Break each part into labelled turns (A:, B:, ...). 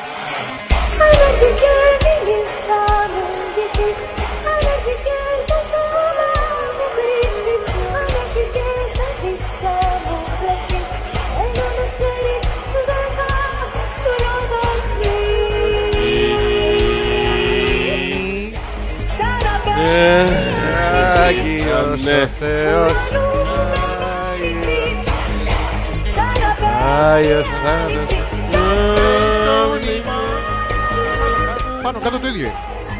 A: Ana güzel bir insanım gibi Ana güzel tasarım gibi Ana güzel bir insanım gibi En onu seni duramam, duramam ki Sana ben
B: Άγιος
C: Ναι.
B: ο Θεός Άγιος Άγιος Άγιος Πάνω κάτω το ίδιο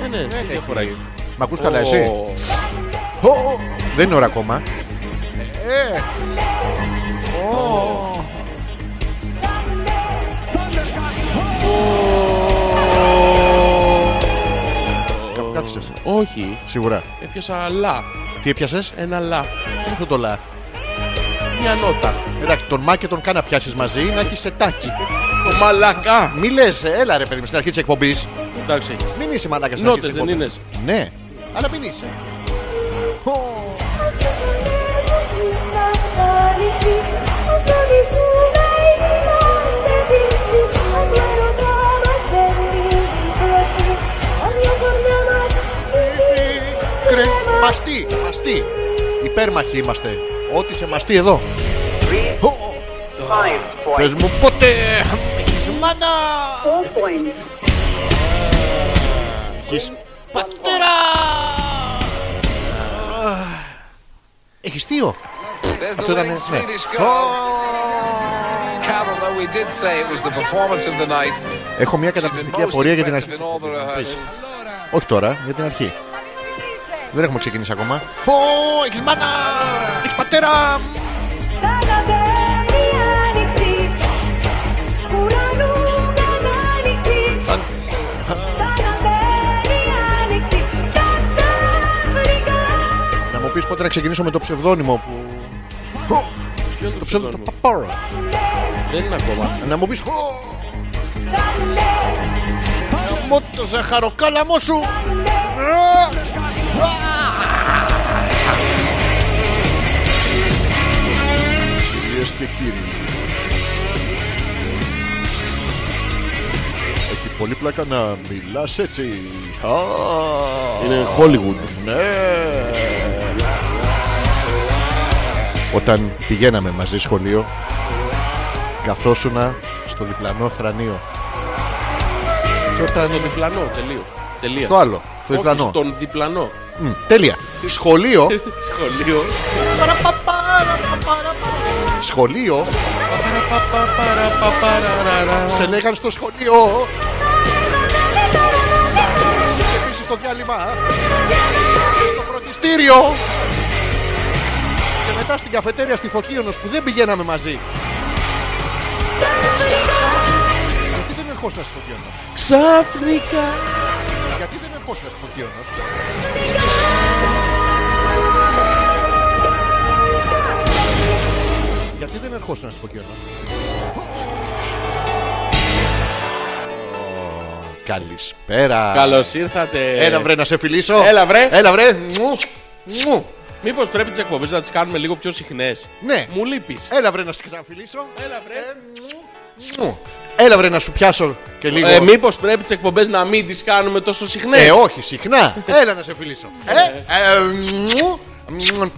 B: είναι.
C: Ναι, ναι, τι διαφορά έχει.
B: Μ' ακούς καλά εσύ
C: Ω,
B: Ω, ω. Δεν είναι ώρα ακόμα Ε. Ω. Κάπου κάθισες
C: Όχι,
B: Σίγουρα
C: έπιασα λα.
B: Τι έπιασες
C: Ένα λα.
B: Τι είναι το λα
C: Μια νότα.
B: Εντάξει τον Μα και τον Κα να πιάσεις μαζί Να έχεις σετάκι
C: Το μαλακά.
B: Μη λες ε, έλα ρε παιδί μου στην αρχή της εκπομπής
C: Εντάξει.
B: Μην είσαι μαλάκας στην αρχή
C: Νότες
B: της
C: δεν
B: εκπομπής.
C: είναι.
B: Ναι, αλλά μην είσαι. Ω. Κρεμαστή, μαστή. Υπέρμαχοι είμαστε. Ό,τι σε μαστή εδώ. Ω, ω. Πες μου πότε. Μάνα. Έχεις πατέρα. Έχεις θείο.
D: There's
B: Αυτό
D: the
B: ήταν,
D: winning
B: ναι.
D: Swedish goal. Carroll, though we did say it was the performance of the night.
B: Έχω μια
D: She's been
B: καταπληκτική
D: most
B: απορία για την αρχή.
D: impressive in all the rehearsals.
B: Όχι τώρα, για την αρχή. Δεν έχουμε ξεκινήσει ακόμα. Πω, έχεις μάνα. Έχεις πατέρα. Να μου πεις πότε να ξεκινήσω με το ψευδόνυμο που... Χω!
C: Ποιο είναι
B: Το
C: το
B: ψευδό...
C: ψευδό
B: Το
C: μου.
B: παπάρα.
C: Δεν είναι ακόμα.
B: Να μου πεις... Χω! Μό το ζαχαροκάλαμό σου! Α! Α! Κυρίες και κύριοι... Έχει πολύ πλάκα να μιλάς έτσι. Α!
C: Είναι Hollywood.
B: Ναι. Όταν πηγαίναμε μαζί σχολείο, καθόσουνα στο διπλανό θρανίο. Και όταν...
C: Στον διπλανό, τελείως. Τελεία.
B: Στο άλλο, στο
C: Όχι,
B: διπλανό.
C: Στον διπλανό.
B: Μμ, τέλεια. Σχολείο,
C: Σχολείο.
B: σχολείο,
C: Παραπαπαπαραπαπαραραρα.
B: σε λέγαν στο σχολείο. Επίσης στο διάλειμμα. Και στο φροντιστήριο. Και μετά στην καφετέρια στη Φωκίωνος που δεν πηγαίναμε μαζί. Γιατί δεν ερχόσασταν στη Φωκίωνος.
C: Ξαφνικά.
B: Γιατί δεν ερχόσασταν στο Φωκίωνος. Γιατί δεν ερχόσασταν στο Φωκίωνος. Ω, Καλησπέρα.
C: Καλώς ήρθατε.
B: Έλα βρε να σε φιλήσω.
C: ε. Έλα, βρε.
B: Έλα βρε. Μου. Μου.
C: Μήπως πρέπει τις εκπομπές να τις κάνουμε λίγο πιο συχνές.
B: Ναι.
C: Μου λείπεις.
B: Έλα βρε να σε ξαναφιλήσω.
C: Έλα, βρε.
B: Ε, μου. Μου. Έλα βρε να σου πιάσω και λίγο.
C: Ε, Μήπως πρέπει τις εκπομπές να μην τις κάνουμε τόσο συχνές.
B: Ε, όχι, συχνά. Έλα να σε φιλήσω. Ε, ε, μου. Μου.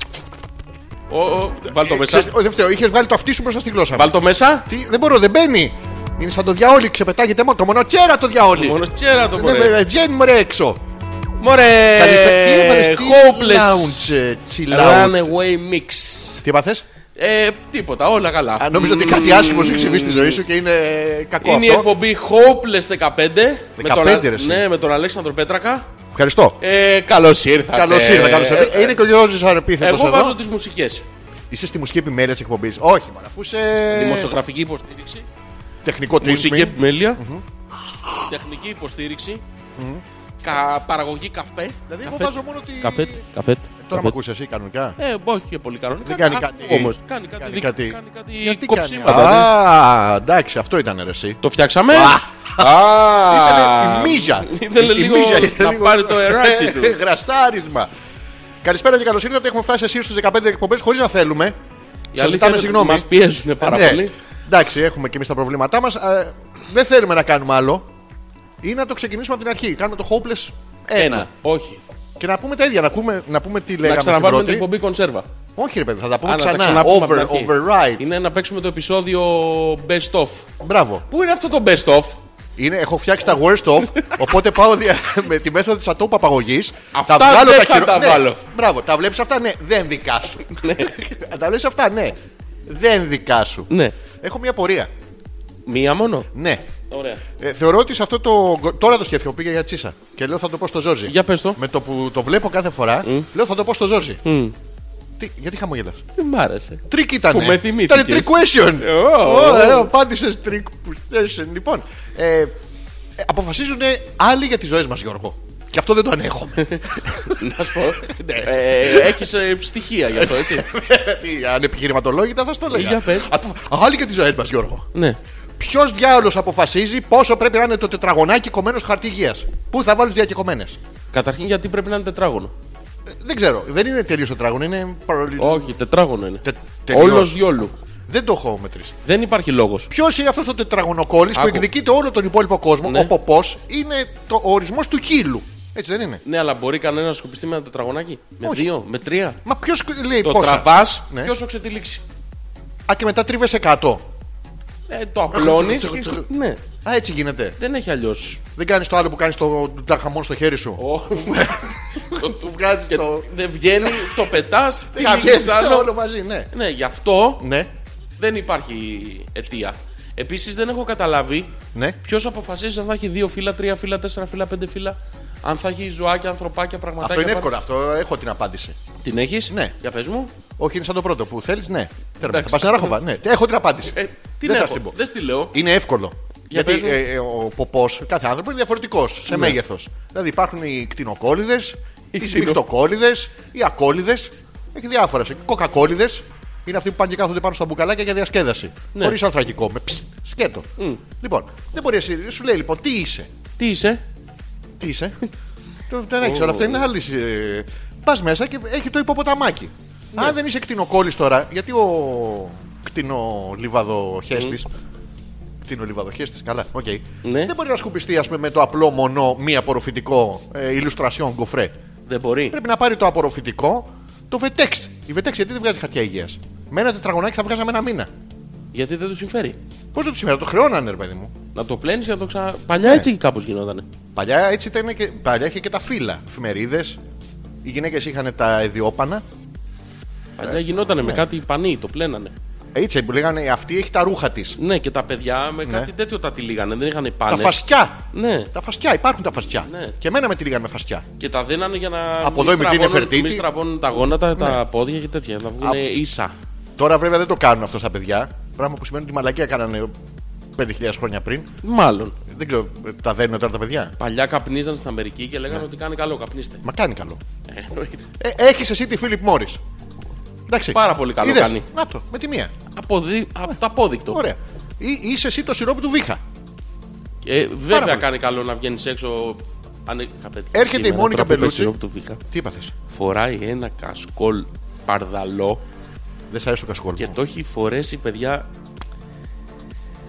C: Βάλ το
B: Ε,
C: μέσα.
B: ξέρεις, ο, Δεν φταίω, είχες βγάλει το αυτί σου μπροστά στη γλώσσα.
C: Βάλ το μέσα.
B: Τι, δεν μπορώ, δεν μπαίνει. Είναι σαν το διαόλι, ξεπετάγεται μόνο. Το μονοκέρα το διαόλι.
C: Μόνο κέρα το
B: Ναι,
C: μπορείς.
B: ε, βγαίνει μωρέ έξω.
C: Μωρέ.
B: Καλησπέρα. Τι έβαλες, τι
C: Ε, Hopeless.
B: lounge, chill out.
C: Runaway mix.
B: Τι έπαθες?
C: Ε, τίποτα, όλα καλά.
B: Α, Νόμιζα ότι κάτι άσχημο σου έχει συμβεί στη ζωή σου και είναι ε, κακό
C: Είναι η
B: αυτό.
C: εκπομπή Hopeless 15. με τον,
B: 15 ρε εσύ.
C: ναι, με τον Αλέξανδρο Πέτρακα.
B: Ευχαριστώ.
C: Ε, Καλώς ήρθατε.
B: Καλώς ήρθα, καλώ ήρθα.
C: Ε,
B: Είναι και ο Γιώργος Αρεπίθετο
C: Εγώ
B: εδώ.
C: βάζω τις μουσικές.
B: Είσαι στη μουσική επιμέλεια της εκπομπής. Όχι, μόνο αφού είσαι.
C: Δημοσιογραφική υποστήριξη.
B: Τεχνικό
C: Μουσική
B: τμήμα.
C: επιμέλεια. Τεχνική υποστήριξη. κα- Παραγωγή καφέ.
B: Δηλαδή, εγώ
C: Καφέ.
B: βάζω μόνο τη.
C: Καφέτ, καφέτ.
B: Ε, Τώρα με
C: καφέτ.
B: ακούσει εσύ κανονικά.
C: Ε, όχι και πολύ κανονικά.
B: Δεν κάνει
C: Α,
B: κάτι.
C: Όμως, κάνει κάτι.
B: Κάνει
C: δι-
B: κάτι.
C: Κάνει κάτι
B: Γιατί
C: κοψίματα,
B: κάνει-
C: ναι.
B: Α, εντάξει, αυτό ήταν ρε εσύ.
C: Το φτιάξαμε.
B: Ήτανε
C: Α,
B: Η μίζα.
C: Ήθελε
B: Η
C: λίγο
B: μίζα, ήθελε
C: να
B: λίγο-
C: πάρει το αεράκι του.
B: Ε, Γρασάρισμα. Καλησπέρα και καλώς ήρθατε. Έχουμε φτάσει εσείς στους 15 εκπομπές χωρίς να θέλουμε.
C: Η
B: Σας
C: αλήθεια
B: ζητάμε
C: είναι ότι
B: συγγνώμη.
C: Μας πιέζουν πάρα
B: Ναι.
C: πολύ.
B: Εντάξει, έχουμε και εμείς τα προβλήματά μας. Δεν θέλουμε να κάνουμε άλλο. Ή να το ξεκινήσουμε από την αρχή. Κάνουμε το Hopeless 1.
C: Ένα. Όχι.
B: Και να πούμε τα ίδια. Να πούμε, να πούμε τι
C: Να
B: λέγαμε ε, στην
C: ξαναπάρουμε την
B: πρώτη.
C: εκπομπή κονσέρβα.
B: Όχι, ρε παιδί, θα τα πούμε
C: Α, να τα
B: ξανά.
C: ξαναπούμε απ'
B: Over,
C: την αρχή.
B: override.
C: Είναι να παίξουμε το επεισόδιο best of.
B: Μπράβο.
C: Πού είναι αυτό το best of.
B: Είναι, έχω φτιάξει τα worst of, οπότε πάω δια- με τη μέθοδο της ατόπου απαγωγής.
C: Αυτά δεν θα τα βάλω.
B: Ναι, μπράβο, τα βλέπεις αυτά, ναι, δεν δικά σου. τα βλέπει αυτά, ναι, δεν δικά σου.
C: Ναι.
B: Έχω μια πορεία.
C: Μία μόνο.
B: Ναι.
C: Ωραία.
B: Ε, θεωρώ ότι σε αυτό το. Τώρα το σκέφτηκα, πήγα για τσίσα. Και λέω θα το πω στο Ζόρζι.
C: Για πες το.
B: Με το που το βλέπω κάθε φορά, λέω θα το πω στο Ζόρζι. Τι, γιατί χαμογελάς.
C: Δεν μ' άρεσε.
B: Τρίκ ήταν.
C: Που με θυμήθηκες.
B: Ήταν trick question. ε,
C: Ω.
B: Απάντησε trick question. Λοιπόν, ε, ε, αποφασίζουν άλλοι για τις ζωές μας, Γιώργο. Και αυτό δεν το ανέχομαι.
C: Να σου πω.
B: Ναι.
C: Ε, Έχεις ε, στοιχεία γι' αυτό, έτσι.
B: Τι, Αν επιχειρηματολόγητα θα στο λέγα.
C: Ε, Για πες.
B: Απο- Άλλοι για τις ζωές μας, Γιώργο.
C: Ναι.
B: Ποιος διάολος αποφασίζει πόσο πρέπει να είναι το τετραγωνάκι κομμένος στο χαρτί υγείας. Πού θα βάλεις διακεκομένε.
C: Καταρχήν γιατί πρέπει να είναι τετράγωνο.
B: Ε, Δεν ξέρω. Δεν είναι τελείως τετράγωνο, είναι παρολι...
C: Όχι, τετράγωνο είναι.
B: Τε- τελείως.
C: Όλος διόλου.
B: Δεν το έχω μετρήσει.
C: Δεν υπάρχει λόγος.
B: Ποιος είναι αυτός ο τετραγωνοκόλλης που
C: Άκου.
B: εκδικείται όλο τον υπόλοιπο κόσμο,
C: Ναι.
B: ο ποπός, είναι το, ο ορισμός του κύλου. Έτσι δεν είναι.
C: Ναι, αλλά μπορεί κανένα να σκουπιστεί με ένα τετραγωνάκι. Με
B: Όχι.
C: δύο, με τρία.
B: Μα ποιος λέει
C: Το
B: πόσα.
C: τραβάς
B: Ναι.
C: και όσο ξετυλίξει.
B: Α, και μετά τρίβεσαι κάτω.
C: Ε, το απλώνεις.
B: τσου, τσου.
C: ναι,
B: Α, έτσι γίνεται.
C: δεν έχει αλλιώς.
B: Δεν κάνεις το άλλο που κάνεις το ταχαμόν στο χέρι σου. Του βγάζεις
C: Και
B: το.
C: δεν βγαίνει, το πετάς,
B: Τα βγαίνει
C: τυλίγεις
B: Ε, όλο
C: άλλο.
B: μαζί, ναι.
C: Ναι, γι' αυτό
B: Ναι,
C: δεν υπάρχει αιτία. Επίσης δεν έχω καταλάβει
B: ναι.
C: ποιος αποφασίζει αν θα έχει δύο φύλλα, τρία φύλλα, τέσσερα φύλλα, πέντε φύλλα. Αν θα έχει ζωάκια, ανθρωπάκια, πραγματάκια.
B: Αυτό είναι
C: πάνω-
B: εύκολο, αυτό έχω την απάντηση.
C: Την έχεις,
B: Ναι.
C: Για πες μου.
B: Όχι, είναι σαν το πρώτο που θέλεις, ναι. Τέρμα. Θα
C: Εντάξει.
B: πα να ράχοβα. Ναι, έχω την απάντηση.
C: Ε, την
B: Δεν θα
C: έχω.
B: στην πω.
C: Δεν στη λέω.
B: Είναι εύκολο.
C: Για
B: Γιατί
C: πες μου.
B: ε, ε, ο ποπός, κάθε άνθρωπο είναι διαφορετικός σε μέγεθος. Δηλαδή υπάρχουν οι κτηνοκόλιδε,
C: Ναι.
B: οι
C: κτηνο-
B: σμιχτοκόλιδε, οι ακόλιδε. Έχει διάφορα. Οι κοκακόλιδε είναι αυτοί που πάνε και κάθονται πάνω στα μπουκαλάκια για διασκέδαση.
C: Ναι.
B: Χωρίς ανθρακικό. Με ψ, σκέτο. Λοιπόν, δεν μπορεί εσύ. Σου λέει λοιπόν, τι είσαι.
C: Τι είσαι.
B: Τι είσαι. το, δεν έχει όλα αυτά. Είναι άλλη. Πας μέσα και έχει το υποποταμάκι. Αν δεν είσαι κτηνοκόλλης τώρα, γιατί ο κτηνολιβαδοχέστης. Κτηνολιβαδοχέστης, καλά, οκ.
C: Ναι.
B: Δεν μπορεί να σκουπιστεί ας πούμε, με το απλό μονό μη απορροφητικό ε, illustration γκοφρέ.
C: Δεν μπορεί.
B: Πρέπει να πάρει το απορροφητικό το βετέξ. Η βετέξ γιατί δεν βγάζει χαρτιά υγείας. Με ένα τετραγωνάκι θα βγάζαμε ένα μήνα.
C: Γιατί δεν του συμφέρει.
B: Πώς δεν του σήμερα, το χρεώνανε, ρε παιδί μου.
C: Να το πλένεις και να το ξανα. Παλιά
B: Ναι.
C: έτσι κάπως γινότανε.
B: Παλιά έτσι ήταν και, παλιά είχε και τα φύλλα. Εφημερίδες. Οι γυναίκες είχαν τα εδιόπανα. Ναι.
C: Παλιά γινότανε με κάτι πανί, το πλένανε.
B: Έτσι που λέγανε αυτή έχει τα ρούχα της.
C: Ναι, και τα παιδιά με κάτι τέτοιο τα τυλίγανε. Δεν είχαν πάνε.
B: Τα φασιά.
C: Ναι,
B: Τα φασιά, υπάρχουν τα φασιά.
C: Ναι.
B: Και εμένα με τη με φασιά.
C: και τα δίνανε για να.
B: Από εδώ η μικρή Ναι. Νεφερτίτη.
C: Μην στραβώνουν τα γόνατα, τα πόδια και τέτοια. Να βγουν
B: Από-
C: ίσα.
B: Τώρα βέβαια δεν το κάνουν αυτό στα παιδιά. Πράγμα που σημαίνει ότι μαλακία κάνανε 5.000 χρόνια πριν.
C: Μάλλον.
B: Δεν ξέρω, ε, τα δένουν τώρα τα παιδιά.
C: Παλιά καπνίζαν στην Αμερική και
B: Ναι.
C: λέγανε ότι κάνει καλό, καπνίστε.
B: Μα κάνει καλό.
C: Ε, εννοείται.
B: Ε, Έχεις εσύ τη Φίλιπ Μόρι. Εντάξει.
C: Πάρα πολύ καλό
B: Είδες?
C: κάνει.
B: Να το, με τη μία.
C: Αποδει... Αυτό απόδεικτο.
B: Ωραία. Ή, είσαι εσύ το σιρόπι του Βίχα.
C: Ε, βέβαια
B: πολύ.
C: κάνει καλό να βγαίνεις έξω. Αν... είχα πετύχει
B: Έρχεται η
C: σήμερα,
B: Μόνικα
C: τώρα που
B: Μπελούτσι.
C: πες σιρόπι του Βίχα.
B: Τι είπα θες?
C: Φοράει ένα κασκόλ παρδαλό
B: Δεν σ' αρέσει το κασκόλ.
C: και
B: μου.
C: το έχει φορέσει, παιδιά.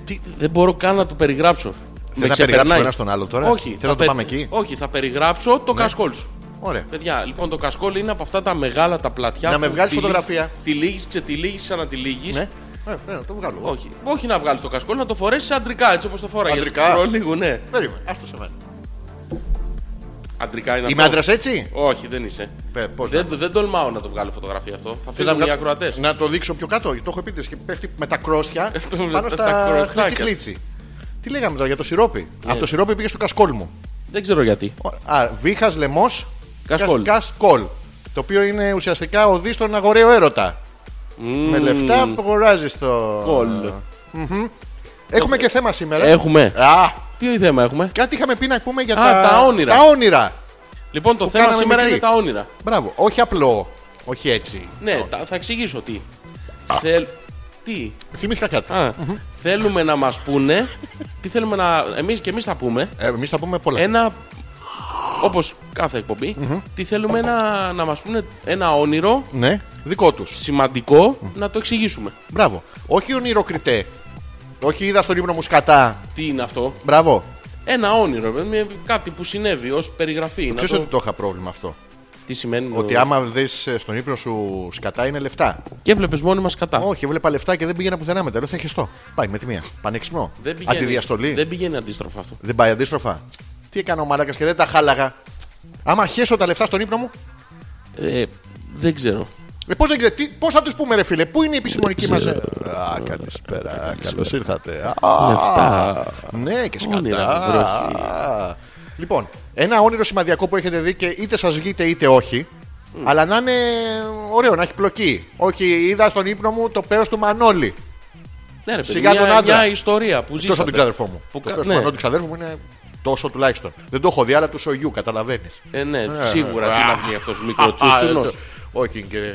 B: Τι-
C: Δεν μπορώ καν να το περιγράψω.
B: να περιγράψουμε ένα στον άλλο τώρα?
C: Όχι.
B: Θες να το πάμε εκεί? Ναι.
C: Όχι, θα περιγράψω το κασκόλ σου.
B: Ωραία.
C: Παιδιά, λοιπόν, το κασκόλ είναι από αυτά τα μεγάλα τα πλατιά.
B: Να με
C: που
B: βγάλεις
C: τυλίγεις-
B: φωτογραφία.
C: Τυλίγεις, ξετυλίγεις, ξανατυλίγεις.
B: Ναι. Ε, ε, το βγάλω.
C: Όχι, όχι να βγάλεις το κασκόλ, να το φορέσεις αντρικά έτσι όπως το φόραγε.
B: Αντρικά.
C: λίγο, ναι.
B: Περίμενε, άστο σε μένα.
C: Αντρικά είναι
B: Είμαι
C: αυτό.
B: άντρας έτσι.
C: Όχι, δεν είσαι.
B: Ε, πώς να-
C: δεν, δεν τολμάω να το βγάλω φωτογραφία αυτό. Θα
B: Θες
C: φύγουν
B: να
C: οι
B: βγα- Ναι.
C: ακροατές.
B: Να το δείξω πιο κάτω. Το έχω πει και πέφτει με τα κρόστια
C: Αυτό, με
B: πάνω
C: τα- τα
B: στα
C: κρουστάκια.
B: χλίτσι-χλίτσι. Τι λέγαμε τώρα για το σιρόπι.
C: Ναι.
B: Από το σιρόπι πήγε στο κασκόλ μου.
C: Δεν ξέρω γιατί.
B: Α, βίχα λαιμός.
C: Κασκόλ.
B: Κασκόλ. Το οποίο είναι ουσιαστικά οδύ στον αγοραίο έρωτα. Με λεφτά αγοράζεις το.
C: Κολ.
B: Έχουμε και θέμα σήμερα.
C: Έχουμε.
B: Α,
C: Τι θέμα έχουμε.
B: κάτι είχαμε πει να πούμε για
C: Α, τα όνειρα.
B: Τα όνειρα.
C: Λοιπόν, το
B: Που
C: θέμα
B: κάναμε
C: σήμερα
B: μικρή.
C: είναι τα όνειρα.
B: Μπράβο. Όχι απλό. Όχι έτσι.
C: Ναι, τα- θα εξηγήσω τι. Θέλ... Τι.
B: Θυμήθηκα κάτι.
C: Α, Θέλουμε να μας πούνε. Τι θέλουμε να. Εμείς και εμείς θα πούμε.
B: Εμεί Ε, θα πούμε πολλά.
C: Ένα. Όπως κάθε εκπομπή, τι θέλουμε να, να μας πούνε ένα όνειρο
B: Ναι, δικό τους.
C: σημαντικό να το εξηγήσουμε.
B: Μπράβο. Όχι ονειροκριτέ. Όχι, είδα στον ύπνο μου σκατά.
C: Τι είναι αυτό.
B: Μπράβο.
C: Ένα όνειρο, ρε, με κάτι που συνέβη ως περιγραφή. Να
B: Ξέρεις
C: το-
B: ότι το είχα πρόβλημα αυτό.
C: Τι σημαίνει.
B: Ότι
C: ο-
B: άμα δεις στον ύπνο σου σκατά είναι λεφτά.
C: Και έβλεπες μόνοι μα κατά.
B: Όχι, βλέπα λεφτά και δεν πήγαινα πουθενά μετά. Λέω θα χεστώ. Πάει με τη μία. Πανεξυπνό.
C: Δεν πηγαίνει,
B: Αντιδιαστολή.
C: Δεν πηγαίνει αντίστροφα αυτό.
B: Δεν πάει αντίστροφα. Τι έκανα ο μαλάκας και δεν τα χάλαγα. Άμα χέσω τα λεφτά στον ύπνο μου,
C: Ε, δεν ξέρω.
B: ε, πώς θα τους πούμε, ρε φίλε, πού είναι η επιστημονική μα. Α, καλησπέρα, καλώς ήρθατε. Α,
C: Λεφτά.
B: Ναι, και
C: Όνειρα,
B: σκατά. Λοιπόν, ένα όνειρο σημαδιακό που έχετε δει και είτε σας βγείτε είτε όχι, αλλά να είναι ωραίο, να έχει πλοκή. Όχι, είδα στον ύπνο μου το πέος του Μανώλη.
C: Ναι, ρε, παιδί,
B: Σιγά
C: μια,
B: τον άντρα.
C: μια ιστορία που
B: Εκτός από
C: ζήσατε.
B: τον ξαδερφό μου.
C: Που
B: Το
C: κα-
B: πέος του
C: ναι.
B: Μανώλη του ξαδέρφου μου είναι τόσο τουλάχιστον. Δεν το έχω δει, αλλά του σογιού, καταλαβαίνεις.
C: Ε, ναι, σίγουρα τι να βγει αυτός
B: ε,
C: μικροτσούτσουνος.
B: Όχι, είναι και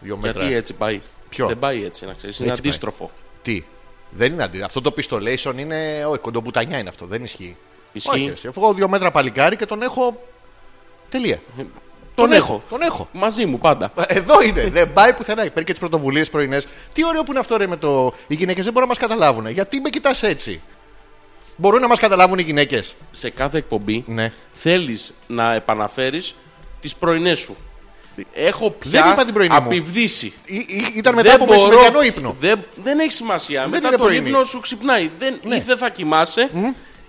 B: δύο μέτρα.
C: Γιατί έτσι πάει.
B: Ποιο?
C: Δεν πάει έτσι, να ξέρεις. Είναι
B: Έτσι πάει.
C: αντίστροφο.
B: Τι. Δεν είναι αντί. Αυτό το pistolation είναι. Όχι, κοντομπουτανιά είναι αυτό. Δεν ισχύει.
C: Ισχύει.
B: Όχι, εσύ. Έχω δύο μέτρα παλικάρι και τον έχω. Τελεία.
C: Ε, Τον έχω.
B: Τον έχω. Ε,
C: Μαζί μου πάντα.
B: Εδώ είναι. δεν πάει πουθενά. Παίρνει και τις πρωτοβουλίες πρωινές. Τι ωραίο που είναι αυτό ρε με το. Οι γυναίκες δεν μπορούν να μας καταλάβουν. Γιατί με κοιτάς έτσι. Μπορούν να μας καταλάβουν οι γυναίκες.
C: Σε κάθε εκπομπή
B: Ναι.
C: θέλεις να επαναφέρεις τις πρωινές σου. Έχω πια
B: Δεν είπα την πρωινή μου.
C: απειβδίσει.
B: Ή- ή- Ήταν μετά από μεσημεριανό ύπνο.
C: Δεν, δεν έχει σημασία. Μετά
B: είναι
C: τον
B: πρωινή.
C: ύπνο σου ξυπνάει. Δεν,
B: Ναι.
C: Ή δεν θα κοιμάσαι,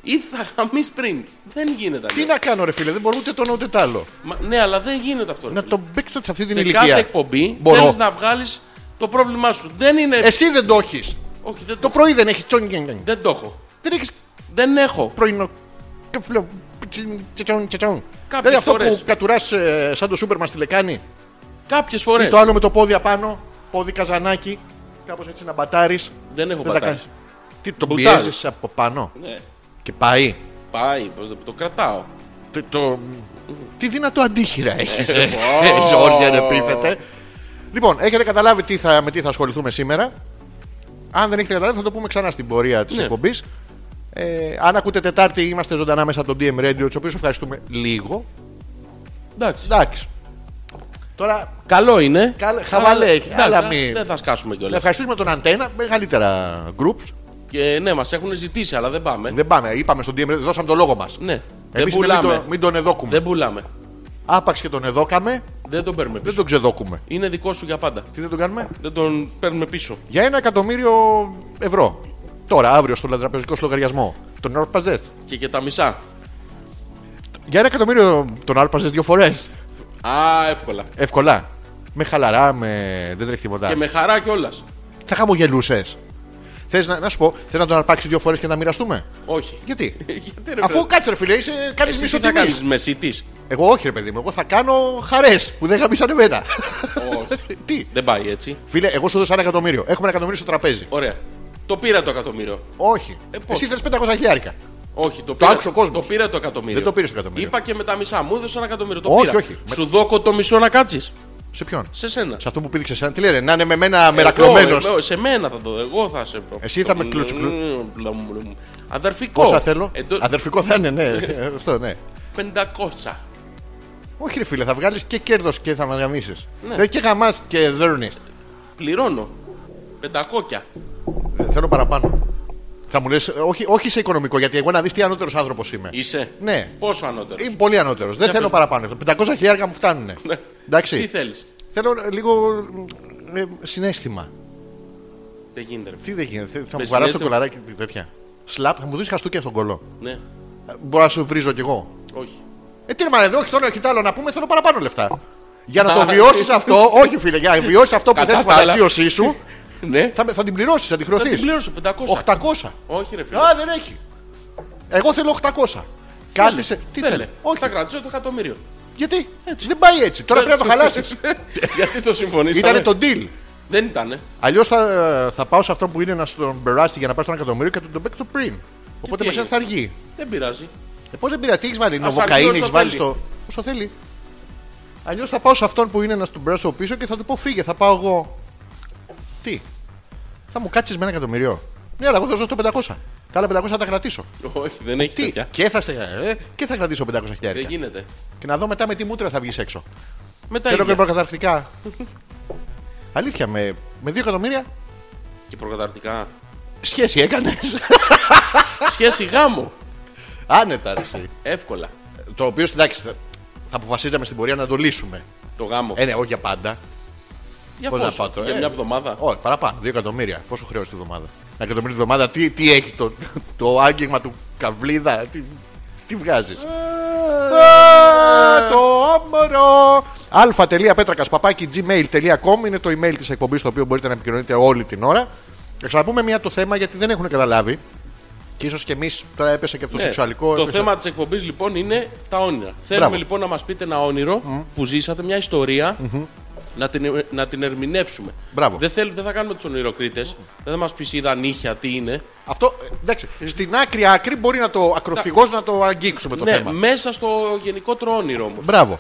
C: ή θα γαμείς πριν. Δεν γίνεται
B: Τι
C: αλλιώς.
B: να κάνω, ρε φίλε, δεν μπορώ ούτε το ένα ούτε τ' άλλο.
C: Μα- Ναι, αλλά δεν γίνεται αυτό. ρε
B: Να
C: φίλε.
B: τον παίξω σε αυτή την
C: σε
B: ηλικία.
C: κάθε εκπομπή
B: Μπορώ.
C: θέλεις να βγάλεις το πρόβλημά σου. Δεν είναι.
B: Εσύ δεν το έχεις.
C: Όχι, δεν το,
B: Το
C: έχω.
B: πρωί δεν έχεις
C: δεν το έχω.
B: Δεν έχεις
C: Δεν έχω.
B: πρωινό. καφλό, πιτσι, τσιτσόν, τσιτσόν.
C: Κάποιες
B: Δηλαδή αυτό
C: φορές.
B: που κατουρά σαν το Σούπερμαν στη λεκάνη.
C: Κάποιες φορέ.
B: Ή το άλλο με το πόδι απάνω, πόδι καζανάκι. Κάπως έτσι να μπατάρεις.
C: Δεν έχω
B: τα
C: πατάρει.
B: κάνεις. Τι τον
C: Μπουτάρεις.
B: πιέζεις από πάνω
C: Ναι.
B: και πάει.
C: Πάει, το, το κρατάω.
B: Τι, το... τι δυνατό αντίχειρα ε. έχεις. Ζόρια ρε πείθετε. ναι, Λοιπόν, έχετε καταλάβει τι θα, με τι θα ασχοληθούμε σήμερα. Αν δεν έχετε καταλάβει, θα το πούμε ξανά στην πορεία της
C: Ναι.
B: εκπομπής. Ε, αν ακούτε Τετάρτη, είμαστε ζωντανά μέσα από το DM Radio, τους οποίους ευχαριστούμε λίγο.
C: Εντάξει.
B: Εντάξει. Τώρα
C: Καλό είναι.
B: Καλ- χαβαλέ
C: Αλλά-
B: έχει,
C: εντάξει,
B: αλλά
C: αλλά
B: μην-
C: Δεν θα σκάσουμε κιόλας.
B: να ευχαριστήσουμε τον Αντένα, μεγαλύτερα groups.
C: Και ναι, μας έχουν ζητήσει, αλλά δεν πάμε.
B: Δεν πάμε, είπαμε στον DM Radio, δώσαμε τον λόγο μας.
C: Ναι. Δεν
B: Εμεί μην,
C: πουλάμε.
B: τον- μην τον εδόκουμε.
C: Δεν πουλάμε.
B: Άπαξ και τον εδόκαμε,
C: Δεν τον παίρνουμε
B: δεν
C: πίσω.
B: τον ξεδόκουμε.
C: Είναι δικό σου για πάντα.
B: Τι δεν τον κάνουμε,
C: Δεν τον παίρνουμε πίσω.
B: για ένα εκατομμύριο ευρώ. Τώρα, αύριο, στον λατραπεζικό σου λογαριασμό. Τον αρπαζέ.
C: Και και τα μισά.
B: Για ένα εκατομμύριο τον άρπαζε δύο φορές.
C: Α, εύκολα.
B: Εύκολα. Με χαλαρά, με. Δεν τρέχει τίποτα.
C: Και με χαρά κιόλας.
B: Θα χαμογελούσες. Θες να, να σου πω, θες να τον αρπάξεις δύο φορές και να μοιραστούμε.
C: Όχι.
B: Γιατί.
C: Γιατί ρε
B: Αφού
C: παιδί.
B: κάτσε, ρε φίλε, είσαι, κάνει
C: Εσύ
B: μισό
C: τι θα
B: τιμή.
C: κάνεις μεσητής.
B: Εγώ όχι, ρε παιδί μου, εγώ θα κάνω χαρές που δεν γαμίσανε εμένα.
C: Όχι.
B: Τι.
C: Δεν πάει έτσι.
B: Φίλε, εγώ σου δώσα ένα εκατομμύριο. Έχουμε ένα εκατομμύριο στο τραπέζι.
C: Ωραία. Το πήρα το εκατομμύριο.
B: Όχι.
C: Ε, πώς.
B: Εσύ θε 500 χιλιάρικα.
C: Όχι, το, πήρα,
B: άκουσε ο κόσμος.
C: το πήρα το εκατομμύριο.
B: Δεν το πήρες το εκατομμύριο.
C: Είπα και με τα μισά. Μου έδωσε ένα εκατομμύριο. Το
B: Όχι,
C: πήρα.
B: όχι.
C: Σου δώκω το μισό να κάτσεις.
B: Σε ποιον.
C: Σε σένα.
B: Σε αυτό που πήδηξε εσένα, τι λένε, να είναι με μένα
C: Εγώ,
B: μερακρωμένο.
C: Ε, εγώ, σε μένα θα το δω. Εγώ θα σε πω.
B: Εσύ θα με κλούτσου-
C: Αδερφικό.
B: Πόσα θέλω.
C: Εντό-
B: Αδερφικό θα είναι, ναι. Ε, Αυτό, ναι.
C: 500.
B: Όχι, ρε φίλε, θα βγάλεις και κέρδος και θα μας γαμίσεις.
C: Ναι.
B: Δηλαδή και γαμάς και δέρνει.
C: Πληρώνω. Πεντακόκια.
B: Ε, Θέλω παραπάνω. Θα μου λες, όχι, όχι σε οικονομικό, γιατί εγώ να δεις τι ανώτερος άνθρωπος είμαι.
C: Είσαι.
B: Ναι.
C: Πόσο ανώτερος.
B: Είμαι πολύ ανώτερος. Δεν
C: Για
B: θέλω
C: πες. Ναι.
B: παραπάνω. 500 χιλιάρικα μου φτάνουν.
C: Τι
B: Εντάξει.
C: θέλεις.
B: Θέλω ε, λίγο ε, συνέστημα.
C: Δεν γίνεται. Ρε.
B: Τι δεν γίνεται, θε- θα
C: Με
B: μου βαράσει το
C: συνέστημα.
B: κολαράκι και τέτοια. Σλαπ, θα μου δώσει χαστούκια στον κολό.
C: Ναι.
B: Ε, Μπορώ να σου βρίζω κι εγώ.
C: Όχι.
B: Ε, τι μάλλον, όχι τώρα, όχι τ' άλλο να πούμε, θέλω παραπάνω λεφτά. Για να το βιώσεις αυτό, όχι φίλε, για να βιώσεις αυτό που θε
C: Κατά τα άλλα.
B: φαντασίωσή σου,
C: Ναι.
B: θα, θα την πληρώσεις, θα την
C: Θα την
B: χρεωθεί.
C: πλήρωσε 500.
B: 800.
C: Όχι, ρε φίλε.
B: Α, δεν έχει. Εγώ θέλω 800. Κάθισε. Τι
C: Θέλε.
B: θέλει. Όχι.
C: Θα κρατήσω το εκατομμύριο.
B: Γιατί δεν πάει έτσι. Τώρα πρέπει να το χαλάσεις.
C: Γιατί το συμφωνήσαμε.
B: Ήτανε το deal.
C: Δεν ήτανε.
B: Αλλιώς θα, θα πάω σε αυτό που είναι να στον περάσει για να πάει στον εκατομμύριο και τον τον παίξει το πριν. Οπότε
C: τι
B: με σένα
C: έγινε.
B: θα αργεί.
C: Δεν πειράζει.
B: Ε, Πώς δεν πειράζει, τι έχεις βάλει,
C: αργεί
B: Νοβοκαΐνη,
C: όσο
B: έχεις βάλει
C: θέλει.
B: στο. Όσο θέλει. Αλλιώς θα πάω σε αυτόν που είναι να τον περάσω πίσω και θα του πω φύγε, θα πάω εγώ. Τι, θα μου κάτσεις με ένα εκατομμύριο. Ναι, αλλά εγώ θα ζω στο 500. Τα άλλα 500 θα τα κρατήσω.
C: Όχι, δεν έχει
B: Τι,
C: τέτοια.
B: και θα, σε- ε, και θα κρατήσω 500
C: Δεν
B: χιλιάρικα.
C: γίνεται.
B: Και να δω μετά με τι μούτρα θα βγεις έξω.
C: Μετά
B: Θέλω
C: είναι.
B: και προκαταρκτικά. Αλήθεια, με, με 2 εκατομμύρια
C: Και προκαταρτικά.
B: Σχέση έκανες.
C: Σχέση γάμου.
B: Άνετα, ρε, εσύ.
C: Εύκολα.
B: Το οποίο εντάξει, θα- θα αποφασίζαμε στην πορεία να το λύσουμε.
C: Το γάμο.
B: Ε, ναι, όχι για πάντα.
C: για
B: πώς να
C: πόσο?
B: πάω τώρα,
C: Για
B: ε.
C: μια εβδομάδα.
B: Όχι, παραπάνω. Δύο εκατομμύρια. Πόσο χρέωσε τη εβδομάδα. Ένα εκατομμύριο τη εβδομάδα, τι, τι έχει το, το άγγιγμα του καβλίδα, τι, τι βγάζεις.
C: Ε.
B: το όμορο. αλφα.πέτρακα παπάκι gmail.com είναι το email της εκπομπής το οποίο μπορείτε να επικοινωνείτε όλη την ώρα. Θα ξαναπούμε μία το θέμα γιατί δεν έχουν καταλάβει. Και ίσως και εμείς τώρα έπεσε και από το
C: Ναι.
B: σεξουαλικό.
C: Το
B: έπεσε-
C: θέμα της εκπομπής λοιπόν είναι τα όνειρα. Θέλουμε λοιπόν να μας πείτε ένα όνειρο που ζήσατε, μια ιστορία, να, την, ε- να την ερμηνεύσουμε.
B: Μπράβο.
C: Δεν, θέλ, δεν θα κάνουμε τους ονειροκρίτες. Δεν θα μας πει είδα νύχια τι είναι.
B: Αυτό ε, εντάξει. Στην άκρη άκρη μπορεί να το ακροθυγώ να το αγγίξουμε το
C: ναι,
B: θέμα.
C: μέσα στο γενικότερο όνειρο όμως.
B: Μπράβο.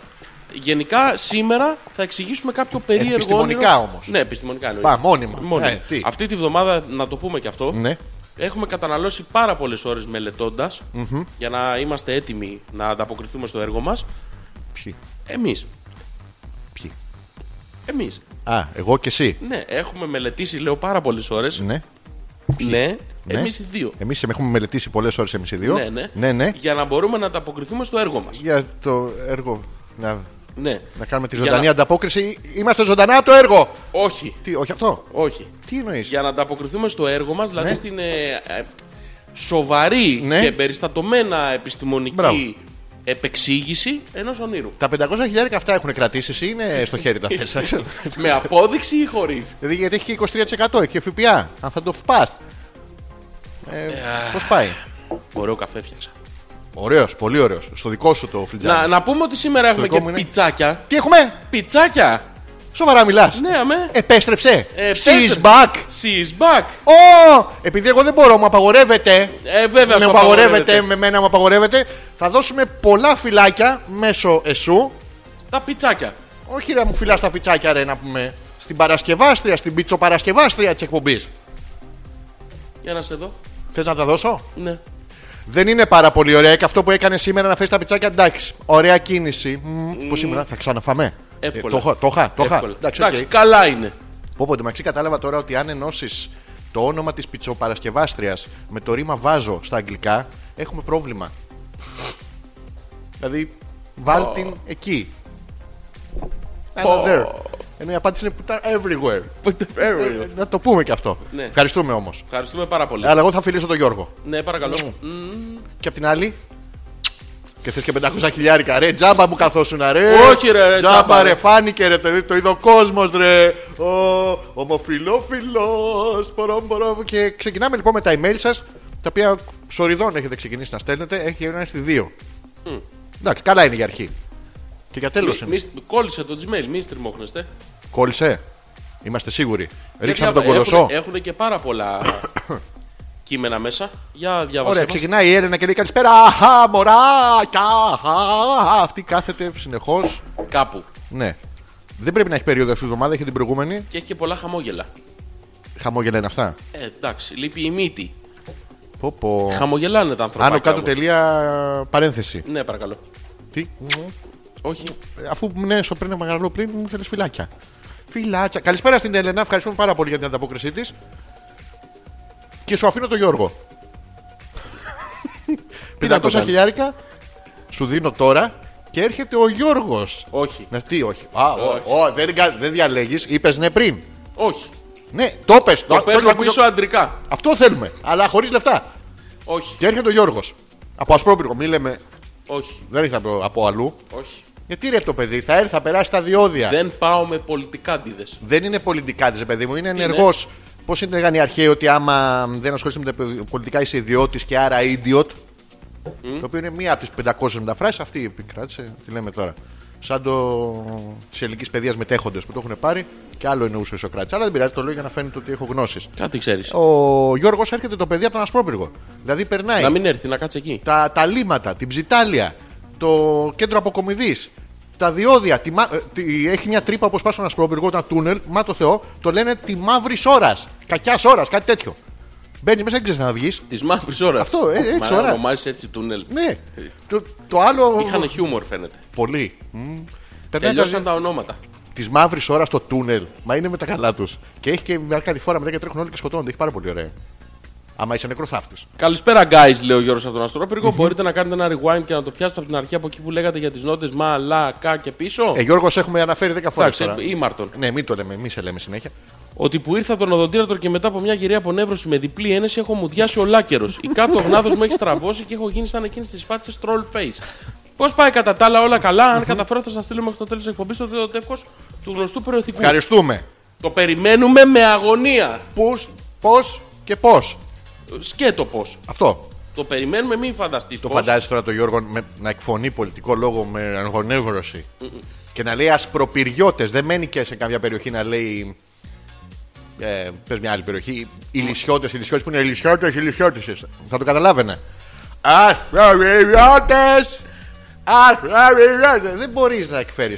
C: Γενικά σήμερα θα εξηγήσουμε κάποιο περίεργο.
B: Επιστημονικά
C: όνειρο.
B: όμως.
C: Ναι, επιστημονικά εννοείται.
B: Πα, μόνιμα.
C: Μόνιμα.
B: Ε, τι.
C: Αυτή τη βδομάδα, να το πούμε και αυτό,
B: Ναι.
C: έχουμε καταναλώσει πάρα πολλές ώρες για να είμαστε έτοιμοι να ανταποκριθούμε στο έργο μας.
B: Ποιοι.
C: Εμείς.
B: Ποιοι.
C: Εμείς.
B: Α, εγώ και εσύ.
C: Ναι, έχουμε μελετήσει, λέω, πάρα πολλές ώρες.
B: Ναι.
C: Ναι,
B: Ναι.
C: εμείς οι δύο.
B: Εμείς έχουμε μελετήσει πολλές ώρες εμείς οι δύο.
C: Ναι, ναι.
B: ναι, ναι.
C: Για να μπορούμε να ανταποκριθούμε στο έργο μας.
B: Για το έργο. Να,
C: Ναι.
B: να κάνουμε τη
C: Για
B: ζωντανή
C: να-
B: ανταπόκριση. Είμαστε ζωντανά το έργο!
C: Όχι,
B: Τι, όχι αυτό.
C: όχι.
B: Τι εννοείς.
C: Για να ανταποκριθούμε στο έργο μας, δηλαδή
B: Ναι.
C: στην ε, ε, σοβαρή
B: Ναι.
C: και περιστατωμένα επιστημονική
B: Μπράβο.
C: επεξήγηση ενός ονείρου.
B: Τα 500 χιλιάρικα αυτά έχουν κρατήσει ή είναι στο χέρι τα θέσει.
C: Με απόδειξη ή χωρίς.
B: δηλαδή γιατί έχει και 23% και ΦΠΑ. Αν θα το φπά. Ε, Πώς πάει.
C: Ωραίο καφέ φτιάξα.
B: Ωραίος, πολύ ωραίος. Στο δικό σου το φλιτζάνι.
C: Να, να πούμε ότι σήμερα έχουμε
B: δικό
C: και
B: μου είναι.
C: πιτσάκια.
B: Τι έχουμε,
C: Πιτσάκια!
B: σοβαρά μιλάς.
C: Ναι, αμέ.
B: Ε. Επέστρεψε.
C: Επέστρεψε.
B: She's back.
C: She is back.
B: Ω! Επειδή εγώ δεν μπορώ, μου απαγορεύεται.
C: Ε, βέβαια,
B: με
C: σου
B: Ναι, απαγορεύεται, με μένα μου απαγορεύεται. Θα δώσουμε πολλά φυλάκια μέσω εσού.
C: Τα πιτσάκια.
B: Όχι να μου φυλάς τα πιτσάκια, ρε, να πούμε. Στην Παρασκευάστρια, στην πιτσοπαρασκευάστρια της εκπομπής.
C: Για να σε δω.
B: Θες να τα δώσω.
C: Ναι.
B: Δεν είναι πάρα πολύ ωραία και αυτό που έκανε σήμερα να φέρει τα πιτσάκια, εντάξει. Ωραία κίνηση. Μμμ, Που σήμερα θα ξαναφαμέ.
C: Εύκολα.
B: Ε, το είχα, το είχα, το είχα.
C: Εύκολα.
B: Εντάξει,
C: Εντάξει,
B: οκ.
C: καλά είναι.
B: Πω πω, εντωμεταξύ κατάλαβα τώρα ότι αν ενώσεις το όνομα της Πιτσοπαρασκευάστριας με το ρήμα βάζω στα αγγλικά, έχουμε πρόβλημα. δηλαδή, βάλ την εκεί. Ένα
C: Oh.
B: there. Ενώ η απάντηση είναι που everywhere. Ε, Να το πούμε και αυτό.
C: Ναι.
B: Ευχαριστούμε όμως.
C: Ευχαριστούμε πάρα πολύ.
B: Αλλά εγώ θα φιλήσω τον Γιώργο.
C: Ναι, παρακαλώ.
B: Και απ' την άλλη. Και θες και 500 χιλιάρικα, ρε. Τζάμπα μου καθόσουν, ρε.
C: Όχι, ρε, ρε,
B: Τζάμπα,
C: τζάμπα,
B: ρε.
C: ρε.
B: Φάνηκε, ρε. Το, το είδε ο κόσμος, ρε. Ο ομοφιλόφιλο. Και ξεκινάμε λοιπόν με τα email σας. Τα οποία σοριδών έχετε ξεκινήσει να στέλνετε. Έχει να έρθει δύο. Εντάξει, καλά είναι για αρχή. Και για τέλος.
C: Μη- μη- Κόλλησε το Gmail, μη στριμώχνεστε.
B: Κόλλησε. Είμαστε σίγουροι. Ρίξαμε
C: Για δια-
B: τον κολοσσό.
C: έχουν- Έχουν και πάρα πολλά κείμενα μέσα. Για διαβάστε.
B: Ωραία,
C: μας.
B: ξεκινάει η Έλενα και λέει καλησπέρα. Αχα, μωράκια. αχα». Αυτή κάθεται συνεχώς.
C: Κάπου.
B: Ναι. Δεν πρέπει να έχει περίοδο αυτή η εβδομάδα, έχει την προηγούμενη.
C: Και έχει και πολλά χαμόγελα.
B: Χαμόγελα είναι αυτά.
C: Ε, εντάξει, λείπει η μύτη.
B: Πω, πω.
C: Χαμογελάνε τα ανθρωπάκια.
B: Άνω κάτω
C: μου.
B: τελεία παρένθεση.
C: Ναι, παρακαλώ.
B: Τι.
C: Όχι.
B: Αφού ναι, στο πριν μεγαλό πριν μου θέλεις φυλάκια. Φυλάκια. Καλησπέρα στην Έλενα, ευχαριστούμε πάρα πολύ για την ανταπόκρισή της. Και σου αφήνω τον Γιώργο.
C: Τι να το
B: 500
C: κάνω.
B: χιλιάρικα σου δίνω τώρα και έρχεται ο Γιώργος.
C: Όχι.
B: Να τι, όχι. Α, ο,
C: Όχι.
B: ο, δεν, κα- δεν διαλέγεις, είπες ναι πριν.
C: Όχι.
B: Ναι, το πες.
C: Το παίρνω πίσω αντρικά.
B: Αυτό θέλουμε. Αλλά χωρίς λεφτά.
C: Όχι.
B: Και έρχεται ο Γιώργος. Από ασπρόπυργο, μη λέμε.
C: Όχι.
B: Δεν έρχεται από, από αλλού.
C: Όχι.
B: Γιατί ρε το παιδί, θα έρθει, θα περάσει τα διόδια. Δεν,
C: Δεν πάω με πολιτικά ντίδες.
B: είναι πολιτικά τη, παιδί μου, είναι ενεργός. Πώς έλεγαν οι αρχαίοι ότι άμα δεν ασχολείσαι με τα πολιτικά είσαι ιδιώτης και άρα idiot. Το οποίο είναι μία από τις 500 μεταφράσεις, αυτή επικράτησε, τη λέμε τώρα. Σαν το της ελληνικής παιδείας μετέχοντες που το έχουν πάρει και άλλο εννοούσε ο Σοκράτης. Αλλά δεν πειράζει, το λέω για να φαίνεται ότι έχω γνώσεις.
C: Κάτι ξέρεις.
B: Ο Γιώργος έρχεται το παιδί από τον Ασπρόπυργο. Δηλαδή περνάει
C: Να μην έρθει, να κάτσει εκεί.
B: τα, τα λίματα, την ψιτάλια, το κέντρο αποκομιδής, τα διόδια. Τη, μα- ε, τη- έχει μια τρύπα όπως πας στον Ασπρόπυργο, ένα τούνελ, μα το Θεό, το λένε τη μαύρης ώρας. Κακιάς ώρας, κάτι τέτοιο. Μπαίνει μέσα, δεν ξέρεις να βγεις.
C: Της μαύρης ώρας.
B: Αυτό, ε, έτσι, ωραία.
C: ονομάζεις έτσι τούνελ.
B: Ναι. Το, το άλλο.
C: Είχαν χιούμορ φαίνεται.
B: Πολύ. Μμμ. Περνάει
C: Τελειώσαν
B: τα...
C: τα ονόματα.
B: της μαύρης ώρας στο τούνελ. Μα είναι με τα καλά τους. Και έχει και μια κατηφόρα μετά και τρέχουν όλοι και σκοτώνονται. Έχει πάρα πολύ ωραία. Άμα είσαι νεκροθάφτη.
C: Καλησπέρα, guys, λέει ο Γιώργος από τον Αστρόπυργο. Μπορείτε να κάνετε ένα rewind και να το πιάσετε από την αρχή από εκεί που λέγατε για τις νότες μα, λα, κα και πίσω.
B: Ε, Γιώργος, έχουμε αναφέρει 10 φορές.
C: Εντάξει, ε, ήμαρτον.
B: Ναι, μην το λέμε, μη σε λέμε συνέχεια.
C: Ότι που ήρθα από τον οδοντίατρο και μετά από μια γυρία από νεύρωση με διπλή ένεση έχω μουδιάσει ολάκερος. Η κάτω γνάδος μου έχει στραβώσει και έχω γίνει σαν εκείνη τη φάτσε troll face. Πώς πάει κατά τα άλλα όλα καλά, αν καταφέρω θα σας στείλω μέχρι το τέλος της εκπομπής το δεύτερο τεύχος του γνωστού περιοδικού.
B: Ευχαριστούμε.
C: Το περιμένουμε με αγωνία.
B: Πώς, πώς και πώς.
C: Σκέτο πώ.
B: Αυτό.
C: Το περιμένουμε, μην φανταστείς.
B: Το φαντάζεσαι τώρα τον Γιώργο με, να εκφωνεί πολιτικό λόγο με αγωνεύρωση. και να λέει ασπροπυριώτες. Δεν μένει και σε κάποια περιοχή να λέει. Ε, Πες μια άλλη περιοχή. Ηλισιώτε, ηλισιώτε που είναι ηλισιώτε, ηλισιώτε. Θα το καταλάβαινε. Ασπροπυριώτες! Ασπροπυριώτες! Δεν μπορείς να εκφέρεις.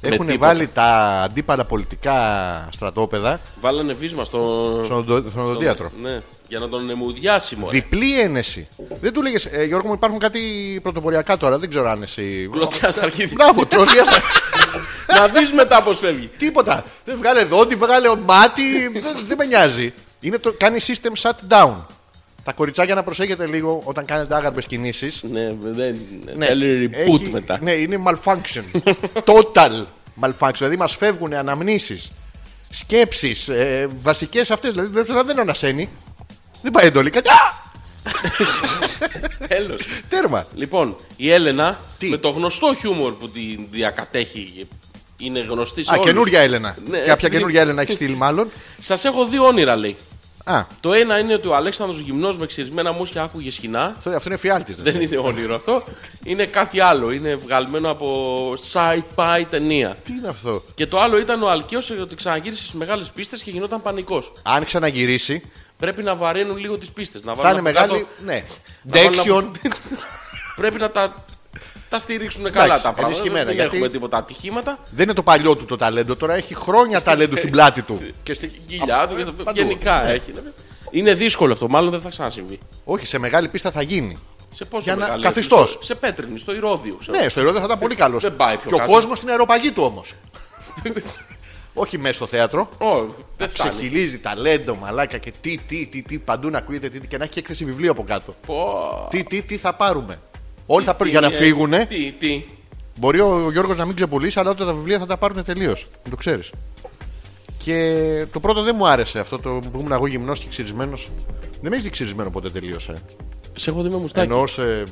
B: Έχουν
C: τίποτα.
B: βάλει τα αντίπαλα πολιτικά στρατόπεδα
C: Βάλανε βίσμα στο.
B: στον οδο- στον οδοντίατρο.
C: Ναι, για να τον νεμουδιάσει μόνο.
B: Διπλή ένεση. Δεν του λέγες, ε, Γιώργο μου, υπάρχουν κάτι πρωτοποριακά τώρα. Δεν ξέρω αν εσύ.
C: Κλωτσιά στα αρχίδια.
B: Μπράβο, τροσιάστα.
C: να δεις μετά πώς φεύγει.
B: Τίποτα. Δεν βγάλε δόντι, βγάλε μάτι. δεν, δεν με νοιάζει. Είναι το, κάνει system shutdown. Τα κοριτσάκια να προσέχετε λίγο όταν κάνετε άγαρπε κινήσεις.
C: Ναι, δεν. Θέλει reboot μετά.
B: Ναι, είναι malfunction. Total malfunction. Δηλαδή μας φεύγουν αναμνήσεις, σκέψεις, ε, βασικές αυτές. Δηλαδή βλέπεις να δεν ανασένει. Δεν πάει εντολή. Κάτι. Α!
C: Τέλος.
B: Τέρμα.
C: Λοιπόν, η Έλενα
B: ναι. Τι?
C: με το γνωστό χιούμορ που την διακατέχει. Είναι γνωστή σε
B: Α,
C: όλους.
B: καινούρια Έλενα.
C: Ναι,
B: Κάποια
C: δι-
B: καινούρια Έλενα έχεις στείλει μάλλον.
C: Σας έχω δύο όνειρα, λέει.
B: Α,
C: Το ένα είναι ότι ο Αλέξανδρος γυμνός με ξυρισμένα μουσια άκουγε σκηνά.
B: αυτό, αυτό είναι φιάλτης.
C: Δεν είναι όνειρο αυτό. Είναι κάτι άλλο. Είναι βγαλμένο από sci-fi ταινία.
B: Τι είναι αυτό.
C: Και το άλλο ήταν ο Αλκαίος ότι ξαναγύρισε στις μεγάλες πίστες και γινόταν πανικός.
B: Αν ξαναγυρίσει,
C: Πρέπει να βαραίνουν λίγο τις πίστες. Να
B: θα
C: βάλουν
B: είναι
C: από κάτω-
B: μεγάλη. Ναι.
C: να βάλουν
B: Ντέξιον.
C: από- Πρέπει να τα, τα στηρίξουν καλά τα πράγματα.
B: ενισχυμένα,
C: Δεν
B: γιατί-
C: έχουμε τίποτα ατυχήματα.
B: Δεν είναι το παλιό του το ταλέντο, τώρα έχει χρόνια ταλέντου στην πλάτη του.
C: Και στην κοιλιά του. και στο-
B: παντού. Ναι.
C: Γενικά έχει. ναι. Είναι δύσκολο αυτό. Μάλλον δεν θα ξανασυμβεί.
B: Όχι, σε μεγάλη πίστα θα γίνει.
C: Σε πόσο
B: Για να-
C: μεγάλη-
B: καθιστός.
C: στο- Σε πέτρινη, στο ηρόδιο. ξέρω.
B: Ναι, στο Ηρόδιο θα ήταν πολύ καλό.
C: Ε, Δεν πάει πιο
B: Και ο
C: κάτω.
B: κόσμος στην αεροπαγή του όμως. Όχι μέσα στο θέατρο.
C: Όχι, δεν φτάνει.
B: Ξεχυλίζει ταλέντο, μαλάκα και τι, τι, τι, τι, παντού να ακούγεται τι, τι, και να έχει και έκθεση βιβλίο από κάτω.
C: Πω.
B: Τι, τι, τι θα πάρουμε. Όλοι θα πάρουν για
C: Τι
B: να
C: είναι,
B: φύγουνε.
C: Τι, τι.
B: Μπορεί ο Γιώργος να μην ξεπουλήσει, αλλά τότε τα βιβλία θα τα πάρουν τελείως. Το ξέρεις. Και το πρώτο δεν μου άρεσε αυτό το που ήμουν εγώ γυμνός και ξυρισμένος. Δεν με έχεις δει ξυρισμένο ποτέ τελείως. Ε.
C: Σε έχω δει με μουστάκι.
B: Εννοώς σε.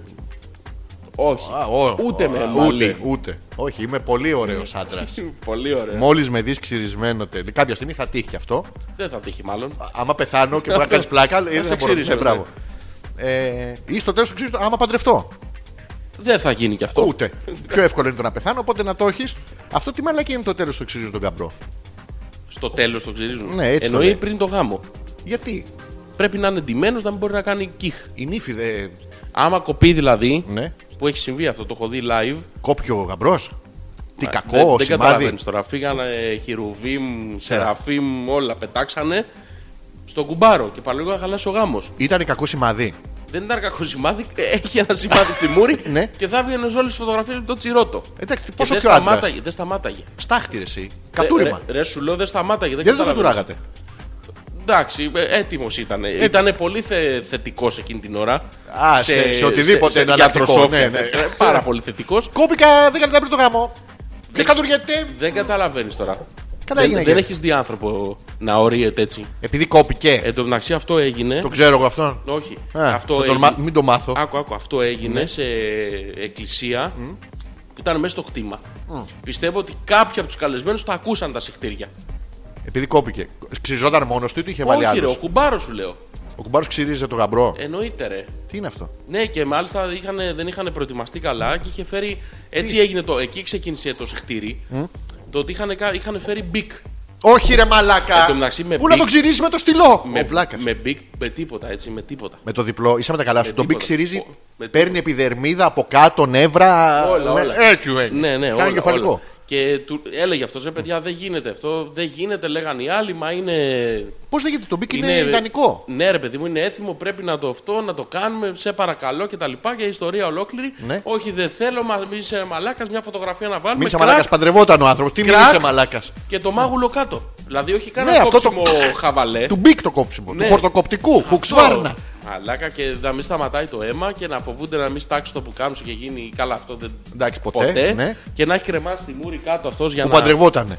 C: Όχι.
B: Α, ο-
C: Ούτε με
B: α,
C: μαλλί.
B: Ούτε, ούτε. Όχι, είμαι πολύ ωραίος άντρας.
C: Πολύ ωραία.
B: Μόλις με δεις ξυρισμένο τελείως. Κάποια στιγμή θα τύχει και αυτό.
C: Δεν θα τύχει μάλλον.
B: Α- Άμα πεθάνω και μπορεί να κάνεις πλάκα, ε, δεν
C: σε
B: θα μπορώ. Ναι,
C: ξυρίζω,
B: μπράβο.
C: ναι.
B: Ε, ή στο τέλος του ξύριζω, άμα παντρευτώ.
C: Δεν θα γίνει κι αυτό.
B: Ούτε. Πιο εύκολο είναι το να πεθάνω, οπότε να το έχεις. Αυτό τι μαλακή είναι το τέλος του ξύριζω τον καμπρό.
C: Στο τέλος το ξυρίζουν.
B: Ναι, έτσι το
C: Εννοεί
B: λέει.
C: πριν το γάμο.
B: Γιατί
C: Πρέπει να είναι εντυμένο να μην μπορεί να κάνει κιχ.
B: η νύφη δεν.
C: Άμα κοπεί δηλαδή.
B: Ναι.
C: Που έχει συμβεί αυτό, το έχω δει live.
B: Κόπηκε ο γαμπρό. Τι
C: Μα,
B: κακό
C: δεν, δεν
B: σημάδι.
C: καταλαβαίνεις τώρα. Φύγανε χειρουβίμ, σεραφίμ, όλα πετάξανε στον κουμπάρο και παραλίγο να χαλάσει ο γάμος.
B: Ήταν κακό σημάδι.
C: Δεν ήταν κακό σημάδι, έχει ένα σημάδι στη μούρη
B: Ναι.
C: και θα έβγαινε όλες τις φωτογραφίες με το τσιρότο.
B: Εντάξει,
C: Και
B: πόσο
C: δεν
B: πιο άντρας.
C: σταμάταγε, δεν σταμάταγε.
B: Στάχτη ρε, εσύ. Κατούριμα.
C: Ρε, ρε, σου λέω Ε, δεν σταμάταγε. Δεν,
B: Γιατί δεν το
C: καταλαβαίνεις.
B: κατουράγατε.
C: Εντάξει, έτοιμος ήταν. Ήταν πολύ θε, θετικός εκείνη την ώρα.
B: Ε, Α, σε- σε οτιδήποτε εναλλακτικό,
C: γιατροσόφια,
B: ναι, ναι.
C: τέτοια. Ε, Πάρα πολύ θετικός.
B: Κόπηκα 10 λεπτά πριν το γάμο. Ποιο κατουργέται.
C: Δεν καταλαβαίνεις τώρα.
B: Καλά
C: δεν
B: έγινε,
C: δεν
B: έγινε.
C: έχεις δει άνθρωπο να ορίεται έτσι.
B: Επειδή κόπηκε.
C: Εν τω μεταξύ αυτό έγινε.
B: Το ξέρω εγώ αυτόν.
C: Όχι.
B: Ε,
C: αυτό
B: θα τον
C: έγινε.
B: μα- Μην το Ναι. μάθω.
C: Άκου, άκου, αυτό έγινε σε εκκλησία που ήταν μέσα στο κτήμα. Πιστεύω ότι κάποιοι από τους καλεσμένους τα ακούσαν τα συχτήρια.
B: Επειδή κόπηκε. Ξυριζόταν μόνος του ή του είχε βάλει
C: Όχι, ρε, ο Ε.
B: άλλο.
C: κουμπάρος σου λέω.
B: Ο κουμπάρος ξυρίζε το γαμπρό.
C: Εννοείται, ρε.
B: Τι είναι αυτό.
C: Ναι, και μάλιστα είχαν, δεν είχαν προετοιμαστεί καλά και είχε φέρει. Έτσι έγινε το. Εκεί ξεκίνησε το συχτήρι. Το ότι είχαν, κα- είχαν φέρει μπικ.
B: Όχι ρε μαλάκα.
C: Εν τω μεταξύ, με
B: Πού να
C: μπι-
B: το ξυρίζει με το στυλό. Ο
C: με,
B: βλάκας.
C: με μπικ, με τίποτα, έτσι, με τίποτα.
B: Με το διπλό, είσαι με τα καλά σου.
C: Με
B: Το μπικ
C: τίποτα.
B: ξυρίζει,
C: Ο- με
B: παίρνει επιδερμίδα από κάτω, νεύρα.
C: Όλα,
B: με-
C: όλα.
B: Έτσι, έτσι.
C: Ναι, ναι,
B: Κάνει
C: όλα,
B: κεφαλικό.
C: όλα. Και του έλεγε αυτός, ρε παιδιά, δεν γίνεται αυτό. Δεν γίνεται, λέγανε οι άλλοι, μα είναι.
B: Πώς λέγεται το μπικ, είναι, ιδανικό.
C: Ναι, ρε παιδί μου, είναι έθιμο, πρέπει να το αυτό, να το κάνουμε, σε παρακαλώ κτλ. Και η ιστορία ολόκληρη.
B: Ναι.
C: Όχι, δεν θέλω, μα είσαι μαλάκας, μια φωτογραφία να βάλουμε.
B: Μίλησε
C: κρακ,
B: μαλάκα, παντρευόταν ο άνθρωπος. Τι
C: Κρακ.
B: μίλησε μαλάκας.
C: Και το μάγουλο κάτω. Δηλαδή, όχι
B: Ναι,
C: κανένα
B: αυτό το-
C: κόψιμο χαβαλέ.
B: Του μπικ το κόψιμο, του
C: Ε. Ναι.
B: χορτοκοπτικού, φουξβάρνα.
C: Μαλάκα και να μην σταματάει το αίμα και να φοβούνται να μην στάξει το πουκάμισο και γίνει καλά αυτό δεν.
B: Εντάξει, ποτέ, ναι.
C: Και να έχει κρεμάσει τη μούρη κάτω αυτός για
B: Που
C: να.
B: παντρευότανε.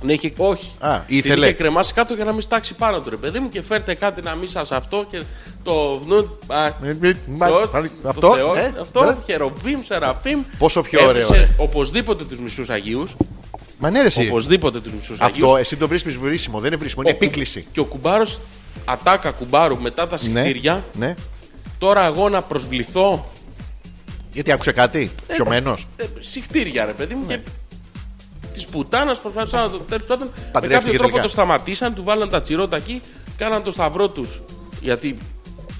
C: Ναι, είχε- όχι.
B: Α,
C: Την
B: ήθελε.
C: είχε κρεμάσει κάτω για να μην στάξει πάνω του ρε παιδί μου και φέρτε κάτι να μην σας αυτό και το βνού. α,
B: Ε, ε, μα-
C: Θεός,
B: μα-
C: το
B: αυτό,
C: Θεός,
B: ναι,
C: αυτό,
B: ναι.
C: χεροβίμ, σεραφίμ.
B: Πόσο πιο
C: Έπεισε
B: ωραίο, ε. ρε.
C: Οπωσδήποτε τους μισούς Αγίους.
B: Μα ναι, ρε, εσύ.
C: Οπωσδήποτε τους μισούς Αγίου.
B: Αυτό εσύ το βρίσκεις βρίσιμο, δεν είναι βρίσιμο, είναι επίκληση.
C: Και ο κουμπάρος ατάκα κουμπάρου μετά τα συχτήρια.
B: ναι.
C: Τώρα εγώ να προσβληθώ.
B: Γιατί άκουσε κάτι, πιωμένο.
C: Ε, συχτήρια ρε παιδί μου.
B: Ναι.
C: Και της πουτάνας προσπάθησαν να το τέλος πάντων. Με
B: Παντρεύτηκε
C: κάποιο τρόπο
B: τελικά.
C: το σταματήσαν, του βάλαν τα τσιρότα εκεί, κάναν το σταυρό τους. Γιατί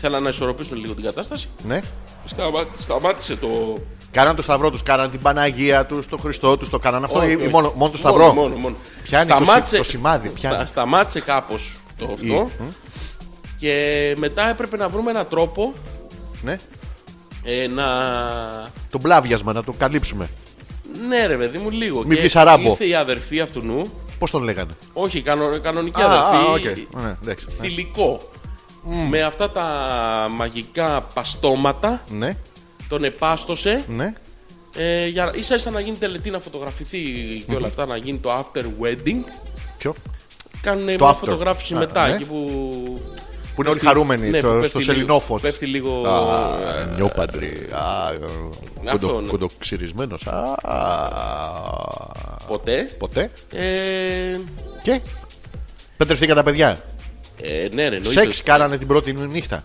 C: θέλαν να ισορροπήσουν λίγο την κατάσταση.
B: Ναι.
C: Σταμα... Σταμάτησε το.
B: Κάναν το σταυρό τους, κάναν την Παναγία τους, το Χριστό τους, το κάναν αυτό.
C: Όχι,
B: ή-
C: όχι.
B: ή μόνο, μόνο το σταυρό.
C: Μόνο, μόνο.
B: Πιάνει το σι- το σημάδι, πιάνει.
C: στα- σταμάτησε κάπως το αυτό. Και μετά έπρεπε να βρούμε έναν τρόπο
B: Ναι.
C: ε, να
B: Το μπλάβιασμα να το καλύψουμε.
C: Ναι, ρε παιδί μου, λίγο.
B: Μη
C: Και
B: πεις αράμπο.
C: Ήρθε η αδερφή αυτού νου.
B: Πώς τον λέγανε.
C: Όχι, κανο, κανονική
B: Α,
C: αδερφή.
B: α, οκ. Ναι, εντάξει, ναι.
C: θηλυκό. Με αυτά τα μαγικά παστώματα
B: Ναι,
C: τον επάστοσε.
B: ναι.
C: Ε, για, ίσα ίσα να γίνει τελετή, να φωτογραφηθεί και όλα αυτά, να γίνει το after wedding.
B: Ποιο.
C: Κάνουν
B: Το
C: μια
B: after.
C: φωτογραφήση
B: Α,
C: μετά,
B: ναι.
C: εκεί που.
B: Που είναι όλοι χαρούμενοι
C: ναι,
B: το-
C: που πέφτει
B: στο
C: λίγο-
B: σελινόφωτο.
C: Πέφτει λίγο.
B: Α, νιώπαντρη. Α, ε,
C: Αυτό, ναι.
B: κοντο- κοντοξυρισμένος. Α,
C: ποτέ.
B: Ποτέ.
C: Ε,
B: Και. Πέτρευτηκαν τα παιδιά.
C: ε, ναι, ρε, εννοείται.
B: Σεξ κάνανε την πρώτη νύχτα.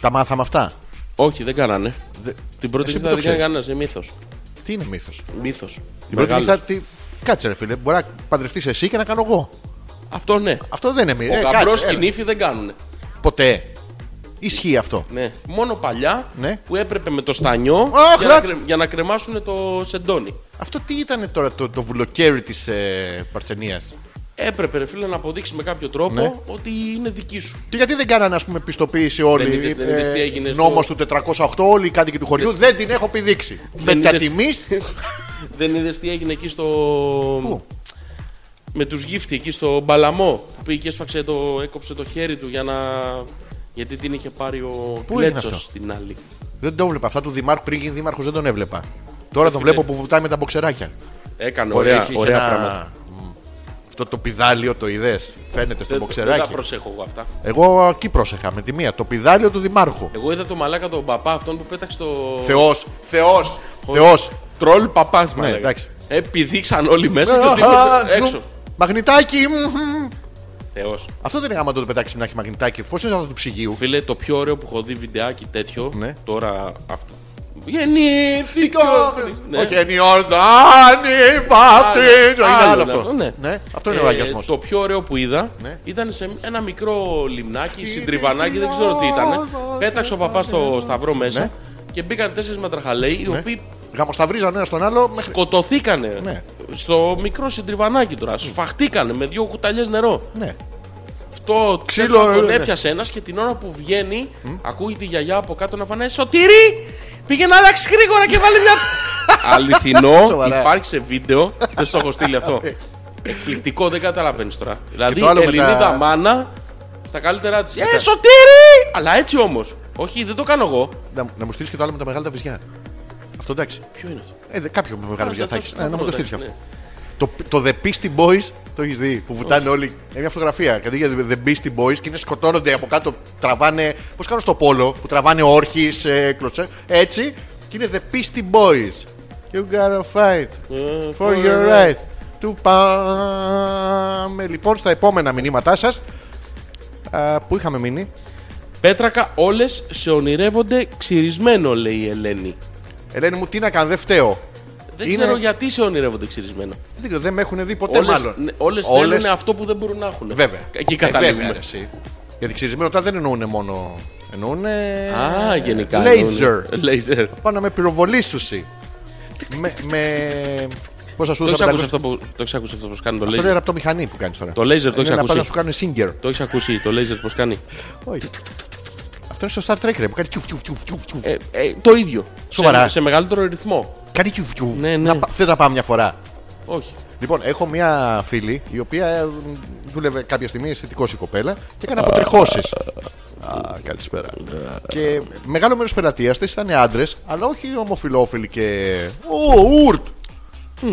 B: Τα μάθαμε αυτά.
C: Όχι, δεν κάνανε.
B: Δε-
C: Την πρώτη
B: Εσύ
C: νύχτα
B: που
C: δεν
B: το
C: έκανε ε, κανένα,
B: ξέρεις.
C: είναι μύθος.
B: Τι είναι μύθος.
C: Μύθος.
B: Την πρώτη νύχτα. τι- Κάτσε, ρε φίλε. Μπορεί να παντρευτείς εσύ και να κάνω εγώ.
C: Αυτό ναι.
B: Αυτό δεν είναι μύθος.
C: Ο γαμπρό και η νύφη δεν κάνουν.
B: Ποτέ. Ισχύει αυτό.
C: Ναι. Μόνο παλιά
B: Ναι.
C: που έπρεπε με το στανιό
B: Α,
C: για, να,
B: χράτ.
C: κρε- για να κρεμάσουν το σεντόνι.
B: Αυτό τι ήταν τώρα το, το βουλοκαίρι της ε, Παρθενίας.
C: Έπρεπε, ρε φίλε, να αποδείξεις με κάποιο τρόπο
B: Ναι.
C: ότι είναι δική σου.
B: Και γιατί δεν κάνανε ας πούμε πιστοποίηση όλοι. ε,
C: Δεν είδες- δεν είδες τι έγινε στο-
B: νόμος του 408, όλοι οι κάτοικοι του χωριού δεν την έχω επιδείξει. Με
C: είδες-
B: τα τιμής,
C: Δεν είδες τι έγινε εκεί στο.
B: Πού?
C: Με τους γύφτη εκεί στο Μπαλαμό. Που πήγε, έσφαξε το, έκοψε το χέρι του για να. Γιατί την είχε πάρει ο
B: Πού έγινε
C: Κλέτσος
B: αυτό?
C: στην άλλη.
B: Δεν το βλέπα. Αυτά του Δημάρχου πριν γίνει Δήμαρχο δεν τον έβλεπα. Τώρα τον βλέπω που βουτάει με τα μποξεράκια.
C: Έκανε ωραία,
B: Είχε- είχε
C: ωραία
B: ένα-
C: πράγματα.
B: Μμ. Αυτό το πιδάλιο το είδες. Φαίνεται στο
C: Δεν, δεν τα
B: μποξεράκι.
C: προσέχω εγώ αυτά.
B: Εγώ εκεί πρόσεχα με τη μία. Το πιδάλιο του Δημάρχου.
C: Εγώ είδα το μαλάκα τον παπά αυτόν που πέταξε το.
B: Θεός, Θεός, Θεός.
C: Τρόλ παπάς, μα
B: Ναι,
C: λέγανε.
B: εντάξει.
C: Ε, πηδήξαν όλοι μέσα και ο τύπος έξω.
B: Ε, Μαγνητάκι. μμμ.
C: Θεός.
B: Αυτό δεν είναι άμα το πετάξεις να έχει μαγνητάκι. Πώς είναι αυτό του ψυγείου.
C: Φίλε, το πιο ωραίο που έχω δει βιντεάκι τέτοιο.
B: Ναι.
C: Τώρα αυτό. Γεννήθηκες. Ναι.
B: Όχι, είναι η Ορδάνη βαπτίζω. Είναι
C: Άλλο
B: άλλο
C: είναι αυτό,
B: αυτό.
C: ναι.
B: Ναι, αυτό είναι
C: Ε,
B: ο αγιασμός.
C: Το πιο ωραίο που είδα
B: Ναι.
C: ήταν σε ένα μικρό λιμνάκι, συντριβανάκι, δεν ξέρω τι ήταν. Πέταξε ο παπάς στο σταυρό μέσα
B: Ναι.
C: και μπήκαν τέσσερις μετραχαλέοι, οι οποίοι
B: Γαμοσταυρίζαν ένα στον άλλο. μέχρι-
C: σκοτωθήκανε
B: Ναι.
C: στο μικρό συντριβανάκι τώρα. Σφαχτήκανε με δύο κουταλιές νερό.
B: Ναι.
C: Αυτό
B: Ξύλο,
C: ξύλο
B: ε,
C: τον
B: ναι.
C: έπιασε ένας και την ώρα που βγαίνει, ακούει τη γιαγιά από κάτω να φανάει Σωτήρι! Πήγε να αλλάξει γρήγορα και βάλει μια. Αληθινό,
B: Σοβαρά.
C: υπάρχει σε βίντεο. Δεν στο έχω στείλει αυτό. Εκπληκτικό, δεν καταλαβαίνεις τώρα. Δηλαδή,
B: το άλλο με τα-
C: Ελληνίδα μάνα στα καλύτερά της. Ε, Σωτήρι! Αλλά έτσι όμως. Όχι, δεν το κάνω εγώ.
B: Να, να μου στείλεις και το άλλο με τα μεγάλα τα βυζιά. Αυτό εντάξει.
C: Ποιο είναι αυτό.
B: Ε, δε- κάποιο με μεγάλο βυζιά θα έχεις. Ναι, να μου το στείλει
C: Ναι.
B: αυτό. Το, το The Beastie Boys το έχεις δει που βουτάνε όλοι. Είναι μια φωτογραφία. Κάτι για The Beastie Boys και είναι σκοτώνονται από κάτω. Τραβάνε. Πώς κάνουν στο πόλο που τραβάνε όρχες, ε, κλωτσέ. Έτσι. Και είναι The Beastie Boys. You gotta fight
C: ναι.
B: for
C: Ε, Mm-hmm.
B: your right. To πάμε λοιπόν στα επόμενα μηνύματά σας. Πού είχαμε μείνει.
C: Πέτρακα, όλες σε ονειρεύονται ξυρισμένο, λέει η Ελένη.
B: Ελένη μου, τι να κάνω, δεν φταίω.
C: Δεν
B: Είναι-
C: ξέρω γιατί σε ονειρεύονται ξυρισμένο.
B: Δεν, ξέρω, δεν με έχουν δει ποτέ
C: Όλες,
B: μάλλον.
C: ναι, όλες,
B: Όλες-
C: θέλουν αυτό που δεν μπορούν να έχουν.
B: Βέβαια.
C: Εκεί
B: Ε, βέβαια,
C: καταλήγουμε.
B: ρε, εσύ. Γιατί ξυρισμένο τώρα δεν εννοούν μόνο. Εννοούν.
C: Α, γενικά. ναι. Ε,
B: Λέιζερ.
C: Λέιζερ.
B: Πάνω με πυροβολήσουση. με, με, Πόσα σου
C: Το έχει
B: έδωσα
C: ακούσει
B: 500.
C: αυτό που- το έχεις ακούσει αυτό πως κάνει το
B: Αυτό είναι
C: laser.
B: ραπτό μηχανή που κάνεις τώρα.
C: Το laser το έχει
B: είναι να πάνε να
C: ακούσει.
B: σου κάνουν singer.
C: Το έχεις ακούσει το laser πώς κάνει.
B: Όχι. Αυτό είναι στο Star Trek ρε, που κάνει κιουφ κιουφ κιουφ κιουφ κιουφ.
C: Ε, ε, το ίδιο.
B: Σοβαρά.
C: Σε, σε μεγαλύτερο ρυθμό.
B: Κάνει κιουφ κιουφ.
C: Ναι, ναι.
B: Να πα- Θες να πάμε μια φορά.
C: Όχι.
B: Λοιπόν, έχω μία φίλη η οποία ε, δούλευε κάποια στιγμή αισθητικός η κοπέλα και έκανε αποτριχώσει. Α, καλησπέρα. και μεγάλο μέρος πελατείας της ήταν άντρες, αλλά όχι ομοφιλόφιλοι και. Ω, ούρτ!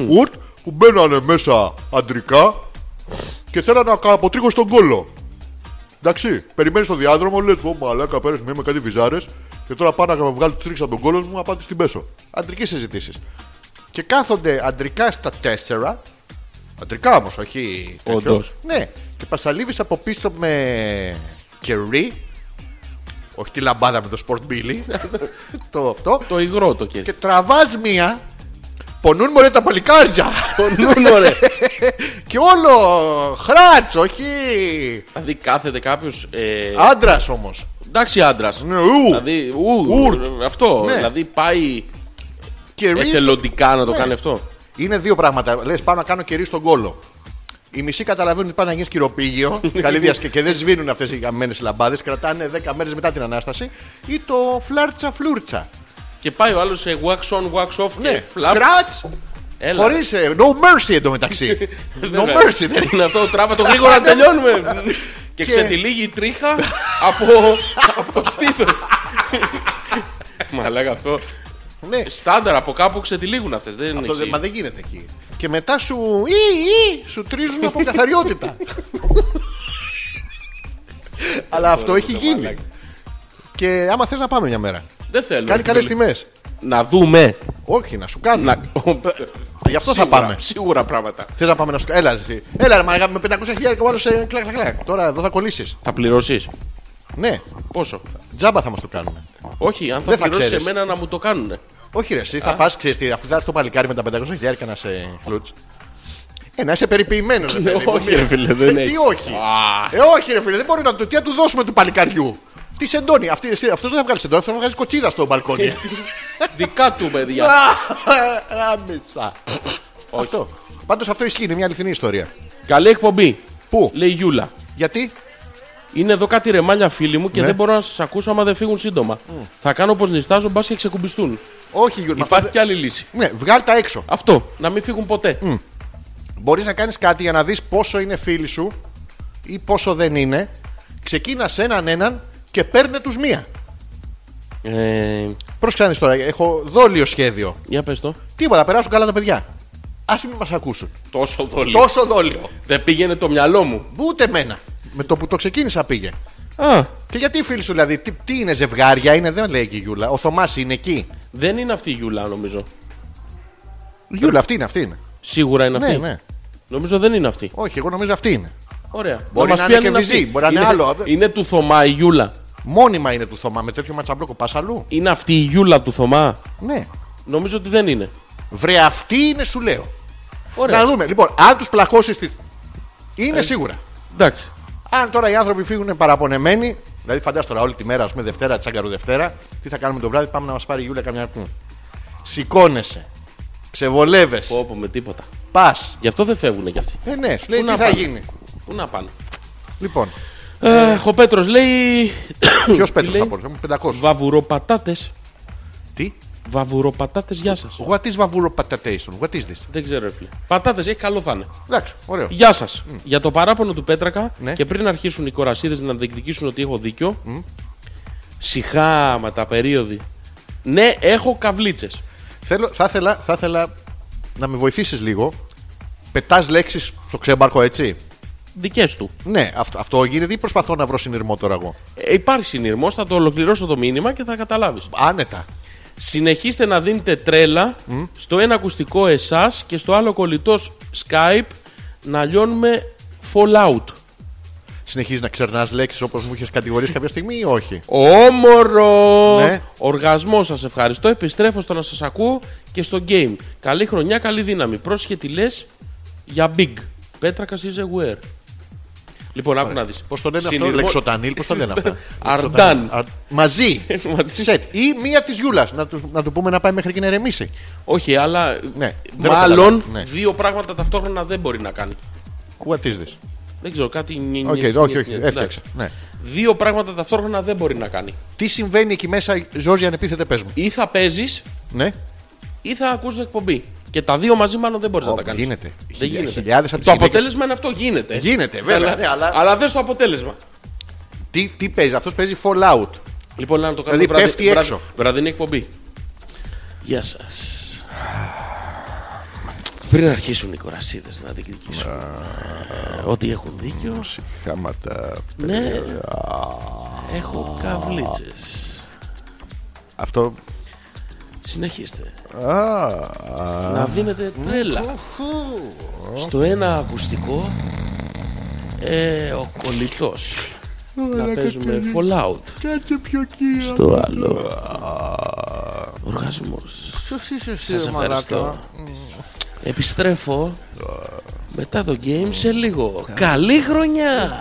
B: Ούρτ που μπαίνανε μέσα αντρικά και θέλανε να κα- αποτρίχω στον κόλλο. Εντάξει, περιμένεις στον διάδρομο, λες: Ω μαλάκα, πέρασε με κάτι βυζάρες και τώρα πάω να βγάλω τη τρίξη από τον κόλλο μου να πάω να την πέσω. Αντρικές συζητήσεις. Και κάθονται αντρικά στα τέσσερα. Αντρικά όμως, όχι. τέτοιος.
C: Όντως.
B: Ναι, και πασαλίβει από πίσω με κερί. Όχι τη λαμπάδα με το sport billy. το αυτό.
C: Το υγρό το
B: Και
C: κέρδο.
B: τραβάς μία. Πονούν μωρέ τα παλικάρια. Ναι,
C: Πονούν, ωραία.
B: και όλο χράτς, όχι.
C: Δηλαδή κάθεται κάποιος. Ε,
B: Άντρας όμως.
C: εντάξει άντρας.
B: Ναι, ου.
C: Δηλαδή, ου,
B: Ουρ.
C: αυτό.
B: Ναι.
C: Δηλαδή πάει
B: Κερί.
C: εθελοντικά να το
B: Ναι.
C: κάνει αυτό.
B: Είναι δύο πράγματα. Λες, πάω να κάνω κερί στον κόλο. Οι μισοί καταλαβαίνουν ότι πάνε να γίνει σκυροπήγιο. καλή διασκε... και δεν σβήνουν αυτές οι γαμμένες λαμπάδες. Κρατάνε 10 μέρες μετά την ανάσταση. Ή το φλάρτσα φλούρτσα.
C: Και πάει ο άλλος σε wax on, wax off. Και
B: Ναι,
C: φλαπ.
B: κράτ.
C: Έλα.
B: Χωρίς. ε, No mercy εντωμεταξύ. no
C: Βέβαια.
B: mercy δεν είναι.
C: Είναι αυτό, τράβα το γρήγορα να τελειώνουμε. και
B: Και-
C: ξετυλίγει η τρίχα από, από το στήθο. Μα λέγα αυτό.
B: Ναι,
C: Στάνταρ από κάπου ξετυλίγουν αυτές. Δεν
B: αυτό δεν-
C: είναι.
B: μα δεν γίνεται εκεί. Και μετά σου. Ή, ή, σου τρίζουν από καθαριότητα. Αλλά αυτό έχει γίνει. Και άμα θες να πάμε μια μέρα.
C: Δεν θέλω.
B: Κάνει καλέ τιμές.
C: Να δούμε.
B: Όχι, να σου κάνω.
C: ναι, Να...
B: Γι' αυτό θα
C: Σίγουρα,
B: πάμε.
C: Σίγουρα πράγματα.
B: Θες να πάμε να σου. Έλα, εσύ. έλα, ρε, μαγά, με 500 χιλιάρικα ο άλλο σε κλακ, κλακ, κλακ. Τώρα εδώ θα κολλήσεις.
C: Θα πληρώσεις.
B: Ναι,
C: Πόσο.
B: τζάμπα θα μας το κάνουν.
C: Όχι, αν θα
B: Δεν θα
C: πληρώσεις
B: ξέρεις.
C: εμένα να μου το κάνουν.
B: Όχι, ρε, εσύ θα πας, ξέρεις τι, αφού θα έρθει το παλικάρι με τα 500 χιλιάρικα να σε χλουτ. Ε, να είσαι περιποιημένος, ρε παιδί μου.
C: όχι, ρε, φίλε, ναι. δεν
B: Ε, Τι
C: έχει.
B: όχι. Ε, όχι, ρε φίλε, δεν μπορεί να του, τι να του δώσουμε του παλικαριού. Τι σεντόνι, αυτή, εσύ, αυτός δεν θα βγάλει σεντόνι, αυτό θα βγάλει κοτσίδα στο μπαλκόνι.
C: Δικά του, παιδιά.
B: Α, Άμεσα. Αυτό. Πάντως αυτό ισχύει, είναι μια αληθινή ιστορία.
C: Καλή εκπομπή.
B: Πού?
C: Λέει η Γιούλα.
B: Γιατί
C: Είναι εδώ κάτι ρεμάλια φίλοι μου και
B: Ναι.
C: δεν μπορώ να σας ακούσω άμα δεν φύγουν σύντομα. Θα κάνω πω νιστάζω, μπας και ξεκουμπιστούν.
B: όχι, Γιούρμα.
C: Υπάρχει και άλλη λύση.
B: Ναι, βγάλ τα έξω.
C: Αυτό. Να μην φύγουν ποτέ.
B: Μπορείς να κάνεις κάτι για να δεις πόσο είναι φίλοι σου ή πόσο δεν είναι. Ξεκίνα έναν έναν και παίρνε τους μία.
C: Ε,
B: Προσκάνει τώρα, έχω δόλιο σχέδιο.
C: για πες το.
B: Τίποτα, περάσουν καλά τα παιδιά. Ας μην μας ακούσουν.
C: Τόσο δόλιο.
B: Τόσο δόλιο.
C: Δεν πήγαινε το μυαλό μου.
B: Ούτε εμένα. Με το που το ξεκίνησα πήγε.
C: Α,
B: Και γιατί οι φίλοι σου, δηλαδή, τι, τι είναι ζευγάρια, είναι, δεν λέει και η Γιούλα. Ο Θωμάς είναι εκεί.
C: δεν είναι αυτή η Γιούλα, νομίζω.
B: Γιούλα, αυτή είναι, αυτή είναι.
C: Σίγουρα είναι
B: Ναι,
C: αυτή.
B: ναι.
C: Νομίζω δεν είναι αυτή.
B: Όχι, εγώ νομίζω αυτή είναι.
C: Ωραία.
B: Μπορεί
C: μας
B: να
C: πει
B: είναι
C: αν
B: και βυζί,
C: αυτή.
B: μπορεί να είναι άλλο.
C: Είναι του Θωμά η Γιούλα.
B: Μόνιμα είναι του Θωμά με τέτοιο ματσαμπλόκο. Πας αλλού.
C: Είναι αυτή η Γιούλα του Θωμά.
B: Ναι.
C: Νομίζω ότι δεν είναι.
B: Βρε, αυτή είναι, σου λέω.
C: Ωραία. Ε,
B: Να δούμε. Λοιπόν, αν τους πλακώσεις. Τις... Είναι σίγουρα.
C: Εντάξει.
B: Αν τώρα οι άνθρωποι φύγουν παραπονεμένοι, δηλαδή φαντάζομαι τώρα όλη τη μέρα, ας πούμε Δευτέρα, τσάγκαρο Δευτέρα, τι θα κάνουμε το βράδυ, πάμε να μας πάρει η Γιούλα καμιά. Μμ. Σηκώνεσαι. Ξεβολεύεσαι.
C: Πω, πω, με τίποτα.
B: Πας.
C: Γι' αυτό δεν φεύγουν κι αυτοί.
B: Ε, ναι, σου λέει
C: Πού
B: τι
C: να
B: θα
C: πάμε.
B: γίνει.
C: Πού να πάνε.
B: Λοιπόν,
C: Ε, ο Πέτρος λέει.
B: ποιος
C: τι
B: πέτρο θα
C: λέει?
B: πω, θα μου 500.
C: Βαβουροπατάτες.
B: Τι,
C: Βαβουροπατάτες, γεια σας.
B: what is vavuro what is this.
C: Δεν ξέρω, ρε φίλε. Πατάτες, έχει καλό θα είναι.
B: Εντάξει, ωραίο.
C: Γεια σας. Για το παράπονο του Πέτρακα
B: Ναι.
C: και πριν αρχίσουν οι κορασίδες να διεκδικήσουν ότι έχω δίκιο. Συχά μα τα περίοδοι. Ναι, έχω καβλίτσες.
B: Θέλω, θα, ήθελα, θα ήθελα να με βοηθήσεις λίγο. Πετάς λέξεις στο ξέμπαρκο, έτσι.
C: Δικές του.
B: Ναι, αυτό, αυτό γίνεται ή προσπαθώ να βρω συνειρμό τώρα εγώ.
C: Ε, υπάρχει συνειρμός, θα το ολοκληρώσω το μήνυμα και θα καταλάβεις.
B: Άνετα.
C: Συνεχίστε να δίνετε τρέλα στο ένα ακουστικό εσάς και στο άλλο κολλητό Skype να λιώνουμε Fallout.
B: Συνεχίζεις να ξερνάς λέξεις όπως μου είχες κατηγορήσει κάποια στιγμή ή όχι.
C: Όμορο!
B: Ναι.
C: Οργασμό σας ευχαριστώ. Επιστρέφω στο να σας ακούω και στο game. Καλή χρονιά, καλή δύναμη. Πρόσχε τι λες για big. Πέτρακας is aware. Λοιπόν, άκου να δεις.
B: Πώς το λένε αυτό, Λεξοτανίλ, πώς το λένε αυτά.
C: Αρντάν.
B: Λεξοτανίλ. Αρ- Μαζί.
C: Μαζί.
B: Σετ. Ή μία της Γιούλας. Να, του- να του πούμε να πάει μέχρι εκεί να ηρεμήσει.
C: Όχι, αλλά
B: Ναι, δεν το
C: μάλλον
B: καταλαβαίνω, ναι.
C: δύο πράγματα ταυτόχρονα δεν μπορεί να κάνει.
B: What is this.
C: Δεν ξέρω, κάτι. νι- νι-
B: Οκ,
C: νι-
B: όχι,
C: νι-
B: όχι,
C: νι-
B: έφτιαξε.
C: εντάξει.
B: Ναι.
C: Δύο πράγματα ταυτόχρονα δεν μπορεί να κάνει.
B: Τι συμβαίνει εκεί μέσα, Ζόρζι, αν επίθετε, πες μου.
C: Ή θα παίζεις
B: Ναι,
C: ή θα ακούσει εκπομπή. Και τα δύο μαζί μάλλον δεν μπορείς να
B: Ω,
C: τα κάνεις.
B: γίνεται.
C: Δεν
B: Χιλιά-
C: γίνεται.
B: χιλιάδες από τις
C: το
B: γυναίκες-
C: αποτέλεσμα είναι αυτό. Γίνεται.
B: Γίνεται, βέβαια, ναι, αλλά-
C: αλλά δεν στο αποτέλεσμα.
B: τι, τι παίζει, αυτός παίζει Fallout.
C: Λοιπόν, να το κάνουμε
B: Δηλαδή, πέφτει έξω.
C: βραδινή εκπομπή. Γεια σας. Πριν αρχίσουν οι κορασίδες να διεκδικήσουν ε, ό,τι έχουν δίκιο,
B: Χάματα. Ε,
C: ναι, έχω καβλίτσες.
B: Αυτό.
C: Συνεχίστε.
B: Α,
C: Να δίνετε τρέλα. Στο ένα ακουστικό, ε, ο κολλητός. Να παίζουμε Fallout.
B: Κάτσε πιο κύριε.
C: Στο άλλο. Οργασμός.
B: Ποιος είσαι εσύ,
C: Σας
B: ρε μαλάκα.
C: ευχαριστώ. Επιστρέφω μετά το game σε λίγο. Καλή χρονιά!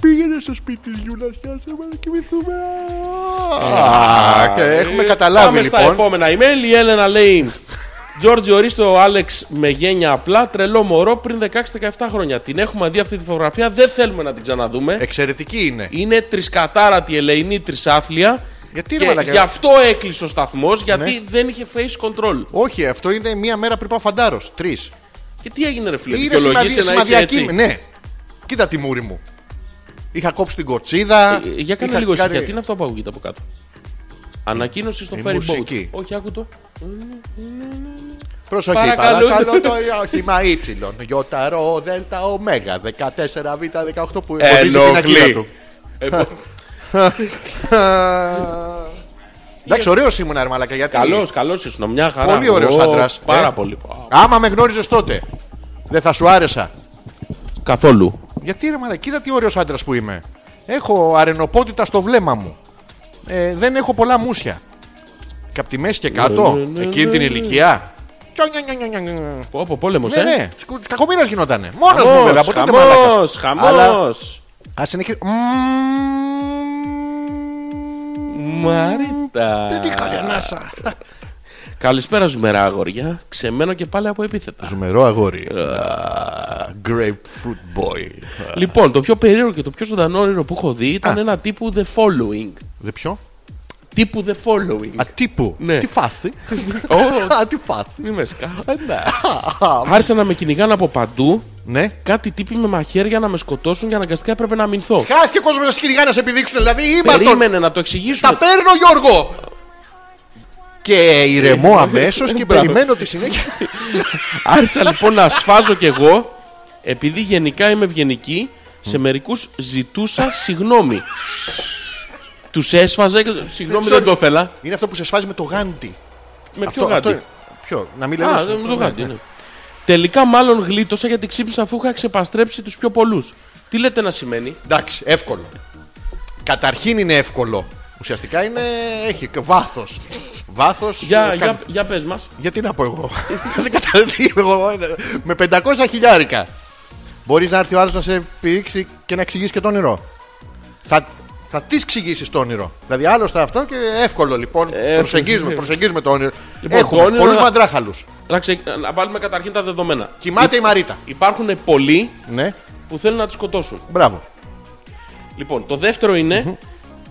B: Πήγαινε στο σπίτι τη Γιούλα, κάτσε να κοιμηθούμε. Α, και έχουμε καταλάβει
C: ε, Πάμε στα
B: λοιπόν.
C: επόμενα email. Η Έλενα λέει Τζόρτζι, ορίστε ο Άλεξ με γένεια απλά, τρελό μωρό πριν 16-17 χρόνια. Την έχουμε δει αυτή τη φωτογραφία, δεν θέλουμε να την ξαναδούμε.
B: Εξαιρετική είναι.
C: Είναι τρισκατάρατη ελεηνή τρισάθλια.
B: Γιατί, ρε
C: και
B: μαλάκα.
C: γι' αυτό έκλεισε ο σταθμός, γιατί
B: Ναι.
C: δεν είχε face control.
B: Όχι, αυτό είναι μία μέρα πριν πάω φαντάρος. Τρεις.
C: Και τι έγινε, ρε φίλε,
B: Είναι σημαδι-
C: δικαιολογήσε να είσαι έτσι.
B: σημαδιακή. Ναι. Κοίτα τη μούρη μου. Είχα κόψει την κορτσίδα.
C: Ε, Για κάνε
B: Ναι, είχα
C: λίγο
B: κάνει-
C: ησυχία. Τι είναι αυτό που ακούγεται από κάτω. Ανακοίνωση στο
B: Η
C: ferry boat.
B: μουσική.
C: Όχι, άκου το.
B: Προσοχή,
C: Παρακαλώ.
B: παρακαλώ το όχημα Y. Ιωτα ρο, δέλτα, ωμέγα. 14 β, 18 που εμποδίζει την ακίδα του.
C: Ε, πο-
B: Εντάξει, ωραίος ήμουν, ρε μαλάκα. Γιατί...
C: Καλός, καλός ήσουν. Μια χαρά.
B: Πολύ ωραίος
C: Ω,
B: άντρας,
C: Πάρα
B: ε.
C: πολύ.
B: Άμα με γνώριζες τότε, δεν θα σου άρεσα.
C: Καθόλου.
B: Γιατί ρε μαλάκα, κοίτα τι ωραίος άντρας που είμαι. Έχω αρενοπότητα στο βλέμμα μου. Ε, δεν έχω πολλά μουσια. Και από τη μέση και
C: Ναι, ναι,
B: κάτω,
C: ναι,
B: εκείνη
C: ναι,
B: την
C: ναι.
B: ηλικία. Τσο, νιο, νιο, νιο, νιο, νιο.
C: Πω, πω, πόλεμος,
B: Ναι,
C: ε.
B: ναι. Κακομήρα γινότανε. Μόνος μου βέβαια. Από τότε μαλάκα.
C: χαμός, χαμός.
B: Ας συνεχίσει.
C: Μαρίτα.
B: Δεν είχα γεννάσα.
C: Καλησπέρα ζουμερά αγόρια. Ξεμένω και πάλι από επίθετα.
B: Ζουμερό αγόρι. Grapefruit boy.
C: Λοιπόν, το πιο περίεργο και το πιο ζωντανό όνειρο που έχω δει ήταν ένα τύπου the following.
B: Δε ποιο?
C: Τύπου the following.
B: Ατύπου.
C: Ναι.
B: Τι φάση.
C: Ω,
B: Α, Τι φάση.
C: Μη με σκάς.
B: Ε, ναι.
C: Άρχισαν να με κυνηγάνε από παντού.
B: Ναι.
C: Κάτι τύποι με μαχαίρια να με σκοτώσουν και αναγκαστικά έπρεπε να αμυνθώ.
B: Χάθηκε ο κόσμος να σκυριγά να σε επιδείξουν. Δηλαδή ήμαρτον.
C: Περίμενε να το
B: Τα
C: εξηγήσουμε.
B: παίρνω Γιώργο. Ε, Και ηρεμώ αμέσως και
C: Μπράβο.
B: περιμένω τη συνέχεια.
C: Άρχισα λοιπόν να σφάζω κι εγώ, επειδή γενικά είμαι ευγενική, σε μερικούς ζητούσα συγγνώμη. Τους έσφαζα και. Συγγνώμη,
B: ξέρω.
C: δεν το ήθελα.
B: Είναι αυτό που σε σφάζει με το γάντι.
C: Με
B: Αυτό-
C: Ε, ποιο
B: αυτό
C: γάντι.
B: είναι. Ποιο, να μην λέμε.
C: Α, δεν- με το γάντι, ναι. Τελικά μάλλον γλίτωσα γιατί ξύπνησα αφού είχα ξεπαστρέψει τους πιο πολλούς. Τι λέτε να σημαίνει.
B: Εντάξει, εύκολο. Καταρχήν είναι εύκολο. Ουσιαστικά είναι... έχει βάθος. Βάθος.
C: Για, για, για πες μας.
B: Γιατί να πω εγώ. δεν καταλαβαίνω εγώ. ε, Με 500 χιλιάρικα. Μπορείς να έρθει ο άλλος να σε πηδήξει και να εξηγήσει και το όνειρο. Θα, θα τη εξηγήσει το όνειρο. Δηλαδή, άλλο θα αυτό και εύκολο λοιπόν.
C: Ε,
B: προσεγγίζουμε, προσεγγίζουμε το όνειρο.
C: Λοιπόν, το
B: Έχουμε
C: όνειρο
B: πολλούς
C: να-
B: μαντράχαλους.
C: Να, ξε- να βάλουμε καταρχήν τα δεδομένα.
B: Κοιμάται η Μαρίτα.
C: Υπάρχουν πολλοί
B: Ναι,
C: που θέλουν να του σκοτώσουν.
B: μπράβο.
C: Λοιπόν, το δεύτερο είναι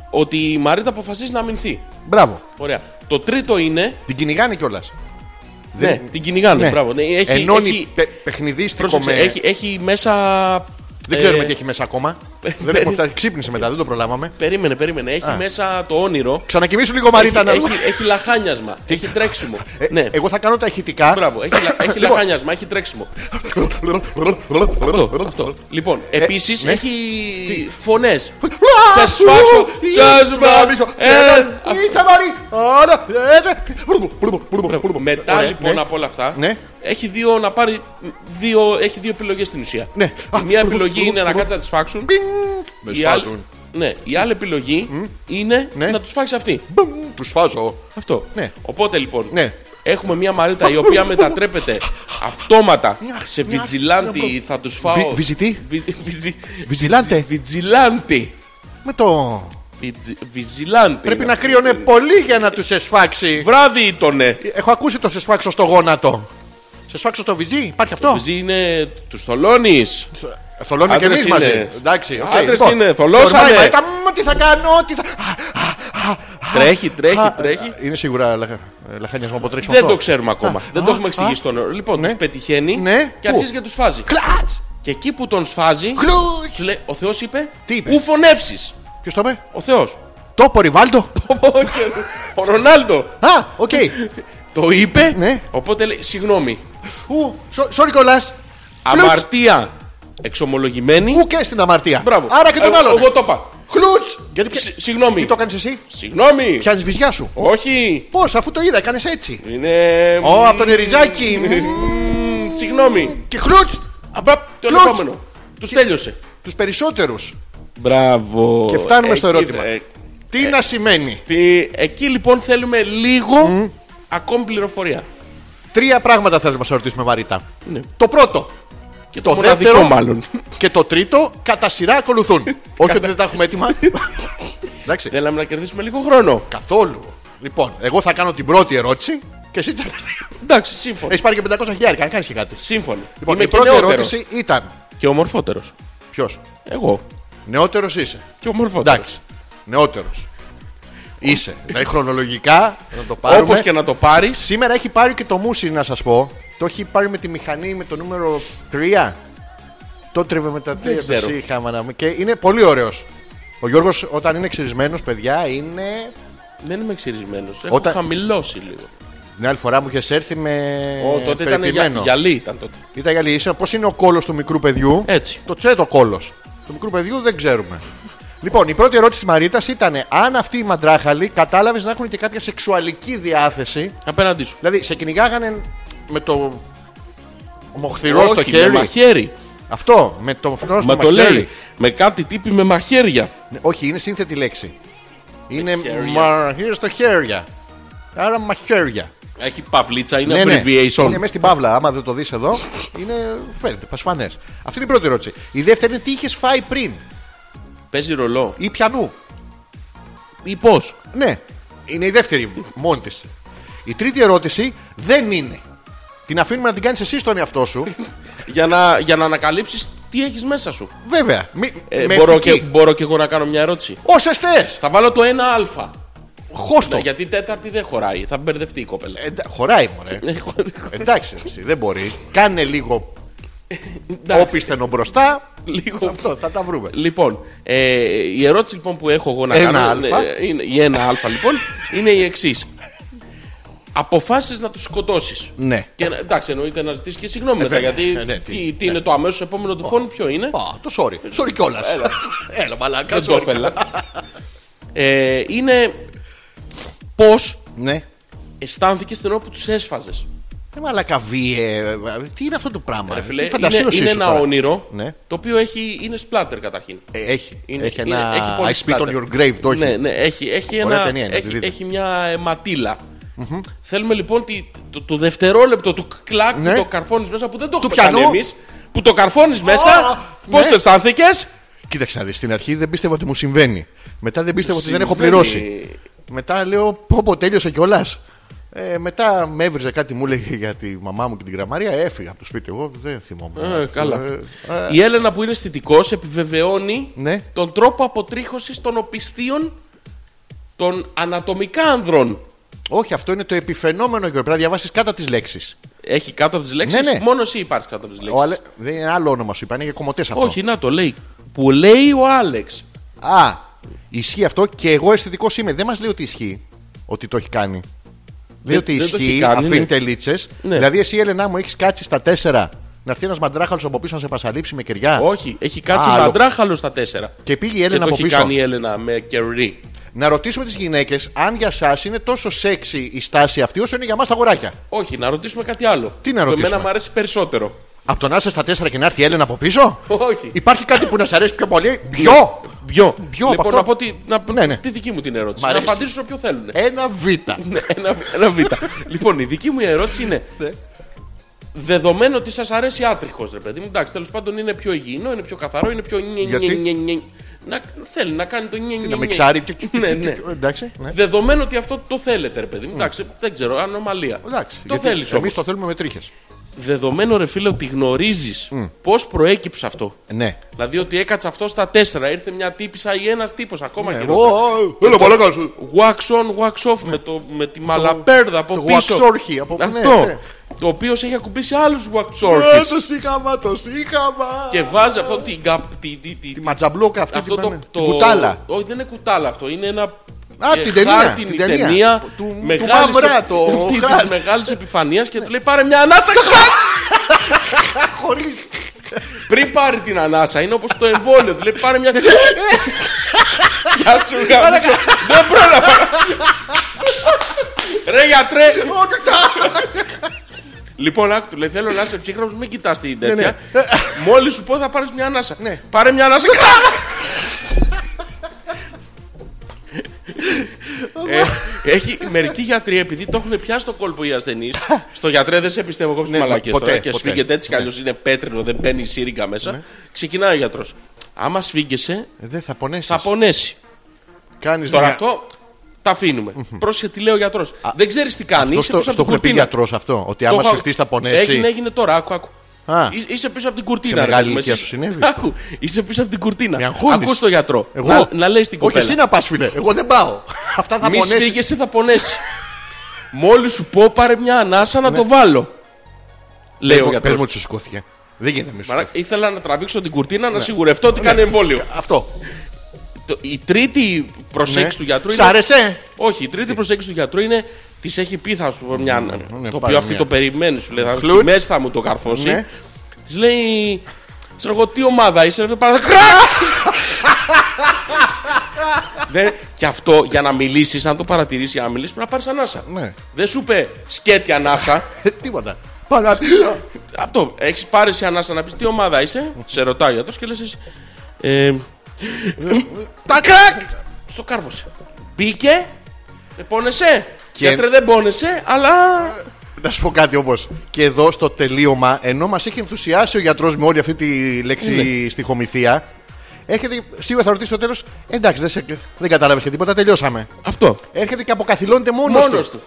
C: ότι η Μαρίτα αποφασίζει να αμυνθεί.
B: Μπράβο.
C: Ωραία. Το τρίτο είναι.
B: Την κυνηγάνε κιόλας.
C: Ναι, την κυνηγάνε. Μπρavo. Ναι, έχει,
B: Ενώνει
C: έχει,
B: παι- παιχνιδίστικο
C: πρόσεξε,
B: με.
C: έχει, έχει μέσα.
B: Δεν
C: ε,
B: ξέρουμε τι έχει μέσα ακόμα. δεν έχουμε
C: περί-
B: φτάσει. Ξύπνησε μετά, δεν το προλάβαμε.
C: Περίμενε, περίμενε. Έχει μέσα το όνειρο.
B: Ξανακοιμήσου λίγο, Μαρίτα.
C: έχει,
B: να δούμε.
C: έχει, έχει λαχάνιασμα. έχει τρέξιμο.
B: Ε,
C: ναι.
B: Εγώ θα κάνω τα ηχητικά.
C: Μπράβο, έχει, λα- έχει
B: Λοιπόν.
C: λαχάνιασμα, έχει τρέξιμο. αυτό, αυτό. Λοιπόν, επίσης
B: ναι.
C: έχει φωνές.
B: Α,
C: Σε σφάξω,
B: σου,
C: σε
B: σφάξω,
C: σφάξω, ε,
B: έναν,
C: αυτό.
B: Είστε μαρή. Όλα, έτσι.
C: Μετά
B: ε. Ωραία,
C: λοιπόν
B: ναι.
C: από όλα αυτά,
B: Ναι.
C: έχει δύο να πάρει. Δύο, έχει δύο επιλογές στην ουσία.
B: Ναι.
C: Η μία επιλογή είναι να κάτσει να τη σφάξουν.
B: Με
C: Η άλλη-
B: λοιπόν. σφάζουν.
C: Ναι, η άλλη επιλογή είναι
B: Ναι.
C: να τους φάξεις αυτή.
B: Μπούμ, Τους φάζω.
C: Αυτό.
B: Ναι.
C: Οπότε λοιπόν,
B: Ναι.
C: Έχουμε μια Μαρίτα η οποία μετατρέπεται αυτόματα
B: Μια-
C: σε
B: μια-
C: βιτζιλάντη.
B: μια-
C: Θα τους φάω.
B: Βι- βυζητή?
C: Βι- βυζι-
B: Βιτζιλάντε.
C: Βιτζιλάντη.
B: Με το.
C: Βιτζι- Βιτζιλάντη.
B: Πρέπει
C: είναι
B: να Ε, κρύωνε πολύ για να τους εσφάξει.
C: Βράδυ ήτονε.
B: Έχω ακούσει το σε σφάξω στο γόνατο. Σε σφάξω στο βυζί, υπάρχει αυτό. Ε,
C: Βυζι είναι τους θολώνεις.
B: Θολώνει και
C: Άντρες
B: εμεί
C: είναι.
B: μαζί. Εντάξει, οκ.
C: Άντρες
B: Λοιπόν,
C: είναι, θολώσανε.
B: κορμάει, μα ήταν, «Μα Τι θα κάνω, τι θα. Α, α, α, α,
C: Τρέχει, τρέχει,
B: α».
C: τρέχει.
B: ε, Είναι σίγουρα λαχ- λαχανιασμό από τρέξιμο.
C: Δεν
B: αυτό.
C: το ξέρουμε ακόμα. Δεν το
B: α,
C: έχουμε εξηγήσει
B: α.
C: τον Λοιπόν,
B: Ναι.
C: τους πετυχαίνει
B: Ναι.
C: και
B: Πού?
C: αρχίζει και τους φάζει.
B: Κλατς!
C: Και εκεί που τον σφάζει,
B: Κλουτς!
C: του λέει- ο Θεός είπε:
B: Τι είπε?
C: Ου φωνεύσεις.
B: Ποιος το είπε?
C: Ο Θεός.
B: Το Ποριβάλτο.
C: ο Ρονάλντο
B: Α, οκ.
C: το είπε.
B: Ναι.
C: Οπότε λέει: Συγγνώμη.
B: Ου, σο- sorry κολλά.
C: Αμαρτία εξομολογημένη.
B: Ου και στην αμαρτία.
C: Μπράβο.
B: Άρα και τον
C: Ε,
B: άλλον.
C: Εγώ το είπα.
B: Χλουτς! Γιατί πια-
C: Συ- Συγγνώμη.
B: Τι το έκανε εσύ,
C: Συγγνώμη.
B: πιάνεις βυζιά σου.
C: Όχι.
B: Πώς, αφού το είδα, έκανες έτσι.
C: Είναι.
B: Ω, αυτό είναι ριζάκι.
C: Μμμ, Συγγνώμη.
B: Και χλουτ
C: Απαπ, το
B: Κλωτς.
C: επόμενο. Τους τέλειωσε.
B: τους περισσότερους.
C: Μπράβο.
B: Και φτάνουμε στο
C: Εκεί,
B: ερώτημα.
C: ε,
B: Τι να σημαίνει.
C: τι- Εκεί λοιπόν θέλουμε λίγο ακόμη πληροφορία.
B: Τρία πράγματα θέλουμε να σε ρωτήσουμε βαρύτα.
C: Ναι.
B: Το πρώτο
C: Και το,
B: Το
C: μοναδικό
B: δεύτερο.
C: μάλλον.
B: και το τρίτο κατά σειρά ακολουθούν. Όχι ότι δεν τα έχουμε έτοιμα. Εντάξει.
C: Θέλαμε να κερδίσουμε λίγο χρόνο.
B: Καθόλου. Λοιπόν, εγώ θα κάνω την πρώτη ερώτηση και εσύ τσακαστεί.
C: Εντάξει, σύμφωνο.
B: Έχεις πάρει και 500 χιλιάρικα, αν κάνεις και κάτι.
C: Σύμφωνο.
B: Λοιπόν,
C: Είμαι
B: η
C: και
B: πρώτη
C: νεότερος.
B: ερώτηση ήταν.
C: Και ομορφότερος.
B: Ποιος.
C: Εγώ.
B: Νεότερος είσαι.
C: Και ομορφότερος.
B: Εντάξει. Νεότερος. Είσαι. Δηλαδή χρονολογικά να το πάρουμε.
C: Όπω και να το πάρεις.
B: Σήμερα έχει πάρει και το μουσι να σας πω. Το έχει πάρει με τη μηχανή με το νούμερο 3. Το τρεβε με τα τρία
C: ξέρω.
B: εσύ είχαμε να μου- Και είναι πολύ ωραίος. Ο Γιώργος όταν είναι ξυρισμένος παιδιά είναι...
C: Δεν είμαι ξυρισμένο. Έχω
B: Όταν-
C: χαμηλώσει λίγο.
B: Την άλλη φορά μου είχες έρθει με.
C: Ω, τότε ήταν για,
B: περιποιημένο.
C: γυαλί ήταν τότε.
B: Ήταν γυαλί. Είσαι πώς είναι ο κόλος του μικρού παιδιού.
C: Έτσι.
B: Το τσέτο κόλος του μικρού παιδιού δεν ξέρουμε. λοιπόν, η πρώτη ερώτηση της Μαρίτας ήταν αν αυτοί οι μαντράχαλοι κατάλαβες να έχουν και κάποια σεξουαλική διάθεση.
C: Απέναντί σου.
B: Δηλαδή, σε κυνηγάγανε με το μοχθηρό στο
C: Όχι,
B: χέρι.
C: Με μαχαίρι.
B: Αυτό, με το φθηνό στο
C: Μα το
B: μαχαίρι.
C: λέει. Με κάτι τύπη με μαχαίρια.
B: Ναι, Όχι, είναι σύνθετη λέξη. Είναι
C: χέρια.
B: μαχαίρι στο χέρια. Άρα μαχαίρια.
C: Έχει παυλίτσα, είναι
B: Ναι, ναι.
C: abbreviation.
B: Είναι μέσα στην παύλα. Άμα δεν το δεις εδώ, είναι. φαίνεται πασφανέ. Αυτή είναι η πρώτη ερώτηση. Η δεύτερη είναι τι είχες φάει πριν
C: Παίζει ρολό.
B: ή πιανού.
C: Ή πώς.
B: Ναι, είναι η δεύτερη μόνη της. Η τρίτη ερώτηση δεν είναι. Την αφήνουμε να την κάνεις εσύ στον εαυτό σου.
C: Για να, για να ανακαλύψεις τι έχεις μέσα σου.
B: Βέβαια. Μη,
C: Ε,
B: με
C: μπορώ, και, μπορώ και εγώ να κάνω μια ερώτηση.
B: Όσες θες.
C: Θα βάλω το ένα α.
B: Χώστο.
C: Γιατί η τέταρτη δεν χωράει. Θα μπερδευτεί η κοπέλα. Ε,
B: Εντα- Χωράει, μωρέ.
C: Έχω-
B: Εντάξει, εσύ, δεν μπορεί. Κάνε λίγο
C: Εντάξει,
B: όπισθενο μπροστά.
C: λίγο.
B: Αυτό, θα τα βρούμε.
C: Λοιπόν, ε, η ερώτηση λοιπόν που έχω εγώ να
B: Ένα
C: κάνω.
B: αλφα.
C: ε, είναι, η ένα α λοιπόν είναι η εξής. Αποφάσεις να τους σκοτώσεις.
B: Ναι.
C: Και, να- εντάξει, εννοείται να ζητήσεις και συγγνώμη μετά.
B: βέβαια.
C: Γιατί
B: Ε, ναι,
C: τι,
B: τι-
C: τι είναι το αμέσως επόμενο του φόνου, ποιο είναι.
B: Α, το sorry. Sorry κιόλας. Έλα, μαλάκα.
C: Δεν το
B: sorry.
C: ήθελα. Ε, είναι πώς
B: Ναι.
C: αισθάνθηκε την ώρα που τους έσφαζες.
B: Ε, μαλάκα βίαι. Τι είναι αυτό το πράγμα. ε? Τι
C: είναι,
B: φαντασίωση
C: είναι
B: σου
C: ένα
B: τώρα.
C: όνειρο
B: Ναι.
C: το οποίο έχει, είναι σπλάτερ καταρχήν.
B: Ε, Έχει.
C: Είναι-
B: έχει
C: είναι-
B: ένα.
C: έχει πολύ
B: I spit on
C: splatter.
B: your grave, το έχει.
C: Ναι, ναι, έχει, έχει,
B: Ωραία
C: ένα,
B: ταινία είναι, τη
C: έχει,
B: δείτε.
C: έχει μια ε, ματήλα. Θέλουμε λοιπόν τη, το, το δευτερόλεπτο του κλακ
B: Ναι.
C: που το καρφώνεις μέσα που δεν το έχουμε
B: πιανού.
C: κάνει εμείς, Που το καρφώνεις μέσα, πώ
B: ναι.
C: το αισθάνθηκε.
B: Κοίταξε να δεις. Στην αρχή δεν πίστευα ότι μου συμβαίνει. Μετά δεν πίστευα ότι δεν έχω
C: Συμβαίνει.
B: πληρώσει. Μετά λέω πω πω τέλειωσα κιόλας. Ε, μετά με έβριζε κάτι μου έλεγε για τη μαμά μου και την γραμμαρία. Έφυγα από το σπίτι. Εγώ δεν θυμόμουν.
C: Ε, καλά.
B: Ε,
C: Η Έλενα που είναι αισθητικός επιβεβαιώνει
B: Ναι.
C: τον τρόπο αποτρίχωσης των οπισθίων των ανατομικά ανδρών.
B: όχι, αυτό είναι το επιφαινόμενο Γιώργο. Πρέπει να διαβάσεις κάτω τις λέξεις.
C: Έχει κάτω από τις λέξεις.
B: Ναι, ναι.
C: Μόνο εσύ υπάρχει κάτω από τις λέξει.
B: Δεν είναι άλλο όνομα σου είπα. Είναι για κομμωτές αυτό.
C: Όχι, να το λέει. Που λέει ο Άλεξ.
B: Α, ισχύει αυτό και εγώ αισθητικός είμαι. Δεν μας λέει ότι ισχύει. Ότι το έχει κάνει. Λέει ότι
C: δεν το έχει
B: ισχύει,
C: κάνει,
B: αφήνει
C: ναι.
B: τελίτσες.
C: Ναι.
B: Δηλαδή, εσύ, Έλενα, μου έχεις κάτσει στα τέσσερα να έρθει ένας μαντράχαλος από πίσω να σε πασαλείψει με κεριά.
C: Όχι, έχει κάτσει
B: Άλλο.
C: μαντράχαλος στα τέσσερα.
B: Και πήγε η
C: Και
B: Έλενα
C: το
B: από
C: έχει
B: πίσω.
C: κάνει η Έλενα με κερί.
B: Να ρωτήσουμε τις γυναίκες αν για εσά είναι τόσο σεξι η στάση αυτή όσο είναι για μας τα αγοράκια.
C: Όχι, να ρωτήσουμε κάτι άλλο.
B: Τι να ρωτήσουμε?
C: Το εμένα μου αρέσει περισσότερο.
B: Από το να είσαι στα 4 και να έρθει η Έλενα από πίσω.
C: Όχι.
B: Υπάρχει κάτι που να σε αρέσει πιο πολύ. Ποιο!
C: Ποιο.
B: Ποιο από
C: λοιπόν,
B: αυτό?
C: να πω τη, να...
B: Ναι, ναι.
C: τη δική μου την
B: Μ'
C: ερώτηση. Να
B: αρέσει.
C: απαντήσω σε όποιο θέλουν.
B: Ένα Β.
C: Ναι, ένα, ένα β. λοιπόν, η δική μου ερώτηση είναι.
B: Ναι.
C: Δεδομένο ότι σας αρέσει άτριχος, ρε παιδί μου, εντάξει, τέλος πάντων είναι πιο υγιεινό, είναι πιο καθαρό, είναι πιο. νι-
B: Γιατί?
C: νι- νι- νι- Να, θέλει να κάνει το νι- νι-
B: Να
C: νι-
B: με ξάρει.
C: Ναι, ναι.
B: Εντάξει. ναι.
C: Δεδομένο ότι αυτό το θέλετε, ρε παιδί μου, εντάξει, δεν ξέρω, ανομαλία.
B: Εντάξει.
C: το θέλεις
B: Εμείς
C: όμως.
B: το θέλουμε με τρίχες.
C: Δεδομένο, ρε φίλε, ότι γνωρίζεις πώς προέκυψε αυτό.
B: Ναι.
C: Δηλαδή ότι έκατσε αυτό στα τέσσερα, ήρθε μια τύπησα ή ένας τύπος ακόμα
B: Ναι,
C: και
B: Ω, Έλα, μαλάκα σου.
C: wax on, wax off με, το, με τη μαλαπέρδα από
B: Ναι. το
C: πίσω.
B: waxorchy από- ναι,
C: Αυτό.
B: ναι.
C: Το οποίος έχει ακουμπήσει άλλους
B: Ε,
C: waxorchis.
B: Το σύγχαμα, το σύγχαμα.
C: και βάζει αυτό την. κα- τη- τη- τη-
B: Τη ματζαμπλόκα αυτή
C: αυτό
B: την
C: το,
B: πάμε.
C: το-
B: Την κουτάλα.
C: Όχι, δεν είναι κουτάλα αυτό. Είναι ένα.
B: Α,
C: ε,
B: την ταινία,
C: χάρτινη
B: την ταινία.
C: ταινία
B: Του- του
C: μεγάλης-
B: Μαμρά, το
C: της
B: Χράς.
C: μεγάλης επιφανείας και του λέει πάρε μια ανάσα
B: Χωρίς.
C: πριν πάρει την ανάσα είναι όπως το εμβόλιο του λέει πάρε μια Γεια σου γαμίσω δεν πρόλαβα ρε γιατρέ Λοιπόν, άκου, του λέει: Θέλω να είσαι ψύχρονο, μην κοιτάς την τέτοια.
B: ναι.
C: Μόλις σου πω, θα πάρεις μια ανάσα.
B: Ναι.
C: Πάρε μια ανάσα. Ε, έχει μερικοί γιατροί, επειδή το έχουν πιάσει το κόλπο οι ασθενείς, στο γιατρέ δεν σε πιστεύω εγώ στι
B: Ναι,
C: μαλακές
B: ποτέ,
C: τώρα και
B: ποτέ. Ναι.
C: σφίγγεται έτσι κι αλλιώς είναι πέτρινο, δεν μπαίνει η σύριγγα μέσα. Ξεκινάει ο γιατρός. Άμα σφίγγεσαι,
B: Ε, Δεν θα πονέσεις.
C: θα πονέσει.
B: Κάνεις
C: Τώρα αυτό τα αφήνουμε. Πρόσεχε τι λέει ο γιατρός. Δεν ξέρεις τι κάνει. είσαι
B: Αυτό
C: πίσω
B: στο,
C: από την
B: στο έχουν πει
C: κουρτίνα.
B: γιατρός αυτό. Ότι
C: Το
B: άμα
C: έχω-
B: σφιχτείς θα πονέσει.
C: Έγινε, έγινε τώρα. Άκου, άκου.
B: Α.
C: Εί- Είσαι πίσω από την κουρτίνα.
B: Σε
C: ρε
B: μεγάλη
C: παιδί μου,
B: ηλικία
C: εσύ.
B: σου συνέβη?
C: Άκου, είσαι πίσω από την κουρτίνα.
B: Με αγχώνεις.
C: Ακούς το γιατρό.
B: Εγώ.
C: Να, να λέει στην
B: Όχι
C: κοπέλα.
B: εσύ να πας, φίλε. Εγώ δεν πάω. Αυτά θα
C: Μη
B: πονέσει.
C: σφίγεσαι, θα πονέσει.
B: Ναι.
C: Μόλις σου πω, πάρε μια ανάσα να το βάλω. Λέει
B: Πες
C: ο
B: μου- Πες μου
C: γιατρό.
B: ότι σου σηκώθηκε. Δεν γίνεται να μη σου σηκώθηκε.
C: Ήθελα να τραβήξω την κουρτίνα
B: Ναι.
C: να σιγουρευτώ ότι κάνει εμβόλιο.
B: Αυτό.
C: Το- Η τρίτη
B: Ναι.
C: προσέγγιση του γιατρού
B: Σ'
C: είναι.
B: άρεσε.
C: Όχι, η τρίτη προσέγγιση του γιατρού είναι της έχει πει, θα σου πω μια.
B: ναι,
C: το
B: πάρε
C: οποίο αυτή
B: μια.
C: το περιμένει, σου λέει. Θα
B: Χλουτ.
C: μέσα θα μου το καρφώσει.
B: Ναι.
C: Της λέει. Ξέρω εγώ τι ομάδα είσαι, ρε παρα... Δεν... Και αυτό για να μιλήσεις, αν το παρατηρήσεις, αν μιλήσεις, πρέπει να πάρεις ανάσα.
B: Ναι.
C: Δεν σου είπε σκέτη ανάσα.
B: Ε, Τίποτα. Παναπίδα.
C: αυτό. Έχεις πάρει εσύ ανάσα να πεις τι ομάδα είσαι. σε ρωτάει ο γιατρός και λες. Ε,
B: Τα κρακ.
C: στο κάρβωσε. Μπήκε, ε, πόνεσαι.
B: Και-
C: Γιατρέ δεν πόνεσαι, αλλά
B: Να σου πω κάτι όμως. Και εδώ στο τελείωμα, ενώ μας έχει ενθουσιάσει ο γιατρός με όλη αυτή τη λέξη
C: Ναι.
B: στοιχομηθεία, έρχεται σίγουρα θα ρωτήσει στο τέλος. Εντάξει, δεν, σε, δεν κατάλαβες και τίποτα, τελειώσαμε.
C: Αυτό.
B: Έρχεται και αποκαθιλώνεται μόνος
C: Μόνος
B: του.
C: του.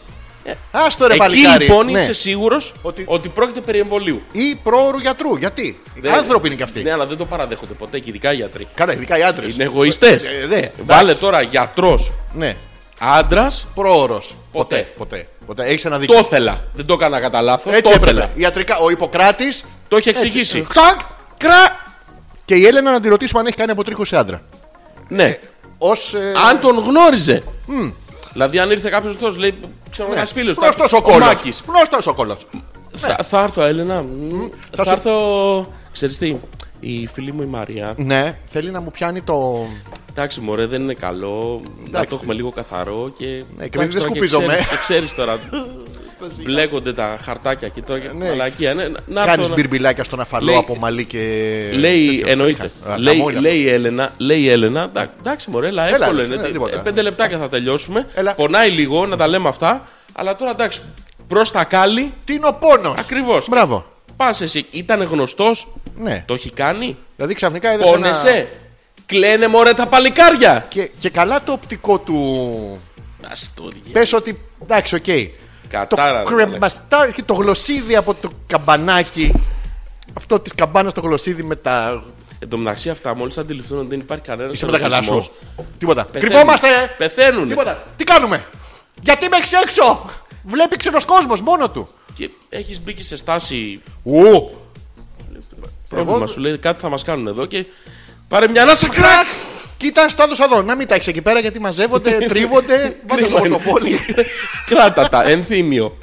B: Άστο ρε
C: Εκεί
B: παλικάρι.
C: λοιπόν
B: Ναι.
C: είσαι σίγουρος
B: Ότι-
C: ότι... πρόκειται περί εμβολίου.
B: Ή πρόωρου γιατρού. Γιατί.
C: Δεν-
B: Άνθρωποι είναι κι αυτοί.
C: Ναι, αλλά δεν το παραδέχονται ποτέ και ειδικά οι γιατροί.
B: Καλά, ειδικά οι άντρες.
C: Είναι εγωιστές.
B: Ε, ναι, εντάξει.
C: Βάλε τώρα γιατρός
B: Ναι.
C: άντρας.
B: Πρόωρος.
C: Ποτέ.
B: Ποτέ. ποτέ. Έχεις ένα
C: Το
B: δίκιο.
C: ήθελα. Δεν το έκανα κατά λάθος. Το
B: Έτσι
C: ήθελα.
B: έπρεπε. Ιατρικά, ο Ιπποκράτης.
C: Το έχει εξηγήσει.
B: Και η Έλενα να τη ρωτήσουμε αν έχει κάνει αποτρίχωση άντρα. Ε,
C: Ναι.
B: Ω.
C: Αν τον γνώριζε. Δηλαδή, αν ήρθε κάποιος αυτός, λέει:
B: Ναι.
C: Ξέρω ένας φίλος.
B: Γνωστό ο Ναι. κόλλο. Γνωστός ο κόλλος.
C: Θα, θα έρθω, Έλενα. Μμμ. Θα,
B: σου-
C: έρθω. Ξέρεις τι, η φίλη μου η Μαρία.
B: Ναι, θέλει να μου πιάνει το.
C: Εντάξει, μωρέ, δεν είναι καλό. Να
B: Εντάξει.
C: το έχουμε λίγο καθαρό και.
B: Ναι, και
C: Εντάξει,
B: επειδή δεν
C: τώρα
B: σκουπίζομαι.
C: ξέρεις- Και ξέρεις τώρα. Μπλέκονται τα χαρτάκια και τώρα. και
B: Ναι.
C: Μαλακία. Ναι, να- να
B: Κάνεις
C: έρθω να-
B: μπιρμπιλάκια στον αφαλό
C: Λέει-
B: από μαλλί και.
C: Λέει,
B: τέτοιο.
C: εννοείται.
B: Α,
C: Λέει,
B: χαμόγελα.
C: λέει, η Έλενα, λέει η Έλενα. «Εντά- Εντάξει, μωρέ, έλα, εύκολο
B: ρε,
C: είναι.
B: ναι,
C: Ε,
B: τίποτα.
C: Πέντε λεπτάκια θα τελειώσουμε.
B: Έλα.
C: Πονάει λίγο να τα λέμε αυτά. Αλλά τώρα εντάξει, προς τα κάλλη.
B: Τι είναι ο πόνος.
C: Ακριβώς.
B: Μπράβο.
C: Πας εσύ, ήταν γνωστός.
B: Ναι.
C: Το έχει κάνει.
B: Δηλαδή ξαφνικά είδες.
C: Πόνεσαι. Κλαίνε μωρέ τα παλικάρια.
B: Και, και καλά το οπτικό του.
C: Αστούργια.
B: Πες ότι. Εντάξει, οκ.
C: Κατάρα,
B: το
C: ρε, μαλάκα.
B: κρεμπαστάκι, το γλωσσίδι από το καμπανάκι. Αυτό της καμπάνας το γλωσσίδι με τα.
C: Εν τω μεταξύ αυτά, μόλις αντιληφθούν ότι δεν υπάρχει κανένας.
B: Είσαι με τα καλά σου. Τίποτα.
C: Πεθαίνουν.
B: Κρυβόμαστε! ε!
C: Πεθαίνουν.
B: Τίποτα. Τι κάνουμε. Γιατί με έχεις έξω. Βλέπει ξένος κόσμος μόνο του.
C: Και έχεις μπει και σε στάση
B: Ου.
C: πρόβλημα.
B: Εγώ-
C: Σου λέει κάτι θα μας κάνουν εδώ και. Πάρε μια ανάσα κρακ!
B: Κοίτα, στα έδωσα εδώ. Να μην τα έχεις εκεί πέρα γιατί μαζεύονται, τρίβονται. Βάλτε
C: Κρίμα
B: στο
C: είναι.
B: πορτοφόλι.
C: Κράτα τα, ενθύμιο.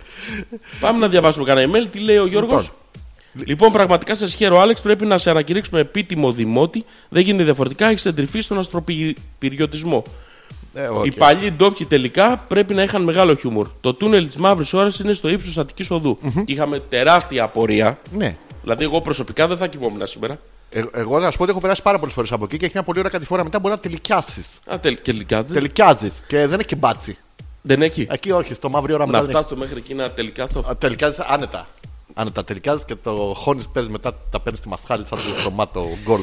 C: Πάμε να διαβάσουμε κανένα email. Τι λέει ο Γιώργος.
B: Λοιπόν.
C: Λοιπόν, πραγματικά σε χαίρο, Άλεξ. Πρέπει να σε ανακηρύξουμε επίτιμο δημότη. Δεν γίνεται διαφορετικά. Έχεις εντρυφθεί στον αστροπηριωτισμό.
B: Ε, οκ.
C: Οι παλιοί ντόπιοι τελικά πρέπει να είχαν μεγάλο χιούμορ. Το τούνελ της Μαύρης Ώρας είναι στο ύψος Αττικής Οδού. Και είχαμε τεράστια απορία.
B: Ναι.
C: Δηλαδή, εγώ προσωπικά δεν θα κοιμόμουν σήμερα.
B: Ε, εγώ θα σου πω ότι έχω περάσει πάρα πολλές φορές από εκεί και έχει μια πολύ ωραία κατηφόρα μετά μπορεί να τελικιάσεις.
C: Α, τελ, και λυκάδες.
B: Τελικιάζεις και δεν έχει μπάτσι.
C: Δεν έχει.
B: Εκεί όχι, στο μαύρο ώρα μετά.
C: Να
B: Ε, δεν έχει.
C: φτάσω μέχρι εκεί να τελικά
B: Α, Τελικιάζεις άνετα. Άνετα, τελικιάζεις και το χώνεις παίζει μετά τα παίρνεις στη μασχάλη σαν το στομάτο γκολ.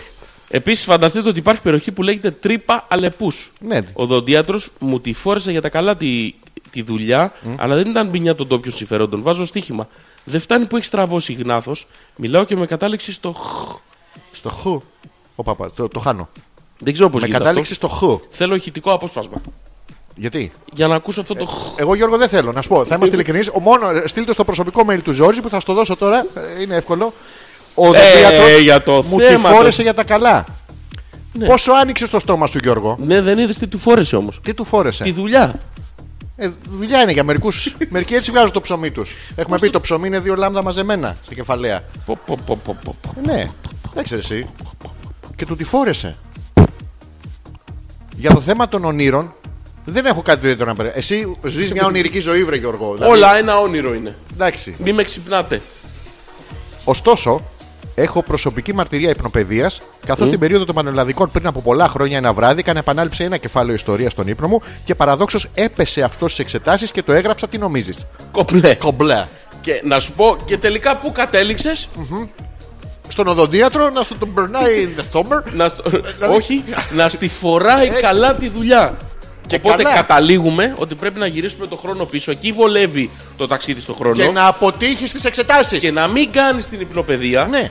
C: Επίσης, φανταστείτε ότι υπάρχει περιοχή που λέγεται τρύπα αλεπούς.
B: Ναι.
C: Ο δοντίατρος μου τη φόρεσε για τα καλά τη, τη δουλειά, αλλά δεν ήταν ποινιά των τόπιων συμφερόντων. Βάζω στοίχημα. Δεν φτάνει που έχει τραβώσει γνάθος. Μιλάω και με κατάληξη στο χ.
B: Στο χου. Ο παπα, το, το χάνω.
C: Δεν ξέρω πώς
B: Με
C: γίνεται.
B: κατάληξη
C: Αυτό.
B: στο χου.
C: Θέλω ηχητικό απόσπασμα.
B: Γιατί.
C: Για να ακούσω
B: Ε,
C: αυτό το χ.
B: Εγώ Γιώργο δεν θέλω να σου πω. Θα
C: Ε,
B: είμαστε ειλικρινείς. Μόνο στείλ το στο προσωπικό mail του Ζόρζη που θα στο δώσω τώρα. ε, Είναι εύκολο. Ο
C: Ε,
B: δοντίατρος
C: για το
B: μου τη
C: θέμα.
B: φόρεσε
C: το-
B: για τα καλά. Πόσο άνοιξε το στόμα σου, Γιώργο.
C: Ναι, δεν είδες τι του φόρεσε όμως.
B: Τι του φόρεσε.
C: Τη δουλειά.
B: Ε, δουλειά είναι για μερικούς. Μερικοί έτσι βγάζουν το ψωμί τους. Έχουμε πει το ψωμί είναι δύο λάμδα μαζεμένα στην κεφαλαία.
C: Πω, πω, πω, πω, πω, πω.
B: Ε, Ναι, δεν ξέρει εσύ. Και του τη φόρεσε. Για το θέμα των ονείρων, δεν έχω κάτι ιδιαίτερο να πει. Εσύ ζεις μια ονειρική ζωή, βρε Γιώργο. δηλαδή,
C: Όλα ένα όνειρο είναι.
B: Εντάξει.
C: Μη με ξυπνάτε.
B: Ωστόσο, έχω προσωπική μαρτυρία υπνοπαιδείας, καθώς την περίοδο των Πανελλαδικών πριν από πολλά χρόνια ένα βράδυ έκανε επανάληψη ένα κεφάλαιο ιστορίας στον ύπνο μου και παραδόξως έπεσε αυτό στις εξετάσεις και το έγραψα τι νομίζεις.
C: Κοπλέ.
B: Κομπλέ.
C: Και να σου πω και τελικά πού κατέληξες.
B: Στον οδοντίατρο να σου τον περνάει the summer.
C: να στο- Όχι, να στη φοράει
B: Δηλαδή- Έτσι.
C: καλά τη δουλειά.
B: Και
C: Οπότε
B: καλά.
C: καταλήγουμε ότι πρέπει να γυρίσουμε το χρόνο πίσω. Εκεί βολεύει το ταξίδι στο χρόνο.
B: Και να αποτύχεις τις εξετάσεις.
C: Και να μην κάνεις την υπνοπαιδεία.
B: Ναι.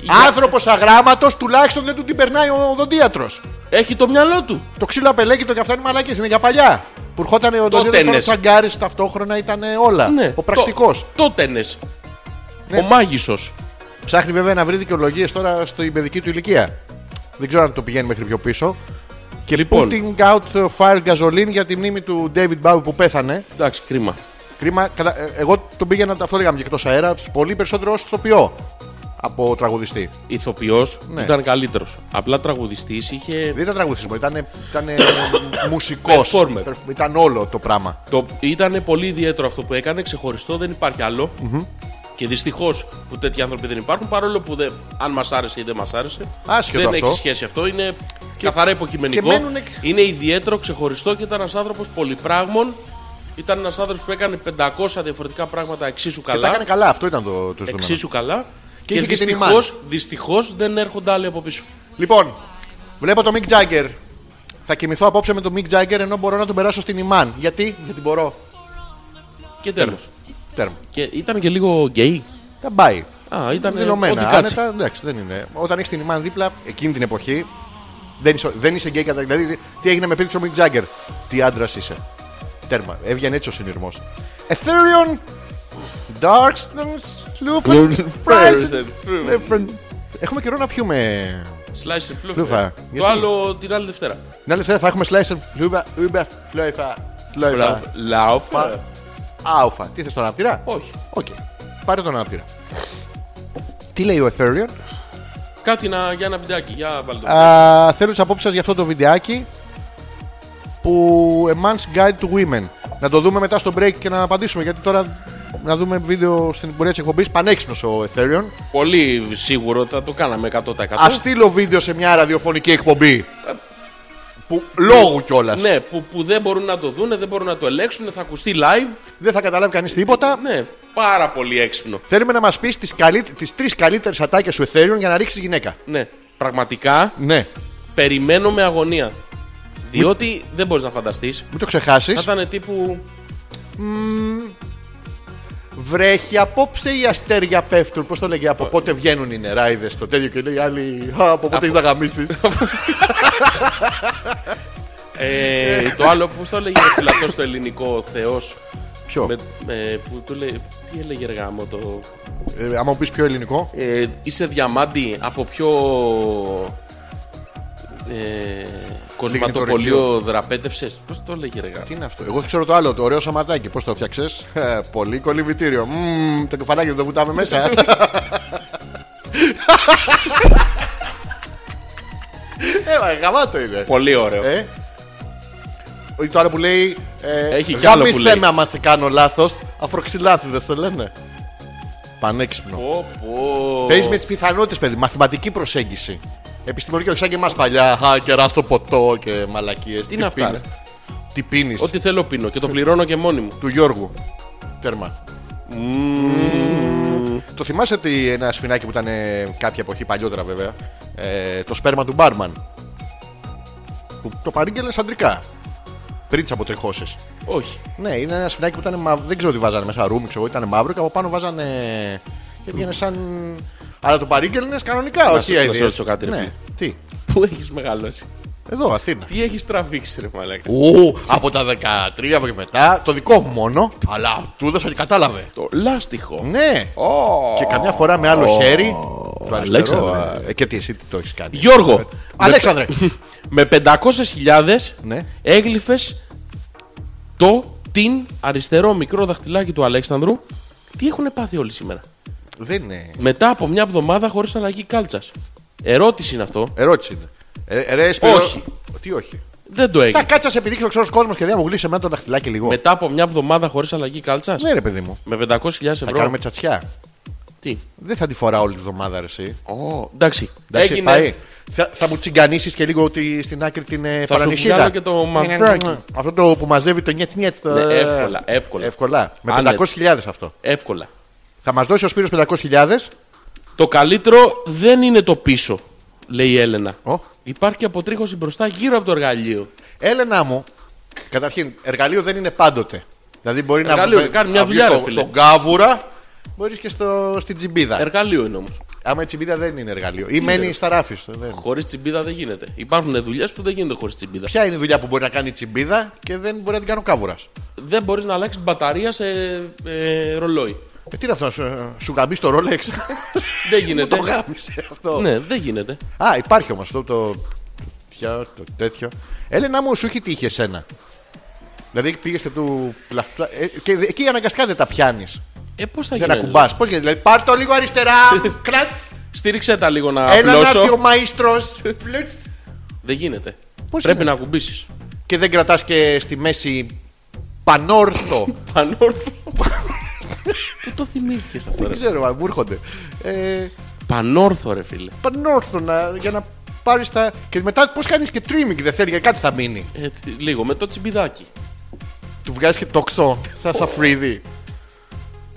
C: για-
B: Άνθρωπος αγράμματος τουλάχιστον δεν του την περνάει ο οδοντίατρος.
C: Έχει το μυαλό του.
B: Το ξύλο απελέγει το και αυτά είναι μαλακής, είναι για παλιά. Που ερχόταν ο οδοντίατρος
C: Τότε, ναι.
B: ήταν τσαγκάρι ταυτόχρονα, ήταν όλα.
C: Ναι.
B: Ο πρακτικός.
C: Τότε ναι.
B: Ναι.
C: Ο μάγισο.
B: Ψάχνει βέβαια να βρει δικαιολογίες τώρα στην παιδική του ηλικία. Δεν ξέρω αν το πηγαίνει μέχρι πιο πίσω.
C: Και λοιπόν.
B: Putting out fire gasoline για τη μνήμη του David Bowie που πέθανε.
C: Εντάξει, κρίμα.
B: Κρίμα. Κατα... ε, Εγώ τον πήγαινα αυτό λέγαμε και εκτός αέρα. Πολύ περισσότερο ως ηθοποιό από τραγουδιστή.
C: Ηθοποιός
B: Ναι.
C: ήταν καλύτερος. Απλά τραγουδιστής είχε.
B: Δεν ήταν τραγουδισμό, ήταν, ήταν μουσικός.
C: Performer.
B: Ήταν όλο το πράγμα.
C: Το... Ήταν πολύ ιδιαίτερο αυτό που έκανε, ξεχωριστό, δεν υπάρχει άλλο. Και δυστυχώς που τέτοιοι άνθρωποι δεν υπάρχουν, παρόλο που δεν, αν μας άρεσε ή δεν μας άρεσε.
B: Άσχετο
C: δεν
B: αυτό.
C: έχει σχέση αυτό. Είναι καθαρά υποκειμενικό.
B: και μένουν-
C: Είναι ιδιαίτερο, ξεχωριστό και ήταν ένας άνθρωπος πολυπράγμων. Ήταν ένας άνθρωπος που έκανε 500 διαφορετικά πράγματα εξίσου
B: Και τα
C: καλά.
B: έκανε καλά, αυτό ήταν το, το ζητούμενο.
C: Εξίσου καλά. Και,
B: Και είχε και την
C: δυστυχώς, δυστυχώς δεν έρχονται άλλοι από πίσω.
B: Λοιπόν, βλέπω το Mick Jagger. Θα κοιμηθώ απόψε με τον Mick Jagger ενώ μπορώ να τον περάσω στην Ιμάν. Γιατί, γιατί μπορώ.
C: Και τέλος.
B: Τέρμα.
C: Και ήταν και λίγο γκέι.
B: Τα πάει.
C: Α, ήταν ε,
B: Δηλωμένα.
C: ό,τι κάτσε.
B: Άνετα, εντάξει, δεν είναι. Όταν έχεις την Ιμάν δίπλα, εκείνη την εποχή, δεν είσαι, δεν είσαι γκέι κατά. Δηλαδή, τι έγινε με πίτι ο Μικ Τζάγκερ. Τι άντρας είσαι. Τέρμα. Έβγαινε έτσι ο συνειρμός. Ethereum Darkstone Sloofen
C: ναι.
B: Price. Έχουμε καιρό να πιούμε.
C: Slice and
B: Φλούφα.
C: φλούφα.
B: Γιατί?
C: Το άλλο την άλλη Δευτέρα.
B: Την άλλη Δευτέρα θα έχουμε slice and Luba, Uber, Floifa, Floifa,
C: Λαόφα.
B: Alpha. Τι θες τον αναπτήρα?
C: Όχι.
B: Οκ. Πάρε τον αναπτήρα. Τι λέει ο Ethereum.
C: Κάτι να, για ένα βιντεάκι. Για βάλτε. το.
B: Α, θέλω τις απόψεις σας για αυτό το βιντεάκι που A Man's Guide to Women. Να το δούμε μετά στο break και να απαντήσουμε γιατί τώρα να δούμε βίντεο στην πορεία της εκπομπής. Πανέξυπνος ο Ethereum.
C: Πολύ σίγουρο θα το κάναμε 100%.
B: Ας στείλω βίντεο σε μια ραδιοφωνική εκπομπή. Που, λόγου κιόλας.
C: Ναι, που, που δεν μπορούν να το δούνε, δεν μπορούν να το ελέγξουν, θα ακουστεί live.
B: Δεν θα καταλάβει κανείς τίποτα.
C: Ναι, πάρα πολύ έξυπνο.
B: Θέλουμε να μας πεις τις τις τρεις καλύτερες ατάκες του Ethereum για να ρίξεις γυναίκα.
C: Ναι, πραγματικά
B: Ναι,
C: περιμένω με αγωνία. Διότι δεν μπορείς να φανταστείς.
B: μην το ξεχάσεις.
C: Θα ήταν τύπου.
B: Βρέχει απόψε οι αστέρια πέφτουν. Πώς το λέγε, από πότε βγαίνουν οι νεράιδες στο τέτοιο και λέει οι άλλοι. «Α, Από πότε έχεις να γαμίσει.
C: Ε, το άλλο, πώς το έλεγε ο φυλακό στο ελληνικό Θεός.
B: Ποιο.
C: που του λέει, τι έλεγε εργάμο το.
B: Ε, άμα μου πεις πιο ελληνικό.
C: Ε, είσαι διαμάντι από πιο ε, κοσματοπολείο δραπέτευσες. Πώς το λέγε ρε
B: Τι είναι αυτό. Εγώ ξέρω το άλλο, το ωραίο σωματάκι. Πώς το φτιάξε. Πολύ κολυβητήριο. Μμμ, το κεφαλάκι δεν το βουτάμε μέσα. ε, μα, γαμάτο είναι.
C: Πολύ ωραίο.
B: Ε. Ή Το άλλο που λέει. Ε,
C: Έχει κι άλλο που
B: «Γαμίστε
C: λέει».
B: με άμα σε κάνω λάθος. Αφροξυλάθη δεν το λένε. Πανέξυπνο.
C: Πω, πω.
B: Παίζεις με τις πιθανότητες, παιδί. Μαθηματική προσέγγιση. Επιστημονική, όχι σαν και εμάς παλιά. Χα, κερά στο ποτό και μαλακίες.
C: είναι αυτά, ρε?
B: Τι πίνει
C: Ό,τι θέλω πίνω
B: Ε.
C: και το πληρώνω και μόνη μου.
B: του Γιώργου. Τέρμα. Το θυμάσαι ότι ένα σφινάκι που ήταν ε, κάποια εποχή παλιότερα βέβαια. Ε, το σπέρμα του μπάρμαν. Που το παρήγγελες αντρικά. Πριν τις αποτριχώσεις.
C: Όχι.
B: Ναι, είναι ένα σφινάκι που ήταν μαύρο. Δεν ξέρω τι βάζανε μέσα, ρούμι, ξέρω ήταν μαύρο και από πάνω βάζανε. και πήγαινε σαν. Αλλά το παρήγγελνε κανονικά, όχι
C: σε- να σε
B: αηδίες.
C: ρωτήσω κάτι, ρε
B: Ναι.
C: φίλε.
B: Τι,
C: Πού έχεις μεγαλώσει.
B: εδώ, Αθήνα.
C: Τι έχεις τραβήξει, ρε Μαλάκα.
B: Ου, από τα 13 και μετά, το δικό μου μόνο, αλλά του έδωσα και κατάλαβε.
C: Το λάστιχο.
B: Ναι, και καμιά φορά με άλλο χέρι. Το αριστερό.
C: Αλέξανδρε.
B: ε, Και τι, εσύ τι το έχεις κάνει. Ε,
C: Γιώργο,
B: Αλέξανδρε!
C: με 500.000
B: Ναι.
C: έγλυφες το την αριστερό μικρό δαχτυλάκι του Αλέξανδρου. Τι έχουν πάθει όλοι σήμερα.
B: Δεν είναι.
C: Μετά από μια εβδομάδα χωρίς αλλαγή κάλτσας. Ερώτηση είναι αυτό.
B: Ερώτηση είναι. Ε, ρε, Σπύρο-
C: Όχι. Ε,
B: Τι όχι.
C: Δεν το
B: Θα
C: έγινε.
B: κάτσα επειδή ξέρω ξένο κόσμος και δεν μου γλύψε εμένα το δαχτυλάκι λίγο.
C: Μετά από μια εβδομάδα χωρίς αλλαγή κάλτσας.
B: Ναι, ρε παιδί μου.
C: Με 500.000
B: Θα
C: ευρώ.
B: κάνουμε τσατσιά.
C: Τι.
B: Δεν θα τη φοράω όλη τη βδομάδα, ρε, εσύ.
C: Ω, εντάξει.
B: Εντάξει,
C: Έγινε.
B: πάει. Θα, θα μου τσιγκανίσεις και λίγο ότι στην άκρη την ε,
C: Θα σου
B: παρανησίδα.
C: βγάλω και το
B: Ναι, ναι, ναι,
C: μανθράκι.
B: ναι. Αυτό το που μαζεύει το νιέτ νιέτ. το-
C: Ναι, εύκολα, εύκολα.
B: Εύκολα. Με
C: Άνετα.
B: 500.000 αυτό.
C: Εύκολα.
B: Θα μας δώσει ο Σπύρος 500.000.
C: Το καλύτερο δεν είναι το πίσω, λέει η Έλενα.
B: Ω.
C: Υπάρχει και αποτρίχωση μπροστά γύρω από το εργαλείο.
B: Έλενα μου, καταρχήν, εργαλείο δεν είναι πάντοτε. Δηλαδή μπορεί
C: Εργαλείο,
B: να βγει-
C: κάνει μια
B: να βγει
C: δουλειά, ρε
B: στο-
C: φίλε.
B: στον κάβουρα, μπορείς και στο, στην τσιμπίδα.
C: Εργαλείο είναι όμως.
B: Άμα η τσιμπίδα δεν είναι εργαλείο. Ή μένει
C: ρε.
B: στα ράφη. στο- δεν.
C: Χωρίς τσιμπίδα δεν γίνεται. Υπάρχουν δουλειές που δεν γίνονται χωρίς τσιμπίδα.
B: Ποια είναι η δουλειά που μπορεί να κάνει η τσιμπίδα και δεν μπορεί να την κάνει ο κάβουρας.
C: Δεν μπορείς να αλλάξεις μπαταρία σε ε, ρολόι.
B: Ε, τι είναι αυτό, σου, σου γαμπεί το ρολέξ.
C: Δεν γίνεται.
B: το γάμισε αυτό.
C: ναι, δεν γίνεται.
B: Α, υπάρχει όμως αυτό το. το τέτοιο, το τέτοιο. Έλενα μου, σου έχει τύχει εσένα. Δηλαδή πήγε και του. πλαφλα- ε, και δε- εκεί αναγκαστικά δεν τα πιάνεις.
C: Ε, πώς θα
B: Δεν
C: γίνει.
B: ακουμπάς. Πώς γιατί, δηλαδή πάρ το λίγο αριστερά. Κλατ.
C: Στήριξε τα λίγο να
B: Ένα
C: απλώσω.
B: να'ρθει ο μαέστρο.
C: Δεν γίνεται.
B: Πώς
C: Πρέπει
B: γίνεται?
C: να ακουμπήσεις.
B: και δεν κρατάς και στη μέση πανόρθο.
C: Πανόρθο. Πού το θυμήθηκες αυτό,
B: δεν
C: ρε.
B: ξέρω, μα μου έρχονται. Ε,
C: Πανόρθο, ρε φίλε.
B: πανόρθο να, για να πάρεις τα. Και μετά πώς κάνεις και trimming, δεν θέλει, γιατί κάτι θα μείνει.
C: Ε, τι- λίγο με το τσιμπιδάκι.
B: Του βγάζεις και τόξο. Σαν σαφρίδι.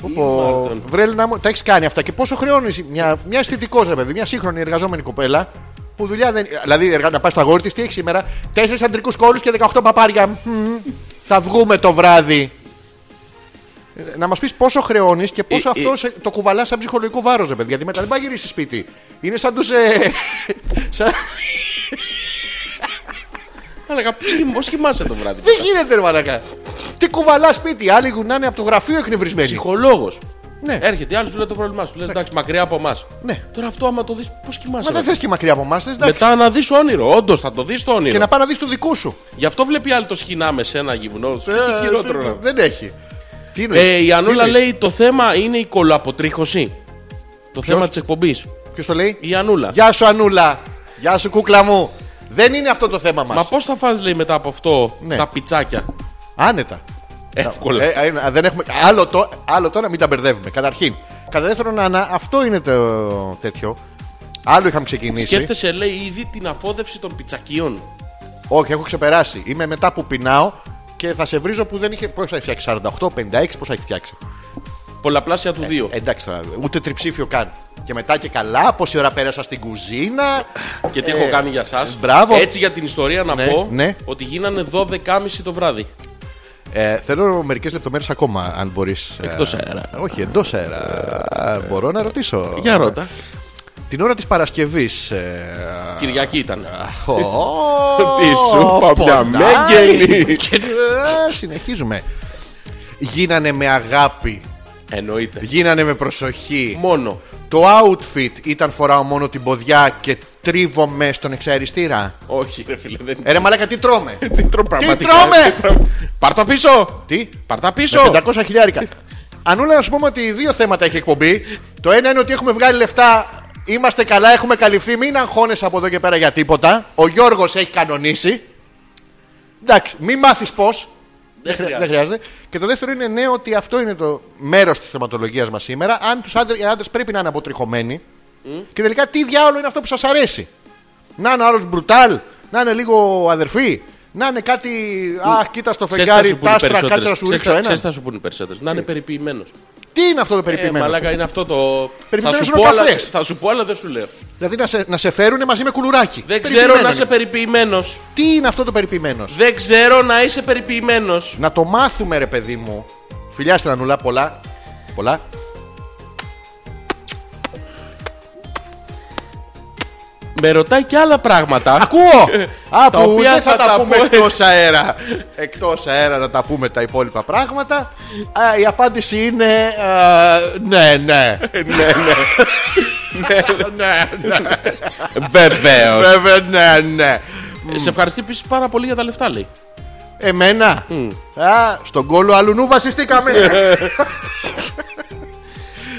B: Πω, πω.
C: Μάρτον.
B: Βρε Έλληνα μου, τα έχεις κάνει αυτά. Και πόσο χρεώνει μια, μια αισθητικός ρε παιδί, μια σύγχρονη εργαζόμενη κοπέλα που δουλειά δεν. Δηλαδή εργα- να πάει στο αγόρι της, τι έχει σήμερα, τέσσερις αντρικούς κόλου και 18 παπάρια. Μμμ. Θα βγούμε το βράδυ. Ε, Να μας πεις πόσο χρεώνεις και πόσο
C: Ε,
B: αυτό
C: ε.
B: σε- το κουβαλάς σαν ψυχολογικό βάρος, ρε παιδί. Γιατί μετά δεν πάει να γυρίσει σπίτι. Είναι σαν τους. Ε, σαν-
C: Έλεγα, πώς κοιμάσαι το βράδυ.
B: δεν γίνεται, ρε μαλακά. Τι κουβαλάς σπίτι, άλλοι γουνάνε από το γραφείο εκνευρισμένοι.
C: Ψυχολόγος.
B: Ναι.
C: Έρχεται, άλλο σου λέει το πρόβλημά σου. Λες εντάξει, μακριά από εμάς.
B: Ναι.
C: Τώρα αυτό άμα το δεις, πώς
B: Μα
C: κοιμάσαι.
B: δεν
C: ρε.
B: θες και μακριά από εμάς, εντάξει.
C: Μετά να δεις όνειρο, όντως θα το δεις το όνειρο.
B: Και να πάει να δεις το δικό σου.
C: Γι' αυτό βλέπει άλλη το σκηνά με σένα γυμνό. Σου
B: Ε,
C: τι χειρότερο να.
B: Δεν έχει. Τι εννοείς,
C: Ε, η
B: τι
C: Ανούλα
B: εννοείς.
C: λέει το θέμα είναι η κολοαποτρίχωση. Το θέμα της εκπομπής.
B: Ποιος το λέει.
C: Η Ανούλα.
B: Γεια σου, Ανούλα. Γεια σου, κούκλα μου. Δεν είναι αυτό το θέμα μας.
C: Μα πώς θα φας λέει μετά από αυτό
B: Ναι.
C: τα πιτσάκια.
B: Άνετα.
C: Εύκολα.
B: Ε, ε, δεν έχουμε... άλλο, το... άλλο τώρα μην τα μπερδεύουμε. Καταρχήν. Κατά δεύτερον, Άννα, αυτό είναι το τέτοιο. Άλλο είχαμε ξεκινήσει.
C: Σκέφτεσαι, λέει, ήδη την αφόδευση των πιτσακίων.
B: Όχι, έχω ξεπεράσει. Είμαι μετά που πεινάω και θα σε βρίζω που δεν είχε. Πόσα έχει φτιάξει, 48, 56, πόσα έχει φτιάξει.
C: Πολλαπλάσια του 2.
B: Ε, εντάξει τώρα, ούτε τριψήφιο καν. Και μετά και καλά, πόση ώρα πέρασα στην κουζίνα.
C: Και τι
B: ε,
C: έχω κάνει για εσά.
B: μπράβο.
C: Έτσι για την ιστορία να
B: Ναι,
C: πω
B: ναι.
C: ότι γίνανε 12.30 το βράδυ.
B: Ε, θέλω μερικές λεπτομέρειες ακόμα, αν μπορείς.
C: Εκτός αέρα.
B: όχι, εντός αέρα. Ε, μπορώ να ρωτήσω.
C: Για ρώτα.
B: Την ώρα της Παρασκευής. Ε,
C: Κυριακή ήταν.
B: ο,
C: Τι σου είπα,
B: πονάει.
C: μια μέγενη.
B: Και, ε, Συνεχίζουμε. Γίνανε με αγάπη.
C: Εννοείται.
B: Γίνανε με προσοχή.
C: Μόνο.
B: Το outfit ήταν φοράω μόνο την ποδιά και τρίβομαι στον εξαεριστήρα.
C: Όχι, ρε φίλε, δεν
B: Ε, ρε μαλάκα, τι τρώμε.
C: Τι τρώμε πραγματικά.
B: τρώμε!
C: Τι τρώμε. Πάρ' τα πίσω!
B: τι,
C: Πάρ' τα πίσω!
B: με 500 χιλιάρικα. Ανούλα, να σου πούμε ότι δύο θέματα έχει εκπομπή. Το ένα είναι ότι έχουμε βγάλει λεφτά, είμαστε καλά, έχουμε καλυφθεί. Μην αγχώνεσαι από εδώ και πέρα για τίποτα. Ο Γιώργος έχει κανονίσει. Εντάξει, μην μάθεις πώς.
C: Δεν
B: Δεν
C: χρειάζεται.
B: χρειάζεται. Και το δεύτερο είναι ναι, ότι αυτό είναι το μέρος της θεματολογίας μας σήμερα. Αν τους άντρε άντρες πρέπει να είναι αποτριχωμένοι. Και τελικά τι διάολο είναι αυτό που σας αρέσει. Να είναι άλλος μπρουτάλ, να είναι λίγο αδερφή, να είναι κάτι. Αχ, κοίτα στο
C: Ξέρεις τι θα
B: φεγγάρι,
C: σου πούνε οι
B: τάστρα,
C: περισσότερες.
B: κάτσε να σου
C: Ξέρεις
B: ρίξω Ε,
C: τι-
B: ένα.
C: ξέρεις τι θα σου πούνε οι περισσότερε. Να είναι περιποιημένος.
B: Τι είναι αυτό το
C: Ε,
B: περιποιημένο.
C: μαλάκα είναι αυτό το.
B: ναι. Περιποιημένος
C: Θα σου
B: είναι ο
C: πω, αλλά,
B: καφές.
C: θα σου πω, αλλά δεν σου λέω.
B: Δηλαδή να σε, να σε φέρουν μαζί με κουλουράκι.
C: Δεν ξέρω
B: Περιποιημένος
C: να
B: είναι.
C: είσαι περιποιημένος.
B: Τι είναι αυτό το περιποιημένος.
C: Δεν ξέρω να είσαι περιποιημένος.
B: Να το μάθουμε, ρε παιδί μου. Φιλιά στην Ανούλα, πολλά. Πολλά.
C: Με ρωτάει και άλλα πράγματα.
B: Ακούω! Α,
C: Τα
B: που
C: οποία
B: δεν θα,
C: θα
B: τα
C: τα
B: πούμε
C: πω-
B: εκτός αέρα. Εκτός αέρα να τα πούμε τα υπόλοιπα πράγματα. Α, η απάντηση είναι ε, ναι, ναι. ναι, ναι.
C: Βεβαίως.
B: Βέβαια, ναι, ναι.
C: Σε ευχαριστεί επίσης πάρα πολύ για τα λεφτά, λέει.
B: Εμένα. Α, στον κόλο αλουνού βασιστήκαμε.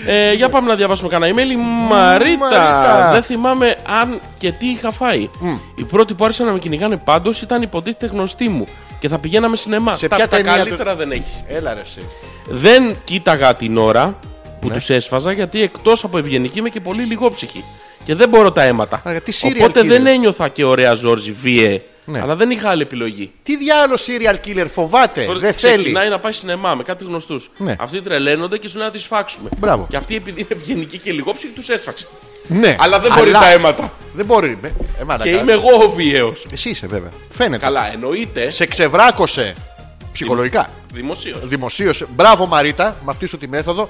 C: Ε, για πάμε να διαβάσουμε κανένα email. Η Μαρίτα.
B: Mm, Μαρίτα. Mm.
C: Δεν θυμάμαι αν και τι είχα φάει. Οι πρώτοι που άρχισαν να με κυνηγάνε πάντως ήταν υποτίθεται γνωστοί μου. Και θα πηγαίναμε σινεμά.
B: Σε
C: τα,
B: ποια
C: τα
B: ταινία
C: καλύτερα δεν έχει.
B: Έλα ρε εσύ.
C: Δεν κοίταγα την ώρα που
B: Ναι.
C: τους του έσφαζα γιατί εκτός από ευγενική είμαι και πολύ λιγόψυχη. Και δεν μπορώ τα αίματα.
B: Α, γιατί serial
C: Οπότε δεν
B: killer.
C: ένιωθα και ωραία Ζόρζι βίαι.
B: Ναι.
C: Αλλά δεν είχα άλλη επιλογή.
B: Τι διάλογο serial killer φοβάται. Ε, δεν θέλει.
C: Ξεκινάει να πάει σινεμά με κάτι γνωστούς.
B: Ναι.
C: Αυτοί τρελαίνονται και σου λέει να τη σφάξουμε.
B: Μπράβο.
C: Και αυτοί επειδή είναι ευγενική και λιγόψυχη τους έσφαξε.
B: Ναι.
C: Αλλά δεν μπορεί τα αίματα.
B: Δεν μπορεί. Ε, ε, μάνα,
C: Και
B: καλά.
C: είμαι εγώ ο βίαιος.
B: Εσύ είσαι βέβαια. Φαίνεται.
C: Καλά, εννοείται
B: Σε ξεβράκωσε ψυχολογικά.
C: δημοσίως.
B: Δημοσίως. Μπράβο Μαρίτα, με αυτή σου τη μέθοδο.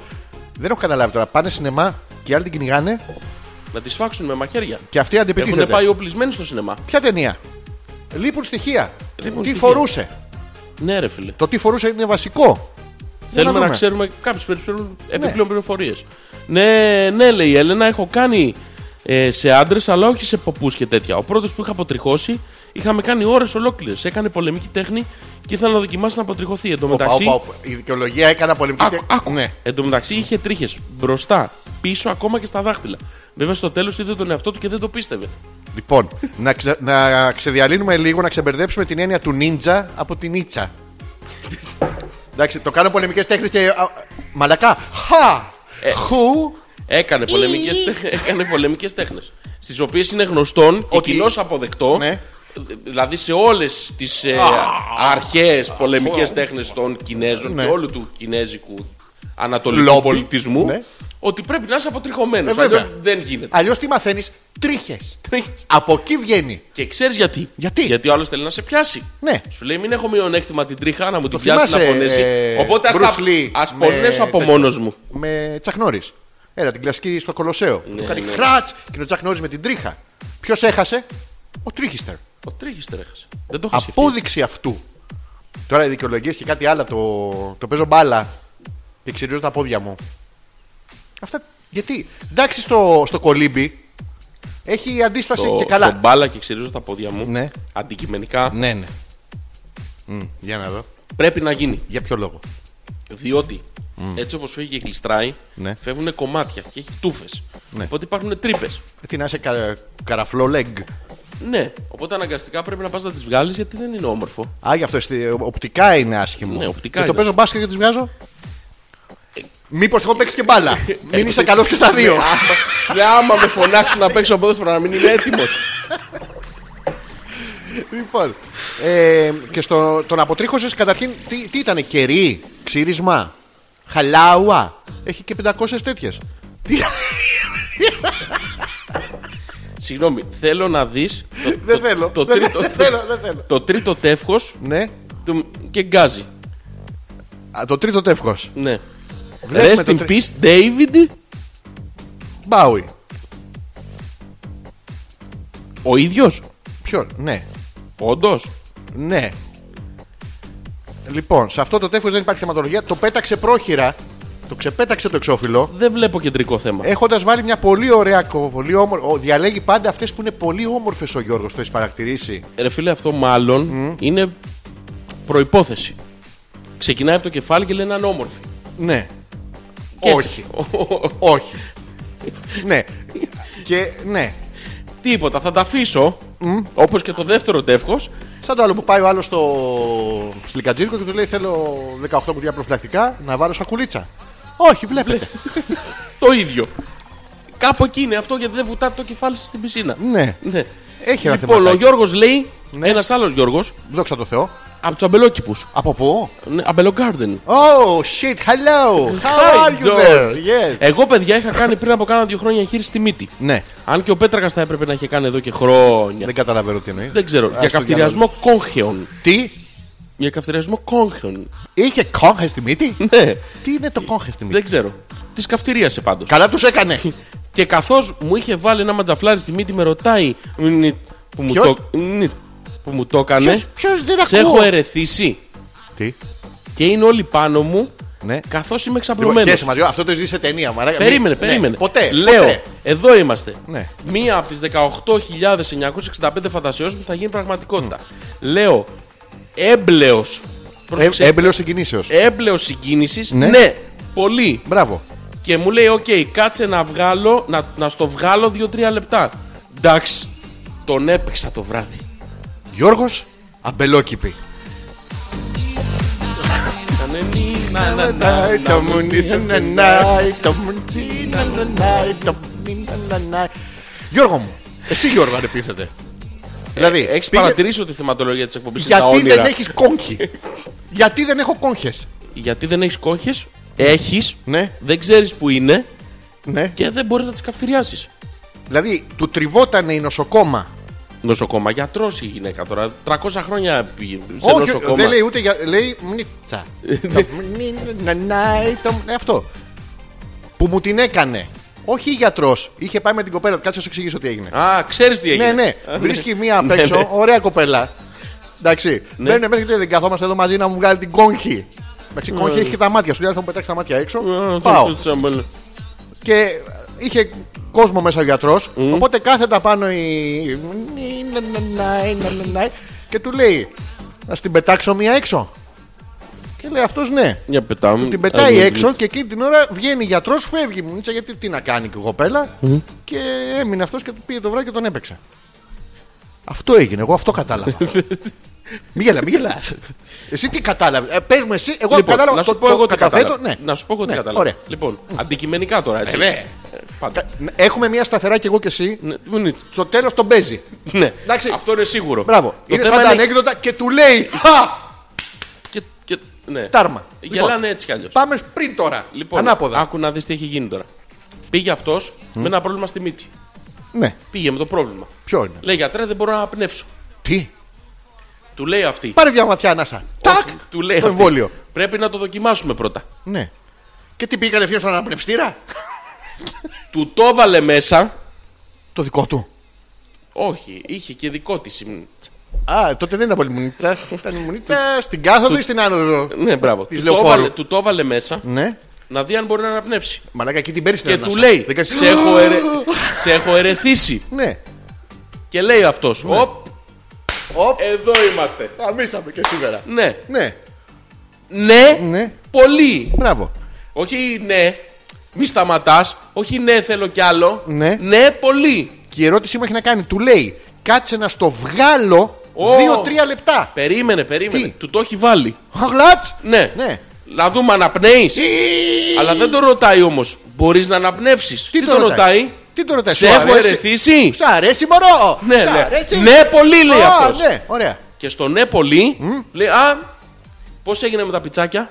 B: Δεν έχω καταλάβει τώρα. Πάνε σινεμά και οι άλλοι την κυνηγάνε
C: Να τη σφάξουν με μαχαίρια.
B: και αυτοί
C: Έχουν
B: αντιπιτίθεται.
C: πάει οπλισμένοι στο σινεμά.
B: Ποια ταινία. Λείπουν στοιχεία.
C: Λείπουν
B: τι
C: στοιχεία.
B: φορούσε.
C: Ναι, ρε φίλε.
B: Το τι φορούσε είναι βασικό.
C: Θέλουμε να,
B: δούμε.
C: ξέρουμε κάποιες επιπλέον πληροφορίες. Ναι, ναι, λέει η Έλενα, έχω κάνει ε, σε άντρες, αλλά όχι σε ποπού και τέτοια. Ο πρώτος που είχα αποτριχώσει, είχαμε κάνει ώρες ολόκληρες. Έκανε πολεμική τέχνη και ήθελα να δοκιμάσει να αποτριχωθεί. Εν τω
B: Οπα,
C: μεταξύ,
B: οπα, οπα. Η δικαιολογία έκανα πολεμική.
C: Άκου,
B: και-
C: άκου.
B: Ναι.
C: Εν τω μεταξύ είχε τρίχες μπροστά, πίσω, ακόμα και στα δάχτυλα. Βέβαια στο τέλος είδε τον εαυτό του και δεν το πίστευε.
B: Λοιπόν, να, ξε, να ξεδιαλύνουμε λίγο, να ξεμπερδέψουμε την έννοια του νίντζα από την νίτσα. Εντάξει, το κάνω πολεμικές τέχνες και. α, μαλακά. Χα!
C: Ε.
B: Χου!
C: Έκανε πολεμικές, τέ... έκανε πολεμικές τέχνες Στις οποίες είναι γνωστόν και
B: Ότι-
C: κοινώς αποδεκτό
B: Ναι.
C: Δηλαδή σε όλες τις ε, αρχαίες πολεμικές τέχνες των Κινέζων
B: Ναι.
C: Και όλου του Κινέζικου Ανατολικού
B: Λόμπι.
C: πολιτισμού
B: Ναι.
C: Ότι πρέπει να είσαι αποτριχωμένος
B: Ε, βέβαια.
C: Αλλιώς δεν γίνεται
B: Αλλιώς τι μαθαίνεις, τρίχες. Από εκεί βγαίνει.
C: Και ξέρεις γιατί
B: Γιατί?
C: Γιατί ο άλλος θέλει να σε πιάσει
B: Ναι.
C: Σου λέει μην έχω μειονέκτημα την τρίχα να μου την
B: Το
C: πιάσει να
B: θυμάσαι,
C: πονέσει
B: ε,
C: Οπότε ας,
B: Bruce
C: τα-
B: Lee
C: ας
B: με
C: πονέσω από
B: τέτοιο.
C: μόνος μου
B: με Τσακνόρη. Έλα, την κλασική στο Κολοσσέο. του κάνει
C: ναι.
B: χράτ και ο Τσακνόρη με την τρίχα. Ποιος έχασε, ο Τρίχιστερ.
C: Ο τρίχης τρέχασε Δεν το είχα σκεφτεί
B: Απόδειξη αυτού. Τώρα οι δικαιολογίες και κάτι άλλο το, το παίζω μπάλα και ξυρίζω τα πόδια μου. Αυτά γιατί. Εντάξει στο, στο κολύμπι έχει αντίσταση
C: στο,
B: και καλά.
C: Στον μπάλα και ξυρίζω τα πόδια μου.
B: Ναι.
C: Αντικειμενικά
B: Ναι, ναι. Μμ, για να δω.
C: πρέπει να γίνει.
B: Για ποιο λόγο.
C: Διότι έτσι όπως φύγει και γλιστράει,
B: Ναι.
C: φεύγουν κομμάτια και έχει τούφες.
B: Ναι.
C: Οπότε υπάρχουν τρύπες.
B: Ε, Τι να είσαι κα, καραφλό λέγκ.
C: Ναι. Οπότε αναγκαστικά πρέπει να πας να τις βγάλεις γιατί δεν είναι όμορφο.
B: Α, γι' αυτό στη- οπτικά είναι άσχημο.
C: Ναι, οπτικά
B: και το
C: είναι.
B: παίζω μπάσκετ και τις βγάζω. Μήπως έχω παίξει και μπάλα.
C: Ε,
B: Μην είσαι καλός και στα δύο.
C: Άμα- Σου λέει, άμα με φωνάξουν να παίξω ποδόσφαιρο να μην είμαι έτοιμος.
B: λοιπόν. Ε, και στο, τον αποτρίχωσες καταρχήν τι, τι ήταν, κερί, ξύρισμα, χαλάουα. Έχει και 500 τέτοιε.
C: Συγγνώμη, θέλω να δεις.
B: Δεν θέλω.
C: Το
B: δεν,
C: τρίτο,
B: δεν θέλω, δεν θέλω.
C: το τρίτο τεύχος
B: Ναι.
C: και γκάζι.
B: Α, το τρίτο τεύχος.
C: Ναι.
B: Βλέπουμε
C: Rest
B: το
C: in
B: τρι-
C: peace, David.
B: Μπάουι.
C: Ο ίδιος.
B: Ποιον, ναι.
C: Όντως.
B: Ναι. Λοιπόν, σε αυτό το τεύχος δεν υπάρχει θεματολογία. Το πέταξε πρόχειρα. Το ξεπέταξε το εξώφυλλο.
C: Δεν βλέπω κεντρικό θέμα.
B: Έχοντας βάλει μια πολύ ωραία. κο- Πολύ όμορφη, ο, διαλέγει πάντα αυτές που είναι πολύ όμορφες ο Γιώργος. Το έχεις παρατηρήσει.
C: Ρε φίλε, αυτό μάλλον είναι προπόθεση. Ξεκινάει από το κεφάλι και λέει να είναι όμορφη.
B: Ναι.
C: Και έτσι.
B: Όχι. Όχι. ναι. Και ναι.
C: Τίποτα, θα τα αφήσω. Όπως Όπως και το δεύτερο τεύχος.
B: Σαν το άλλο που πάει ο άλλος στο σιλικατζίδικο και του λέει: Θέλω 18 κουτιά προφυλακτικά να βάλω σακουλίτσα. Όχι, βλέπετε.
C: Το ίδιο. Κάπου εκεί είναι αυτό γιατί δεν βουτάτε το κεφάλι σας στην πισίνα.
B: ναι.
C: Ναι.
B: Έχει ένα
C: Λοιπόν, ο
B: θεματάκι.
C: Γιώργος λέει,
B: Ναι.
C: ένας άλλος Γιώργος,
B: Δόξα τω Θεώ.
C: από τους αμπελόκηπους.
B: Από πού?
C: Ναι, αμπελογκάρντεν.
B: Oh shit, hello! How are
C: Hi,
B: you
C: George.
B: there? Yes.
C: Εγώ, παιδιά, είχα κάνει πριν από κάνα δύο χρόνια εγχείρηση στη μύτη.
B: Ναι,
C: Αν και ο Πέτρακας θα έπρεπε να είχε κάνει εδώ και χρόνια.
B: δεν καταλαβαίνω τι εννοείς.
C: Δεν ξέρω.
B: Ας
C: Για
B: το
C: καυτηριασμό κόγχεων.
B: διάλογο. Τι,
C: Για καυτηριασμό κόγχεων.
B: είχε κόγχες στη μύτη.
C: Ναι,
B: Τι είναι το κόγχες στη μύτη.
C: δεν ξέρω. Τη καυτηρίασε πάντως.
B: Καλά τους έκανε.
C: Και καθώς μου είχε βάλει ένα ματζαφλάρι στη μύτη, με ρωτάει. «Νιτ», Που μου,
B: Ποιος?
C: το, «Νιτ», που μου το έκανε.
B: Ποιος δεν
C: Σε
B: ακούω.
C: έχω ερεθίσει.
B: Τι,
C: Και είναι όλοι πάνω μου.
B: ναι.
C: Καθώς είμαι
B: Λοιπόν,
C: ξαπλωμένο.
B: σχέση μαζί, αυτό το ζεις σε ταινία, μαρά.
C: Περίμενε,
B: Μη-
C: περίμενε.
B: ναι, ποτέ.
C: Λέω, Ε,
B: ποτέ.
C: εδώ είμαστε.
B: Ναι.
C: Μία από τις 18.965 φαντασιώσει που θα γίνει πραγματικότητα. Λέω, έμπλεος.
B: Ε, Έμπελο συγκινήσεως.
C: Έμπλεος συγκίνησης.
B: Ναι.
C: Ναι. πολύ.
B: Μπράβο.
C: Και μου λέει, οκ, κάτσε να βγάλω, να, να στο βγάλω 2-3 λεπτά. Εντάξει, τον έπαιξα το βράδυ.
B: Γιώργος Αμπελόκηπη. ναι. Γιώργο μου, εσύ Γιώργο αν επίθετε. Δηλαδή,
C: Έχεις
B: πήγε-
C: Ε, παρατηρήσει ότι η θεματολογία της εκπομπής είναι τα
B: γιατί
C: όνειρα.
B: δεν έχεις κόγχη. Γιατί δεν έχω κόγχες.
C: Γιατί δεν έχεις κόχε, έχεις,
B: Ναι,
C: δεν ξέρεις που είναι
B: ναι.
C: και δεν μπορεί να τις καυτηριάσεις.
B: Δηλαδή, του τριβότανε η νοσοκόμα.
C: Νοσοκόμα, γιατρός η γυναίκα τώρα. 300 χρόνια πήγε σε
B: Όχι,
C: νοσοκόμα.
B: δεν λέει ούτε για. Λέει μνίτσα. Τα μνίνανάι, το μ- ναι, Αυτό. Που μου την έκανε. Όχι γιατρός. Είχε πάει με την κοπέλα του. Κάτσε να σου εξηγήσω τι έγινε.
C: Α, ξέρεις τι έγινε.
B: Ναι, ναι.
C: Α,
B: Βρίσκει μία απ'
C: Ναι, ναι.
B: έξω. Ωραία κοπέλα. Εντάξει. Μπαίνουν μέσα και λέει, δεν καθόμαστε εδώ μαζί να μου βγάλει την κόγχη. Εντάξει, κόγχη έχει και τα μάτια σου. Δηλαδή θα μου πετάξει τα μάτια έξω.
C: Ναι. Α, ναι.
B: Πάω.
C: το τσαμπέλα.
B: Και είχε κόσμο μέσα ο γιατρός. Οπότε κάθετα πάνω η. Και του λέει, Να στην πετάξω μία έξω. Και λέει αυτό ναι.
C: Για πετάμε.
B: Την πετάει έξω και εκείνη την ώρα βγαίνει γιατρό, φεύγει η μουνίτσα γιατί τι να κάνει και η κοπέλα. Και έμεινε αυτό και του πήγε το βράδυ και τον έπαιξε. Αυτό έγινε, εγώ αυτό κατάλαβα. μη γελά, μη γελά. Εσύ τι κατάλαβε. Ε, Πε μου εσύ, εγώ
C: Λοιπόν,
B: κατάλαβα
C: να σου
B: το-
C: πω
B: το
C: εγώ τι
B: καταθέτω,
C: κατάλαβα.
B: ναι.
C: Να σου πω εγώ τι
B: Ναι,
C: κατάλαβα.
B: Ωραία.
C: Λοιπόν, αντικειμενικά τώρα έτσι.
B: Ε,
C: Ε,
B: βέβαια.
C: πάντα.
B: Έχουμε μια σταθερά κι εγώ κι εσύ.
C: Ναι, ναι,
B: Στο τέλος τον παίζει.
C: Ναι,
B: Εντάξει.
C: αυτό είναι σίγουρο.
B: Μπράβο.
C: Το
B: Είναι
C: θέμα
B: σαν τα
C: είναι-
B: ανέκδοτα και του λέει Χα!
C: και- και- ναι.
B: Τάρμα.
C: Γελάνε
B: Λοιπόν,
C: έτσι κι αλλιώς.
B: Πάμε πριν τώρα.
C: Λοιπόν,
B: Ανάποδα.
C: άκου να δεις τι έχει γίνει τώρα. Πήγε αυτός με ένα πρόβλημα στη μύτη.
B: Ναι.
C: Πήγε με το πρόβλημα.
B: Ποιο είναι.
C: Λέει γιατρέ, δεν μπορώ να αναπνεύσω.
B: Τι.
C: Του λέει αυτή.
B: Πάρε μια βαθιά ανάσα. Τάκ.
C: Όχι, Του λέει
B: Το
C: αυτή,
B: εμβόλιο.
C: Πρέπει να το δοκιμάσουμε πρώτα.
B: Ναι. Και τι πήγε κατευθείαν στον αναπνευστήρα.
C: Του το έβαλε μέσα.
B: Το δικό του.
C: Όχι, είχε και δικό της.
B: Α, τότε δεν ήταν πολύ μουνίτσα. Ήταν μουνίτσα στην κάθοδο ή στην άνοδο.
C: Ναι, μπράβο.
B: Της
C: Του το
B: λεωφόρου.
C: έβαλε- Του το έβαλε μέσα
B: Ναι.
C: να δει αν μπορεί να αναπνεύσει.
B: Μαλάκα εκεί την παίρνει την
C: Και
B: ανάσα.
C: του λέει:
B: Δεν κάνεις-
C: σε έχω, ερε... σε έχω ερεθίσει.
B: Ναι.
C: Και λέει αυτός: Οπ,
B: Οπ.
C: εδώ είμαστε.
B: Αμίσαμε και σήμερα.
C: Ναι,
B: Ναι.
C: ναι,
B: Ναι.
C: πολύ.
B: Μπράβο.
C: Όχι ναι, μη σταματάς. Όχι ναι, θέλω κι άλλο.
B: Ναι.
C: πολύ.
B: Και η ερώτησή μου έχει να κάνει. Του λέει, κάτσε να στο βγάλω
C: Ω.
B: 2-3 λεπτά.
C: Περίμενε, περίμενε.
B: Τι?
C: Του το έχει βάλει.
B: Χαγλάτς.
C: Ναι.
B: Ναι.
C: Να δούμε αναπνέει. Αλλά δεν το ρωτάει όμως. Μπορείς να αναπνεύσεις.
B: Τι το ρωτάει? Τι το ρωτάει,
C: Σε
B: σου
C: έχω
B: αρέσει?
C: ερεθίσει.
B: Σ' αρέσει μωρό.
C: Ναι,
B: Σ'
C: ναι.
B: αρέσει?
C: Ναι, πολύ λέει
B: Α,
C: αυτός.
B: Ναι, ωραία.
C: Και στο ναι, πολύ λέει Α, πώς έγινε με τα πιτσάκια.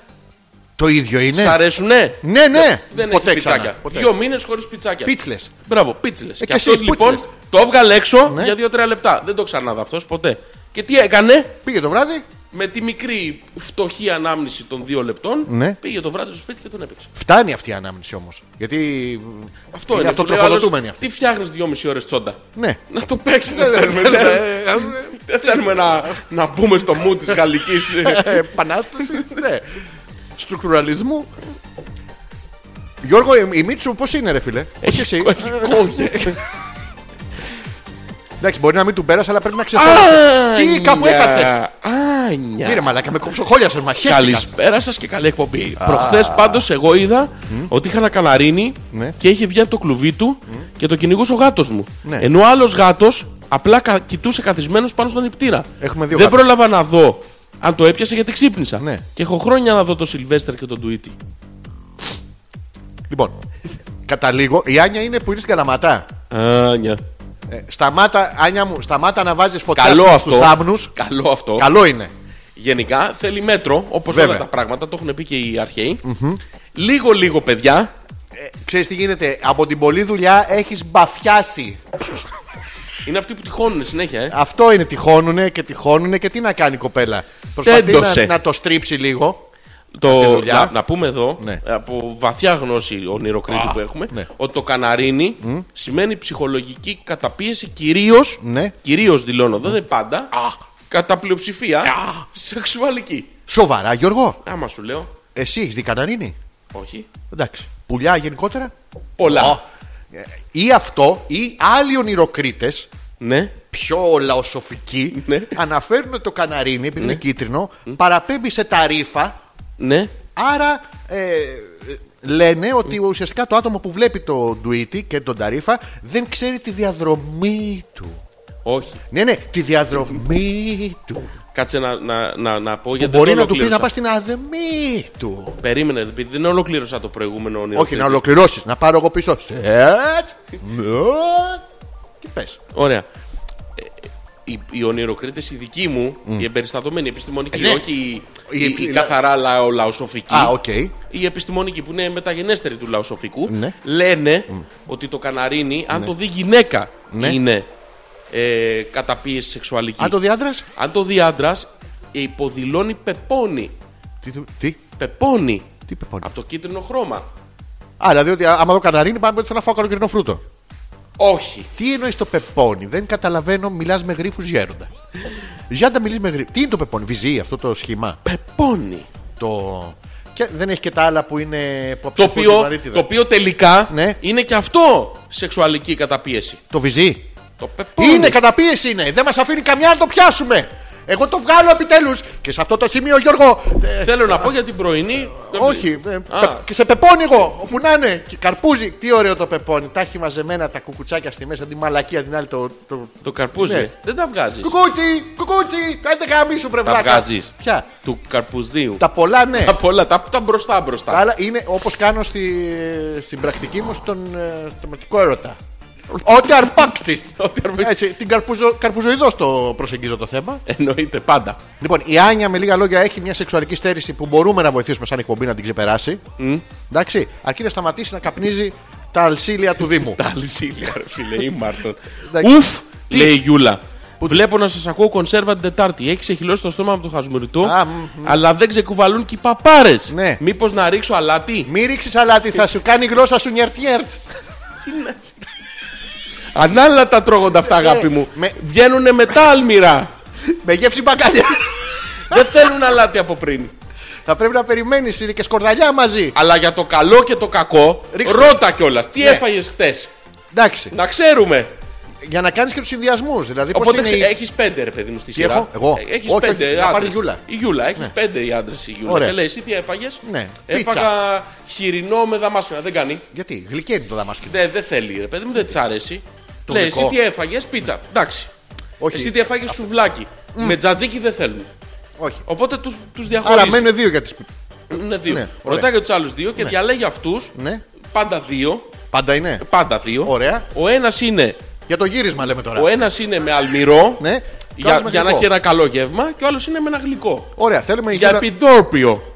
B: Το ίδιο είναι.
C: Σ' αρέσουνε.
B: Ναι, ναι.
C: Δεν
B: Ποτέ
C: έχει
B: ξανά.
C: πιτσάκια.
B: Ποτέ.
C: Δύο μήνες χωρίς πιτσάκια.
B: Πίτσλες.
C: Μπράβο, πίτσλες.
B: και
C: και αυτός
B: εσύ,
C: λοιπόν
B: πίτσλες.
C: το έβγαλε έξω
B: Ναι.
C: για δύο-τρία λεπτά. Δεν το ξανάδα αυτός ποτέ. Και τι έκανε
B: Πήγε το βράδυ,
C: με τη μικρή φτωχή ανάμνηση των δύο λεπτών.
B: Ναι.
C: Πήγε το βράδυ στο σπίτι και τον έπαιξε.
B: φτάνει αυτή η ανάμνηση όμως. Γιατί
C: Αυτό είναι.
B: αυτό
C: Του λέω, άλλος,
B: τροφοδοτούμενη αυτή.
C: Τι φτιάχνεις δυόμιση ώρες τσόντα.
B: Ναι.
C: Να το παίξεις. Δεν θέλουμε, δεν- δεν θέλουμε να, να μπούμε στο μου της γαλλικής.
B: Ε, Επανάστασης. Ναι. Στρουκτουραλισμού. Γιώργο, η- η μύτη σου πώς είναι, ρε φίλε. Ε, Όχι εσύ.
C: Έχει κόγχες.
B: Εντάξει, μπορεί να μην του πέρασε, αλλά πρέπει να ξεσπάσει. Τι, κάπου έκατσες.
C: Άνια.
B: Πήρε μαλάκα, με κοψοχόλιασε, μα χέστηκας.
C: Καλησπέρα σας και καλή εκπομπή. Προχθές πάντως εγώ είδα ότι είχα ένα καναρίνι
B: Ναι.
C: και είχε βγει από το κλουβί του και το κυνηγούσε ο γάτος μου.
B: Ναι.
C: Ενώ άλλος γάτος Απλά κα- κοιτούσε καθισμένος πάνω στον υπτήρα.
B: Έχουμε δύο
C: Δεν
B: γάτα.
C: πρόλαβα να δω αν το έπιασε γιατί ξύπνησα.
B: Ναι.
C: Και έχω χρόνια να δω τον Σιλβέστερ και τον Τουίτη.
B: Λοιπόν, καταλήγω. Η Άνια είναι που είναι στην Καλαματά.
C: Άνια.
B: Ε, σταμάτα, Άνια μου, σταμάτα να βάζεις φωτιά
C: Καλό
B: στους-
C: αυτό.
B: στους θάμνους.
C: Καλό αυτό.
B: Καλό είναι.
C: Γενικά θέλει μέτρο, όπως
B: Βέβαια.
C: όλα τα πράγματα, το έχουν πει και οι αρχαιοι Λίγο-λίγο, παιδιά.
B: Ε, ξέρεις τι γίνεται. Από την πολλή δουλειά έχεις μπαφιάσει.
C: Είναι αυτοί που τυχαίνουν συνέχεια, ε.
B: Αυτό είναι. Τυχώνουνε και τυχώνουνε και τι να κάνει η κοπέλα. Προσπαθεί
C: Τέντωσε.
B: να, να το στρίψει λίγο. τη
C: Το,
B: δουλειά.
C: να, να πούμε εδώ,
B: Ναι.
C: από βαθιά γνώση ονειροκρίτη που έχουμε,
B: ναι.
C: ότι το καναρίνι σημαίνει ψυχολογική καταπίεση κυρίως.
B: Ναι.
C: Κυρίως δηλώνω, εδώ, δεν πάντα. Κατά πλειοψηφία σεξουαλική.
B: Σοβαρά, Γιώργο.
C: Άμα σου λέω,
B: Εσύ έχεις δει καναρίνη.
C: όχι.
B: Εντάξει. Πουλιά γενικότερα.
C: Πολλά.
B: Ή αυτό ή άλλοι ονειροκρίτες,
C: Ναι.
B: πιο λαοσοφικοί,
C: Ναι.
B: αναφέρουν ότι το καναρίνι, επειδή είναι κίτρινο, παραπέμπει σε τα ρήφα.
C: Ναι.
B: Άρα ε, ε, λένε ότι ουσιαστικά το άτομο που βλέπει τον Ντουίτη και τον Ταρίφα δεν ξέρει τη διαδρομή του.
C: Όχι.
B: Ναι, ναι, τη διαδρομή του.
C: Κάτσε να, να, να, να πω
B: Που
C: γιατί
B: μπορεί
C: δεν
B: να του πει
C: ολοκλήρωσα.
B: να πας στην αδεμή του.
C: Περίμενε, επειδή δεν ολοκλήρωσα το προηγούμενο όνειρο.
B: Όχι, να ολοκληρώσεις, να πάρω εγώ πίσω. Σετ. μουτ. Τι πες.
C: Ωραία. Ε, Οι, οι ονειροκρίτες οι δικοί μου, οι εμπεριστατωμένοι, οι επιστημονικοί,
B: Ε, ναι.
C: όχι οι,
B: Οι
C: οι-
B: επι-
C: οι καθαρά λαο, λαοσοφικοί.
B: Α, οκ.
C: Οι επιστημονικοί που είναι μεταγενέστεροι του λαοσοφικού
B: Ναι.
C: λένε ότι το καναρίνι, αν το δει γυναίκα,
B: Ναι.
C: είναι ε, καταπίεση σεξουαλική.
B: Αν το διάντρα.
C: Αν το δει άντρας, υποδηλώνει πεπώνει.
B: Τι, τι,
C: Πεπώνει.
B: τι πεπώνει.
C: Από το κίτρινο χρώμα.
B: Α, δηλαδή ότι άμα δω καναρίνι, πάμε ότι θέλω να φάω καλοκαιρινό φρούτο.
C: Όχι.
B: Τι εννοείς το πεπόνι, δεν καταλαβαίνω, μιλάς με γρήφου γέροντα. Γιάντα μιλείς με γρήφου. Τι είναι το πεπόνι, βυζί αυτό το σχήμα.
C: Πεπώνει.
B: Το... Και δεν έχει και τα άλλα που είναι. Που
C: Το
B: αψηφούν τη
C: οποίο,
B: βαρύτιδα.
C: το οποίο τελικά
B: Ναι.
C: είναι και αυτό σεξουαλική καταπίεση.
B: Το βυζί.
C: Το πεπώνει.
B: Είναι, καταπίεση είναι. Δεν μας αφήνει καμιά να το πιάσουμε. Εγώ το βγάλω επιτέλους. Και σε αυτό το σημείο, Γιώργο. ε,
C: Θέλω να πω για την πρωινή.
B: όχι. ε,
C: Α.
B: πε- και σε πεπώνει εγώ. Όπου να είναι. Και καρπούζι. Τι ωραίο το πεπώνι. Τα έχει μαζεμένα τα κουκουτσάκια στη μέσα. Τη μαλακία την άλλη. Το, το...
C: Το καρπούζι.
B: Ναι.
C: Δεν τα βγάζεις.
B: Κουκούτσι, κουκούτσι. Κάντε γάμι σου, βρε
C: Τα
B: βλάκα.
C: βγάζεις.
B: Ποια.
C: Του καρπουζίου.
B: Τα πολλά ναι.
C: Τα πολλά, τα, τα μπροστά μπροστά.
B: Τα άλλα είναι όπως κάνω στη, στην πρακτική μου στον ε, τοματικό έρωτα. Ό,τι αρπάξεις.
C: Ό,τι αρπάξεις.
B: Έτσι, την καρπουζο, καρπουζοειδώς το προσεγγίζω το θέμα.
C: Εννοείται πάντα.
B: Λοιπόν, η Άνια με λίγα λόγια έχει μια σεξουαλική στέρηση που μπορούμε να βοηθήσουμε σαν εκπομπή να την ξεπεράσει. Εντάξει, αρκεί να σταματήσει να καπνίζει τα αλσίλια του Δήμου.
C: Τα αλυσίλια, ρε φίλε, ή Μάρτον.
B: Εντάξει.
C: Ουφ, λέει η Γιούλα. Βλέπω να σας ακούω κονσέρβα την Τετάρτη. Έχεις ξεχυλώσει το στόμα από το χασμουριτό,
B: Α, μμμ.
C: αλλά δεν ξεκουβαλούν και οι παπάρες.
B: Ναι.
C: Μήπως να ρίξω αλάτι.
B: Μη ρίξεις αλάτι, θα σου κάνει η γλώσσα σου νιερτ-νιερτ.
C: Ανάλατα τρώγονται αυτά, αγάπη
B: Ε,
C: μου.
B: με-
C: Βγαίνουνε μετά αλμυρά.
B: Με γεύση μπακαλιά.
C: Δεν θέλουν αλάτι από πριν.
B: θα πρέπει να περιμένεις, είναι και σκορδαλιά μαζί.
C: Αλλά για το καλό και το κακό,
B: Ρίξτε.
C: ρώτα κιόλας. Τι
B: Ναι.
C: έφαγες χτες.
B: Εντάξει,
C: Να ξέρουμε.
B: για να κάνεις και τους συνδυασμούς. Δηλαδή, πώς
C: Οπότε
B: είναι
C: ξε...
B: η-
C: έχεις πέντε, ρε παιδί μου, στη σειρά.
B: έχω? Εγώ?
C: Έχεις
B: Όχι,
C: πέντε.
B: όχι, να πάρει
C: άντρες.
B: η Γιούλα. Ναι.
C: Η Γιούλα, έχεις πέντε οι άντρες. Η Γιούλα.
B: Ωραία.
C: Και λέει, εσύ τι έφαγες.
B: Ναι.
C: Έφαγα χοιρινό με δαμάσινα. Δεν κάνει.
B: Γιατί γλυκαίνει το δαμάσκινο.
C: Δεν δεν θέλει, ρε παιδί μου, δεν της αρέσει.
B: Το
C: λέει,
B: γλυκό.
C: εσύ τι έφαγες. Πίτσα. Εντάξει.
B: Όχι.
C: Εσύ τι έφαγες σουβλάκι. Με τζατζίκι δεν θέλουν.
B: Όχι.
C: Οπότε τους τους
B: Άρα
C: διαχωρίζει.
B: μένουν δύο για τις.
C: Είναι δύο.
B: Ναι, ωραία.
C: Ρωτάει για τους άλλους δύο και διαλέγει αυτούς.
B: Ναι.
C: Πάντα δύο.
B: Πάντα είναι.
C: Πάντα δύο.
B: Ωραία.
C: Ο ένας είναι,
B: Για το γύρισμα λέμε τώρα.
C: ο ένας είναι με αλμυρό.
B: Ναι.
C: Για,
B: Κάνεις με
C: για να
B: γλυκό.
C: έχει ένα καλό γεύμα και ο άλλος είναι με ένα γλυκό.
B: Ωραία, θέλουμε
C: Για
B: για
C: επιδόρπιο.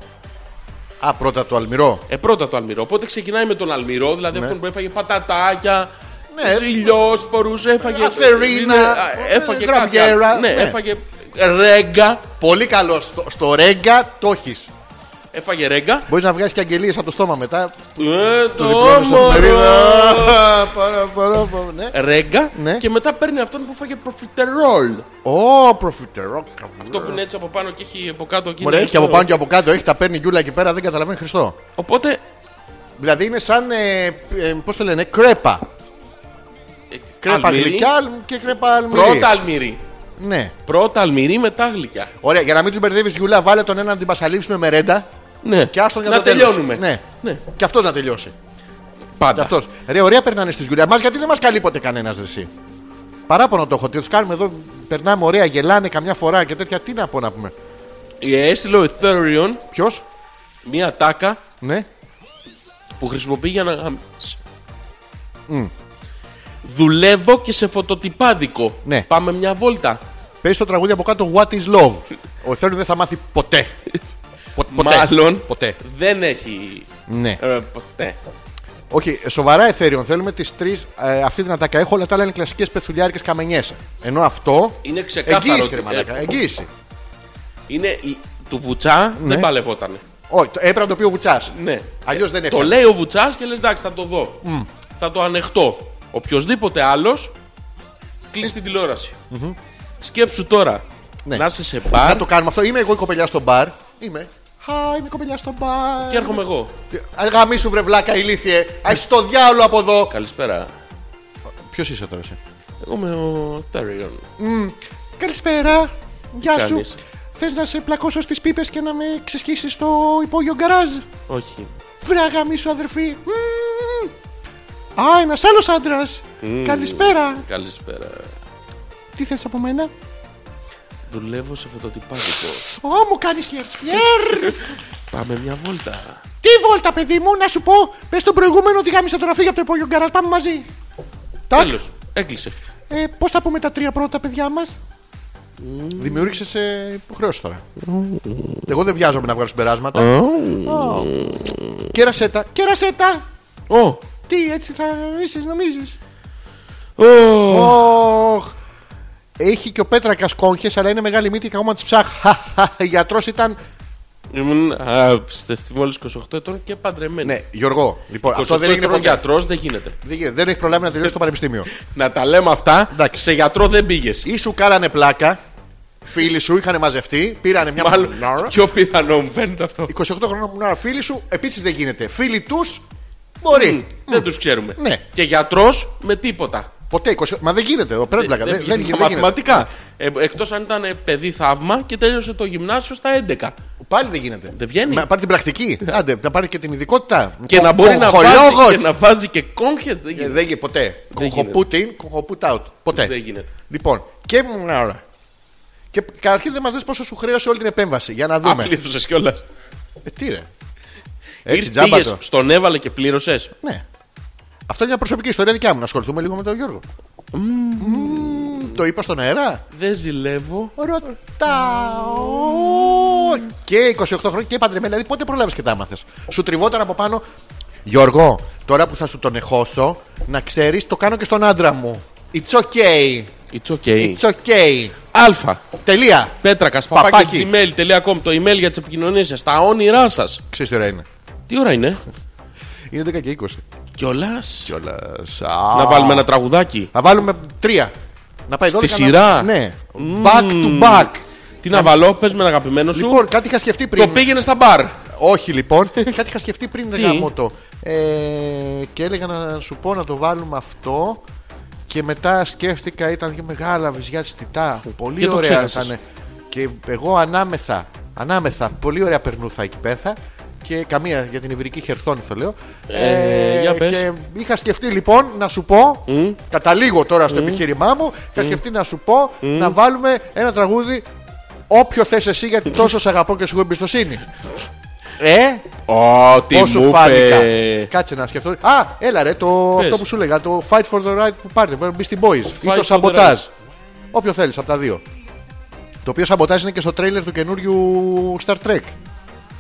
B: Α, πρώτα το αλμυρό.
C: Ε, πρώτα το αλμυρό. Οπότε ξεκινάει με τον αλμυρό, δηλαδή αυτόν που έφαγε πατατάκια,
B: Ναι.
C: ναι. σπορούς, έφαγε.
B: Αθερίνα, ε,
C: είναι- α, έφαγε κάτι άλλο.
B: γραβιέρα.
C: Ναι,
B: Ναι.
C: έφαγε ρέγκα.
B: Πολύ καλό. Στο, στο ρέγγα το έχεις.
C: Έφαγε ρέγκα.
B: Μπορείς να βγάλει και αγγελίες από το στόμα μετά.
C: Ε, το
B: Διπλώνεις τον
C: όμορφο.
B: Μερίδα. Παρα, παρα, παρα, ναι.
C: Ρέγκα
B: Ναι.
C: και μετά παίρνει αυτόν που φάγε προφιτερόλ.
B: Ω, προφιτερό.
C: Αυτό που είναι έτσι από πάνω και έχει από κάτω εκεί.
B: Μπορεί
C: είναι
B: έχει και από
C: έξω.
B: πάνω και από κάτω. Έχει τα παίρνει γκιούλα εκεί πέρα, δεν καταλαβαίνει Χριστό.
C: Οπότε
B: Δηλαδή είναι σαν. Ε, Πώς το λένε, κρέπα.
C: ε,
B: Κρέπα
C: αλμύρι.
B: γλυκιά αλμ- και κρέπα αλμυρί.
C: Πρώτα αλμυρί.
B: Ναι.
C: Πρώτα αλμυρί, μετά γλυκιά.
B: Ωραία, για να μην τους μπερδεύεις Γιούλα, βάλε τον ένα να την πασαλείψει με μερέντα.
C: Ναι.
B: Και άστον για
C: να
B: το τέλος.
C: τελειώνουμε.
B: Ναι.
C: ναι.
B: Και αυτός να τελειώσει.
C: Πάντα.
B: Και αυτός. Ρε, ωραία περνάνε στη Γιούλα. Μας γιατί δεν μας καλεί ποτέ κανένας εσύ. Παράπονο το έχω. Τι τους κάνουμε εδώ, περνάμε ωραία, γελάνε καμιά φορά και τέτοια. Τι να πω να πούμε.
C: Η έστειλε ο Ethereum
B: Ποιος,
C: μία τάκα
B: ναι,
C: που χρησιμοποιεί για να γαμίσει. Δουλεύω και σε φωτοτυπάδικο.
B: Ναι.
C: Πάμε μια βόλτα.
B: παίζει το τραγούδι από κάτω What is love. Ο Θέλουν δεν θα μάθει ποτέ. Πο- ποτέ.
C: Μάλλον.
B: Ποτέ.
C: Δεν έχει.
B: Ναι.
C: Ε, ποτέ.
B: Όχι, σοβαρά Ethereum. Θέλουμε τις τρεις. Ε, αυτή την ατάκα. Έχω όλα τα άλλα είναι κλασικές πεθουλιάρικες καμενιές. Ενώ αυτό.
C: Είναι ξεκάθαρο.
B: Εγγύηση, ρε
C: ότι-
B: μαλάκα.
C: ε,
B: Εγγύηση.
C: Είναι η- του Βουτσά
B: Ναι.
C: δεν παλευότανε.
B: Όχι, το- έπρεπε να το πει ο Βουτσάς.
C: Ναι.
B: Αλλιώς δεν
C: Το
B: έπρεπε.
C: λέει ο Βουτσάς και λες εντάξει θα το δω. Θα το ανεχτώ. Οποιοδήποτε άλλο κλείνει την τηλεόραση. Σκέψου τώρα.
B: Ναι.
C: Να είσαι σε
B: Να
C: μπαρ
B: το κάνουμε αυτό. Είμαι εγώ η κοπελιά στο μπαρ. Είμαι. Χα, είμαι η κοπελιά στο μπαρ.
C: και έρχομαι εγώ.
B: Αγαμί σου βρεβλάκα ηλίθιε. Α το διάολο από εδώ.
C: Καλησπέρα.
B: Ποιος είσαι τώρα εσύ.
C: Εγώ είμαι ο Ethereum.
B: Καλησπέρα. Γεια σου.
C: κάνεις?
B: Θες να σε πλακώσω στις πίπες και να με ξεσχίσει στο υπόγειο γκαράζ.
C: Όχι.
B: Βράγα σου αδερφή. Μμμ. Α, ένας άλλος άντρας. Καλησπέρα.
C: Καλησπέρα.
B: Τι θες από μένα.
C: Δουλεύω σε φωτοτυπάδικο.
B: Ω, μου κάνεις χερσιέρ.
C: Πάμε μια βόλτα.
B: Τι βόλτα, παιδί μου, να σου πω. Πες τον προηγούμενο ότι γάμισα τον αφήγα από το υπόγειο γκαράζ. Πάμε μαζί. Τάκ.
C: Τέλος. Έκλεισε.
B: Ε, Πώς θα πούμε τα τρία πρώτα, παιδιά μας. Δημιούργησες ε, υποχρέωση τώρα. Εγώ δεν βιάζομαι να βγάλω συμπεράσματα. Ω. Κέρασέτα, κέρασέτα!
C: Ω.
B: Τι έτσι θα είσαι, νομίζεις.
C: Ω.
B: Ωχ! Έχει και ο Πέτρακας κόγχες, αλλά είναι μεγάλη μύτη και ακόμα τη ψάχ. Γιατρός ήταν.
C: Ήμουν απιστευτή μόλι 28 ετών και παντρεμένη.
B: Ναι, Γιώργο, λοιπόν,
C: 28
B: αυτό δεν έγινε
C: ετών
B: ποτέ.
C: γιατρός, δεν γίνεται.
B: Δεν γίνεται, Δεν έχει προλάβει να τελειώσει το πανεπιστήμιο.
C: Να τα λέμε αυτά.
B: Εντάξει.
C: Σε γιατρό δεν πήγες.
B: Ή σου κάνανε πλάκα, φίλοι σου είχαν μαζευτεί, πήρανε μια
C: Μάλλον πιο πιθανό μου φαίνεται αυτό.
B: 28 χρόνια που ήμουν φίλοι σου, επίσης δεν γίνεται. Φίλοι τους, μπορεί.
C: Μμ, Δεν τους ξέρουμε.
B: Ναι.
C: Και γιατρός με τίποτα. Ε,
B: Ποτέ 20. Μα δεν γίνεται εδώ, πρέπει να Δεν, δεν, γίνεται, δεν γίνεται.
C: Μαθηματικά. Εκτό Ε, αν ήταν παιδί θαύμα και τέλειωσε το γυμνάσιο στα 11.
B: Πάλι δεν γίνεται.
C: Δεν βγαίνει. Ναι.
B: Μα πάρει την πρακτική. Άντε, να πάρει και την ειδικότητα.
C: Και να μπορεί να
B: Κοχολόγος.
C: βάζει, και να βάζει και κόγχες δεν
B: Ε,
C: γίνεται.
B: Δεν γίνεται ποτέ.
C: Δεν
B: Κοχοπούτ in, κοχοπούτ out. Ποτέ.
C: Δεν γίνεται.
B: Λοιπόν, και μια ώρα. Και καταρχήν δεν μας λες πόσο σου χρέωσε όλη την επέμβαση. Για να δούμε.
C: Απλήρωσες κιόλας.
B: Ε, τι ρε. Έτσι, τζάμπα το.
C: στον έβαλε και πλήρωσες.
B: Ναι. Αυτό είναι μια προσωπική ιστορία δικιά μου. Να ασχοληθούμε λίγο με τον Γιώργο. Μμμ, Το είπα στον αέρα.
C: Δεν ζηλεύω.
B: Ρωτάω. Και 28 χρόνια και παντρεμένη. Δηλαδή πότε προλάβεις και τα άμαθες. Σου τριβόταν από πάνω. Γιώργο, τώρα που θα σου τον εχώσω, να ξέρεις το κάνω και στον άντρα μου. It's okay.
C: It's okay.
B: It's okay.
C: Αλφα.
B: Τελεία.
C: Πέτρακας,
B: Παπάκι.
C: παπάκι, gmail.com, το email για τις επικοινωνίες σας, τα όνειρά σας.
B: Ξέρεις τι ώρα είναι.
C: Τι ώρα είναι,
B: Είναι 10 και 20.
C: κιόλας.
B: Κιόλας.
C: Να βάλουμε ένα τραγουδάκι.
B: Θα βάλουμε τρία. Να πάει
C: Στη
B: 12 να-
C: σειρά.
B: Ναι. Back to back.
C: Τι να βάλω, πες με ένα αγαπημένο σου.
B: Λοιπόν, κάτι είχα σκεφτεί πριν.
C: Το πήγαινε στα μπαρ.
B: Όχι λοιπόν, κάτι είχα σκεφτεί πριν
C: Τι?
B: ρε γαμώτο. Ε, και έλεγα να σου πω να το βάλουμε αυτό και μετά σκέφτηκα ήταν δύο μεγάλα βυζιά τσιτά. Πολύ
C: Και το
B: ωραία
C: ξέχασες.
B: ήταν. Και εγώ ανάμεθα, ανάμεθα, πολύ ωραία περνούθα εκεί πέθα και καμία για την Ιβρική Χερθόνη το λέω.
C: Ε, για πες.
B: και είχα σκεφτεί λοιπόν να σου πω, καταλήγω τώρα στο επιχείρημά μου, είχα σκεφτεί να σου πω να βάλουμε ένα τραγούδι όποιο θες εσύ γιατί τόσο σε αγαπώ και σου έχω εμπιστοσύνη. Ε,
C: Ω, τι
B: Πόσο
C: μου
B: φάνηκα.
C: είπε.
B: Κάτσε να σκεφτώ. Α, έλα ρε, το,
C: Πες.
B: αυτό που σου λέγα, το Fight for the Right που πάρτε, μπει στην Boys.
C: Fight
B: Ή
C: for the
B: το Σαμποτάζ. Όποιο θέλεις από τα δύο. Το οποίο Σαμποτάζ είναι και στο τρέιλερ του καινούριου Star Trek.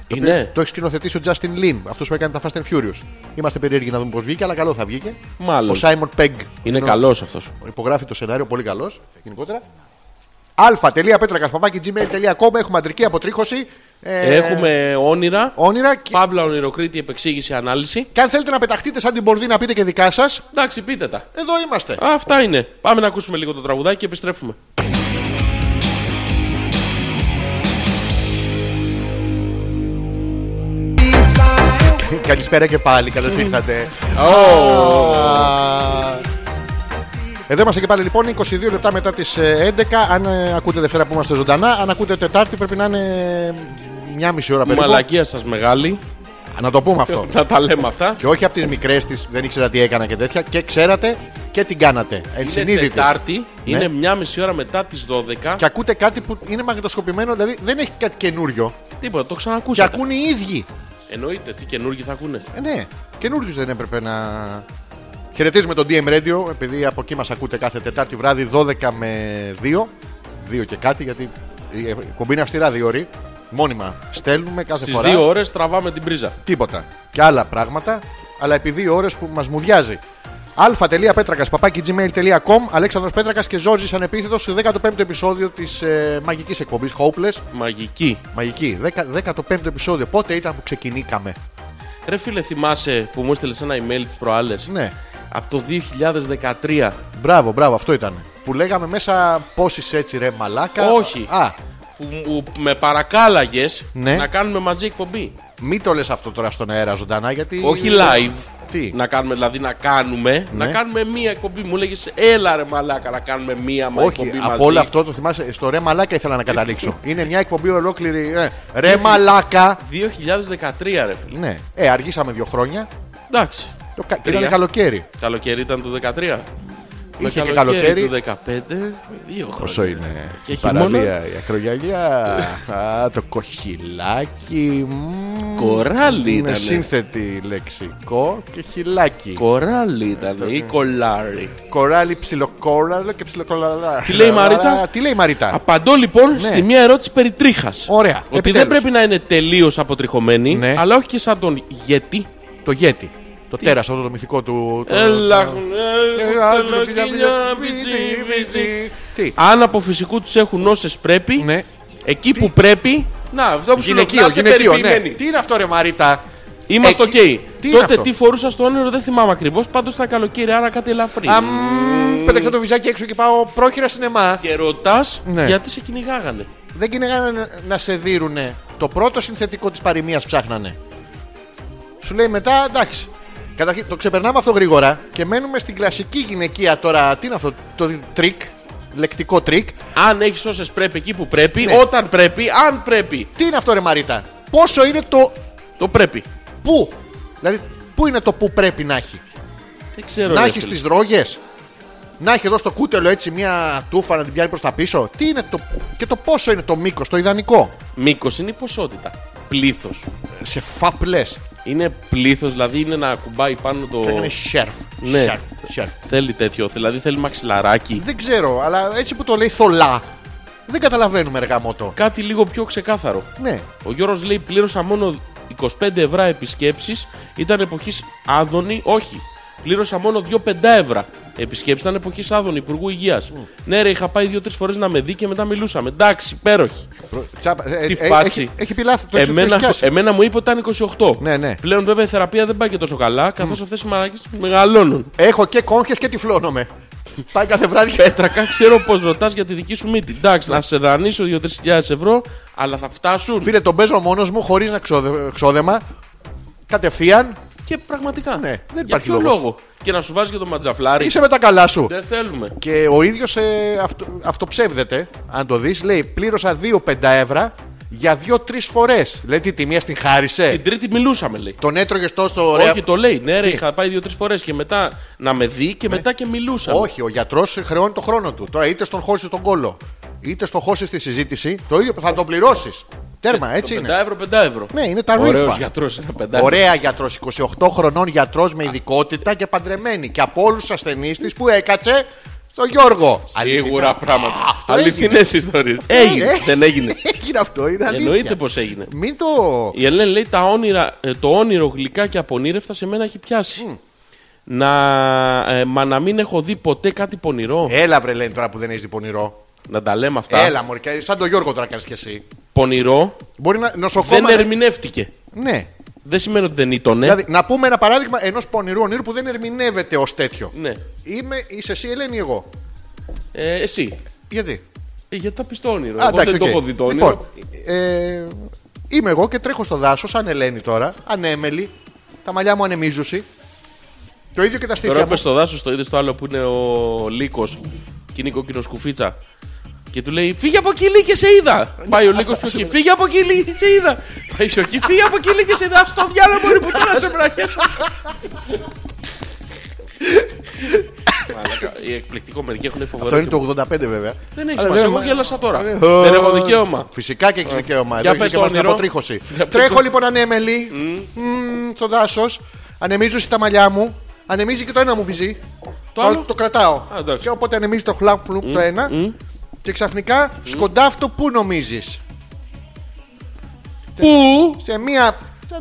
C: Είναι.
B: Ναι. Το έχει σκηνοθετήσει ο Justin Lin, αυτός που έκανε τα Fast and Furious. Είμαστε περίεργοι να δούμε πώς βγήκε, αλλά καλό θα βγήκε.
C: Μάλλον.
B: Ο Simon Pegg.
C: Είναι
B: ο-
C: καλός αυτός.
B: Υπογράφει το σενάριο, πολύ καλός γενικότερα. αλφα.πέτρακα.gmail.com Έχουμε αντρική αποτρίχωση. ε,
C: Έχουμε όνειρα.
B: όνειρα. Και,
C: Παύλα ονειροκρίτη επεξήγηση ανάλυση.
B: και αν θέλετε να πεταχτείτε σαν την πορδί να πείτε και δικά σας,
C: Εντάξει, πείτε τα.
B: εδώ είμαστε.
C: Α, Αυτά είναι. Πάμε να ακούσουμε λίγο το τραγουδάκι και επιστρέφουμε.
B: Καλησπέρα και πάλι, καλώς ήρθατε. Α. Εδώ είμαστε και πάλι λοιπόν 22 λεπτά μετά τις 11. Αν ε, ακούτε Δευτέρα που είμαστε ζωντανά, αν ακούτε Τετάρτη πρέπει να είναι μια μισή ώρα περίπου.
C: Μαλακία σας μεγάλη.
B: Να το πούμε αυτό.
C: Να τα λέμε αυτά.
B: και όχι από τις μικρές της, δεν ήξερα τι έκανα και τέτοια. Και ξέρατε και την κάνατε.
C: Είναι
B: Ενσυνείδητη.
C: Τετάρτη,
B: Ναι.
C: είναι μια μισή ώρα μετά τις 12.
B: Και ακούτε κάτι που είναι μαγνητοσκοπημένο, δηλαδή δεν έχει κάτι καινούριο.
C: Τίποτα, το
B: Και
C: ξανακούσατε.
B: ακούνε οι ίδιοι.
C: Εννοείται, τι καινούργιοι θα ακούνε.
B: Ε, ναι, καινούριου δεν έπρεπε να. Χαιρετίζουμε τον DM Radio, επειδή από εκεί μας ακούτε κάθε Τετάρτη βράδυ 12 με 2. 2 και κάτι, γιατί η εκπομπή είναι αυστηρά δύο ώρες. Μόνιμα στέλνουμε κάθε
C: Στις
B: φορά.
C: δύο ώρες τραβάμε την πρίζα.
B: τίποτα και άλλα πράγματα, αλλά επειδή οι ώρες που μας μουδιάζει. αλφα.πέτρακα παπάκι gmail.com Αλέξανδρος Πέτρακας και Ζόρζης Ανεπίθετος στο 15ο επεισόδιο της ε, μαγικής εκπομπής Hopeless.
C: Μαγική.
B: Μαγική. 10, 15ο επεισόδιο. Πότε ήταν που ξεκινήκαμε.
C: Ρε φίλε, θυμάσαι που μου έστειλες ένα email τις προάλλες.
B: Ναι.
C: Από το 2013.
B: Μπράβο, μπράβο, αυτό ήταν. Που λέγαμε μέσα πόσει έτσι ρε μαλάκα.
C: Όχι.
B: Α,
C: Που μου- με παρακάλαγες
B: Ναι.
C: να κάνουμε μαζί εκπομπή.
B: μην το λες αυτό τώρα στον αέρα ζωντανά γιατί.
C: Όχι live.
B: Τι. Ναι.
C: Να κάνουμε, δηλαδή να κάνουμε. Να κάνουμε μία εκπομπή. Μου λέγε, έλα ρε μαλάκα να κάνουμε μία μα
B: Όχι,
C: εκπομπή
B: από
C: μαζί.
B: όλο αυτό το θυμάσαι. Στο ρε μαλάκα ήθελα να καταλήξω. είναι μια εκπομπή ολόκληρη. ε, Ρε
C: 2013
B: μαλάκα.
C: ρε φίλε.
B: Ναι. Ε, αργήσαμε δύο χρόνια.
C: Εντάξει.
B: Το κα...
C: Τρία.
B: Ήταν καλοκαίρι.
C: Καλοκαίρι ήταν το 13.
B: Είχε
C: το
B: και καλοκαίρι.
C: Το 15, δύο χρόνια.
B: Πόσο είναι.
C: Και
B: η
C: έχει
B: παραλία, η ακρογιαλιά. Α, το κοχυλάκι. μμμ.
C: Κοράλι
B: Είναι
C: ήτανε.
B: σύνθετη λεξικό και χυλάκι.
C: Κοράλι ήταν ή κολάρι.
B: Κοράλι ψιλοκόραλο και ψιλοκολαλά.
C: Τι λέει η Μαρίτα?
B: Τι λέει η Μαρίτα.
C: Απαντώ λοιπόν στη μία ερώτηση περί τρίχας.
B: Ναι. Ωραία,
C: Ότι δεν
B: επιτέλους.
C: πρέπει να είναι τελείως αποτριχωμένη,
B: Ναι.
C: αλλά όχι και σαν τον γέτη.
B: Το γέτη. Το τέρας αυτό το μυθικό του. το-
C: Έλα,
B: Ε,
C: θέλω
B: άνθρωποι,
C: κιλιά,
B: βυζί,
C: βυζί, βυζί.
B: Τι.
C: Αν από φυσικού τους έχουν όσες πρέπει,
B: Ναι.
C: εκεί που πρέπει. Να, αυτό που σου λέω,
B: Γυναικείο,
C: να είσαι
B: γυναικείο, ναι.
C: περιποιημένη.
B: Τι είναι αυτό ρε Μαρίτα.
C: Είμαστε οκ.
B: Εκεί- Τι είναι
C: Τότε
B: αυτό?
C: τι φορούσα στο όνειρο δεν θυμάμαι ακριβώς. Πάντως ήταν καλοκαίρι, άρα κάτι ελαφρύ.
B: Αμ, Πέταξα το βυζάκι έξω και πάω πρόχειρα σινεμά.
C: Και ρωτάς
B: Ναι.
C: γιατί σε κυνηγάγανε.
B: Δεν κυνηγάνε να- να σε δίνουνε. Το πρώτο συνθετικό της παροιμίας ψάχνανε. Σου λέει μετά, εντάξει. Καταρχήν το ξεπερνάμε αυτό γρήγορα και μένουμε στην κλασική γυναικεία τώρα. Τι είναι αυτό το τρίκ, λεκτικό τρίκ.
C: Αν έχεις όσες πρέπει εκεί που πρέπει,
B: Ναι.
C: όταν πρέπει, αν πρέπει.
B: Τι είναι αυτό ρε Μαρίτα. Πόσο είναι το
C: Το πρέπει.
B: που. Δηλαδή, πού είναι το που πρέπει να έχει.
C: Δεν ξέρω.
B: να
C: ρε
B: έχεις
C: φίλε.
B: τις δρόγες. Να έχει εδώ στο κούτελο έτσι μια τούφα να την πιάνει προς τα πίσω. Τι είναι το. Και το πόσο είναι το μήκος, το ιδανικό.
C: Μήκος είναι η ποσότητα. Πλήθος.
B: Σε φαπλέ.
C: Είναι πλήθος, δηλαδή είναι να κουμπάει πάνω το.
B: Θα έκανε σερφ.
C: Ναι.
B: Σερφ, σερφ.
C: Θέλει τέτοιο, δηλαδή θέλει μαξιλαράκι.
B: Δεν ξέρω, αλλά έτσι που το λέει θολά. Δεν καταλαβαίνουμε ρε γαμότο.
C: Κάτι λίγο πιο ξεκάθαρο.
B: Ναι.
C: Ο Γιώργος λέει πλήρωσα μόνο 25 ευρώ επισκέψεις, ήταν εποχής άδωνη, όχι. Πλήρωσα μόνο 2-5 ευρώ επισκέψεις, ήταν εποχής άδωνη, Υπουργού Υγείας. Ναι ρε, είχα πάει 2-3 φορές να με δει και μετά μιλούσαμε. Εντάξει, υπέροχη.
B: Προ- τσάπα- ε,
C: Τι
B: ε,
C: φάση.
B: Έχει, έχει πει λάθη, το
C: εμένα,
B: έχει πιάσει.
C: εμένα μου είπε ότι ήταν 28.
B: Ναι, ναι.
C: Πλέον βέβαια η θεραπεία δεν πάει και τόσο καλά, καθώς αυτές οι μαράκες μεγαλώνουν.
B: Έχω και κόγχες και τυφλώνομαι. Πάει κάθε βράδυ και
C: Πέτρακα, ξέρω πως ρωτάς για τη δική σου μύτη. Εντάξει,
B: Ναι.
C: να σε δανείσω 2-3 χιλιάδες ευρώ, αλλά θα φτάσουν.
B: Φίλε, τον παίζω μόνος μου χωρίς να ξόδε- ξόδεμα. Κατευθείαν
C: Και πραγματικά.
B: Ναι, δεν
C: Για
B: υπάρχει
C: ποιο
B: λόγος.
C: λόγο. Και να σου βάζει και το ματζαφλάρι.
B: είσαι με τα καλά σου.
C: Δεν θέλουμε.
B: Και ο ίδιος ε, αυτο, αυτοψεύδεται, αν το δεις, λέει: Πλήρωσα 2-5 ευρώ για 2-3 φορές. Λέει τη τιμή στην χάρισε.
C: Την Τρίτη μιλούσαμε, λέει.
B: Τον έτρωγες τόσο ωραία.
C: Όχι, το λέει. Ναι, ρε,
B: Τι? Ναι.
C: είχα πάει δύο-τρει φορές και μετά να με δει και μετά και μιλούσαμε.
B: Όχι, ο γιατρός χρεώνει το χρόνο του. Τώρα είτε στον χώσει τον κόλο, είτε στον χώσει στη συζήτηση, το ίδιο θα τον πληρώσεις. Τέρμα, έτσι
C: το 5
B: είναι.
C: ευρώ, 5 ευρώ.
B: Ναι, είναι τα
C: Ωραίο
B: ρούφα.
C: γιατρός, ένα πεντάρι.
B: Ωραία γιατρός, 28 χρονών γιατρός με ειδικότητα και παντρεμένη. Και από όλους τους ασθενείς της που έκατσε τον Γιώργο.
C: Σίγουρα
B: Αληθινά.
C: πράγματα.
B: Αυτό
C: Αληθινές ιστορίες. Έγινε.
B: Ε.
C: Δεν έγινε.
B: Έγινε αυτό, είναι αλήθεια.
C: Εννοείται πως έγινε.
B: Μην το.
C: Η Ελένη λέει τα όνειρα, ε, το όνειρο γλυκά και απονύρευτα σε μένα έχει πιάσει. Να, ε, μα να μην έχω δει ποτέ κάτι πονηρό.
B: Έλα, βρε, λένε τώρα που δεν έχεις πονηρό.
C: Να τα λέμε αυτά.
B: Ε, Έλα, μωρικά, σαν τον Γιώργο τώρα κάνει κι εσύ.
C: Πονηρό
B: Μπορεί να νοσοκόμα.
C: δεν ερμηνεύτηκε.
B: Ναι.
C: Δεν σημαίνει ότι δεν ήτονε.
B: Δηλαδή, να πούμε ένα παράδειγμα ενός πονηρού ονείρου που δεν ερμηνεύεται ως τέτοιο.
C: Ναι.
B: Είμαι, είσαι εσύ, Ελένη, εγώ.
C: Ε, εσύ.
B: Γιατί.
C: Ε, γιατί τα πεις το όνειρο.
B: Α,
C: Εγώ
B: εντάξει,
C: δεν το
B: οκ.
C: έχω δει το όνειρο.
B: Λοιπόν, ε, είμαι εγώ και τρέχω στο δάσος, σαν Ελένη τώρα, ανέμελη, τα μαλλιά μου ανεμίζουσι. Το ίδιο και τα
C: Τώρα
B: στήθια μου.
C: είπε στο δάσος, το είδες το άλλο που είναι ο Λύκος και είναι η κόκκινο σκουφίτσα. Και του λέει: Φύγε από εκεί, λέει και σε είδα.
B: Ναι,
C: Πάει ο Λίκο του εκεί. Φύγε από εκεί, λέει και σε είδα. Πάει ο εκεί, φύγε από εκεί, λέει και σε είδα. Στο διάλογο μπορεί που να σε βράχες. Μαλάκα, Οι εκπληκτικό μερικοί έχουν
B: Αυτό
C: φοβερό.
B: είναι
C: και-
B: το 85 βέβαια.
C: Δεν έχει
B: Αλλά
C: σημασία. Εγώ
B: μα-
C: γέλασα τώρα.
B: Ε,
C: Δεν
B: ε,
C: έχω δικαίωμα.
B: Φυσικά και έχεις δικαίωμα. Εδώ
C: Για
B: έχει
C: πες το
B: δικαίωμα στην
C: όνειρο.
B: αποτρίχωση.
C: Για πες
B: Τρέχω
C: το-
B: λοιπόν ανέμελη μμμ, στο δάσος. Ανεμίζουν στα μαλλιά μου. Ανεμίζει και το ένα μου βυζί.
C: Το άλλο?
B: το κρατάω.
C: Α, εντάξει.
B: και οπότε ανεμίζει το χλάφλουκ το ένα. Και ξαφνικά σκοντά αυτό που νομίζεις.
C: Πού.
B: Σε μία.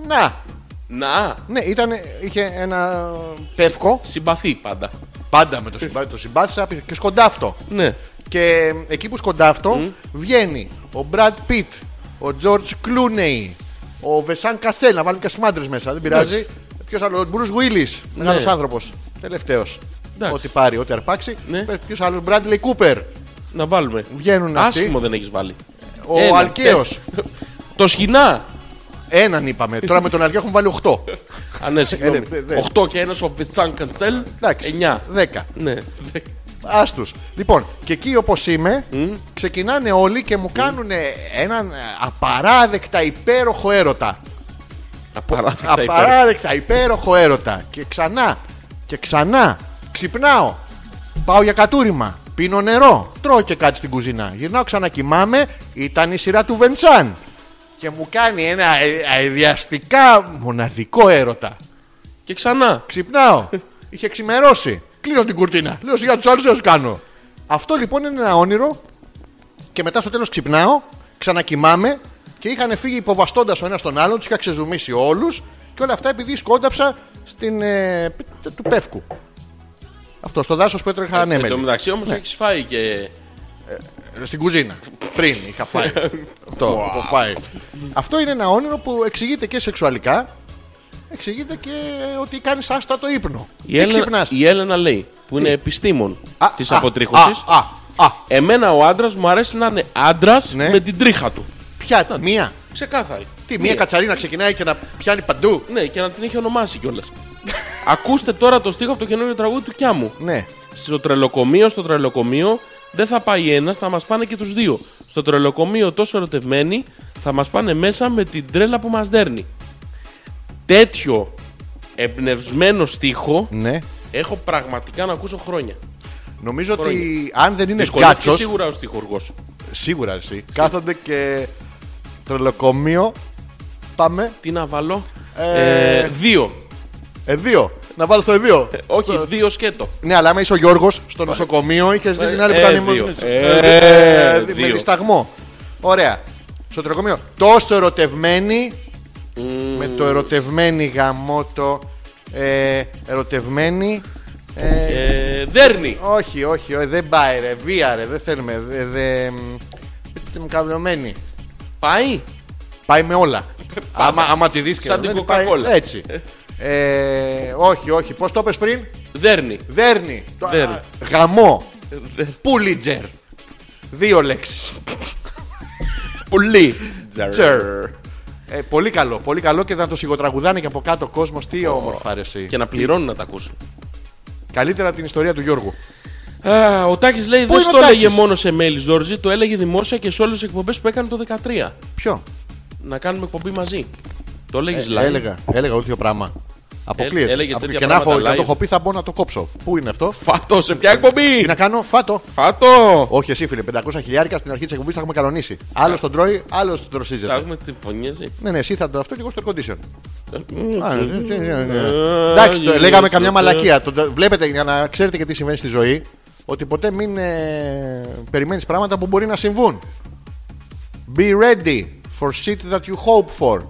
B: Να.
C: Να.
B: Ναι, ήταν, είχε ένα πεύκο.
C: Συμπαθεί πάντα.
B: Πάντα με το, συμπά, το συμπάθησα και σκοντάφτω.
C: Ναι.
B: Και εκεί που σκοντάφτω βγαίνει ο Μπραντ Πιτ, ο Τζορτζ Κλούνεϊ, ο Βεσάν Καστέλ. Να βάλουμε και σμάντρες μέσα, δεν πειράζει. Ποιος άλλος, ο Μπρουζ Γουίλι, μεγάλος
C: Ναι.
B: άνθρωπος. Τελευταίος.
C: Εντάξει.
B: Ό,τι πάρει, ό,τι αρπάξει. Ε,
C: Ναι.
B: Ποιος άλλος, Μπράντλι Κούπερ.
C: Να βάλουμε.
B: Βγαίνουν αυτοί.
C: Άσχημο δεν έχεις βάλει.
B: Ο
C: Ένα,
B: Αλκαίο.
C: τες. Το σχοινά.
B: Έναν είπαμε. Τώρα με τον Αλκαίο έχουμε βάλει 8.
C: Α, ναι, συγγνώμη.
B: Ε, ναι, ναι.
C: 8 και 1 ο Βιτσάν Καντσέλ.
B: Εντάξει.
C: 9.
B: 10.
C: Ναι.
B: Άστους. Λοιπόν, και εκεί όπως είμαι, ξεκινάνε όλοι και μου κάνουν έναν απαράδεκτα υπέροχο έρωτα.
C: Απαράδεκτα υπέροχα.
B: Απαράδεκτα, υπέροχο έρωτα. Και ξανά και ξανά ξυπνάω. Πάω για κατούριμα. Πίνω νερό. Τρώω και κάτι στην κουζίνα. Γυρνάω, ξανακοιμάμαι. Ήταν η σειρά του Βεντσάν. Και μου κάνει ένα αε- αειδιαστικά μοναδικό έρωτα.
C: Και ξανά.
B: Ξυπνάω. Είχε ξημερώσει. Κλείνω την κουρτίνα. Λέω σιγά τους άλλους δεν τους κάνω. Αυτό λοιπόν είναι ένα όνειρο. Και μετά στο τέλος ξυπνάω, ξανακοιμάμαι και είχαν φύγει υποβαστώντας ο ένας τον άλλον, τους είχα ξεζουμίσει όλους και όλα αυτά επειδή σκόνταψα στην. Ε, π- τ- του Πεύκου. Αυτό στο δάσος που έτρεχα
C: Ε, Εν τω
B: ανέμελη.
C: μεταξύ όμως έχεις φάει και.
B: Στην κουζίνα. Πριν είχα φάει. Αυτό έχω φάει. Αυτό είναι ένα όνειρο που εξηγείται και σεξουαλικά. Εξηγείται και ότι κάνεις άστατο ύπνο.
C: Η
B: Τι
C: Έλενα,
B: ξυπνάς.
C: η Έλενα λέει, που είναι επιστήμον
B: Α,
C: της
B: α,
C: αποτρίχωσης.
B: Α, α, α,
C: Εμένα ο άντρας μου αρέσει να είναι άντρας
B: Ναι.
C: με την τρίχα του.
B: Ποια, μία.
C: Ξεκάθαρη.
B: Τι, μία κατσαρίνα ξεκινάει και να πιάνει παντού.
C: Ναι, και να την έχει ονομάσει κιόλας. Ακούστε τώρα το στίχο από το καινούριο τραγούδι του Κιάμου.
B: Ναι.
C: Στο τρελοκομείο, στο τρελοκομείο δεν θα πάει ένας, θα μας πάνε και τους δύο. Στο τρελοκομείο τόσο ερωτευμένοι θα μας πάνε μέσα με την τρέλα που μας δέρνει. Τέτοιο εμπνευσμένο στίχο
B: Ναι.
C: έχω πραγματικά να ακούσω χρόνια.
B: Νομίζω ότι
C: Χρόνια.
B: αν δεν είναι
C: Δυσκολεύτηκε
B: κάτσο.
C: σίγουρα ο στιχουργό.
B: Σίγουρα εσύ. Κάθονται και τρελοκομείο. Πάμε.
C: Τι να βάλω.
B: Ε,
C: Ε, δύο.
B: Εδίο. Ε, Να βάλω στο εδίο.
C: Ε, Όχι, δύο σκέτο.
B: ναι, αλλά άμα είσαι ο Γιώργος στο νοσοκομείο, είχες δει την άλλη που
C: Ε,
B: ήταν.
C: δύο.
B: με-
C: Ε,
B: Ε, δι- Με
C: δύο.
B: δισταγμό. Ωραία. Στο τρελοκομείο. Τόσο ερωτευμένη. Με το ερωτευμένη γαμότο. Ε, ερωτευμένη. ε,
C: Ε, δέρνη.
B: Όχι, όχι, όχι, δεν πάει ρε, βία ρε, δεν θέλουμε. Δε, δε, μ, είστε μου καβλωμένοι.
C: Πάει.
B: Πάει με όλα. άμα, άμα τη δεις και
C: Σαν
B: να
C: την
B: δεν πάει,
C: Coca-Cola.
B: Έτσι. ε, όχι, όχι, πώς το είπες πριν.
C: Δέρνη.
B: Δέρνη. Το-
C: Δέρνη.
B: α, Γαμό.
C: Δε-
B: Πούλιτζερ. Δύο λέξεις.
C: Πολύ.
B: Τζερ. Ε, πολύ καλό, πολύ καλό και να το σιγοτραγουδάνε και από κάτω ο κόσμος. Τι όμορφα ρε εσύ.
C: Και να πληρώνουν να τα ακούσουν.
B: Καλύτερα την ιστορία του Γιώργου.
C: Α, Ε, ο Τάκης λέει δεν
B: είναι ο
C: το έλεγε
B: Τάκης?
C: μόνο σε mail, Ζόρζι, το έλεγε δημόσια και σε όλες τις εκπομπές που έκανε το 13.
B: Ποιο.
C: Να κάνουμε εκπομπή μαζί. Το έλεγε live.
B: Ε, Έλεγα, έλεγα τέτοιο πράγμα. Αποκλείεται.
C: Ε, έλεγες
B: Από-
C: τέτοια
B: και να, έχω,
C: πράγματα
B: να το
C: live.
B: έχω πει θα μπορώ να το κόψω. Πού είναι αυτό.
C: Φάτο, σε ποια εκπομπή!
B: Τι να κάνω, φάτο.
C: Φάτο!
B: Όχι, εσύ φίλε, 500 χιλιάρικα στην αρχή της εκπομπής θα έχουμε κανονίσει. Άλλο τον τρώει, άλλο τον
C: Θα
B: τροσίζεται.
C: έχουμε ε. συμφωνίε.
B: Ναι, ναι, εσύ θα το αυτό και εγώ στο air condition.
C: Ε,
B: Α, ναι, ναι, ναι, ναι. Εντάξει, το- λέγαμε καμιά μαλακία. Το- το- Βλέπετε για να ξέρετε και τι συμβαίνει στη ζωή. Ότι ποτέ μην περιμένεις πράγματα που μπορεί να συμβούν. Be ready for shit that you hope for.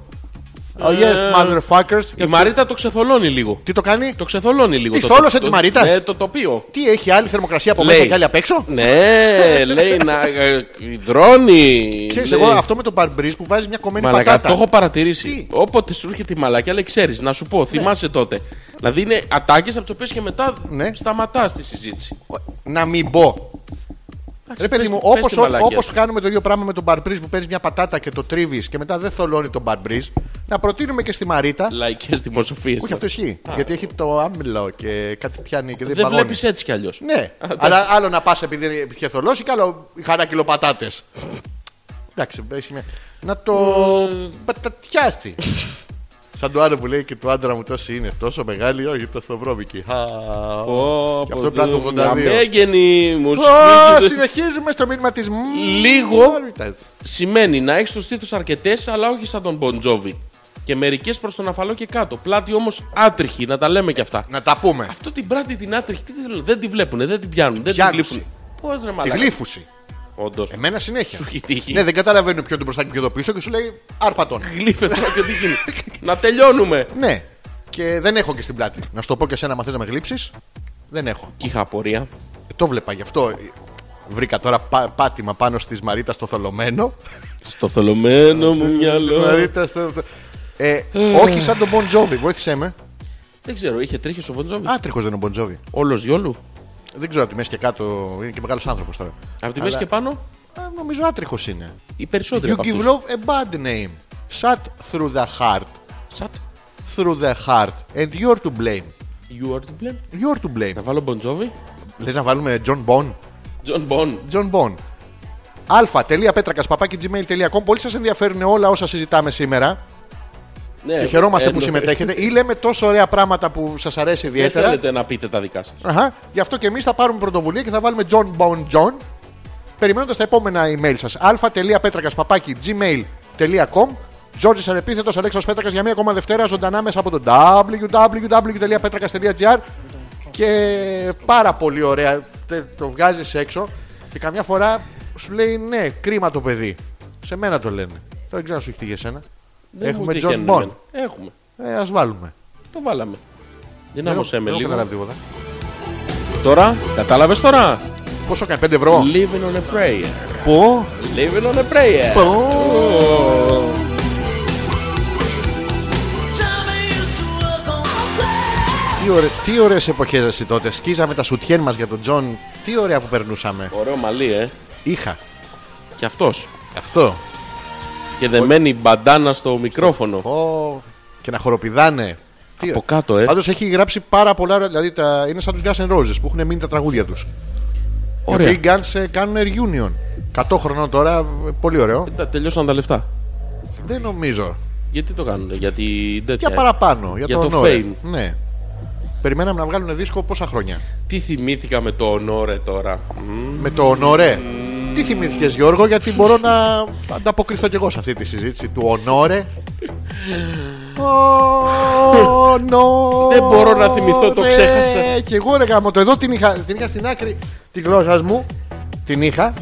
B: Oh yes, motherfuckers.
C: Ε,
B: Ε,
C: Η Μαρίτα το ξεθολώνει λίγο.
B: Τι το κάνει,
C: Το ξεθολώνει λίγο.
B: Τι,
C: το-
B: θόλωσε
C: το-
B: της Μαρίτας?
C: Ναι, το τοπίο.
B: τι έχει άλλη θερμοκρασία από
C: Λέει.
B: μέσα και άλλη απ' έξω.
C: Ναι, λέει να ε, υδρώνει.
B: Ξέρεις,
C: λέει.
B: εγώ αυτό με το παρμπρίζ που βάζει μια κομμένη
C: Μαλακά,
B: πατάτα.
C: το έχω παρατηρήσει.
B: Τι? Ναι.
C: Όποτε σου έρχεται η μαλακιά, λέει ξέρεις, να σου πω, θυμάσαι τότε. Δηλαδή είναι ατάκες από τις οποίες και μετά
B: Ναι.
C: σταματάς τη συζήτηση.
B: Να μην πω. Ρε παιδί μου, όπω όπως κάνουμε το ίδιο πράγμα με τον μπαρμπρίζ που παίρνει μια πατάτα και το τρίβεις και μετά δεν θολώνει τον μπαρμπρίζ, να προτείνουμε και στη Μαρίτα.
C: Λαϊκές δημοσιοφίες.
B: Όχι, αυτό ισχύει. Γιατί έχει το άμυλο και κάτι πιάνει και δεν,
C: Δεν
B: παγώνει.
C: βλέπεις έτσι κι αλλιώς.
B: Ναι, αλλά άλλο να πας επειδή είχε θολώσει και άλλο χαρά κιλοπατάτε. Εντάξει, μπες μια- να το πατατιάσει. Σαν το άλλο που λέει και του άντρα μου τόση είναι, τόσο μεγάλη, όχι το Θοβρόβικη. Χα. Και αυτό πρέπει να το 82.
C: Μέγενη μου
B: Ω,
C: σπίτι.
B: Συνεχίζουμε στο μήνυμα της
C: Λίγο. Σημαίνει να έχεις του τίτλου αρκετές, αλλά όχι σαν τον Μποντζόβι. Και μερικές προς τον αφαλό και κάτω. Πλάτη όμως άτριχη, να τα λέμε κι αυτά.
B: Να τα πούμε.
C: Αυτό την πράτη την άτριχη, τι θέλω, δεν τη βλέπουν, δεν την πιάνουν, δεν την
B: Πιάνουν.
C: γλύφουν. Πώς ρε
B: Τη Ε,
C: μαλάκα.
B: γλύφουση.
C: Όντως.
B: Εμένα συνέχεια.
C: Σου έχει τύχει.
B: Ναι, δεν καταλαβαίνουν ποιο είναι το μπροστά και ποιο το πίσω και σου λέει άρπα τον.
C: Γλύφε τώρα και τι γίνει. να τελειώνουμε.
B: Ναι. Και δεν έχω και στην πλάτη. Να σου το πω και σένα, μαθαίνω να με γλύψεις. Δεν έχω.
C: Και είχα απορία.
B: Ε, Το βλέπα γι' αυτό. Ε, Βρήκα τώρα πά- πάτημα πάνω στη Μαρίτα στο θολωμένο.
C: Στο θολωμένο μου μυαλό.
B: Μαρίτα στο. Ε, όχι σαν τον Μποντζόβι, βοήθησέ με.
C: δεν ξέρω, είχε τρίχες ο Μποντζόβι.
B: Άτριχος δεν είναι ο Μποντζόβι.
C: Όλο διόλου.
B: Δεν ξέρω από τη μέση και κάτω, είναι και μεγάλος άνθρωπος τώρα.
C: Από τη μέση
B: Αλλά-
C: και πάνω,
B: Α, νομίζω άτριχος είναι.
C: οι περισσότεροι.
B: You
C: από
B: give
C: αυτούς.
B: love a bad name. Shut through the heart.
C: Σατ.
B: Through the heart. And you're to blame.
C: You are to blame.
B: You're to blame.
C: Να βάλω Μποντζόβι.
B: Λες να βάλουμε John Bon.
C: John Bon.
B: John Bon. αλφα.πέτρακα.gmail.com Πολύ σας ενδιαφέρουν όλα όσα συζητάμε σήμερα.
C: Ναι,
B: Και χαιρόμαστε που
C: εννοεί.
B: συμμετέχετε ή λέμε τόσο ωραία πράγματα που σας αρέσει
C: Δεν
B: ιδιαίτερα.
C: θέλετε να πείτε τα δικά σας.
B: Αχα. Γι' αυτό και εμείς θα πάρουμε πρωτοβουλία και θα βάλουμε John Bon John. Περιμένοντας τα επόμενα email σας. αλφα.πέτρακα.gmail.com Ζόρζη Ανεπίθετο Αλέξα Πέτρακας για μία ακόμα Δευτέρα ζωντανά μέσα από το www.petrakas.gr και πάρα πολύ ωραία. Τε- Το βγάζεις έξω και καμιά φορά σου λέει ναι, κρίμα το παιδί. Σε μένα το λένε. Δεν ξέρω αν σου έχει τύχει εσένα.
C: Δεν μου
B: Έχουμε John
C: τυχαίνουν
B: Bon.
C: εμένα. Έχουμε.
B: Ε, ας βάλουμε.
C: Το βάλαμε.
B: Δεν
C: Δυνάμωσέ με
B: έχω
C: λίγο.
B: καταλάβει τίποτα.
C: Τώρα, κατάλαβες τώρα.
B: Πόσο κάνει, 5 ευρώ.
C: Living on a prayer.
B: Πω.
C: Living on a prayer.
B: Τι, ωραί, τι ωραίες εποχές εσύ τότε. Σκίζαμε τα σουτιέν μας για τον Τζον. Τι ωραία που περνούσαμε.
C: Ωραίο μαλλί, ε.
B: Είχα.
C: Και αυτός.
B: Αυτό.
C: Και δεμένη μπαντάνα στο μικρόφωνο.
B: Πω. Και να χοροπηδάνε. Τι
C: Από κάτω, ε.
B: Πάντως έχει γράψει πάρα πολλά, ωραία- δηλαδή τα, είναι σαν τους Guns N' Roses που έχουν μείνει τα τραγούδια τους. Οι
C: Ωραία.
B: οποίοι Guns ε, κάνουν reunion. 100 χρονών τώρα, ε, πολύ ωραίο.
C: Τα τελειώσαν τα λεφτά.
B: Δεν νομίζω.
C: Γιατί το κάνουν, γιατί τέτοια.
B: Για
C: ε.
B: παραπάνω, για,
C: Για
B: τον
C: το
B: Noel.
C: fame.
B: Ναι. Περιμέναμε να βγάλουν δίσκο πόσα χρόνια.
C: Τι θυμήθηκα με το ονόρε τώρα.
B: Με το ονόρε. Τι θυμήθηκες Γιώργο, γιατί μπορώ να ανταποκριθώ κι εγώ σε αυτή τη συζήτηση του ονόρε. Ονόρε.
C: Δεν μπορώ να θυμηθώ, το ξέχασα.
B: Και εγώ ρε γάμο, το εδώ την είχα, την είχα στην άκρη τη γλώσσας μου. Την είχα.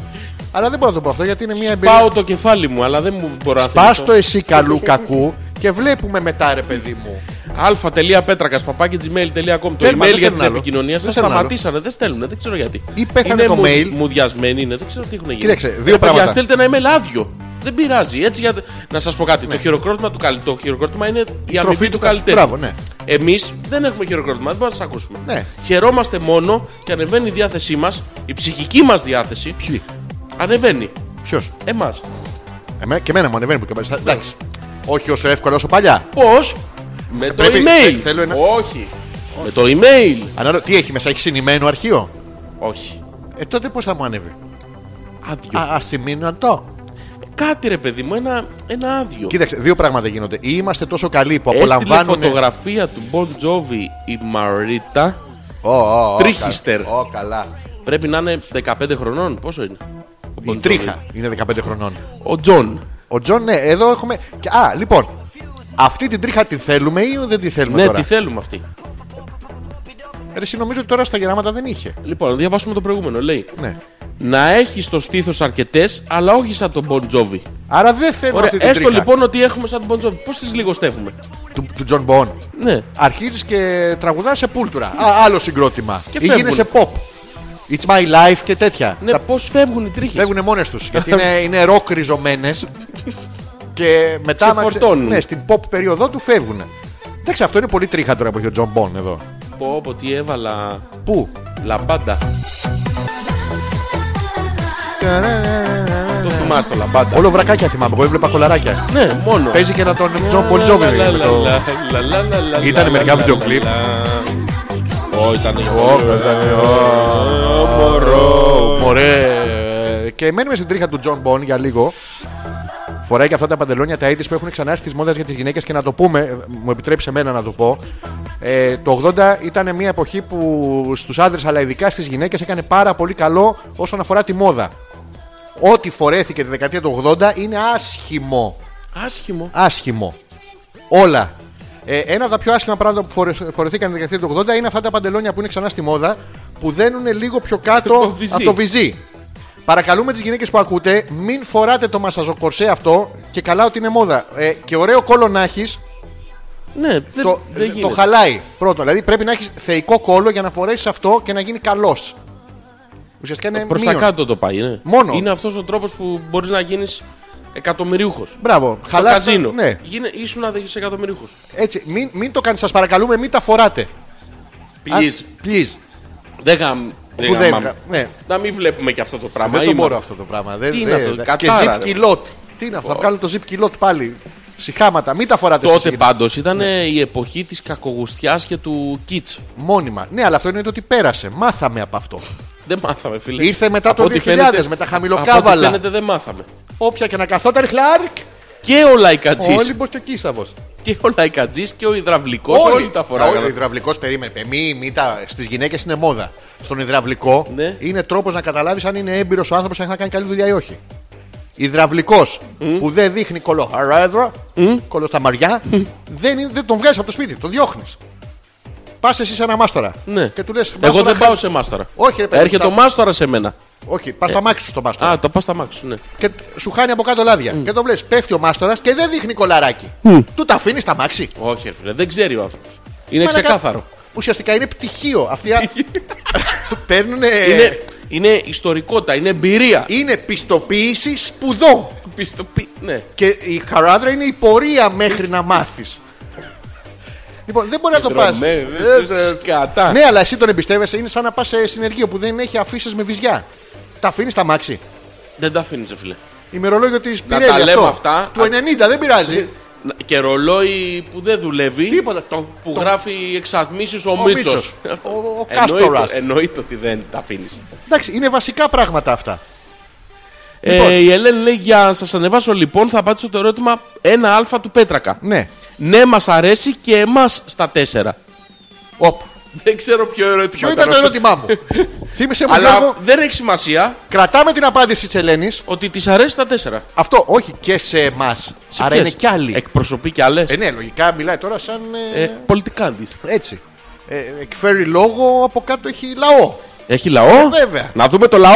B: Αλλά δεν μπορώ να το πω αυτό γιατί είναι μια εμπειρία.
C: Πάω το κεφάλι μου, αλλά δεν μου μπορώ να
B: Ε, Σπάς το εσύ καλού κακού και βλέπουμε μετά ρε παιδί μου.
C: αλφα.πέτρακα παπάκι.gmail.com Το
B: Τέλμα, δεν
C: email για
B: θέλουν
C: την
B: άλλο.
C: επικοινωνία σα
B: Δεν θέλουν
C: σταματήσανε, δεν στέλνουν, δεν ξέρω γιατί.
B: Ή πέθανε
C: είναι
B: το
C: μου-
B: mail.
C: Μουδιασμένοι είναι, δεν ξέρω τι έχουν γίνει.
B: Κοίταξε, δύο
C: Ρε παιδιά,
B: πράγματα.
C: Στέλνετε ένα email άδειο. Δεν πειράζει. Έτσι για... Να σας πω κάτι. Το χειροκρότημα του καλ... Το χειροκρότημα είναι η αμοιβή του
B: Ναι. του κα-
C: καλλιτέχνη.
B: Μπράβο, ναι.
C: Εμείς δεν έχουμε χειροκρότημα, δεν μπορούμε να σας ακούσουμε.
B: Ναι.
C: Χαιρόμαστε μόνο και ανεβαίνει η διάθεσή μας, η ψυχική μας διάθεση.
B: Ποιοι,
C: Ανεβαίνει.
B: ποιος.
C: Εμάς.
B: Εμένα, και εμένα μου ανεβαίνει που καμπαριστά. Εντάξει. Όχι όσο εύκολα όσο παλιά.
C: Πώς? Με το
B: Ε, πρέπει-
C: email.
B: θε- θέλω ένα-
C: Όχι. Με το email.
B: Ανάλο... Τι έχει μέσα, έχει συνημένο αρχείο.
C: Όχι.
B: Ε, τότε πώς θα μου ανέβει.
C: Άδειο.
B: Α, ασημείνοντο.
C: Κάτι ρε παιδί μου, ένα, ένα άδειο.
B: Κοίταξε, δύο πράγματα γίνονται. Ή είμαστε τόσο καλοί που
C: Έστειλε
B: απολαμβάνουν.
C: φωτογραφία του Bon Jovi η Μαρίτα. Τρίχιστερ.
B: Ω, καλά.
C: Πρέπει να είναι 15 χρονών. Πόσο είναι. Ο Bon
B: Η
C: Jovi.
B: τρίχα είναι 15 χρονών.
C: Ο Τζον.
B: Ο Τζον, ναι, εδώ έχουμε. και- Α, λοιπόν. Αυτή την τρίχα τη θέλουμε ή δεν τη θέλουμε
C: Ναι,
B: τώρα.
C: τι θέλουμε αυτή.
B: Ρε, εσύ νομίζω ότι τώρα στα γεράματα δεν είχε.
C: Λοιπόν, να διαβάσουμε το προηγούμενο. Λέει
B: Ναι.
C: να έχει στο στήθος αρκετές, αλλά όχι σαν τον Bon Jovi.
B: Άρα δεν θέλουμε
C: Ωραία,
B: αυτή την
C: έστω
B: τρίχα
C: λοιπόν ότι έχουμε σαν τον Bon Jovi. Πώς τις λιγοστεύουμε.
B: του, του Τζον Μπον.
C: Ναι.
B: Αρχίζεις και τραγουδάς σε πούλτουρα. Α, άλλο συγκρότημα.
C: Και
B: ή
C: φεύγουν.
B: γίνεσαι pop. It's my life και τέτοια.
C: Ναι, πώς φεύγουν οι τρίχες.
B: Φεύγουν μόνες τους. Γιατί είναι, είναι ροκ ριζωμένες. και μετά. άμα ξε-
C: Ξεφορτώνουν.
B: Ναι, στην pop περίοδο του φεύγουν. Εντάξει, αυτό είναι πολύ τρίχα τώρα που έχει ο Τζον Μπον εδώ.
C: Πω, πω, τι έβαλα.
B: Πού?
C: Λαμπάντα. Το θυμάστε όλα, μπάντα.
B: Ναι. Όλο βρακάκια θυμάμαι. Εγώ έβλεπα κολαράκια.
C: Ναι, μόνο.
B: Παίζει και ένα τον Τζον Πολτζόβιλ. Ήτανε μερικά βίντεο κλιπ.
C: Ω, ήταν
B: Μωρέ. Και μένουμε στην τρίχα του Τζον Μπον για λίγο. Φοράει και αυτά τα παντελόνια τα AIDS που έχουν ξανά έρθει τη μόδα για τις γυναίκες και να το πούμε, ε, μου επιτρέψει εμένα να το πω. Ε, το 80 ήταν μια εποχή που στους άντρε αλλά ειδικά στις γυναίκες έκανε πάρα πολύ καλό όσον αφορά τη μόδα. Ό,τι φορέθηκε τη δεκαετία του 80 είναι άσχημο.
C: Άσχημο.
B: Άσχημο. Όλα. Ε, ένα από τα πιο άσχημα πράγματα που φορε, φορεθήκαν τη δεκαετία του 80 είναι αυτά τα παντελόνια που είναι ξανά στη μόδα που δένουν λίγο πιο
C: Το
B: κάτω
C: βυζί.
B: από το βυζί. Παρακαλούμε τις γυναίκες που ακούτε, μην φοράτε το μασαζοκορσέ αυτό και καλά ότι είναι μόδα. Ε, και ωραίο κόλλο να έχεις,
C: Ναι, δεν-
B: το,
C: δεν
B: το
C: γίνεται.
B: χαλάει πρώτον. Δηλαδή πρέπει να έχεις θεϊκό κόλλο για να φορέσεις αυτό και να γίνει καλός. Ουσιαστικά είναι
C: Προς τα
B: μείον.
C: κάτω το πάει, ναι.
B: Μόνο.
C: Είναι αυτός ο τρόπος που μπορείς να γίνεις εκατομμυρίουχος.
B: Μπράβο.
C: Στο
B: Χαλάς το-
C: καζίνο.
B: Ναι,
C: Γίνε, ήσουν δισεκατομμυρίουχο.
B: έτσι. Μην, μην το κάνετε, σας παρακαλούμε, μην τα φοράτε.
C: Please.
B: Α, please.
C: Δεν γαμ. δεν
B: Που δεν
C: γαμάμε.
B: γα- ναι.
C: Να μην βλέπουμε και αυτό το πράγμα.
B: Δεν το
C: Είμαι-
B: μπορώ αυτό το πράγμα. Δεν,
C: Τι είναι
B: δεν-
C: αυτό,
B: δεν- Και
C: κατάρα,
B: zip
C: ρε.
B: kilot. Τι είναι αυτό, θα βγάλω το zip kilot πάλι. Συχάματα, μην τα φοράτε στις
C: Τότε
B: γυναίκες.
C: πάντως ήταν
B: Ναι.
C: η εποχή της κακογουστιάς και του κίτ.
B: Μόνιμα. Ναι, αλλά αυτό είναι το ότι πέρασε. Μάθαμε από αυτό.
C: Δεν μάθαμε, φίλε.
B: Ήρθε μετά
C: Από
B: το
C: ό,τι
B: 2000,
C: φαίνεται-
B: με τα χαμηλοκάβαλα.
C: Από ό,τι φαίνεται δεν μάθαμε.
B: Όποια και να καθόταν, χλάρκ.
C: Και ο λαϊκατζής.
B: Ο Όλυμπος και ο Κίσταβος.
C: Και ο λαϊκατζής και ο υδραυλικός. Όλοι. τα
B: Ο
C: φοράγανε.
B: υδραυλικός περίμενε. Μη, μη τα... Στις γυναίκες είναι μόδα. Στον υδραυλικό
C: Ναι.
B: είναι τρόπος να καταλάβεις αν είναι έμπειρος ο άνθρωπος, αν θα κάνει καλή δουλειά ή όχι. Υδραυλικός που δεν δείχνει κολοχαράδρο, κολοσταμαριά, δεν, είναι- δεν τον βγάζεις από το σπίτι, τον διώχνεις. Πας εσύ σε ένα μάστορα.
C: Ναι.
B: Και του λες.
C: Εγώ δεν πάω σε μάστορα.
B: Όχι, ρε παιδί,
C: Έρχεται ο
B: τα-
C: μάστορας σε μένα.
B: Όχι, πας στο αμάξι σου στον μάστορα.
C: Ε. Α, τα πας στα μάξου, ναι.
B: Και σου χάνει από κάτω λάδια. Και το βλέπεις, πέφτει ο μάστορας και δεν δείχνει κολαράκι. Του τα αφήνεις στα μάξι.
C: Όχι, ρε φίλε, δεν ξέρει ο άνθρωπος. Είναι
B: Μαλάκα,
C: Ναι, ξεκάθαρο.
B: Ουσιαστικά είναι πτυχίο. Αυτοί α- παίρνουν.
C: Είναι, είναι ιστορικότητα, είναι εμπειρία.
B: είναι πιστοποίηση σπουδών.
C: Πιστοποιη- Ναι.
B: Και η χαράδρα είναι η πορεία μέχρι να μάθεις. Λοιπόν, δεν μπορεί να το πας.
C: ε, Κατά.
B: Ναι, αλλά εσύ τον εμπιστεύεσαι. Είναι σαν να πας σε συνεργείο που δεν έχει αφήσεις με βυζιά. Τα αφήνεις στα μάξι.
C: Δεν τα αφήνεις, φίλε.
B: Ημερολόγιο τη
C: τα
B: Πιρέλη.
C: λέμε
B: αυτό.
C: αυτά. Ε,
B: Του 90 δεν πειράζει.
C: Να- Και ρολόι που δεν δουλεύει.
B: Τίποτα. Τον-
C: Που
B: τον-
C: γράφει εξατμίσεις ο,
B: Ο
C: Μίτσος. Ε,
B: Μίτσος.
C: Αυτό.
B: Ο- ο
C: Εννοείται-
B: Κάστορας.
C: Εννοείται ότι δεν τα αφήνεις.
B: Εντάξει, είναι βασικά πράγματα αυτά. Λοιπόν.
C: Ε, η Ελένη λέει: Για να σας ανεβάσω λοιπόν, θα απαντήσω το ερώτημα 1α του Πέτρακα.
B: Ναι.
C: Ναι, μας αρέσει και εμάς στα 4.
B: Οπ.
C: Δεν ξέρω ποιο ερώτημα.
B: Ποιο ήταν το
C: αυτό.
B: ερώτημά μου. Θύμησε μου,
C: Αλλά
B: Γιώργο,
C: δεν έχει σημασία
B: κρατάμε την απάντηση της Ελένης.
C: ότι της αρέσει τα 4.
B: Αυτό, όχι και σε εμάς. Άρα είναι κι άλλοι.
C: Εκπροσωπεί κι άλλες.
B: Ε, ναι, λογικά μιλάει τώρα σαν. ε,
C: Ε, πολιτικάντης.
B: έτσι. Ε, εκφέρει λόγο, από κάτω έχει λαό.
C: Έχει λαό.
B: Ε, βέβαια.
C: Να δούμε το λαό.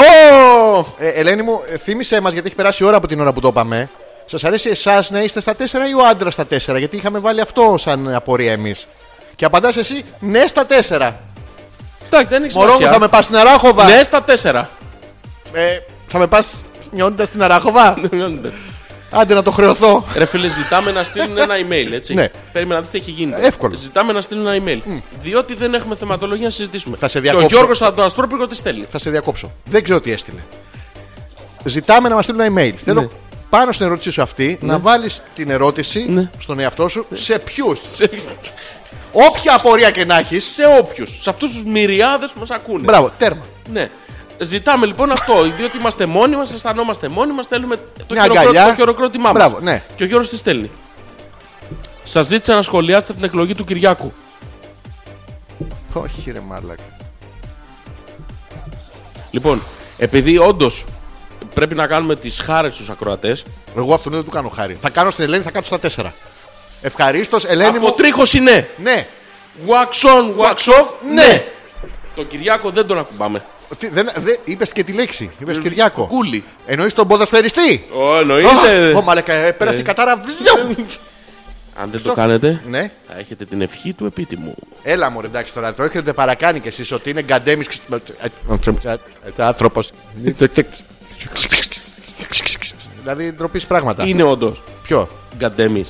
B: Ε, Ελένη μου, ε, θύμισε μας γιατί έχει περάσει η ώρα από την ώρα που το είπαμε. Σας αρέσει εσάς να είστε στα 4 ή ο άντρας στα 4, γιατί είχαμε βάλει αυτό σαν απορία εμείς. Και απαντάς εσύ, ναι στα 4.
C: Εντάξει, δεν έχει
B: Μωρό μου,
C: σημασία.
B: θα με πας στην Αράχοβα.
C: Ναι, στα 4.
B: Ε, θα με πας νιώνοντας την Αράχοβα.
C: Ναι.
B: Άντε να το χρεωθώ.
C: Ρε φίλε, ζητάμε να στείλουν ένα email, έτσι.
B: Ναι.
C: Περίμενα να δεις τι έχει γίνει.
B: Εύκολο.
C: Ζητάμε να στείλουν ένα email. Διότι δεν έχουμε θεματολογία να συζητήσουμε.
B: Θα σε
C: Και ο
B: διακόψω.
C: Γιώργος θα το αστρόπικο τη στέλνει.
B: θα σε διακόψω. Δεν ξέρω τι έστειλε. Ζητάμε να μας στείλουν ένα email. Θέλω πάνω στην ερώτησή σου αυτή να βάλεις την ερώτηση
C: Ναι.
B: στον εαυτό σου σε ποιους.
C: σε,
B: Όποια απορία και να έχεις.
C: σε όποιους. Σε αυτούς τους μυριάδες που μας ακούνε.
B: Μπράβο, τέρμα.
C: Ναι. Ζητάμε λοιπόν αυτό, διότι είμαστε μόνοι μας, αισθανόμαστε μόνοι μας, θέλουμε το,
B: Μια
C: χειροκρό...
B: αγκαλιά.
C: το χειροκρότημά μας.
B: Μπράβο, ναι.
C: Και ο Γιώργος τη στέλνει. Σας ζήτησα να σχολιάσετε την εκλογή του Κυριάκου.
B: Όχι, ρε Μάρλακ.
C: Λοιπόν, επειδή όντως πρέπει να κάνουμε τις χάρες στους ακροατές.
B: Εγώ αυτόν δεν του κάνω χάρη. Θα κάνω στην Ελένη, θα κάνω στα τέσσερα. Ευχαρίστως, Ελένη
C: Από
B: μου.
C: τρίχωση ναι.
B: Ναι.
C: Wax on, wax off, ναι. Το Κυριάκο δεν τον ακουμπάμε.
B: Τι, δεν, δεν, είπες και τη λέξη. Είπες Κυριάκο.
C: Κούλι.
B: Εννοείς τον ποδοσφαιριστή.
C: Ω,
B: Ω,
C: εννοείται.
B: Ω, μαλακα, ε, πέρασε η κατάρα. Βιου!
C: Αν δεν το κάνετε,
B: Ναι.
C: θα έχετε την ευχή του επίτιμου.
B: Έλα μου, εντάξει τώρα, το έχετε παρακάνει κι εσείς ότι είναι γκαντέμις. άνθρωπος. Δηλαδή ντροπής πράγματα.
C: Είναι όντως
B: Ποιο.
C: γκαντέμις.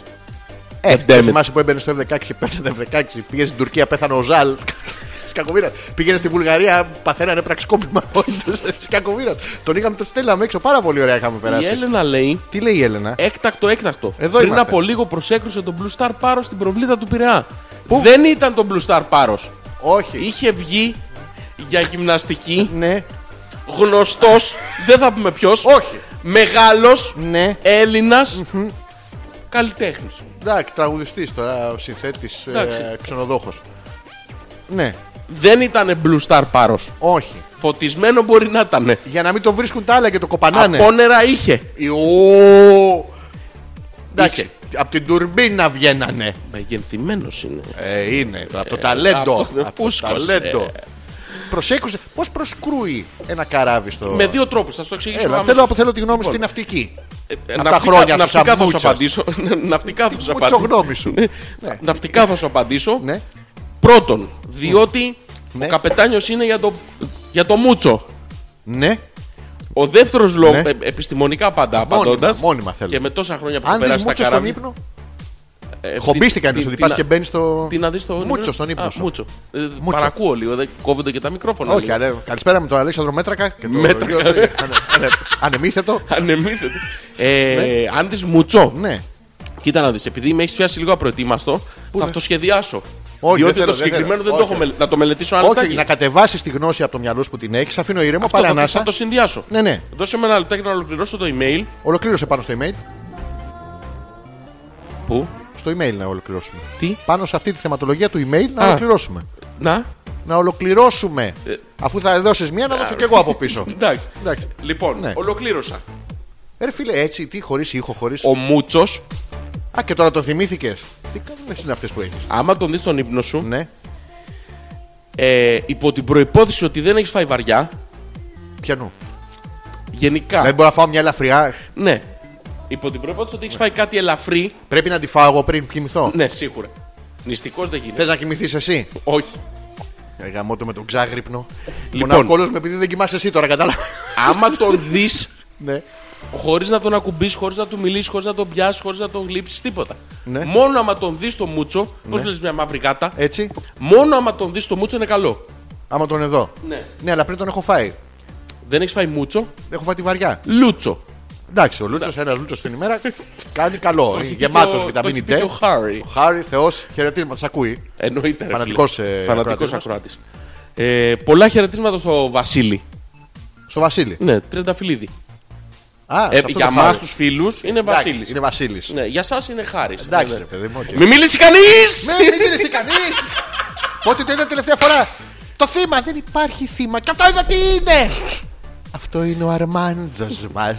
B: Ε,
C: Goddammit.
B: θυμάσαι που έμπαινε στο F16 και πέθανε F16. Πήγε στην Τουρκία, πέθανε ο Ζαλ. κακοβίρα. Πήγαινε στη Βουλγαρία, παθαίνανε πραξικόπημα. όλοι Τη κακοβίρα. Τον είχαμε, τον στέλναμε έξω. Πάρα πολύ ωραία είχαμε
C: Η
B: περάσει.
C: Έλενα λέει
B: Τι λέει η Έλενα.
C: Έκτακτο, έκτακτο.
B: Εδώ
C: Πριν
B: είμαστε.
C: από λίγο προσέκρουσε τον Blue Star Πάρο στην προβλήτα του Πειραιά.
B: Πού?
C: Δεν ήταν τον Blue Star Πάρο.
B: Όχι.
C: Είχε βγει για γυμναστική,
B: Ναι,
C: γνωστός, δεν θα πούμε ποιος.
B: Όχι.
C: Μεγάλος
B: ναι.
C: Έλληνας καλλιτέχνης.
B: Εντάξει, τραγουδιστής τώρα, συνθέτης ε,
C: Εντάξει.
B: ξενοδόχος. Ναι,
C: Δεν ήταν Blue Star Πάρος.
B: όχι.
C: Φωτισμένο μπορεί να ήταν.
B: Για να μην το βρίσκουν τα άλλα και το κοπανάνε.
C: Απόνερα είχε.
B: Ιω.
C: Είχε.
B: Εντάξει. Από την τουρμπίνα βγαίνανε.
C: Μεγενθυμένος είναι.
B: Ε, είναι. από το ταλέντο.
C: από το-
B: Από το
C: φούσκωσε.
B: ταλέντο. Προσέκουσε. Πώς προσκρούει ένα καράβι στο.
C: Με δύο τρόπους, θα σου το εξηγήσω.
B: Έλα,
C: αμέσως.
B: θέλω, απο- θέλω τη γνώμη σου
C: Λοιπόν,
B: στην ναυτική.
C: ε,
B: απ' τα
C: ναυτικά-
B: χρόνια σου
C: Ναυτικά θα σου
B: σαμπούτσας.
C: απαντήσω. Ναυτικά θα σου
B: Πού
C: απαντήσω.
B: γνώμη σου. Ναι.
C: Ναυτικά θα σου απαντήσω.
B: ναι.
C: Πρώτον, διότι
B: Ναι.
C: ο καπετάνιος είναι για το, για το μούτσο.
B: ναι.
C: Ο δεύτερος λόγος,
B: Ναι.
C: επιστημονικά πάντα
B: Μόνιμα,
C: απαντώντας.
B: μόνιμα θέλω.
C: Και με τόσα χρόνια που
B: Αν
C: έχω
B: δεις
C: περάσει τα
B: μούτσο στον
C: καράβια.
B: ύπνο.
C: ε,
B: Χομπίστηκαν
C: τι-
B: ίσω ότι
C: τι
B: πας
C: να-
B: και μπαίνεις στο.
C: Τι να δεις στον
B: Μούτσο στον ύπνο
C: Α,
B: σου.
C: Μούτσο. Ε, Παρακούω λίγο, δεν κόβονται και τα μικρόφωνα.
B: Όχι,
C: λίγο.
B: αρέ, καλησπέρα με τον Αλέξανδρο Μέτρακα και τον
C: Μέτρακα.
B: Γιώργο- ανε- ανε- Ανεμήθετο.
C: Ανεμίζεται. Ε, Αν δεις μουτσό,
B: Ναι.
C: κοίτα να δεις, επειδή με έχεις πιάσει λίγο απροετοίμαστο, θα αυτοσχεδιάσω.
B: Όχι,
C: διότι
B: δεν θέλω,
C: το
B: δεν
C: συγκεκριμένο
B: θέλω.
C: δεν,
B: Όχι.
C: το έχω μελε- να το μελετήσω αν
B: Όχι, να κατεβάσει τη γνώση από το μυαλό σου που την έχεις, αφήνω ήρεμο, πάρε
C: θα,
B: ανάσα.
C: θα το συνδυάσω.
B: Ναι, ναι.
C: Δώσε μου ένα λεπτάκι να ολοκληρώσω το email.
B: Ολοκλήρωσε πάνω στο email.
C: Πού?
B: Στο email να ολοκληρώσουμε.
C: Τι?
B: Πάνω σε αυτή τη θεματολογία του email να
C: Α. Ε.
B: ολοκληρώσουμε.
C: Να.
B: Να ολοκληρώσουμε. Αφού θα δώσεις μία, να δώσω κι εγώ από πίσω.
C: Εντάξει.
B: Εντάξει.
C: Λοιπόν,
B: Ναι.
C: ολοκλήρωσα.
B: Ρε φίλε, έτσι, τι, χωρίς ήχο, χωρίς.
C: Ο Μούτσος,
B: Α, και τώρα το θυμήθηκες. Τι κάνουν είναι αυτές που έχεις.
C: άμα τον δεις τον ύπνο σου,
B: Ναι.
C: ε, υπό την προπόθεση ότι δεν έχεις φάει βαριά,
B: Πιανού.
C: γενικά.
B: Δηλαδή μπορώ να φάω μια ελαφριά.
C: Ναι. Υπό την προπόθεση ότι έχεις φάει κάτι ελαφρύ,
B: Πρέπει να τη φάω εγώ πριν κοιμηθώ.
C: ναι, σίγουρα. Νηστικός δεν γίνεται.
B: Θες να κοιμηθείς εσύ.
C: Όχι.
B: Γαμώ το με τον ξάγρυπνο.
C: Λοιπόν.
B: Λοιπόν, κόλο με επειδή δεν κοιμάσαι εσύ τώρα, κατάλαβα.
C: Άμα τον δεις,
B: ναι.
C: χωρίς να τον ακουμπήσει, χωρίς να του μιλήσει, χωρίς να τον πιάσεις, χωρίς να τον γλύψεις, τίποτα.
B: Ναι.
C: Μόνο άμα τον δεις το μούτσο, πώς λες μια μαύρη γάτα,
B: Έτσι.
C: μόνο άμα τον δεις το μούτσο είναι καλό.
B: Άμα τον εδώ.
C: Ναι.
B: Ναι, αλλά πριν τον έχω φάει.
C: Δεν έχεις φάει μούτσο,
B: Έχω φάει τη βαριά.
C: λούτσο.
B: Εντάξει, ο Λούτσος, ένα Λούτσος την ημέρα κάνει καλό.
C: έχει πει και
B: Γεμάτος
C: ο-
B: βιταμίνη
C: Ναι. το έχει
B: D.
C: πει και ο Χάρι.
B: Ο Χάρη, Θεός, χαιρετίσμα, σα ακούει.
C: Εννοείται. ρε
B: Φανατικός,
C: φίλε.
B: ε,
C: Φανατικός
B: ακροατής
C: ακροάτης. Ε, πολλά χαιρετίσματα στο Βασίλη.
B: Στο Βασίλη.
C: Ναι, Τρενταφυλλίδη.
B: Α, σε
C: Ε,
B: αυτό
C: για
B: το
C: εμά
B: Χάρη.
C: τους φίλους είναι
B: Εντάξει,
C: Βασίλης.
B: Είναι Βασίλης.
C: Ναι, για εσά είναι Χάρης.
B: Εντάξει, ρε παιδί μου. οκ.
C: Μην μιλήσει κανεί!
B: Με μην κινηθεί κανεί. Πότε το είδα τελευταία φορά. Το θύμα δεν υπάρχει θύμα. Και αυτό εδώ τι είναι. Αυτό είναι ο Αρμάνδος μας.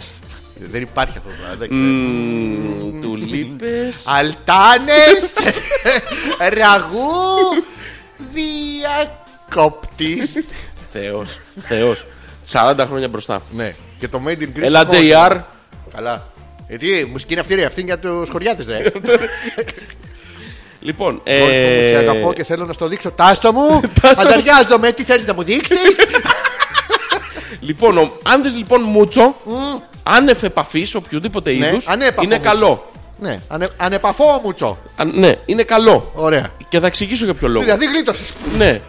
B: Δεν υπάρχει αυτό το πράγμα. δεν ξέρω.
C: Του λείπες.
B: Αλτάνες. Ραγού. Διακόπτης.
C: Θεός. Θεός. 40 χρόνια μπροστά.
B: Ναι. Και το Made in Greece.
C: Έλα,
B: ακόμα.
C: JR.
B: Καλά. Ε, τι, μουσική είναι αυτή, ρε. Αυτή είναι για ε. του χωριάτε, ρε.
C: Λοιπόν,
B: Ε... Σε αγαπώ
C: ε,
B: και θέλω να στο δείξω. Τάστο μου, ανταριάζομαι. Τι θέλεις να μου δείξεις.
C: λοιπόν ο- αν δει λοιπόν μουτσο, άνευ επαφής οποιοδήποτε
B: Ναι,
C: είδους,
B: ανέπαφο
C: είναι
B: Μούτσο.
C: καλό.
B: ναι, ανε, ανεπαφώ μουτσο.
C: Αν- Ναι, είναι καλό.
B: Ωραία.
C: Και θα εξηγήσω για ποιο λόγο.
B: Δηλαδή γλίτωσες.
C: Ναι.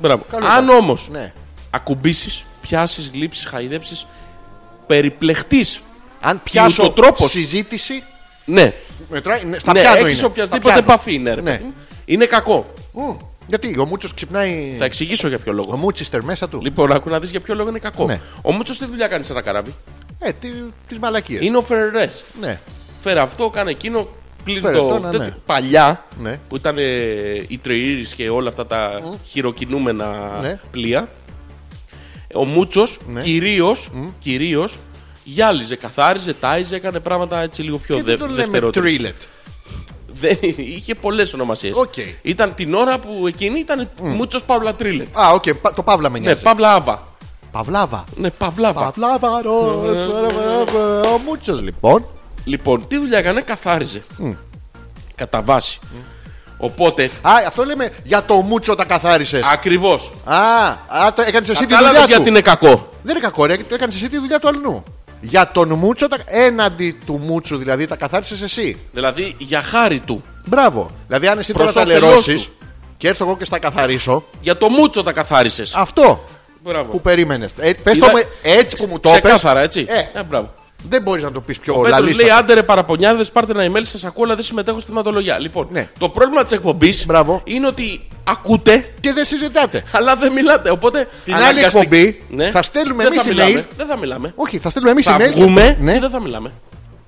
C: Μπράβο.
B: καλό
C: Αν
B: ήταν.
C: όμως
B: Ναι.
C: ακουμπήσεις, πιάσεις, γλύψεις, χαϊδέψεις, περιπλεχτείς.
B: Αν πιάσω
C: ούτω τρόπος.
B: συζήτηση.
C: Ναι,
B: Μετράει, ναι, στα
C: ναι
B: πιάνω
C: έχεις
B: είναι.
C: οποιασδήποτε
B: Στα πιάνω.
C: επαφή είναι. Ρε,
B: Ναι.
C: παιδί μου. Είναι κακό.
B: Μμ, γιατί ο Μούτσος ξυπνάει.
C: Θα εξηγήσω για ποιο
B: Ο
C: λόγο.
B: Μούτσιστερ μέσα του.
C: Λοιπόν, άκου να δεις για ποιο λόγο είναι κακό.
B: Ναι.
C: Ο Μούτσος τι δουλειά κάνει σε ένα καράβι.
B: Ε, τι, τις μαλακίες.
C: Είναι ο Φερρέ.
B: Ναι.
C: Φέρε αυτό, κάνε εκείνο. Πλύνει
B: Φέρε
C: το.
B: το, ναι,
C: τέτοιο.
B: ναι.
C: Παλιά
B: Ναι.
C: που ήταν ε, οι Τρεήρη και όλα αυτά τα χειροκινούμενα
B: Ναι.
C: πλοία. Ο Μούτσος
B: Ναι.
C: κυρίως κυρίως, γυάλιζε, καθάριζε, τάιζε, έκανε πράγματα έτσι λίγο πιο
B: Και
C: δε,
B: δεν τον λέμε
C: δευτερότερα.
B: τρίλετ.
C: Δεν- είχε πολλές ονομασίες.
B: Οκ.
C: Ήταν την ώρα που εκείνη ήταν Μούτσος Παύλα Τρίλετ.
B: Α, οκ, πα- το παύλα με
C: Ναι,
B: νοιάζει.
C: Παύλα Άβα.
B: Παυλάβα.
C: Ναι, Παυλάβα.
B: Παυλάβα,
C: Ναι.
B: ρο- ο Μούτσος λοιπόν.
C: Λοιπόν, τι δουλειά έκανε, καθάριζε. Κατά βάση. Οπότε,
B: Α, αυτό λέμε για το Μούτσο τα καθάρισες.
C: ακριβώς.
B: Α, α, το έκανε εσύ τη
C: Κατάλαβες
B: δουλειά
C: γιατί
B: του.
C: είναι κακό.
B: Δεν είναι κακό, ρε, το έκανε εσύ τη δουλειά του αλλού. Για τον Μούτσο, τα... έναντι του Μούτσου δηλαδή, τα καθάρισες εσύ.
C: Δηλαδή, για χάρη του.
B: Μπράβο. Δηλαδή, αν εσύ τώρα
C: Προς
B: τα
C: όφελός
B: λερώσεις
C: του.
B: και και έρθω εγώ και στα καθαρίσω.
C: Για το μούτσο τα καθάρισες.
B: Αυτό
C: Μπράβο.
B: που περίμενες. Ε, πες
C: Είδα-
B: το με έτσι που μου το πες.
C: Ξεκάθαρα, έτσι.
B: Ε,
C: Ε, μπράβο.
B: δεν μπορείς να το πεις πιο
C: Ο Πέτρος λέει:
B: λαλίστατα.
C: Άντε ρε παραπονιάδες, πάρτε ένα email, σας ακούω, αλλά δεν συμμετέχω στη θεματολογία. Λοιπόν,
B: Ναι.
C: το πρόβλημα της εκπομπής
B: Μπράβο.
C: είναι ότι ακούτε,
B: Και δεν συζητάτε.
C: αλλά δεν μιλάτε. Οπότε.
B: Την άλλη
C: αναγκαστικά- Ναι.
B: εκπομπή θα στείλουμε
C: Δεν
B: εμείς
C: θα μιλάμε.
B: email.
C: Δεν θα μιλάμε.
B: Όχι, θα στείλουμε εμείς
C: Θα
B: email.
C: βγούμε
B: Ναι,
C: και δεν θα μιλάμε.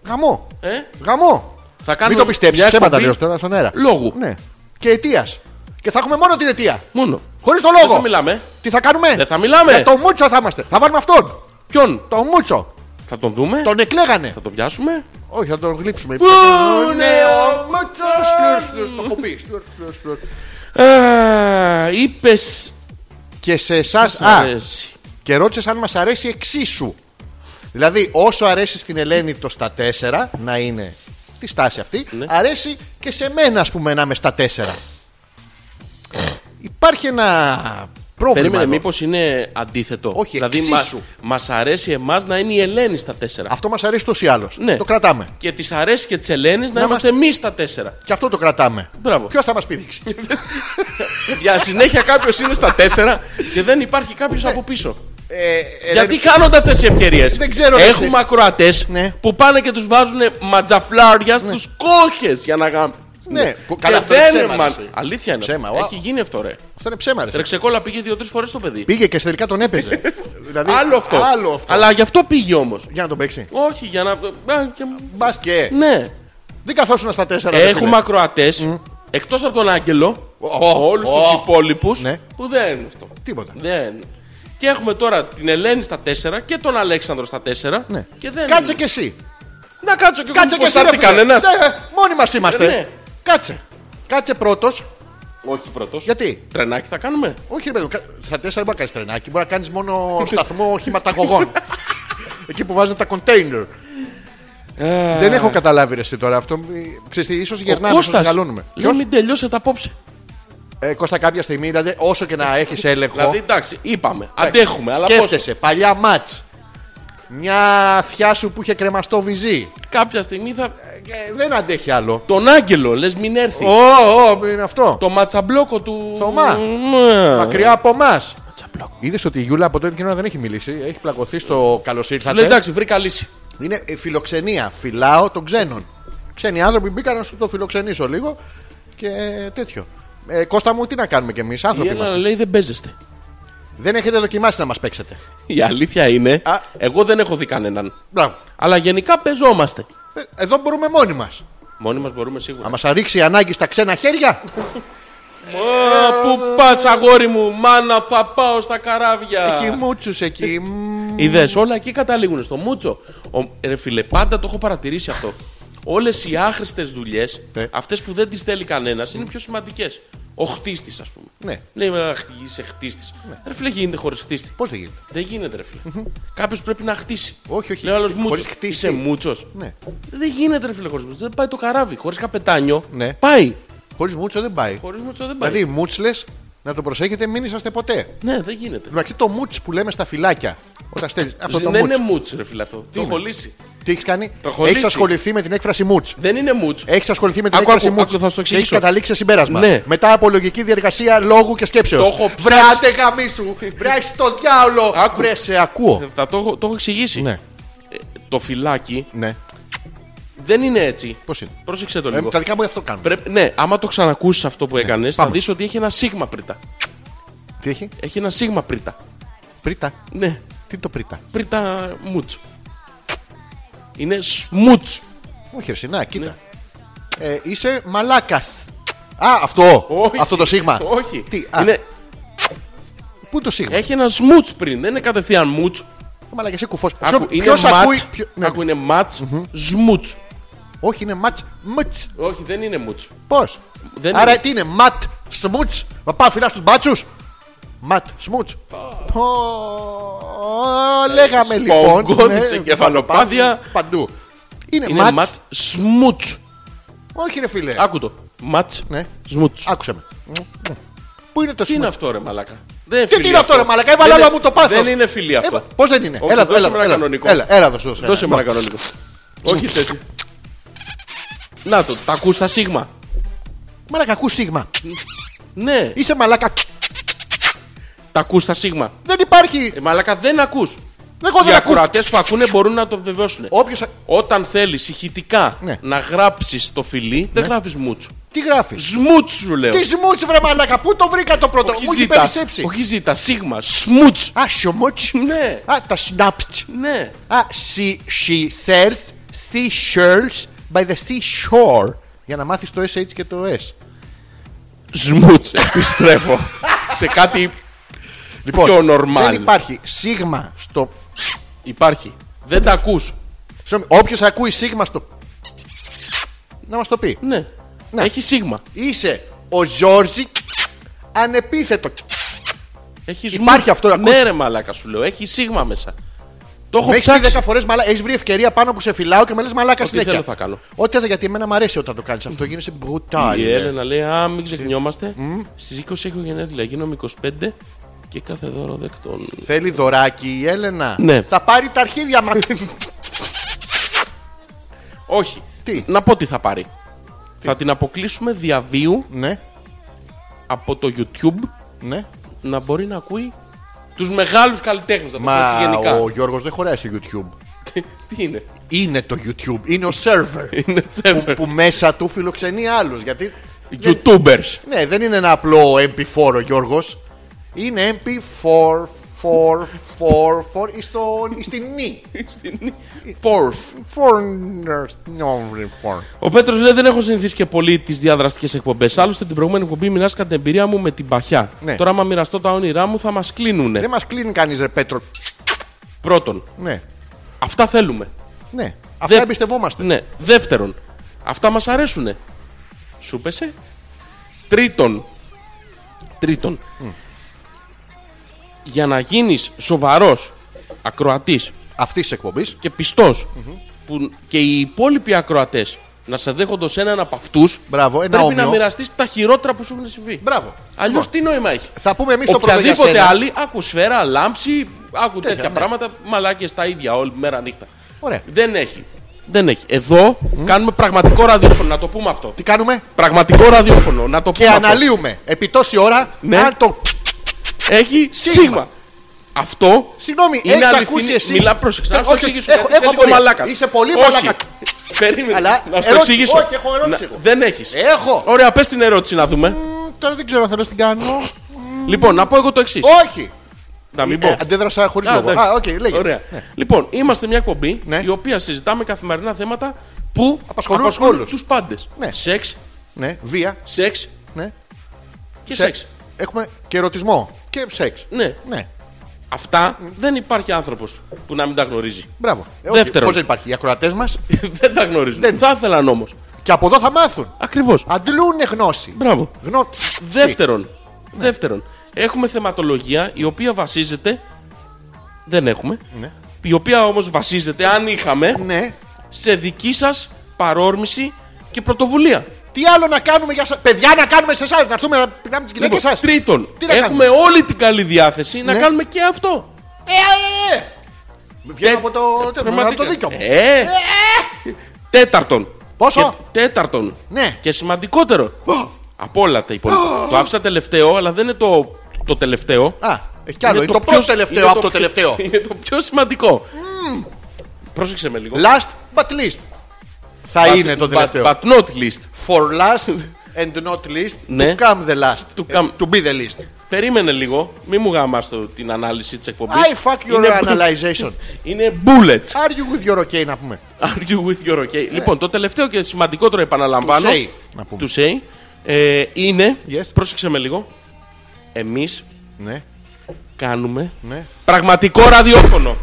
B: γαμό.
C: Ε?
B: Γαμό.
C: Θα κάνουμε
B: Μην το πιστέψεις.
C: μια
B: Ψέματα
C: εκπομπή
B: λέω τώρα στον αέρα.
C: λόγου.
B: Ναι. Και αιτίας. Και θα έχουμε μόνο την αιτία.
C: Μόνο.
B: Χωρίς το λόγο.
C: Δεν θα μιλάμε.
B: Τι θα κάνουμε.
C: Δεν θα μιλάμε.
B: Για το μούτσο θα είμαστε. Θα βάλουμε αυτόν.
C: Ποιον
B: Το μούτσο.
C: θα τον δούμε,
B: Τον εκλέγανε.
C: θα τον πιάσουμε.
B: Όχι, θα τον γλύψουμε. Πού
C: είναι ο
B: Μούτσο. Το έχω πει. Στουρ, στουρ, στουρ.
C: Ε, Είπες.
B: Και σε εσάς. Α, και ρώτησες αν μας αρέσει εξίσου. Δηλαδή, όσο αρέσει στην Ελένη το στα 4 να είναι τη στάση αυτή,
C: Ναι.
B: αρέσει και σε μένα, ας πούμε, να είμαι στα 4. Υπάρχει ένα πρόβλημα.
C: Περίμενε,
B: εδώ.
C: μήπως είναι αντίθετο.
B: Όχι,
C: δηλαδή,
B: εξίσου.
C: μας μας αρέσει εμάς να είναι η Ελένη στα τέσσερα.
B: Αυτό μας αρέσει τόσο ή άλλω.
C: Ναι.
B: Το κρατάμε.
C: Και της αρέσει και της Ελένης να,
B: Να
C: είμαστε εμείς στα τέσσερα.
B: Και αυτό το κρατάμε.
C: Μπράβο.
B: Ποιος θα μας πήδηξει.
C: Για συνέχεια κάποιος είναι στα τέσσερα και δεν υπάρχει κάποιος από πίσω.
B: ε,
C: Γιατί χάνονται αυτές οι ευκαιρίες.
B: Δεν ξέρω, ρε, εσύ.
C: Έχουμε ακροατές
B: Ναι.
C: που πάνε και τους βάζουν ματζαφλάρια στους κόχες για να κάνουν.
B: Ναι. Καλά,
C: Και
B: αυτό είναι
C: δεν
B: ψέμα,
C: μα-
B: ρε, εσύ.
C: Αλήθεια είναι.
B: Ψέμα,
C: αυτό.
B: wow.
C: Έχει γίνει αυτό, ρε.
B: Αυτό είναι ψέμα, ρε.
C: Τρεξεκόλα πήγε δύο-τρει φορές το παιδί.
B: Πήγε και τελικά τον έπαιζε. δηλαδή,
C: Άλλο αυτό.
B: Άλλο αυτό.
C: Αλλά γι' αυτό πήγε όμως.
B: Για να τον παίξει.
C: Όχι, για να. Α, και-
B: Μπας και.
C: Ναι.
B: Δεν καθόσουν στα 4.
C: Έχουμε ακροατέ εκτός από τον Άγγελο. Όλου του
B: ναι. Ω.
C: υπόλοιπους
B: Ναι.
C: που δεν είναι αυτό.
B: Τίποτα.
C: Δεν. Και έχουμε τώρα την Ελένη στα 4 και τον Αλέξανδρο στα 4.
B: Ναι.
C: Και δεν
B: Κάτσε και εσύ.
C: Να κάτσω και
B: Κάτσε
C: εγώ. Κάτσε
B: και εσύ.
C: και
B: ρε φίλε.
C: κανένας.
B: Ναι, μόνοι μας είμαστε.
C: Ε, ναι.
B: Κάτσε. Κάτσε πρώτος.
C: Όχι πρώτος.
B: Γιατί.
C: Τρενάκι θα κάνουμε.
B: Όχι, ρε παιδί μου, κα- στα 4 δεν μπορεί να κάνεις τρενάκι. Μπορεί να κάνεις μόνο σταθμό χηματαγωγών. Εκεί που βάζουν τα κοντέινερ.
C: Ε.
B: Δεν έχω καταλάβει ρε, εσύ τώρα αυτό. Ξέρετε, ίσως γερνάμε, ίσω μεγαλώνουμε.
C: Λέω
B: Ποιος?
C: μην τελειώσετε απόψε.
B: Ε, Κώστα, κάποια στιγμή, δηλαδή, όσο και να έχεις έλεγχο.
C: Δηλαδή εντάξει, είπαμε. Αντέχουμε, αλλά πόσο.
B: Σκέφτεσαι, παλιά ματ. Μια θιά σου που είχε κρεμαστό βυζί.
C: Κάποια στιγμή θα.
B: Ε, δεν αντέχει άλλο.
C: Τον Άγγελο, λες μην έρθει.
B: Ω, ω, είναι αυτό.
C: Το ματσαμπλόκο του.
B: Θωμά.
C: Ναι.
B: Μακριά από εμάς.
C: Ματσαμπλόκο.
B: Είδες ότι η Γιούλα από τότε την ώρα δεν έχει μιλήσει. Έχει πλακωθεί στο καλώς
C: Σου λέει
B: ήρθατε.
C: εντάξει, βρήκα λύση.
B: Είναι ε, φιλοξενία. Φιλάω των ξένων. Ξένοι άνθρωποι μπήκαν να σου το φιλοξενήσω λίγο και τέτοιο. Ε, Κώστα μου, τι να κάνουμε κι εμείς,
C: Η
B: άνθρωποι
C: Έλενα
B: είμαστε.
C: λέει δεν παίζεστε.
B: Δεν έχετε δοκιμάσει να μας παίξετε.
C: Η αλήθεια είναι,
B: Α.
C: εγώ δεν έχω δει κανέναν.
B: Μπράβο.
C: Αλλά γενικά παίζόμαστε.
B: Ε, Εδώ μπορούμε μόνοι μας.
C: Μόνοι μας μπορούμε σίγουρα.
B: Να μας αρίξει η ανάγκη στα ξένα χέρια.
C: Α, Πού πας, αγόρι μου, μάνα, θα πάω στα καράβια.
B: Έχει μούτσους εκεί. μμμ.
C: Είδες, όλα εκεί καταλήγουν στο μούτσο. Ο, ρε φίλε, πάντα το έχω παρατηρήσει αυτό. Όλες οι άχρηστες δουλειές,
B: Ναι.
C: αυτές που δεν τις θέλει κανένας, είναι πιο σημαντικές. Ο χτίστης, ας πούμε.
B: Ναι.
C: Λέει, Αχ, είσαι χτίστης. Ρε φίλε, γίνεται χωρίς χτίστη.
B: Πώς δεν γίνεται.
C: Δεν γίνεται, ρε φίλε. Κάποιος πρέπει να χτίσει.
B: Όχι, όχι.
C: Λέει άλλο
B: Χωρίς
C: μούτσο.
B: χτίστη.
C: Είσαι μούτσος.
B: Ναι.
C: Δεν γίνεται, ρε φίλε, χωρίς μούτσο. Δεν πάει το καράβι. Χωρίς καπετάνιο.
B: Ναι.
C: Πάει.
B: Χωρίς μούτσο δεν πάει.
C: Χωρίς μούτσο δεν πάει.
B: Δηλαδή, οι μούτσλες, να το προσέχετε, μην είσαστε ποτέ.
C: Ναι, δεν γίνεται.
B: Εντάξει, το μούτς που λέμε στα φυλάκια. Όταν στέλνεις αυτό το
C: δεν
B: μούτς.
C: είναι μούτσο, ρε φίλε αυτό. το έχω λύσει.
B: Τι έχεις κάνει,
C: Το έχω
B: έχεις
C: λύσει.
B: ασχοληθεί με την έκφραση μούτς.
C: Δεν είναι μούτσο.
B: Έχεις ασχοληθεί με την
C: Άκου,
B: έκφραση
C: άκου,
B: μούτς.
C: άκου, θα σου το
B: Και
C: εξηγήσω.
B: έχεις καταλήξει σε συμπέρασμα.
C: Ναι.
B: Μετά από λογική διεργασία λόγου και σκέψεως.
C: Το έχω
B: Βρες
C: ψάξει.
B: άντε γαμίσου, βρε άσε το διάολο.
C: Άκου.
B: Βρε σε ακούω.
C: Ε, Θα το, έχω- το έχω εξηγήσει. Ε, το φυλάκι
B: Ναι.
C: δεν είναι έτσι.
B: Πώς είναι?
C: Πρόσεξε το
B: Ε,
C: λίγο.
B: τα δικά μου αυτό κάνουν.
C: Πρέπει, ναι, άμα το ξανακούσεις αυτό που έκανες, θα
B: πάμε.
C: δεις ότι έχει ένα σίγμα πρίτα.
B: Τι έχει,
C: Έχει ένα σίγμα πρίτα.
B: πρίτα.
C: Ναι,
B: Τι είναι το πρίτα.
C: πρίτα μουτσο. Είναι σμουτσ.
B: Όχι, ρε, να, κοίτα. Ε, είσαι μαλάκας. Α, αυτό.
C: Ναι. Όχι.
B: Αυτό το σίγμα.
C: Όχι.
B: Τι, α,
C: Είναι- Ε-
B: Πού είναι το σίγμα.
C: έχει ένα σμουτ πριν, δεν είναι κατευθείαν μουτ.
B: Μαλάκα, είσαι κουφός.
C: Άκου, είναι
B: Ποιος ακούει.
C: ματς,
B: ποιο- ναι,
C: άκου, είναι ματς, σμουτς.
B: Όχι, είναι ματ. Μουτ.
C: Όχι, δεν είναι μουτς.
B: Πώς.
C: Δεν
B: Άρα
C: είναι.
B: τι είναι, ματ. Σμουτ. Μα πάω φυλάς τους μπάτσους. Ματ. Σμουτ. Λέγαμε λοιπόν.
C: Σπογκώδησε
B: ναι,
C: κεφαλοπάδια.
B: παν- Παντού. Είναι
C: Είναι
B: ματ.
C: ματς, σμουτς.
B: Όχι, ρε φίλε.
C: Άκου το. Ματς,
B: Ναι.
C: σμουτς.
B: Άκουσε με. Πού είναι το
C: Τι είναι
B: σμουτ.
C: αυτό ρε μαλάκα. Δεν είναι
B: Και τι
C: φιλί
B: είναι αυτό, ρε Μαλακά, έβαλα
C: Δεν
B: άλλο
C: είναι-
B: μου το πάθος.
C: Δεν είναι φιλί αυτό.
B: Πώς δεν είναι,
C: Όχι,
B: έλα,
C: δώσε
B: έλα,
C: μου ένα
B: έλα,
C: κανονικό.
B: έλα, έλα, δώσε, δώσε.
C: Δώσε
B: ένα.
C: μου ένα κανονικό. Όχι τέτοιο. Να το, τα ακούς τα σίγμα.
B: Μαλακά, ακούς σίγμα.
C: Ναι,
B: Είσαι μαλάκα.
C: τα ακούς τα σίγμα.
B: Δεν υπάρχει.
C: Ε, μαλάκα δεν ακούς.
B: Εγώ
C: Οι
B: δεν ακούω.
C: ακροατές που ακούνε μπορούν να το βεβαιώσουν.
B: Όποιος.
C: Όταν θέλεις ηχητικά
B: Ναι.
C: να γράψεις το φιλί, δεν γράφεις μουτσου.
B: Τι γράφεις.
C: Σμούτσου σου λέω.
B: Τι σμούτς βρε μαλάκα. Πού το βρήκα το πρώτο. Μου έχει περισσέψει.
C: Όχι ζήτα, σίγμα, σμούτσου.
B: Α, σιωμούτς.
C: Ναι,
B: Α, τα σνάπτ.
C: ναι.
B: Α, she, she sells seashells by the seashore. Για να μάθεις το SH και το S.
C: Σμούτς, επιστρέφω σε κάτι πιο
B: Λοιπόν, δεν
C: normal.
B: υπάρχει σίγμα στο...
C: Υπάρχει. Δεν τα ακούς.
B: Συγγνώμη, όποιος ακούει σίγμα στο... Να μας το πει.
C: Ναι.
B: Ναι.
C: Έχει σίγμα.
B: Είσαι ο Ζόρζι ανεπίθετο.
C: Έχεις
B: Υπάρχει
C: σμούτ.
B: αυτό, ακούς.
C: Ναι, ρε μαλάκα σου λέω. Έχει σίγμα μέσα. Το έχω
B: Με έχει πει
C: ψάξει.
B: 10 φορέ μαλάκα. Έχεις βρει ευκαιρία πάνω που σε φυλάω και με λες μαλάκα
C: Ό,τι
B: συνέχεια.
C: θέλω θα κάνω.
B: Ό,τι θέλω, γιατί εμένα μου αρέσει όταν το κάνεις αυτό. Γίνεσαι
C: Η
B: brutal.
C: Έλενα λέει: Α, μην ξεχνιόμαστε. Στι 20 έχω γενέθλια. Γίνομαι 25 και κάθε δώρο δεκτών.
B: Θέλει δωράκι η Έλενα.
C: Ναι.
B: Θα πάρει τα αρχίδια μα.
C: Όχι.
B: Τι?
C: Να πω τι θα πάρει. Θα την αποκλείσουμε διαβίου
B: ναι,
C: από το YouTube
B: ναι.
C: να μπορεί να ακούει τους μεγάλους καλλιτέχνες. Να το πω έτσι
B: Μα
C: γενικά.
B: ο Γιώργος δεν χωράει στο YouTube.
C: Τι είναι.
B: Είναι το YouTube. Είναι ο server.
C: Είναι
B: που,
C: server.
B: που μέσα του φιλοξενεί άλλους. Γιατί. δεν-
C: YouTubers.
B: ναι, δεν είναι ένα απλό MP4 ο Γιώργος. Είναι MP4. 444 εις το- εις την νη.
C: Στην- Fourth.
B: Foreigners, no reform.
C: Ο Πέτρος λέει: Δεν έχω συνηθίσει και πολύ τις διαδραστικές εκπομπές. Άλλωστε, την προηγούμενη εκπομπή μιλάς κατά την εμπειρία μου με την παχιά.
B: Ναι.
C: Τώρα, άμα μοιραστώ τα όνειρά μου, θα μας κλείνουνε.
B: Δεν μας κλείνει κανείς, ρε Πέτρο.
C: Πρώτον,
B: Ναι,
C: αυτά θέλουμε.
B: ναι. Αυτά
C: Δε-
B: εμπιστευόμαστε.
C: Ναι. Δεύτερον, αυτά μας αρέσουνε. Σου πέσε. Τρίτον, τρίτον για να γίνεις σοβαρός ακροατής
B: Αυτής της εκπομπής.
C: και πιστο που και οι υπόλοιποι ακροατές να σε δέχονται ως έναν από αυτούς,
B: Μπράβο, ένα
C: πρέπει να
B: όμοιο.
C: μοιραστείς τα χειρότερα που σου έχουν συμβεί.
B: Μπράβο.
C: Αλλιώς
B: Λοιπόν,
C: τι νόημα έχει.
B: Θα πούμε εμείς το πρώτο για
C: Οποιαδήποτε
B: σένα.
C: άλλη, άκου σφαίρα, λάμψη, άκου τέτοια
B: ναι.
C: πράγματα, μαλάκες τα ίδια όλη μέρα νύχτα.
B: Ωραία.
C: Δεν έχει. Δεν έχει. Εδώ κάνουμε πραγματικό ραδιόφωνο, να το πούμε αυτό.
B: Τι κάνουμε
C: Πραγματικό ραδιόφωνο, να το
B: και
C: πούμε αυτό.
B: αναλύουμε επί τόση ώρα
C: Ναι.
B: αν το.
C: Έχει
B: Σίγμα.
C: σίγμα. Αυτό
B: Συγγνώμη,
C: είναι
B: έχεις
C: αληθινή-
B: ακούσει εσύ.
C: Μιλά, πρόσεξε, να
B: Ε,
C: σου
B: όχι,
C: εξηγήσω
B: έχω-
C: κάτι,
B: έχω
C: είσαι λίγο
B: απορία.
C: μαλάκας.
B: Είσαι πολύ
C: Όχι.
B: μαλάκας.
C: Περίμενε,
B: Αλλά
C: να σου το
B: ερώτηση-
C: εξηγήσω.
B: όχι, έχω ερώτηση
C: Να-
B: εγώ. Ε.
C: Δεν έχεις.
B: Έχω.
C: Ωραία, πες την ερώτηση να δούμε.
B: Μ, Τώρα δεν ξέρω αν θέλω να την κάνω.
C: Λοιπόν, να πω εγώ το εξής.
B: Όχι.
C: Να μην
B: Ε,
C: πω.
B: Αντέδρασα χωρίς
C: Α,
B: λόγο.
C: εντάξει.
B: Α, οκ, λέγε.
C: Ωραία. Λοιπόν, είμαστε μια εκπομπή
B: Ναι.
C: η οποία συζητάμε καθημερινά θέματα που
B: Απασχολούν όλους.
C: τους πάντες.
B: Ναι.
C: Σεξ,
B: Ναι, βία.
C: σεξ
B: Ναι.
C: και
B: Σε-
C: σεξ.
B: Έχουμε και ερωτισμό και σεξ.
C: Ναι.
B: Ναι.
C: Αυτά δεν υπάρχει άνθρωπος που να μην τα γνωρίζει.
B: Μπράβο.
C: Δεύτερον.
B: Πώς δεν υπάρχει. Οι ακροατές μας
C: δεν τα γνωρίζουν.
B: Δεν.
C: Θα ήθελαν όμω.
B: και από εδώ θα μάθουν.
C: Ακριβώς.
B: Αντλούν γνώση.
C: Μπράβο.
B: Γνώ...
C: Δεύτερον,
B: Ναι.
C: δεύτερον, έχουμε θεματολογία η οποία βασίζεται. Δεν έχουμε.
B: Ναι.
C: Η οποία όμως βασίζεται, αν είχαμε,
B: Ναι.
C: σε δική σας παρόρμηση και πρωτοβουλία.
B: Τι άλλο να κάνουμε για σας. Παιδιά, να κάνουμε σε εσάς. Να έρθουμε να πεινάμε τις γυναίκες
C: Λοιπόν,
B: σας.
C: τρίτον,
B: Ναι, Τι να
C: έχουμε όλη την καλή διάθεση να
B: Ναι.
C: κάνουμε και αυτό.
B: Ε, ε, ε, ε. Βγαίνω
C: Τε-
B: από το, από το δίκιο μου.
C: Ε, Τέταρτον.
B: Πόσο?
C: Και- τέταρτον.
B: Ναι.
C: Και σημαντικότερο. Από όλα τα υπόλοιπα. Το άφησα τελευταίο, αλλά δεν είναι το, το τελευταίο.
B: Α, έχει κι άλλο. Είναι το
C: πιο-
B: πρώτο τελευταίο
C: είναι
B: από το
C: πιο-
B: τελευταίο.
C: Είναι το πιο σημαντικό. Πρόσεξε με λίγο.
B: Last but least. Θα
C: But-
B: είναι το
C: but-
B: τελευταίο.
C: But, not least.
B: For last and not least,
C: Ναι.
B: to come the last.
C: To
B: Ε,
C: come.
B: to be the least.
C: Περίμενε λίγο. Μη μου γάμας το- την ανάλυση της εκπομπής.
B: I fuck your
C: Είναι-
B: analyzation.
C: Είναι bullets.
B: Are you with your okay να πούμε.
C: Are you with your okay? Λοιπόν, το τελευταίο και σημαντικότερο επαναλαμβάνω
B: Του say, Ναι. να πούμε.
C: του say, ε, είναι.
B: Yes.
C: Πρόσεξε με λίγο. Εμείς
B: Ναι,
C: κάνουμε
B: ναι.
C: πραγματικό ραδιόφωνο.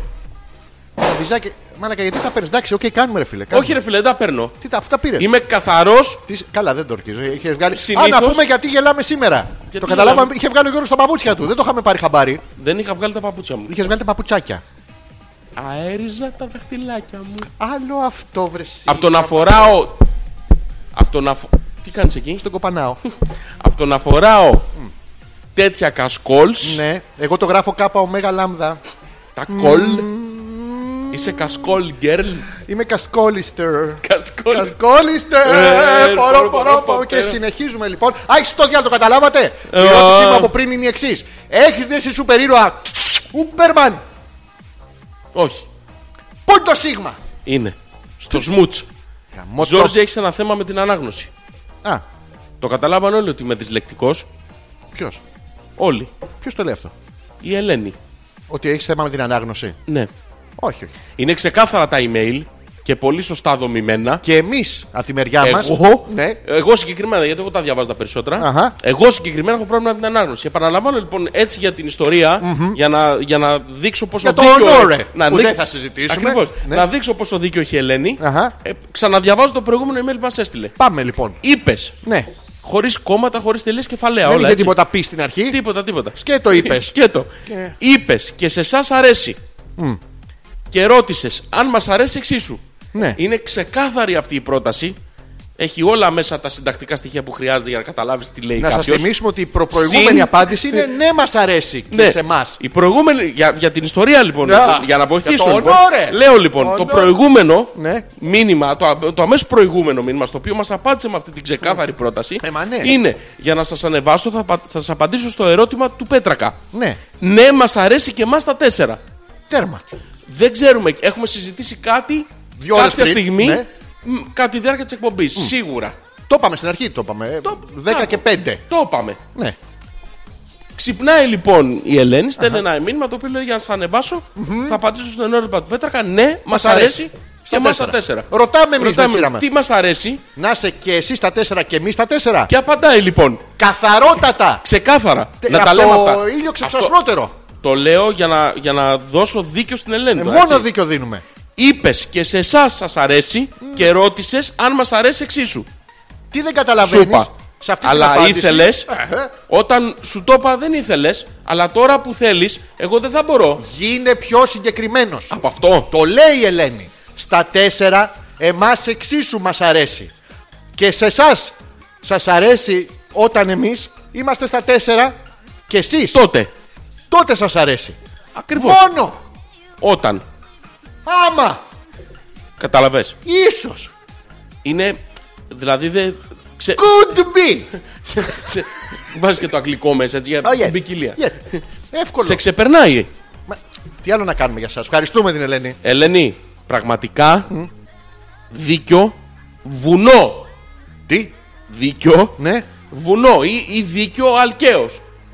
B: Βυζάκι, μάλακα γιατί τα παίρνεις. Εντάξει, οκ, κάνουμε ρε φίλε. κάνουμε.
C: Όχι, ρε φίλε, δεν τα παίρνω.
B: Τι τα αυτά πήρες.
C: Είμαι καθαρός.
B: Τις... Καλά, δεν το ορκίζω. Είχες βγάλει...
C: Συνήθως-
B: Α, να πούμε γιατί γελάμε σήμερα. το καταλάβαμε.
C: γελάμε.
B: Είχε βγάλει ο Γιώργος τα παπούτσια του. Δεν το είχαμε πάρει χαμπάρι.
C: Δεν είχα βγάλει τα παπούτσια μου.
B: Είχες βγάλει τα παπουτσάκια.
C: Αέριζα τα δαχτυλάκια μου.
B: Άλλο αυτό βρεσί.
C: Από το να φοράω. Από το να. φο- Τι κάνεις εκεί.
B: Στον κοπανάω.
C: Από το να φοράω τέτοια κασκόλ.
B: ναι, εγώ το γράφω κάπα ωμέγα λάμδα.
C: Τα κολ. Είσαι κασκόλ girl.
B: Είμαι κασκόλιστερ.
C: Κασκόλ.
B: Κασκόλιστε!
C: Ε,
B: Ε,
C: πορώ,
B: Πορώ, πορώ, πορώ. Και
C: πέρα.
B: συνεχίζουμε λοιπόν. Άχι το διάλογο, καταλάβατε! Η
C: Ε,
B: ερώτησή
C: ε.
B: μου από πριν είναι η εξής. Έχεις δει εσύ σούπερ ήρωα Ούπερμαν
C: Όχι.
B: Πόντο Σίγμα.
C: Είναι. Στο σμουτ.
B: Γαμώτο.
C: Ζόρζι, έχεις ένα θέμα με την ανάγνωση.
B: Α,
C: Το καταλάβαν όλοι ότι είμαι δυσλεκτικός.
B: ποιος.
C: Όλοι.
B: Ποιος το λέει αυτό.
C: Η Ελένη.
B: Ότι έχεις θέμα με την ανάγνωση.
C: Ναι.
B: Όχι, όχι.
C: Είναι ξεκάθαρα τα email και πολύ σωστά δομημένα.
B: Και εμείς από τη μεριά μα.
C: Εγώ,
B: Ναι.
C: εγώ συγκεκριμένα, γιατί εγώ τα διαβάζω τα περισσότερα.
B: Αχα.
C: Εγώ συγκεκριμένα έχω πρόβλημα με την ανάγνωση. Επαναλαμβάνω λοιπόν έτσι για την ιστορια για, να, για να δείξω πόσο
B: Για το
C: δίκιο.
B: honor, ρε, που δεν θα συζητήσουμε.
C: Ακριβώς.
B: Ναι.
C: Να δείξω πόσο δίκιο έχει η Ελένη.
B: Αχα.
C: Ε, ξαναδιαβάζω το προηγούμενο email που μας έστειλε.
B: Πάμε λοιπόν.
C: Είπες
B: Ναι.
C: χωρίς κόμματα, χωρίς τελείε κεφαλαία.
B: Δεν
C: Ε, όλα,
B: είχε
C: έτσι.
B: τίποτα πει στην αρχή.
C: Τίποτα, τίποτα.
B: Σκέτο είπες.
C: Σκέτο.
B: Και-
C: Είπες και σε εσάς αρέσει. Και ρώτησες αν μας αρέσει εξίσου.
B: Ναι.
C: Είναι ξεκάθαρη αυτή η πρόταση. Έχει όλα μέσα τα συντακτικά στοιχεία που χρειάζεται για να καταλάβεις τι λέει
B: Να σας
C: κάποιος.
B: θυμίσουμε ότι η προπροηγούμενη
C: Συν-
B: απάντηση είναι ναι, μας αρέσει και σε εμάς.
C: Η προηγούμενη, για, για την ιστορία λοιπόν,
B: Να.
C: για να βοηθήσω.
B: Για το
C: λοιπόν,
B: honor, ρε.
C: λέω λοιπόν, το
B: Honor.
C: προηγούμενο
B: Ναι.
C: μήνυμα, το, α- το αμέσως προηγούμενο μήνυμα, στο οποίο μας απάντησε με αυτή την ξεκάθαρη πρόταση,
B: Ε, μα ναι.
C: είναι για να σας ανεβάσω, θα, πα- θα σας απαντήσω στο ερώτημα του Πέτρακα.
B: Ναι,
C: Ναι, μας αρέσει και εμάς τα τέσσερα.
B: τέρμα.
C: Δεν ξέρουμε. Έχουμε συζητήσει κάτι
B: Δυο ώρες
C: κάποια
B: πριν,
C: στιγμή
B: ναι.
C: μ, κατά τη διάρκεια της εκπομπής. Σίγουρα.
B: Το είπαμε στην αρχή, το είπαμε.
C: Το-
B: 10 και 5.
C: Το είπαμε.
B: Ναι.
C: Ξυπνάει λοιπόν η Ελένη, στέλνει ένα μήνυμα το οποίο λέει για να σα ανεβασω Θα απαντήσω στον ερώτημα του Πέτρακα. Ναι, μας
B: Μας αρέσει.
C: αρέσει
B: Στα
C: και εμά τα
B: τέσσερα.
C: τέσσερα.
B: Ρωτάμε εμείς με τη σειρά μας.
C: τι μας αρέσει
B: Να είσαι και εσύ στα 4 και εμείς στα 4.
C: και απαντάει λοιπόν.
B: Καθαρότατα.
C: Ξεκάθαρα.
B: Τε-
C: να τα
B: από
C: λέμε
B: το
C: αυτά.
B: ήλιο
C: Αυτό
B: ξεσπρότερο.
C: το λέω για να, για να δώσω δίκιο στην Ελένη.
B: Ε,
C: τώρα,
B: μόνο
C: Ναι, έτσι.
B: δίκιο δίνουμε.
C: Είπες και σε εσάς σας αρέσει και ρώτησες αν μας αρέσει εξίσου. Τι
B: Δεν καταλαβαίνεις.
C: Σούπα.
B: Σε αυτή την
C: Αλλά
B: απάντηση.
C: ήθελες.
B: Ε, ε,
C: Όταν σου το είπα δεν ήθελες. Αλλά τώρα που θέλεις, εγώ δεν θα μπορώ.
B: Γίνε πιο συγκεκριμένος.
C: Από αυτό.
B: Το λέει η Ελένη. Στα 4 εμάς εξίσου μας αρέσει. Και σε εσάς σας αρέσει όταν εμείς είμαστε στα 4 και εσείς.
C: Τότε.
B: Τότε σας αρέσει.
C: Ακριβώς.
B: Μόνο.
C: Όταν.
B: Άμα.
C: Καταλαβέ.
B: Ίσως.
C: Είναι. Δηλαδή δεν. Ξε...
B: Could be.
C: ξε... Βάζεις και το αγγλικό μέσα έτσι για
B: Oh, yes.
C: την ποικιλία.
B: Yes. Εύκολο.
C: Σε ξεπερνάει.
B: Μα, τι άλλο να κάνουμε για σας. Ευχαριστούμε την Ελένη.
C: Ελένη, πραγματικά δίκιο βουνό.
B: Τι.
C: Δίκιο
B: Ναι.
C: βουνό ή, ή δίκιο αλκαίος.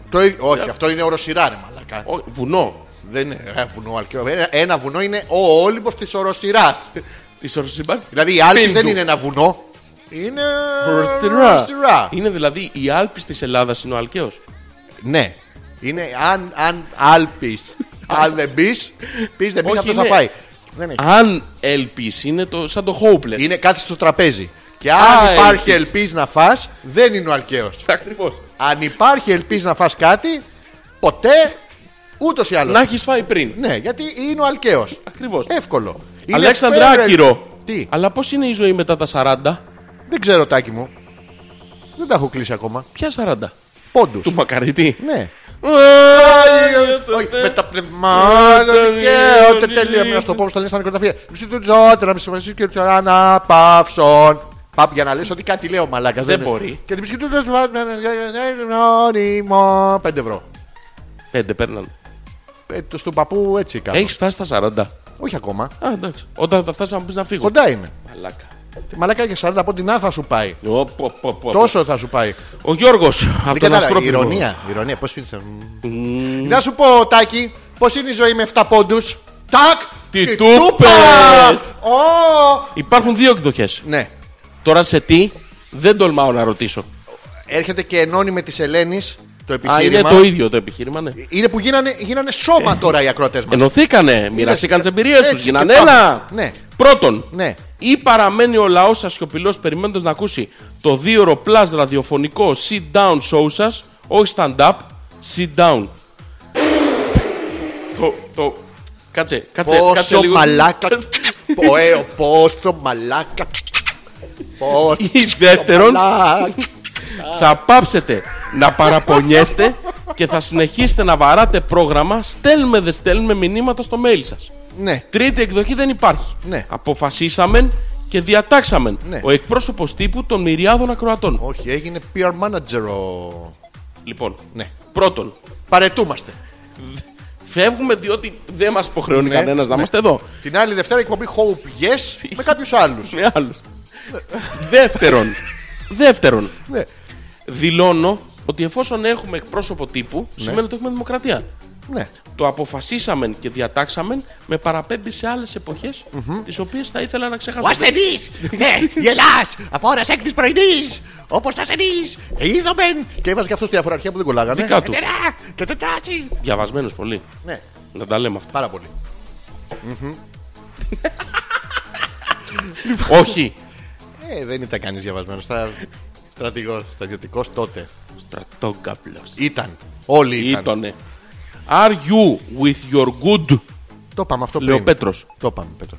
B: Το, ίδιο- όχι, αυτό είναι οροσυρά, ρε μαλακά.
C: Βουνό.
B: Δεν είναι ένα βουνό αλκαίο. Ένα, ένα βουνό είναι ο όλυμπος της οροσυράς.
C: Της οροσυμπάρτη.
B: δηλαδή η Άλπης
C: Πίντου.
B: δεν είναι ένα βουνό. Είναι οροσυρά.
C: Οροσυρά. Είναι δηλαδή η Άλπη της Ελλάδας είναι ο Αλκαίο.
B: Ναι. Είναι αν, αν Άλπης. αν δεν πεις, πεις δεν πεις
C: Όχι,
B: αυτός θα
C: είναι-
B: φάει. Δεν έχει.
C: Αν ελπί είναι το, σαν το hopeless.
B: Είναι κάτι στο τραπέζι. Και
C: Α,
B: αν υπάρχει
C: ελπίς.
B: ελπίς να φας, δεν είναι ο αλκαίος.
C: Ακριβώς.
B: Αν υπάρχει ελπίς να φας κάτι, ποτέ ούτως ή άλλως.
C: Να έχεις φάει πριν.
B: Ναι, γιατί είναι ο αλκαίος.
C: Ακριβώς.
B: Εύκολο. Ε, Είναι
C: Αλέξανδρα
B: fair-
C: Άκυρο.
B: Τι,
C: Αλλά πώς είναι η ζωή μετά τα 40.
B: δεν ξέρω τάκι μου. Δεν τα έχω κλείσει ακόμα.
C: Ποια 40.
B: Πόντους.
C: Του μακαρίτη.
B: Ναι. Όχι,
C: Όχι,
B: με τα πνευμάτα δικαίωται τελείω. Μην στο πω όπως τα λες στα νοικοταφεία. Μισή του τζότερα, να μη συμφωνήσεις και του αναπαύσεων. Πάπ για να λες ότι κάτι λέω μαλάκα.
C: Δεν μπορεί.
B: Και την μισή του τζότερα, πέντε ευρώ.
C: Πέντε παίρναν.
B: Ε, το- Στον παππού έτσι κάνω.
C: Έχεις φτάσει στα 40.
B: Όχι ακόμα.
C: Α, εντάξει. Όταν θα φτάσεις να μου πεις να φύγω.
B: Κοντά είναι.
C: Μαλάκα.
B: Τη Μαλάκα και 40 από την Α θα σου πάει.
C: Ω, πω, πω, πω.
B: Τόσο θα σου πάει.
C: Ο Γιώργος από
B: Δεν
C: τον
B: κατάλαβα.
C: Αστρόπυργο.
B: Ηρωνία. Ηρωνία. Πώς πείτε. Να σου πω, Τάκη, πώς είναι η ζωή με 7 πόντους. Τάκ!
C: Τι
B: τη
C: τούπες!
B: Ω!
C: Υπάρχουν δύο εκδοχές.
B: Ναι.
C: Τώρα σε τι δεν τολμάω να ρωτήσω.
B: Έρχεται και ενώνει με τη Ελένης το
C: Α, είναι
B: επιχείρημα.
C: το Ε, ίδιο το επιχείρημα, ναι.
B: Είναι που γίνανε, γίνανε σώμα τώρα οι ακροατές μας.
C: Ενωθήκανε, μοιραστήκαν τις εμπειρίες
B: Έτσι,
C: του, γίνανε
B: και πάμε.
C: ένα.
B: Ναι.
C: Πρώτον,
B: Ναι.
C: ή παραμένει ο λαός ασιοπηλό περιμένοντας να ακούσει το δίωρο πλάσ ραδιοφωνικό sit down show σας, όχι stand up, sit down. το, το. Κάτσε, κάτσε, κάτσε
B: Πόσο
C: λίγο.
B: μαλάκα. Ποέο, πόσο μαλάκα. Πόσο
C: Ή δεύτερον,
B: μαλάκα.
C: θα πάψετε να παραπονιέστε και θα συνεχίσετε να βαράτε πρόγραμμα. Στέλνουμε, δεν στέλνουμε μηνύματα στο mail σας.
B: Ναι.
C: Τρίτη εκδοχή δεν υπάρχει.
B: Ναι.
C: Αποφασίσαμε και διατάξαμε.
B: Ναι.
C: Ο εκπρόσωπος τύπου των μυριάδων ακροατών.
B: Όχι, έγινε PR manager ο.
C: Λοιπόν,
B: Ναι.
C: πρώτον,
B: Παρετούμαστε.
C: φεύγουμε διότι δεν μας υποχρεώνει
B: Ναι,
C: κανένας να
B: ναι.
C: είμαστε εδώ.
B: Την άλλη Δευτέρα εκπομπή Hope Yes με κάποιους άλλους.
C: Με άλλους. δεύτερον, δεύτερον,
B: ναι.
C: δηλώνω ότι εφόσον έχουμε εκπρόσωπο τύπου, σημαίνει ότι έχουμε δημοκρατία.
B: ναι.
C: Το αποφασίσαμε και διατάξαμε με παραπέμπει σε άλλες εποχές τις οποίες θα ήθελα να ξεχάσω.
E: Ο ασθενή! Ναι, γελάς! Από ώρα έκτη πρωινής! Όπως ασθενή! Είδομεν!
B: Και έβαζε και αυτός στη διαφοραρχία που δεν κολλάγανε. Ε,
C: Δικά του.
E: Τερά! Και τετάσι!
C: Διαβασμένος πολύ.
B: Ναι,
C: Να τα λέμε αυτά.
B: πάρα πολύ.
C: Όχι.
B: Ε, δεν ήταν κανείς διαβασμένος. Στα... Στρατηγός, στρατιωτικός τότε.
C: Στρατόγκαπλος.
B: Ήταν. Όλοι ήταν.
C: Ήτανε. Are you with your good,
B: Το είπαμε αυτό πριν.
C: λέει ο Πέτρος.
B: Το είπαμε, Πέτρο.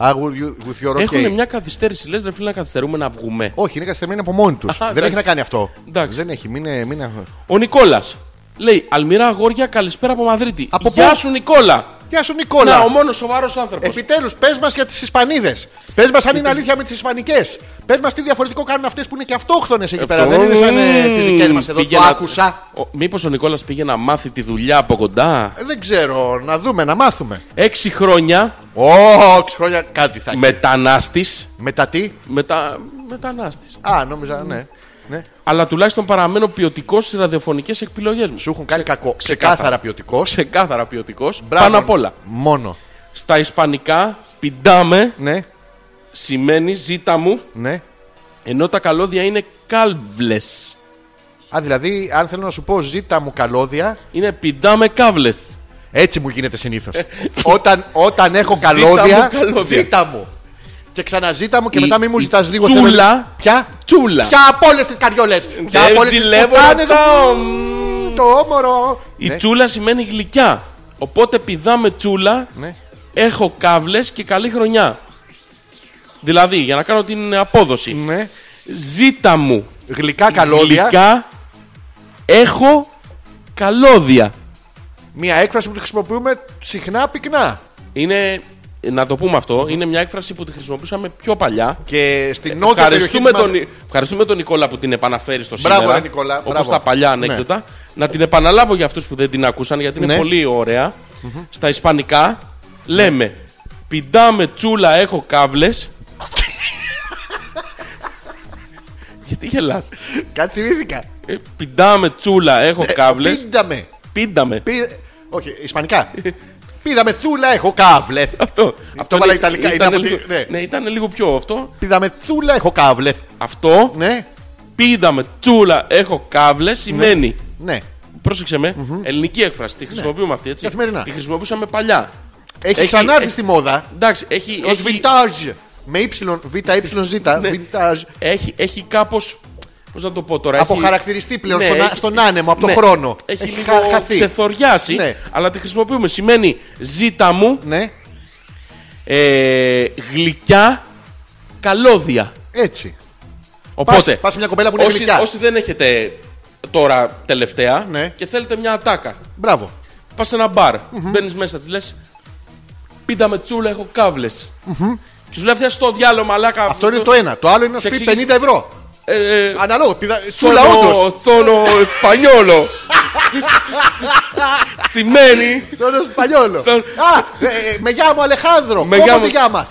B: I will you with your okay.
C: Έχουν μια καθυστέρηση. Λες ρε φίλε να καθυστερούμε να βγούμε.
B: Όχι, είναι καθυστερημένοι από μόνοι τους.
C: Αχα,
B: Δεν
C: εντάξει.
B: έχει να κάνει αυτό.
C: Εντάξει.
B: Δεν έχει. Μην, ε, μην... ε,
C: Ο Νικόλας Λέει, Αλμυρά αγόρια, καλησπέρα από Μαδρίτη.
B: Από
C: Γεια
B: πού?
C: σου, Νικόλα.
B: Γεια σου, Νικόλα.
C: Να, ο μόνος σοβαρός άνθρωπος.
B: Επιτέλους, πες μας για τις Ισπανίδες. Πες μας αν είναι αλήθεια με τις Ισπανικές. Πες μας τι διαφορετικό κάνουν αυτές που είναι και αυτόχθονες εκεί πέρα. Δεν είναι σαν ε, τις δικές μας εδώ. Το άκουσα.
C: Μήπως ο Νικόλας πήγε να μάθει τη δουλειά από κοντά.
B: Ε, Δεν ξέρω, να δούμε, να μάθουμε.
C: Έξι χρόνια
B: Ω, χρόνια κάτι θα έχει.
C: μετανάστης.
B: Μετά τι.
C: Μετα... Μετανάστης.
B: Α, νόμιζα, ναι. ναι.
C: Αλλά τουλάχιστον παραμένω ποιοτικός στις ραδιοφωνικές επιλογέ μου.
B: Σου έχουν κάνει κακό.
C: ξεκάθαρα.
B: Ξεκάθαρα ποιοτικός.
C: Ξεκάθαρα ποιοτικός. Πάνω απ' όλα.
B: Μόνο.
C: Στα ισπανικά, πιντάμε
B: Ναι,
C: σημαίνει ζήτα μου,
B: ναι.
C: ενώ τα καλώδια είναι κάλβλες.
B: Α, δηλαδή, αν θέλω να σου πω, ζήτα μου καλώδια.
C: Είναι πιντάμε κάβλε.
B: Έτσι μου γίνεται συνήθως. όταν, όταν έχω
C: Ε, Ζήτα μου
B: καλώδια,
C: καλώδια.
B: ζήτα μου. Και ξαναζήτα μου και
C: Η-
B: μετά μην μου
C: η
B: ζητάς λίγο.
C: τσούλα-
B: θέλω- Ποια?
C: Τσούλα.
B: Ποια από όλε τι καριόλε. Ποια
C: Δεν
B: από όλε τι
C: ζηλεύω
B: κουτάνες,
C: να τα-
B: μμμ, Το όμορο.
C: Η
B: Ναι,
C: τσούλα σημαίνει γλυκιά. Οπότε πηδάμε τσούλα,
B: ναι.
C: έχω κάβλε και καλή χρονιά. Δηλαδή, για να κάνω την απόδοση.
B: Ναι.
C: Ζήτα μου
B: Γλυκά καλώδια.
C: γλυκά, έχω καλώδια.
B: Μια έκφραση που τη χρησιμοποιούμε συχνά πυκνά.
C: Είναι, να το πούμε αυτό, είναι μια έκφραση που τη χρησιμοποιούσαμε πιο παλιά.
B: Και στην νότια περιοχή.
C: Ευχαριστούμε
B: της
C: τον,
B: Μάδρας-
C: ευχαριστούμε τον Νικόλα που την επαναφέρει στο
B: Μπράβο,
C: σήμερα.
B: ρε, Νικόλα,
C: Όπως
B: μπράβο.
C: τα παλιά ανέκδοτα. Να την επαναλάβω για αυτούς που δεν την ακούσαν, γιατί είναι
B: Ναι.
C: πολύ ωραία. Στα ισπανικά λέμε Πιντάμε τσούλα, έχω κάβλες. γιατί γελάς
B: Κάτι θυμήθηκα.
C: Ε, Πιντάμε τσούλα, έχω κάβλες.
B: Πίνταμε.
C: Πίνταμε.
B: Ε, Πι- Όχι, ισπανικά. Πήδαμε θούλα, έχω κάβλεθ.
C: Αυτό,
B: βάλα Ιταλικά, είναι από τη-
C: λίγο,
B: ναι.
C: ναι, ήταν λίγο πιο αυτό.
B: Πήδαμε θούλα, έχω κάβλεθ.
C: Αυτό
B: Ναι,
C: πήδαμε τσούλα, έχω κάβλε σημαίνει.
B: ναι.
C: Πρόσεξε με, ελληνική έκφραση. Τη χρησιμοποιούμε αυτή έτσι.
B: Καθημερινά.
C: Τη χρησιμοποιούσαμε παλιά.
B: Έχει,
C: Έχει-
B: ξανάρθει
C: έχει-
B: στη μόδα
C: Εντάξει, έχει,
B: ως
C: έχει, ναι.
B: vintage. Με y, β, y, z. Vintage.
C: έχει, έχει κάπως. Πώς να το πω τώρα. έχει-
B: Αποχαρακτηριστεί πλέον
C: Ναι,
B: στον, α-
C: έχει-
B: στον άνεμο, από τον
C: ναι,
B: χρόνο.
C: Έχει, λίγο
B: χα- χαθεί.
C: ξεθοριάσει,
B: Ναι.
C: αλλά τη χρησιμοποιούμε. Σημαίνει ζήτα μου
B: Ναι,
C: ε, γλυκιά καλώδια.
B: έτσι.
C: Οπότε,
B: πας σε μια κοπέλα που είναι
C: όσοι,
B: γλυκιά.
C: όσοι δεν έχετε τώρα τελευταία
B: Ναι.
C: και θέλετε μια ατάκα,
B: Μπράβο.
C: Πας σε ένα μπαρ, μπαίνεις μέσα, της λες. Πίτα με τσούλα, έχω κάβλες. Και σου λέει αυτιά στο διάλογο, μαλάκα.
B: Αυτό είναι το ένα. Το άλλο είναι να
C: Σε
B: σου πει 50
C: εξήγησε-
B: ευρώ.
C: Ε, ε,
B: Αναλόγω. Πήδα...
C: Sono,
B: Τσούλα, όντω.
C: sono espagnolo. Σημαίνει.
B: Στον Ισπανιόλο.
C: Στον-
B: Α, ε, ε, με γάμο Αλεχάνδρο.
C: Με
B: Με
C: γάμο-
B: γάμο. γάμαθ.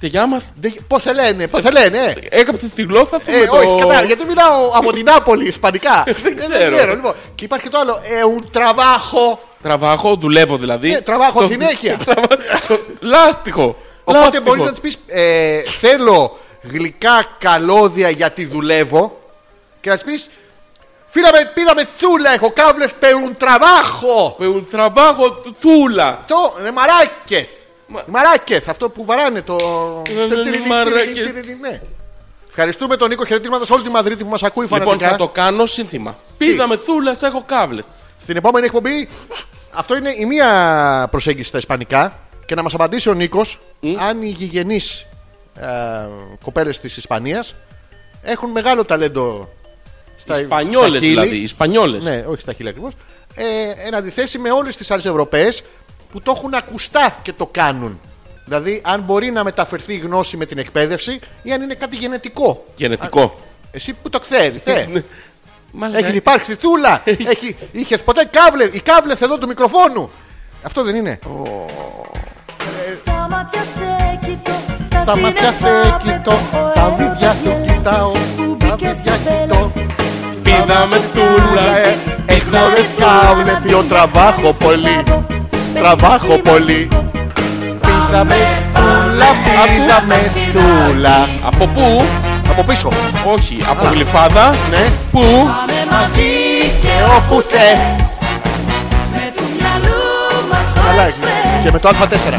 C: Τι γάμαθ.
B: Πώς σε λένε, πώς σε λένε, ε.
C: Έκαπτε τη γλώσσα του.
B: Ε,
C: με το-
B: όχι, κατάλαβα. Γιατί μιλάω από την Νάπολη, Ισπανικά. Ε, Δεν
C: ξέρω.
B: λοιπόν. Και υπάρχει και το άλλο. Ε, un trabajo.
C: Τραβάχω, δουλεύω δηλαδή.
B: Ε, τραβάχω
C: Το-
B: συνέχεια.
C: Τραβά- το- Λάστιχο.
B: Οπότε
C: λάστιχο.
B: μπορεί να της πεις ε, Θέλω γλυκά καλώδια γιατί δουλεύω. Και να τη πει Φύλαμε, πήραμε τσούλα, έχω κάβλες, παίρνουν τραβάχο.
C: Ε, Τραβάχω τσούλα.
B: Αυτό είναι μαράκες.
C: Μα-
B: Μαράκες, αυτό που βαράνε το.
C: Ναι, ναι, ναι, μαράκες.
B: Ναι. Ευχαριστούμε τον Νίκο. Χαιρετίσματα σε όλη τη Μαδρίτη που μας ακούει
C: Λοιπόν, θα
B: φανατικά.
C: το κάνω σύνθημα. Πίτα με τσούλα, θα έχω κάβλες.
B: Στην επόμενη εκπομπή, αυτό είναι η μία προσέγγιση στα Ισπανικά και να μας απαντήσει ο Νίκος αν οι γηγενείς ε, κοπέλες της Ισπανίας έχουν μεγάλο ταλέντο στα
C: Ισπανιόλες
B: στα χείλη.
C: δηλαδή. Ισπανιόλες.
B: Ναι, όχι στα χείλη ακριβώς. Ε, εν αντιθέσει με όλες τις άλλες Ευρωπαίες που το έχουν ακουστά και το κάνουν. Δηλαδή, αν μπορεί να μεταφερθεί η γνώση με την εκπαίδευση ή αν είναι κάτι γενετικό.
C: Γενετικό.
B: Εσύ που το ξέρεις, θε.
C: Μάλιστα. ε,
B: Έχει υπάρξει θούλα. Έχει... Είχε ποτέ κάβλες. Η κάβλεθ εδώ του μικροφόνου. Αυτό δεν είναι.
F: Στα μάτια σε κοιτώ, στα
B: Τα μάτια
F: σύννεφα
B: σε κοιτώ, τα βίδια σου
F: σου
B: κοιτάω.
F: Που
B: Τα
F: μπήκε
B: βίδια
F: στο
B: κοιτώ.
F: θέλω,
C: Πίδαμε τούλα.
B: Έχω κάβλεθ,
F: Yo
B: io trabajo πολύ. Τραβάχω πολύ. Πήδαμε στούλα, πήδαμε στούλα.
C: Από πού?
B: Από πίσω.
C: Όχι, από γλυφάδα.
B: Ναι,
C: Πού?
B: και όπου θες.
F: Με του μυαλού μας το
B: Καλά,
F: εξπρές.
B: και με το α4.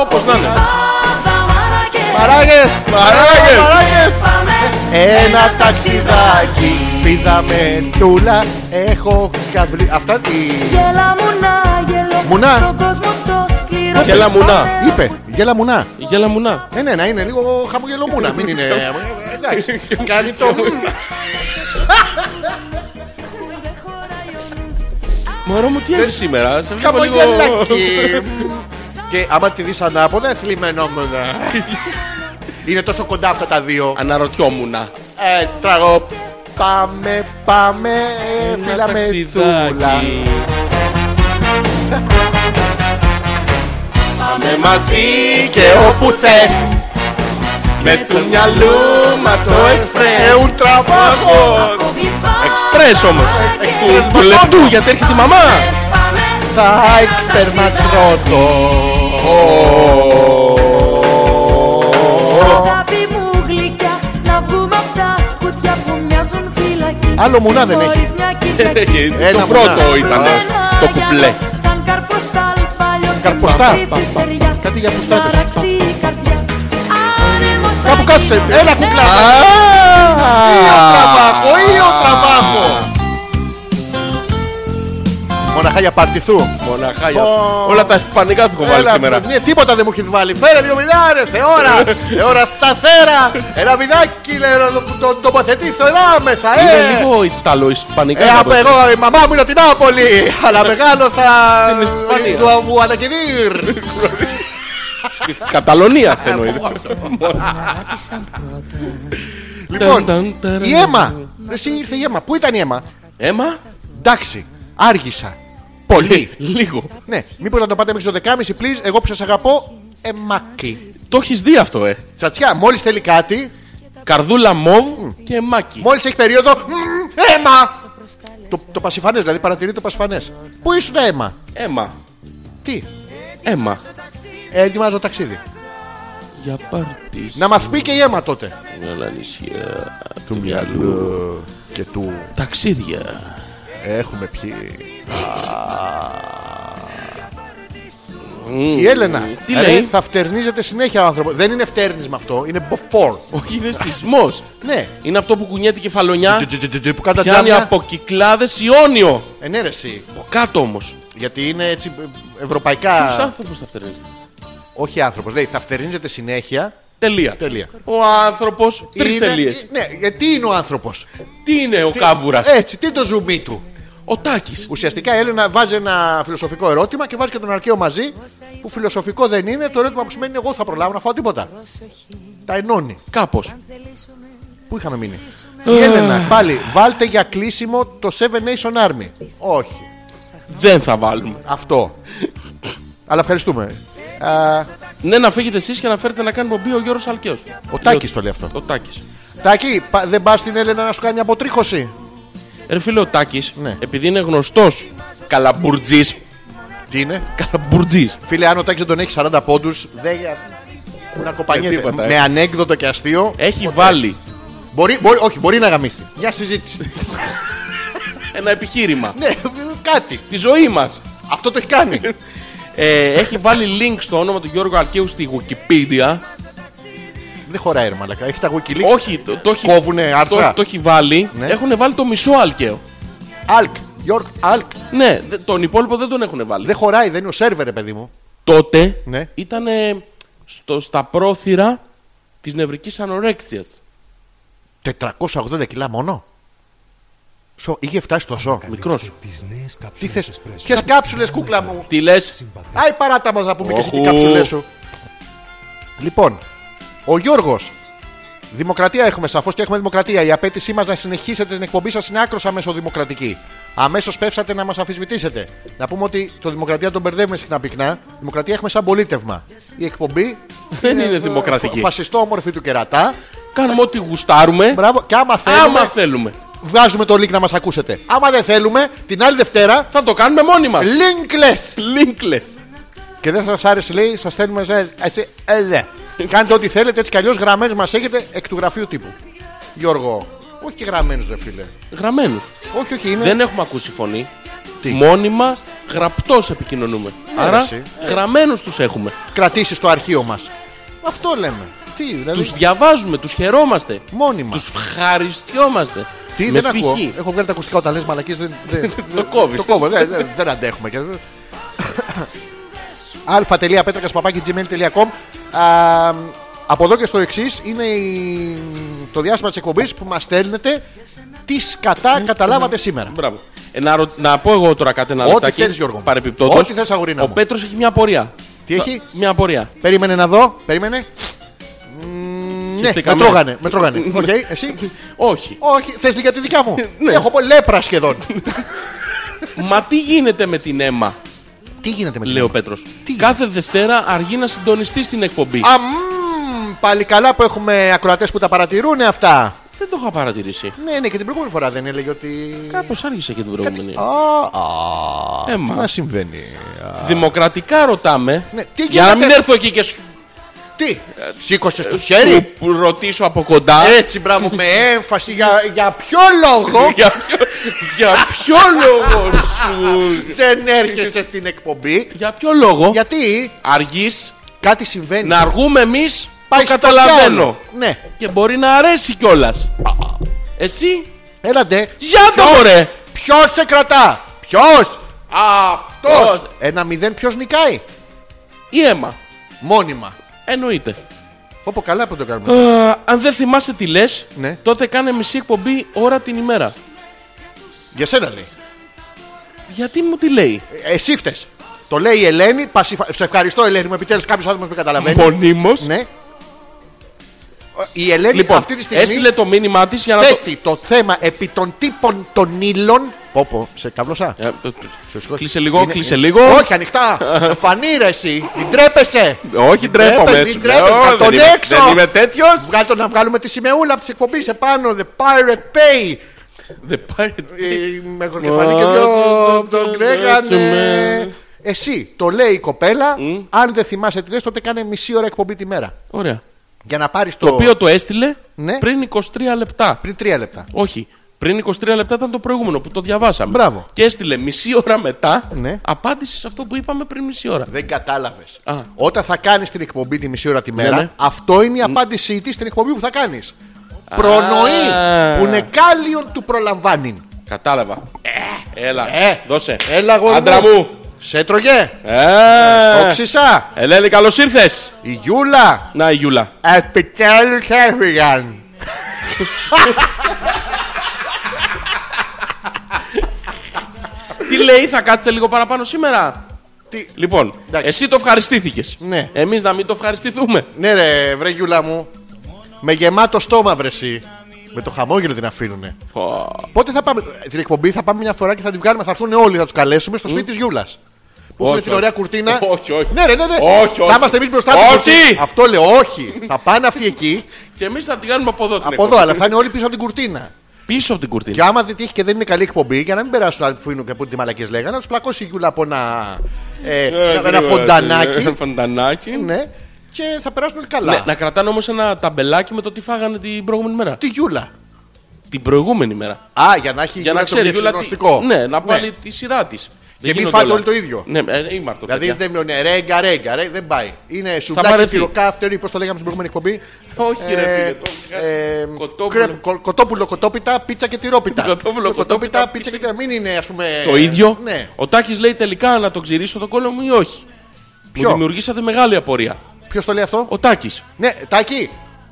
C: Όπως να είναι.
F: Παπαμάρα και
B: Παράγες, παράγες, παράγες.
F: πάμε
B: Ένα ταξιδάκι. Πήδαμε τούλα, έχω καβλί. Αυτά η...
F: Γέλα μουνά, γελώ
B: Μουνά.
F: Στον κόσμο το σκληρό
C: Γέλα μουνά.
B: Είπε, γέλα μουνά.
C: Γέλα μουνά.
B: Ναι, ναι, να είναι λίγο χαμογελομούνα. Μην είναι. ε, Εντάξει, κάνει το.
C: Μωρό μου, τι έχει σήμερα. Σε βλέπω λίγο.
B: Χαμογελάκι. Και άμα τη δεις ανάποδα, θλιμενόμουνα. Είναι τόσο κοντά αυτά τα δύο.
C: Αναρωτιόμουνα.
B: Έτσι, τραγώ. Πάμε, πάμε, ε,
C: Ένα
B: φύλαμε τούλα.
C: ταξιδάκι. Πάμε μαζί
B: Και Ε, όπου θες,
C: με του μυαλού μας το εξπρές.
B: εουν τραβάχω.
C: Εξπρές όμως.
F: Ε,
C: Ε, Του λεπτού γιατί έρχεται η μαμά.
B: Θα εξτερματρώ το.
F: Αγάπη μου γλυκιά Να βγούμε απ' τα κουτιά που μοιάζουν φυλακή
B: Άλλο μουνά δεν έχει.
F: Χωρίς μια Κυριακή
C: Και Το
B: Ένα
F: ε,
C: πρώτο
B: μουνά.
C: ήταν
F: Ένα
C: το κουπλέ.
F: γυαλό, Σαν καρποστάλ παλιό
B: Καρποστάλ.
F: την όμορφη
B: Πα, πα.
F: φυστεριά.
B: Κάτι για πουστάτες.
F: Ταραξεί η καρδιά. Άνεμος θα
B: Κάπου κάθισε.
F: γίνω.
B: Έλα κουκλάκι. Ήο τραβάχο, ήο τραβάχο. Μοναχά για παρτιθού.
C: Μοναχά για-
B: Ω.
C: Όλα τα ευπανικά του έχω βάλει
B: Έλα,
C: σήμερα. Ε.
B: ναι, τίποτα δεν μου έχεις βάλει. Φέρε δύο μηδάρε, θεώρα! θεώρα σταθέρα! Ένα μηδάκι, λέω, να το, το τοποθετήσω εδώ μέσα, ε!
C: Είναι λίγο Ιταλο-Ισπανικά.
B: Ε,
C: τα
B: από
C: πράγματα.
B: εγώ, η μαμά μου είναι από την Νάπολη! αλλά μεγάλο θα.
C: Στην Ισπανία.
B: του Αγουανακηδίρ.
C: Καταλωνίας
B: Ε,
C: φαίνω ήδη.
B: Λοιπόν,
C: Ταν, ταν, ταν.
B: η αίμα! Εσύ ήρθε η αίμα. Πού ήταν η αίμα?
C: Έμα.
B: Εντάξει, άργησα. Πολύ.
C: Λίγο.
B: ναι, μήπως να το πάτε μέχρι το 10.30, please. Εγώ που σας αγαπώ, εμάκι.
C: Το έχεις δει αυτό, ε.
B: Τσατσιά, μόλις θέλει κάτι,
C: Καρδούλα μοβ και μάκι.
B: Μόλις έχει περίοδο. μμμ, Αίμα! Το, το πασιφανές, δηλαδή παρατηρεί το πασιφανές. Πού ήσουν ε, αίμα.
C: Έμα.
B: Τι. Ε,
C: Έμα.
B: Ετοιμάζω ταξίδι.
C: Για πάρτι.
B: Να μας πει και η αίμα τότε.
C: Όλα νησιά του μυαλού.
B: Και του
C: Ταξίδια.
B: έχουμε πιει. Η Έλενα.
C: Τι
B: Ρε,
C: λέει?
B: Θα φτερνίζεται συνέχεια ο άνθρωπο. Δεν είναι φτέρνισμα αυτό, είναι μποφόρ.
C: Όχι, είναι σεισμός.
B: Ναι.
C: Είναι αυτό που κουνιέται η κεφαλονιά.
B: Τζι, τζι, τζι, τζι, Που κατά
C: Πιάνει
B: τζάμια. Ε, ναι,
C: από κυκλάδες Ιόνιο.
B: Ενέρεση.
C: Από κάτω όμως. Ποιο
B: Γιατί είναι έτσι ε, ευρωπαϊκά.
C: άνθρωπος θα φτερνίζεται.
B: Όχι άνθρωπος. Λέει θα φτερνίζεται συνέχεια.
C: Τελεία.
B: Τελεία.
C: Ο άνθρωπος. Τρεις
B: Είναι-
C: τελείες.
B: Ναι, γιατί είναι ο άνθρωπος.
C: Τι είναι ο κάβουρας.
B: Έτσι, τι είναι το ζουμί του.
C: Ο Τάκης.
B: Ουσιαστικά η Έλενα βάζει ένα φιλοσοφικό ερώτημα και βάζει και τον αρχαίο μαζί. Που φιλοσοφικό δεν είναι, το ερώτημα που σημαίνει εγώ θα προλάβω να φάω τίποτα. Τα ενώνει.
C: Κάπως.
B: Πού είχαμε μείνει. Η Έλενα, πάλι, βάλτε για κλείσιμο το Seven Nation Army. Όχι.
C: Δεν θα βάλουμε.
B: Αυτό. Αλλά ευχαριστούμε. Α,
C: Ναι, να φύγετε εσείς και να φέρετε να κάνει πομπή ο Γιώργο Αλκαίος.
B: ο Τάκης το λέει αυτό.
C: Ο Τάκης.
B: Τάκη, πα- δεν πας στην Έλενα να σου κάνει αποτρίχωση.
C: Ρε φίλε, ο Τάκης,
B: Ναι.
C: επειδή είναι γνωστός καλαμπουρτζή.
B: Τι είναι.
C: Καλαμπουρτζή.
B: Φίλε, αν ο Τάκης δεν τον έχει 40 πόντους, δεν. Να κοπανιέται.
C: τίποτα, ε.
B: με ανέκδοτο και αστείο.
C: Έχει βάλει
B: Μπορεί, μπορεί, όχι, μπορεί να γαμίσει. Μια συζήτηση.
C: ένα επιχείρημα.
B: ναι, κάτι.
C: Τη ζωή μας.
B: Αυτό το έχει κάνει.
C: Ε, έχει βάλει link στο όνομα του Γιώργου Αλκαίου στη Wikipedia.
B: Δεν χωράει, ρε Μαλακά. Έχει τα Wikileaks.
C: Όχι, το, το έχει,
B: Κόβουνε άρθρα.
C: το, το έχει βάλει.
B: Ναι.
C: Έχουν βάλει το μισό Αλκαίο.
B: Αλκ. Γιώργ Αλκ.
C: Ναι, δε- τον υπόλοιπο δεν τον έχουν βάλει.
B: Δεν χωράει, δεν είναι ο σερβερ, ρε παιδί μου.
C: Τότε
B: Ναι.
C: ήταν στο, στα πρόθυρα της νευρικής ανορέξια.
B: 480 κιλά μόνο. Σο, είχε φτάσει τόσο.
C: Μικρός.
B: Τις θε. Ποιες κάψουλε, κούκλα μου.
C: Τι λες.
B: Άι παράτα μας να πούμε και εσύ τι
C: Όχου.
B: κάψουλε σου. Λοιπόν, ο Γιώργος. Δημοκρατία έχουμε, σαφώς και έχουμε δημοκρατία. Η απέτησή μας να συνεχίσετε την εκπομπή σας είναι άκρος αμεσοδημοκρατική. Αμέσως πέψατε να μας αμφισβητήσετε. Να πούμε ότι το δημοκρατία τον μπερδεύουμε συχνά πυκνά. Δημοκρατία έχουμε σαν πολίτευμα. Η εκπομπή,
C: Δεν
B: Ε,
C: είναι δημοκρατική.
B: φασιστό όμορφη του κερατά.
C: Κάνουμε ό,τι γουστάρουμε.
B: Μπράβο, και άμα θέλουμε,
C: Άμα θέλουμε.
B: βγάζουμε το link να μας ακούσετε. Άμα δεν θέλουμε, την άλλη Δευτέρα,
C: Θα το κάνουμε μόνοι μας.
B: linkless.
C: Linkless.
B: Και δεν σας άρεσε, λέει, σας θέλουμε. σε- Έτσι, ε, δε. Κάντε ό,τι θέλετε, έτσι κι αλλιώς γραμμένους μας έχετε εκ του γραφείου τύπου. Γιώργο, όχι και γραμμένους, ρε φίλε.
C: Γραμμένους.
B: Όχι, όχι, είναι.
C: Δεν έχουμε ακούσει φωνή. Μόνιμα γραπτός επικοινωνούμε. Άρα
B: Ναι, εσύ.
C: γραμμένους τους έχουμε.
B: Κρατήσεις το αρχείο μας. Αυτό λέμε. Τι, δηλαδή.
C: Τους διαβάζουμε, τους χαιρόμαστε.
B: Μόνιμα.
C: Τους ευχαριστιόμαστε.
B: Τι,
C: Με
B: δεν ακούω.
C: φυγή.
B: Έχω βγάλει τα ακουστικά όταν λες μαλακίε. Δεν, δεν,
C: Το κόβεις.
B: Το κόβω. δεν, δεν, δεν αντέχουμε. και- αλφα.πέτρακα παπάκι gmail.com Α, Από εδώ και στο εξής είναι η- το διάστημα της εκπομπής που μας στέλνετε τις σκατά
C: Ναι,
B: καταλάβατε σήμερα.
C: Μπράβο. Ε, να, ρω- να πω εγώ τώρα κάτι ένα
B: Ό,τι
C: λεπτάκι.
B: θέλεις, Γιώργο μου.
C: παρεπιπτόντως.
B: Ό,τι θες, αγορίνα
C: Ο
B: μου.
C: Πέτρος έχει μια απορία.
B: Τι έχει?
C: Μια απορία.
B: Περίμενε να δω. Περίμενε. Μμμ, Ναι, με
C: Χεστήκαμε.
B: τρώγανε. Με τρώγανε. Οκ, εσύ.
C: Όχι.
B: Όχι, θες για τη δικιά μου.
C: Ναι.
B: Έχω πολύ λέπρα σχεδόν.
C: Μα τι γίνεται με την αίμα,
B: Τι γίνεται με την
C: λέει ο
B: αίμα?
C: Πέτρος.
B: Τι?
C: Κάθε Δευτέρα αργεί να συντονιστεί στην εκπομπή.
B: Αμμ, πάλι καλά που έχουμε ακροατές που τα παρατηρούν αυτά.
C: Δεν το είχα παρατηρήσει.
B: Ναι, ναι, και την προηγούμενη φορά δεν έλεγε ότι.
C: Κάπως άργησε και την προηγούμενη.
B: Α, α,
C: Έμα.
B: τι να συμβαίνει. α.
C: Δημοκρατικά ρωτάμε.
B: Ναι, τι
C: για να
B: γίνεται?
C: μην έρθω εκεί και σου,
B: Τι, σήκωσε το χέρι.
C: σου ρωτήσω από κοντά.
B: Έτσι, μπράβο, με έμφαση. Για, για ποιο λόγο
C: Για ποιο, για ποιο λόγο σου.
B: δεν έρχεσαι στην εκπομπή.
C: Για ποιο λόγο
B: Γιατί
C: αργείς
B: κάτι συμβαίνει.
C: να αργούμε εμείς. Το
B: στο
C: καταλαβαίνω.
B: διάλογο. Ναι,
C: Και μπορεί να αρέσει κιόλας. Εσύ.
B: έλατε.
C: Για το ρε!
B: Ποιος σε κρατά, Ποιος. Αυτός.
C: Ποιος.
B: Ένα μηδέν, ποιος νικάει.
C: Η αίμα.
B: Μόνιμα.
C: Εννοείται.
B: Όπω καλά που το κάνουμε.
C: Ε, αν δεν θυμάσαι τι λες,
B: Ναι.
C: τότε κάνε μισή εκπομπή ώρα την ημέρα.
B: Για σένα λέει.
C: Γιατί μου τη λέει.
B: Ε, Εσύ φταίς. Το λέει η Ελένη. πασιφα- Σε ευχαριστώ, Ελένη. Με επιτέλους κάποιος άνθρωπος με καταλαβαίνει.
C: Μονίμως.
B: Ναι. Η Ελένη
C: Λοιπόν,
B: αυτή τη στιγμή
C: έστειλε το μήνυμά της για να το.
B: θέτει το θέμα επί των τύπων των ύλων. Πω πω, σε καύλωσα.
C: Ε, το-
B: Σε σηκώσα.
C: Κλείσε λίγο,
B: Είναι-
C: κλείσε
B: είναι-
C: λίγο.
B: Όχι, ανοιχτά. Φανεί ρε εσύ. Μην τρέπεσαι.
C: Όχι,
B: ντρέπεσαι,
C: ντρέπομαι.
B: μην
C: σου
B: ντρέπεσαι,
C: λέω,
B: θα τον
C: δεν είμαι-
B: έξω.
C: Δεν είμαι τέτοιος.
B: Βγάλε το να βγάλουμε τη σημεούλα από τη εκπομπή επάνω. The Pirate Pay.
C: Δεν πάρει.
B: Ε, Με γροκεφαλή και δυο τον κλαίγανε. Εσύ, το λέει η κοπέλα, αν δεν θυμάσαι τι λες, τότε κάνε μισή ώρα εκπομπή τη μέρα.
C: Ωραία.
B: Για να πάρεις το.
C: Το οποίο το έστειλε
B: Ναι.
C: πριν 23 λεπτά.
B: Πριν τρία λεπτά.
C: Όχι. Πριν 23 λεπτά ήταν το προηγούμενο που το διαβάσαμε.
B: Μπράβο.
C: Και έστειλε μισή ώρα μετά
B: Ναι.
C: απάντηση σε αυτό που είπαμε πριν μισή ώρα.
B: Δεν κατάλαβες.
C: Α.
B: Όταν θα κάνεις την εκπομπή τη μισή ώρα τη μέρα,
C: Ναι, ναι.
B: αυτό είναι η απάντησή της στην εκπομπή που θα κάνεις. Προνοεί που είναι κάλιον του προλαμβάνει.
C: Κατάλαβα. Έλα.
B: Ε.
C: Δώσε.
B: Έλα, εγώ.
C: Άντρα μου.
B: Σε τρώγε.
C: Ε.
B: Όξισα.
C: Ελένη, καλώς ήρθες.
B: Η Γιούλα.
C: Να η Γιούλα.
B: Επιτέλους έφυγαν.
C: Τι λέει, θα κάτσετε λίγο παραπάνω σήμερα.
B: Τι...
C: Λοιπόν,
B: Εντάξει.
C: εσύ το ευχαριστήθηκες.
B: Ναι.
C: Εμείς να μην το ευχαριστηθούμε.
B: Ναι, ρε, βρε Γιούλα μου. Με γεμάτο στόμα, βρεσί. Με το χαμόγελο την αφήνουνε.
C: Ω,
B: Πότε θα πάμε. ε, Την εκπομπή θα πάμε μια φορά και θα την βγάλουμε. Θα έρθουν όλοι, θα τους καλέσουμε στο σπίτι της Γιούλας. Που έχουν
C: Όχι,
B: την
C: όχι.
B: ωραία κουρτίνα.
C: Όχι, όχι.
B: Ναι, ρε, ναι, ναι.
C: Όχι, όχι.
B: Θα είμαστε εμείς μπροστά
C: Όχι.
B: τους. Αυτό λέω, όχι. θα πάνε αυτοί εκεί,
C: Και εμείς θα την κάνουμε από εδώ την
B: από
C: εκπομπή.
B: εδώ, αλλά θα είναι όλοι πίσω από την κουρτίνα.
C: Πίσω από την κουρτίνα.
B: και άμα δεν τύχει και δεν είναι καλή εκπομπή, για να μην περάσουν άλλοι που είναι και που τη μαλακή λέγανε, να τους πλακώσει η Γιούλα από ένα, ε,
C: Ε,
B: ένα- ένα
C: γρήγορα, Ένα
B: φοντανάκι.
C: φοντανάκι.
B: ναι, και θα περάσουν όλοι καλά.
C: Ναι, να κρατάνε όμως ένα ταμπελάκι με το τι φάγανε την προηγούμενη μέρα.
B: Τη Γιούλα.
C: Την προηγούμενη μέρα.
B: Α, για να έχει
C: Για να ξέρει η Γιούλα τι-
B: γνωστικό.
C: Ναι, να βάλει τη σειρά της.
B: μην φάτε όλοι το ίδιο.
C: Ναι, ε, ήμαρτο.
B: Δηλαδή
C: παιδιά.
B: δεν είναι ρέγκα, ρέγκα, ρε, δεν πάει. Είναι σουβλάκι
C: βαρεθεί.
B: πυροκάφτερη, πώς το λέγαμε στην προηγούμενη εκπομπή.
C: Όχι, ρε
B: Ε,
C: φίλε. το έχεις
B: ε,
C: χάσει. Κοτόπουλο.
B: κρεπ- κο- Κοτόπουλο, κοτόπιτα, πίτσα και τυρόπιτα.
C: Κοτόπουλο,
B: κοτόπιτα,
C: κοτόπιτα,
B: πίτσα και τυρόπιτα. Μην είναι, ας πούμε.
C: Το ίδιο.
B: Ναι.
C: Ο Τάκης λέει τελικά να το ξηρίσω το κόλλο μου ή όχι.
B: Ποιο?
C: Μου δημιουργήσατε μεγάλη απορία.
B: Ποιος το λέει αυτό.
C: Ο Τάκης.
B: Ναι, τάκι.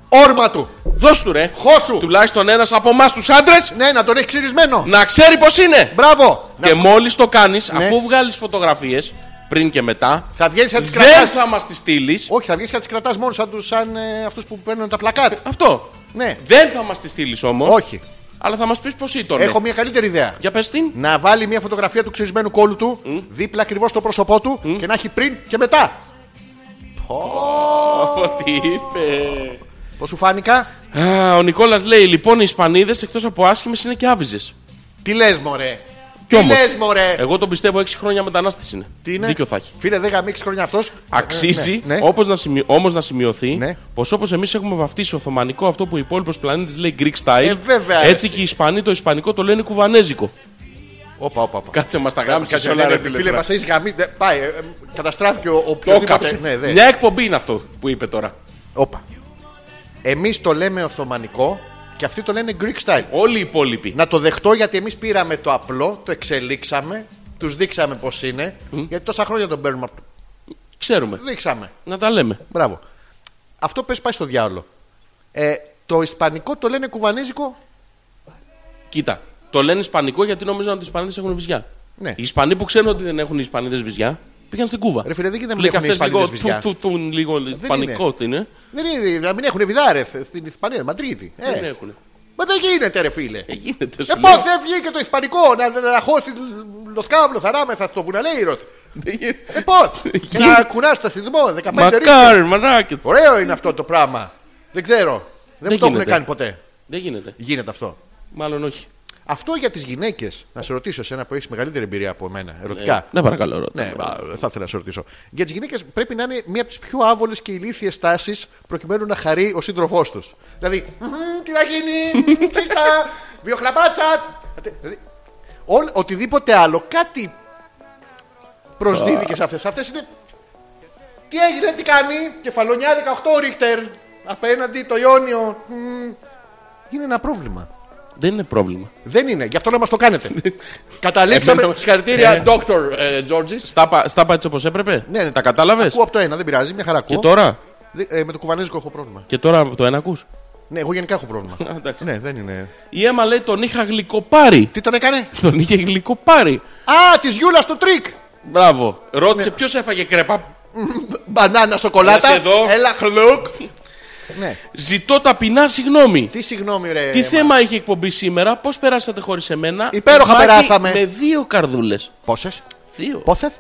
B: Όρμα του.
C: Δώσ' του ρε.
B: Χώσου.
C: Τουλάχιστον ένας από εμάς τους άντρες
B: Ναι, να τον έχει ξυρισμένο.
C: να ξέρει πώς είναι.
B: Μπράβο.
C: Και μόλις το κάνεις,
B: Ναι.
C: αφού βγάλεις φωτογραφίες πριν και μετά,
B: Θα βγαίνει και θα τις
C: δεν
B: κρατάς.
C: θα μας τις στείλεις.
B: Όχι, θα βγεις και θα τις κρατάς μόνος σαν, τους, σαν ε, αυτούς που παίρνουν τα πλακάτ.
C: Αυτό.
B: Ναι.
C: Δεν θα μας τη στείλεις όμως.
B: Όχι.
C: Αλλά θα μας πεις πώς ήταν.
B: Έχω μια καλύτερη ιδέα.
C: Για πες την.
B: Να βάλει μια φωτογραφία του ξυρισμένου κόλου του δίπλα ακριβώς στο πρόσωπό του και να έχει πριν και μετά.
C: Ω, τι είπε.
B: Πώς σου φάνηκα.
C: Α, ο Νικόλας λέει: Λοιπόν, οι Ισπανίδες εκτός από άσχημες είναι και άβυζες.
B: Τι λες, μωρέ.
C: Κι
B: Τι
C: όμως.
B: λες, μωρέ.
C: Εγώ τον πιστεύω 6 χρόνια μετανάστευση είναι.
B: Τι είναι.
C: Δίκιο θα έχει.
B: Φίλε, δεν γαμίξει χρόνια αυτός.
C: Αξίζει
B: Ναι, ναι.
C: Όπως να σημει... όμως να σημειωθεί
B: Ναι.
C: πως όπως εμείς έχουμε βαφτίσει οθωμανικό αυτό που ο υπόλοιπος πλανήτης λέει Greek style
B: Ε, βέβαια,
C: έτσι
B: έτσι.
C: και οι Ισπανοί το Ισπανικό το λένε κουβανέζικο.
B: Όπα, όπα, όπα.
C: Κάτσε μας τα γάμψεις όλα
B: ναι,
C: ρε
B: ναι,
C: φίλε.
B: Φίλε,
C: τώρα.
B: μας έχεις γαμίσει. Ναι, Πάει. ε, ε, Καταστράφηκε ο
C: Το
B: οποιοδήποτε.
C: κάψε.
B: Ναι, ναι.
C: Μια εκπομπή είναι αυτό που είπε τώρα.
B: Όπα. Εμείς το λέμε Οθωμανικό και αυτοί το λένε Greek style.
C: Όλοι οι υπόλοιποι.
B: Να το δεχτώ γιατί εμείς πήραμε το απλό, το εξελίξαμε, τους δείξαμε πώς είναι. Γιατί τόσα χρόνια τον παίρνουμε. απ' το-
C: Ξέρουμε.
B: Δείξαμε.
C: Να τα λέμε.
B: Μπράβο. Αυτό πες πάει στο διάολο. Ε, το Ισπανικό το λένε κουβανίζικο.
C: Κοίτα. Το λένε Ισπανικό γιατί νομίζω ότι οι Ισπανίδες έχουν βυζιά.
B: Ναι.
C: Οι Ισπανοί που ξέρουν ότι δεν έχουν οι Ισπανίδες βυζιά πήγαν στην Κούβα.
B: Ρε φίλε, δεν γίνεται
C: Σου
B: να
C: λέει
B: μην έχουν οι
C: καυτές λίγο,
B: Ισπανίδες βυζιά.
C: του- του- του- λίγο Ισπανικό τι είναι.
B: Δεν είναι, δηλαδή, να μην έχουν βιδάρε στην Ισπανία, Μαντρίτη. Ε,
C: Δεν έχουν.
B: Μα δεν γίνεται, ρε φίλε.
C: Ε, γίνεται.
B: Ε,
C: σου λέω.
B: πώ δεν βγήκε το Ισπανικό να, να, να χώσει los cablos ανάμεσα στο βουναλέιρος.
C: Δεν γίνεται.
B: Ε, πώς. και να κουνάς το σεισμό 15 ρίχνε.
C: Μακάρι, μαράκι.
B: Ωραίο είναι αυτό το πράγμα. Δεν ξέρω.
C: Δεν
B: Δεν, το έχουν
C: γίνεται.
B: κάνει ποτέ.
C: Δεν γίνεται.
B: Γίνεται αυτό.
C: Μάλλον όχι.
B: Αυτό για τις γυναίκες. Να σε ρωτήσω, εσένα που έχεις μεγαλύτερη εμπειρία από εμένα, ερωτικά.
C: Ναι, παρακαλώ, ρώτα.
B: Ναι, μα, θα ήθελα να σε ρωτήσω. Για τις γυναίκες πρέπει να είναι μία από τις πιο άβολες και ηλίθιες τάσεις προκειμένου να χαρεί ο σύντροφός τους. Δηλαδή, «Μμμ, τι θα γίνει, κοίτα, βιοχλαπάτσα. Δηλαδή, όλ- οτιδήποτε άλλο, κάτι προσδίδει και σε αυτές. Αυτές είναι. Τι έγινε, τι κάνει, κεφαλονιά 18 ρίχτερ απέναντι το Ιόνιο. Μμμ. Είναι ένα πρόβλημα.
C: Δεν είναι πρόβλημα.
B: Δεν είναι, γι' αυτό να μας το κάνετε. Καταλήξαμε.
C: Εμένα-
B: Συγχαρητήρια,
C: Ε.
B: Dr. Georges.
C: Στάπα, στάπα έτσι όπως έπρεπε.
B: Ναι, ναι.
C: Τα κατάλαβε.
B: Ακούω από το ένα, δεν πειράζει, μια χαρά ακούω.
C: Ε, Και τώρα,
B: Δε- ε, με το κουβανέζικο έχω πρόβλημα.
C: και τώρα από το ένα ακούς.
B: Ναι, εγώ γενικά έχω πρόβλημα.
C: Α, εντάξει.
B: ναι, δεν είναι.
C: Η Έμα λέει τον είχα γλυκοπάρει.
B: Τι τον έκανε?
C: Τον είχε γλυκοπάρει.
B: Α, της Γιούλας το τρίκ!
C: Μπράβο. Ρώτησε
B: Ναι.
C: ποιος έφαγε κρέπα.
B: Μπανάνα, σοκολάτα.
C: Έλα σε εδώ.
B: Έλα, χλουκ. ναι.
C: Ζητώ ταπεινά συγγνώμη.
B: Τι συγγνώμη, ρε.
C: Τι
B: Ε, μα.
C: θέμα είχε η εκπομπή σήμερα, πώς περάσατε χωρίς εμένα.
B: Υπέροχα
C: Μάκι
B: περάσαμε.
C: Με δύο καρδούλες.
B: Πόσες?
C: Δύο.
B: Πόθες?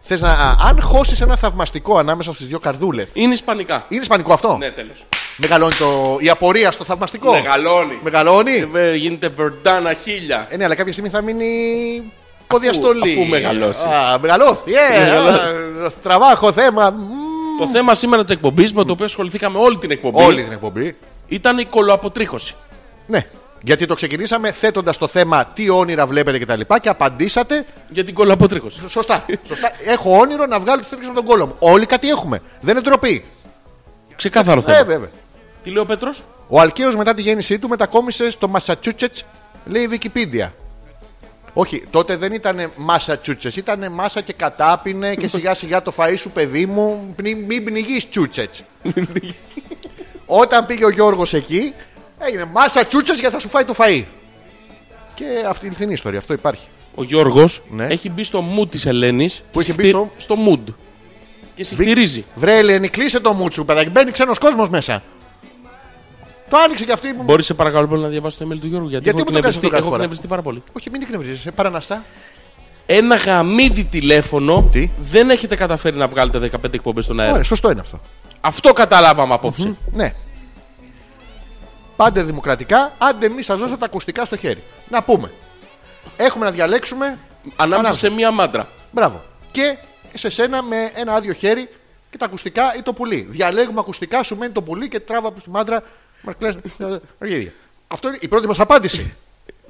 B: Θες να. α, αν χώσεις ένα θαυμαστικό ανάμεσα στις δύο καρδούλες.
C: Είναι ισπανικά.
B: Είναι ισπανικό αυτό.
C: Ναι, τέλος.
B: Μεγαλώνει το... η απορία στο θαυμαστικό.
C: Μεγαλώνει.
B: Μεγαλώνει.
C: Ε, Γίνεται βερντάνα χίλια.
B: Ε, ναι, αλλά κάποια στιγμή θα μείνει ποδιαστολή.
C: αφού μεγαλώσει.
B: Α, μεγαλώθη.
C: Μεγαλώθη.
B: Ε, α, στραβάχο θέμα. Μμμ.
C: Το θέμα σήμερα της εκπομπής με το οποίο ασχοληθήκαμε όλη την εκπομπή
B: Όλη την εκπομπή.
C: ήταν η κολοαποτρίχωση.
B: Ναι. Γιατί το ξεκινήσαμε θέτοντας το θέμα τι όνειρα βλέπετε κτλ. Και, τα λοιπά και απαντήσατε.
C: Για την κολοαποτρίχωση.
B: Σωστά. σωστά. έχω όνειρο να βγάλω τις τέτοιες από τον κόλλο μου. Όλοι κάτι έχουμε. Δεν είναι ντροπή.
C: Ξεκάθαρο
B: Ε,
C: θέμα.
B: βέβαια.
C: Τι λέει ο Πέτρος.
B: Ο Αλκαίος μετά τη γέννησή του μετακόμισε στο Massachusetts, λέει η Wikipedia. Όχι, τότε δεν ήταν Massachusetts, ήταν μάσα και κατάπινε και σιγά σιγά το φαΐ σου παιδί μου, πνι- μην πνιγείς Τσούτσετς. Όταν πήγε ο Γιώργος εκεί, έγινε μάσα Τσούτσετς γιατί θα σου φάει το φαΐ. Και αυτή είναι η ιστορία, αυτό υπάρχει.
C: Ο Γιώργος
B: Ναι.
C: έχει μπει στο mood της Ελένης.
B: Πού
C: και
B: είχε μπει
C: συχτη-
B: στο?
C: στο mood. Και συχτηρίζει.
B: Βρε Ελένη, κλείσε το μουτσου, παιδάκι, μπαίνει ξένος κόσμος μέσα. Το άνοιξε και αυτή.
C: Μπορεί σε παρακαλώ πολύ να διαβάσει το email του Γιώργου. Γιατί,
B: Γιατί
C: έχω
B: μου το κάνεις αυτό
C: εκνευριστεί,
B: κάθε
C: έχω
B: φορά?
C: εκνευριστεί πάρα πολύ.
B: Όχι, μην εκνευρίζεσαι, παραναστά.
C: Ένα γαμίδι τηλέφωνο
B: Τι?
C: δεν έχετε καταφέρει να βγάλετε 15 εκπομπές στον αέρα.
B: Ωραία, σωστό είναι αυτό.
C: Αυτό καταλάβαμε απόψε.
B: Ναι. Πάντε δημοκρατικά, άντε μη σας δώσω τα ακουστικά στο χέρι. Να πούμε. Έχουμε να διαλέξουμε.
C: Ανάμεσα
B: Ανάμεσα.
C: σε μία μάντρα.
B: Μπράβο. Και σε σένα με ένα άδειο χέρι και τα ακουστικά ή το πουλί. Διαλέγουμε ακουστικά, σου μένει το πουλί και τράβα από τη μάντρα. Μαρκλές, ε, αργύρια. Αυτό είναι η πρώτη μας απάντηση.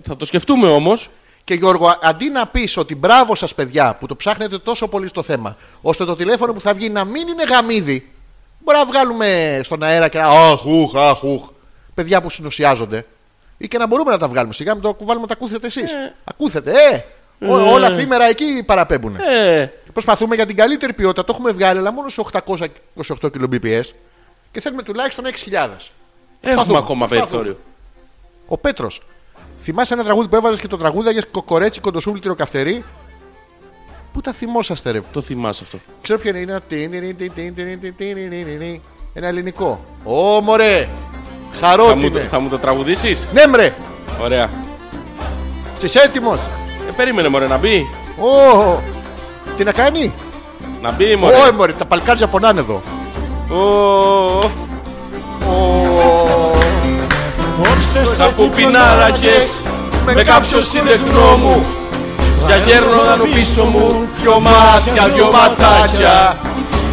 C: Θα το σκεφτούμε όμως.
B: Και Γιώργο, α- αντί να πεις ότι μπράβο σας, παιδιά, που το ψάχνετε τόσο πολύ στο θέμα, ώστε το τηλέφωνο που θα βγει να μην είναι γαμίδι, μπορεί να βγάλουμε στον αέρα και να. Αχ, ουχ, αχ, ουχ. Παιδιά που συνουσιάζονται. ή και να μπορούμε να τα βγάλουμε σιγά, μην το κουβάλουμε, τα ακούθετε εσείς. Ακούθετε, ε! Ό-
C: Ε.
B: όλα θύμερα εκεί παραπέμπουν.
C: Ε,
B: Προσπαθούμε για την καλύτερη ποιότητα, το έχουμε βγάλει, αλλά μόνο σε 828 kbps και θέλουμε τουλάχιστον 6.000.
C: Έχουμε
B: Προσπαθούμε,
C: ακόμα
B: προσπαθούμε.
C: περιθώριο.
B: Ο Πέτρος. Θυμάσαι ένα τραγούδι που έβαλε και το τραγούδαγε κοκορέτσι, κοντοσούβλη, τυροκαυτερή. Πού τα θυμόσαστε, ρε.
C: Το θυμάσαι αυτό.
B: Ξέρω ποιο είναι. Είναι ένα τίνιρι, τιν, τιν, τιν, τιν, τιν, τιν, τιν, τιν. Ένα ελληνικό. Ω, μωρέ.
C: Θα μου, το, ναι.
B: Χαρότινε.
C: θα μου το τραγουδήσεις.
B: Ναι, μωρέ.
C: Ωραία.
B: Είσαι έτοιμος.
C: Ε, περίμενε μωρέ να μπει.
B: Ω. Τι να κάνει.
C: Να μπει μωρέ.
B: Ω, ε, μωρέ. Τα παλκάρια πονάνε εδώ.
C: ε. Ω, Σαν πουπινάρακες Με κάποιο συντεχνό μου Για γέρνονταν ο πίσω μου Δυο μάτια, δυο ματάκια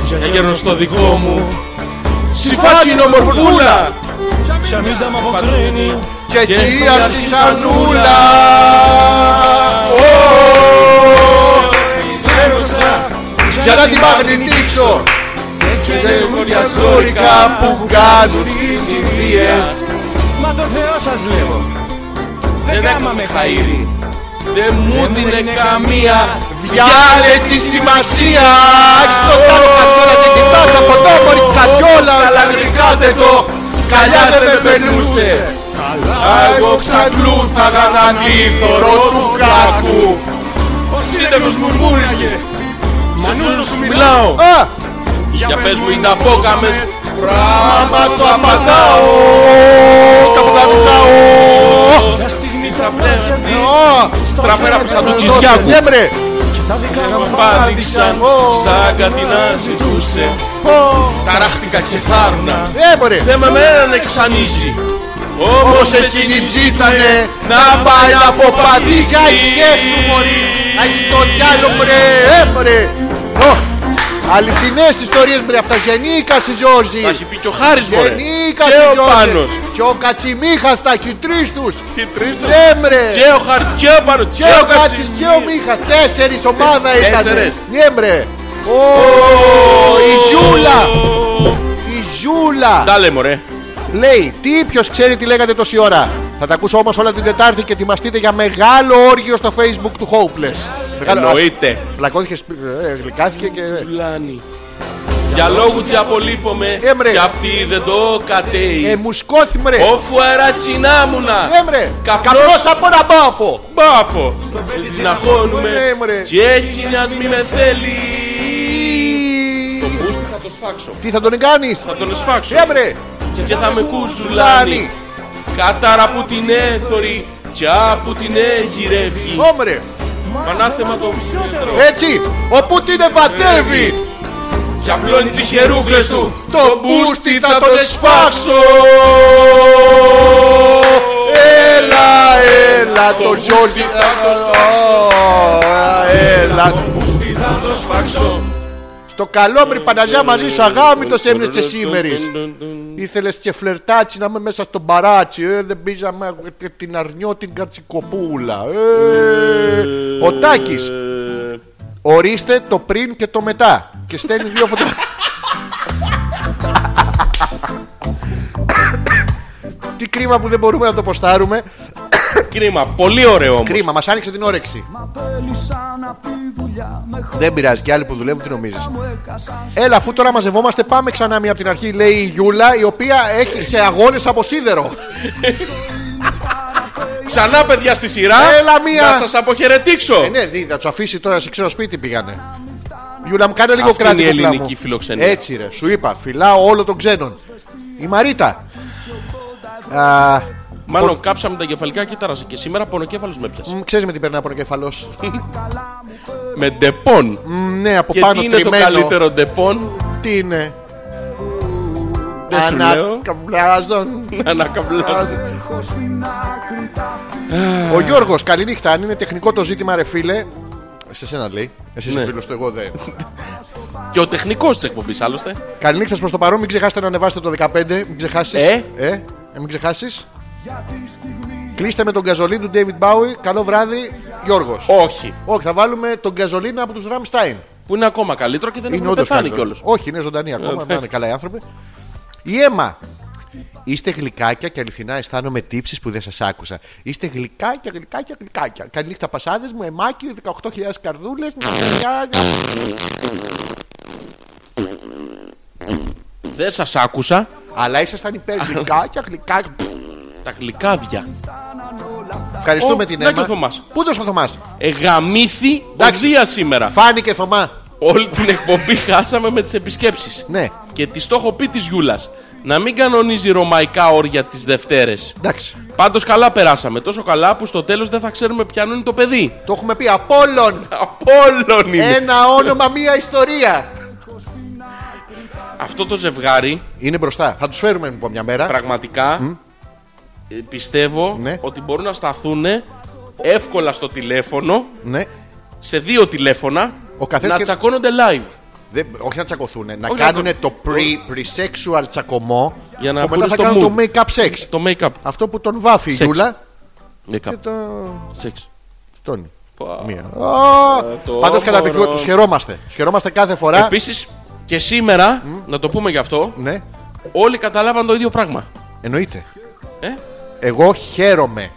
C: Για γέρνο στο δικό μου Συμφάτσινο μορφούλα
G: Τσαμίτα μ' αποκρίνει
B: Και
C: Και
B: εκεί
C: στο
B: αρχισανούλα.
G: Ξέρωσα
B: Για να την μαγνητήσω.
G: Και
C: δεν
G: δεν
C: κοντιαζόρικα
B: Ζώρικα που κάνουν τις συνδύες.
G: Μα το Θεό σας λέω Δεν κάμαμε χαΐρι
C: Δεν μου δίνε καμία
B: Διάλε τη σημασία Έχεις το τάρο καριόλα και κοιτάς από εδώ μωρή καριόλα Λαγρικά δεν το Καλιά δεν με περνούσε Καλά εγώ ξακλούθαγα να νύθωρο του κάκου
G: Ο σύντεμος μουρμούριζε Μανούσο σου
C: Μιλάω
B: Α,
C: για πες μου είναι απόκαμες
B: άμα το απαντάω Τα πουλαδούσα
G: Μια στιγμή τα πλάτια της
C: Στραφέρα που σαν του Τζιζιάκου
B: Ναι μπρε
G: Και τα δικά μου
C: Απάντηξαν σαν κάτι να ζητούσε Ταράχτηκα και θάρνα
B: Ε μπρε
C: Δεν με μέναν εξανίζει Όμως
B: εκείνη
C: εκείνη
B: ζήτανε
C: ζήτανε
B: να πάει να αποπατήσει.
C: αποπατήσει.
B: Αγιέ σου μωρή, έχεις το διάλο μπρε, ε, μπρε. Ω, Αληθινές ιστορίες μπρε, αυτά γενίκας η
C: Τα
B: Ζόρζη.
C: έχει πει και ο Χάρης μωρέ
B: Γενίκας
C: Και
B: η
C: ο
B: Ζόρζη.
C: Πάνος
B: Και ο Κατσιμίχας τα έχει τρεις τους.
C: Τι τρεις τους.
B: Ναι μπρε.
C: Και ο Χάρης και ο Πάνος
B: Και ο Κατσις και ο Μίχας, τέσσερις ομάδα ήταν.
C: Τέσσερες.
B: Ναι μπρε. Ω, η Ζούλα, η Ζούλα.
C: Τα λέμε μωρέ
B: Λέει, τι ποιος ξέρει τι λέγατε τόση ώρα. Θα τα ακούσω όμως όλα την Τετάρτη και ετοιμαστείτε για μεγάλο όργιο στο facebook του Hopeless. Μεγάλο-
C: Εννοείται
B: Α, Πλακώθηκε, σπι- ε, γλυκάθηκε και.
C: Φουλάνι Για λόγους και απολύπομαι
B: Έμπρε.
C: Κι αυτή δεν το
B: Ε,
C: κατέει
B: μου σκόθη μρε.
C: Ο φουαρατσινάμουνα
B: Ε, μρε.
C: καπνός-
B: Καπνός από ένα μπάφο.
C: Μπάφο Να χώνουμε
B: Ναι, μωρέ.
C: Και έτσι μιας μη με θέλει
B: Τι-
C: Πούστη θα το σφάξω
B: Τι θα τον κάνεις.
C: Θα τον σφάξω
B: Ε, μρε.
C: Και θα με κουζουλάνει Κατάρα που την έθωρη Κι από την έγιρεύει
B: Ω, μρε.
C: Πανάθεμα το μέτρο
B: Έτσι. Όπου την ευατεύει.
C: Κι απλώνει τις χερούκλες του
B: Το μπούστι θα τον σφάξω. Ε. Έλα, έλα, το Γιώργη θα τον Έλα,
C: μπούστι θα το σφάξω
B: Στο καλό μπρι Παναγιά μαζί σου αγάμητο έμεινε και σήμερη. Ήθελες και φλερτάτσι να είμαι μέσα στο μπαράτσι. Ε, δεν πίζαμε την αρνιό την κατσικοπούλα. Ε, ο Τάκη. Ορίστε το πριν και το μετά. Και στέλνεις δύο φωτογραφίε. Τι κρίμα που δεν μπορούμε να το ποστάρουμε.
C: Κρίμα, πολύ ωραίο όμως
B: Κρίμα, μας άνοιξε την όρεξη. Δεν πειράζει, και άλλοι που δουλεύουν, τι νομίζεις. Έλα, αφού τώρα μαζευόμαστε, πάμε ξανά μία από την αρχή, λέει η Γιούλα, η οποία έχει σε αγώνες από σίδερο.
C: Ξανά παιδιά στη σειρά
B: Έλα, μία.
C: Να σας αποχαιρετήσω
B: ε, ναι, δι, θα τους αφήσει τώρα σε ξένο σπίτι πήγανε. Γιούλα, μου κάνε λίγο
C: Αυτή
B: κράτη.
C: είναι η
B: κουκλά μου.
C: ελληνική φιλοξενία.
B: Έτσι, ρε, σου είπα, φυλάω όλο των ξένων. Η Μαρίτα. Α,
C: Μάλλον κάψαμε τα κεφαλικά κύτταρα και σήμερα πονοκέφαλος με πιάσε.
B: μ, ξέρεις με τι περνάει από ένα κεφαλός.
C: Με ντεπών.
B: Μ, ναι, από
C: Και
B: πάνω
C: τι είναι το
B: τριμμένο.
C: καλύτερο ντεπών.
B: Τι είναι.
C: Δεν σου λέω.
B: Ανακαβλάζον.
C: Να ανακαβλάζω.
B: Ο Γιώργος, καληνύχτα. Αν είναι τεχνικό το ζήτημα, ρε φίλε. Σε σένα λέει. Εσύ είσαι
C: Ναι.
B: φίλος του, εγώ δεν.
C: Και ο τεχνικός της εκπομπής άλλωστε.
B: καληνύχτας προς το παρόν, μην ξεχάσετε να ανεβάσετε το 15. Μην ξεχάσεις.
C: Ε.
B: ε, ε, μην ξεχάσεις. Κλείστε με τον καζολίν του David Bowie. Καλό βράδυ, Γιώργος.
C: Όχι.
B: Όχι, θα βάλουμε τον καζολίν από τους Ramstein.
C: Που είναι ακόμα καλύτερο και δεν έχουν
B: όντως
C: Ε, πεθάνει Ε,
B: καλύτερο.
C: κιόλας.
B: Όχι, είναι ζωντανή ακόμα. να είναι καλά οι άνθρωποι. Η αίμα. Είστε γλυκάκια και αληθινά αισθάνομαι τύψεις που δεν σας άκουσα. Είστε γλυκάκια, γλυκάκια, γλυκάκια. Καλή νύχτα πασάδες μου, εμάκι, 18.000 καρδούλε.
C: Δεν σας άκουσα.
B: Αλλά ήσασταν υπερβικά και αγγλικά.
C: Τα γλυκάδια.
B: Ευχαριστούμε
C: Ω,
B: την
C: να και
B: Έμα.
C: ο Θωμάς.
B: Πού ήταν ο Θωμάς.
C: Εγαμήθη
B: Εντάξει.
C: οδεία σήμερα.
B: Φάνηκε Θωμά.
C: Όλη την εκπομπή χάσαμε με τις επισκέψεις.
B: Ναι,
C: Και τη το έχω πει της Γιούλας. Να μην κανονίζει ρωμαϊκά όρια τις Δευτέρες.
B: εντάξει.
C: Πάντως καλά περάσαμε. Τόσο καλά που στο τέλος δεν θα ξέρουμε ποιανού είναι το παιδί.
B: Το έχουμε πει. Απόλλων.
C: Απόλλων είναι.
B: Ένα όνομα, μία ιστορία.
C: Αυτό το ζευγάρι
B: Είναι μπροστά. Θα τους φέρουμε λοιπόν μια μέρα.
C: πραγματικά ε, πιστεύω
B: Ναι.
C: ότι μπορούν να σταθούν εύκολα στο τηλέφωνο,
B: Ναι.
C: σε δύο τηλέφωνα,
B: Ο καθένας
C: να
B: και-
C: τσακώνονται live.
B: Δεν, όχι να τσακωθούν, να
C: Όχι να
B: κάνουν
C: τσακω-
B: το pre, pre-sexual τσακωμό
C: Για να
B: που μετά
C: μπουν
B: θα
C: στο
B: κάνουν το
C: mood.
B: make-up sex.
C: Το make-up.
B: Αυτό που τον βάφει η
C: Sex.
B: Γιούλα
C: Make-up.
B: και το
C: Σεξ.
B: φτώνει.
C: Πα. Ε,
B: Μία.
C: το
B: Πάντω καταπληκτικό,
C: όμορο.
B: τους χαιρόμαστε. Τους χαιρόμαστε κάθε φορά.
C: Επίσης και σήμερα, να το πούμε γι' αυτό,
B: Ναι,
C: όλοι καταλάβαν το ίδιο πράγμα.
B: εννοείται.
C: Ε?
B: Εγώ χαίρομαι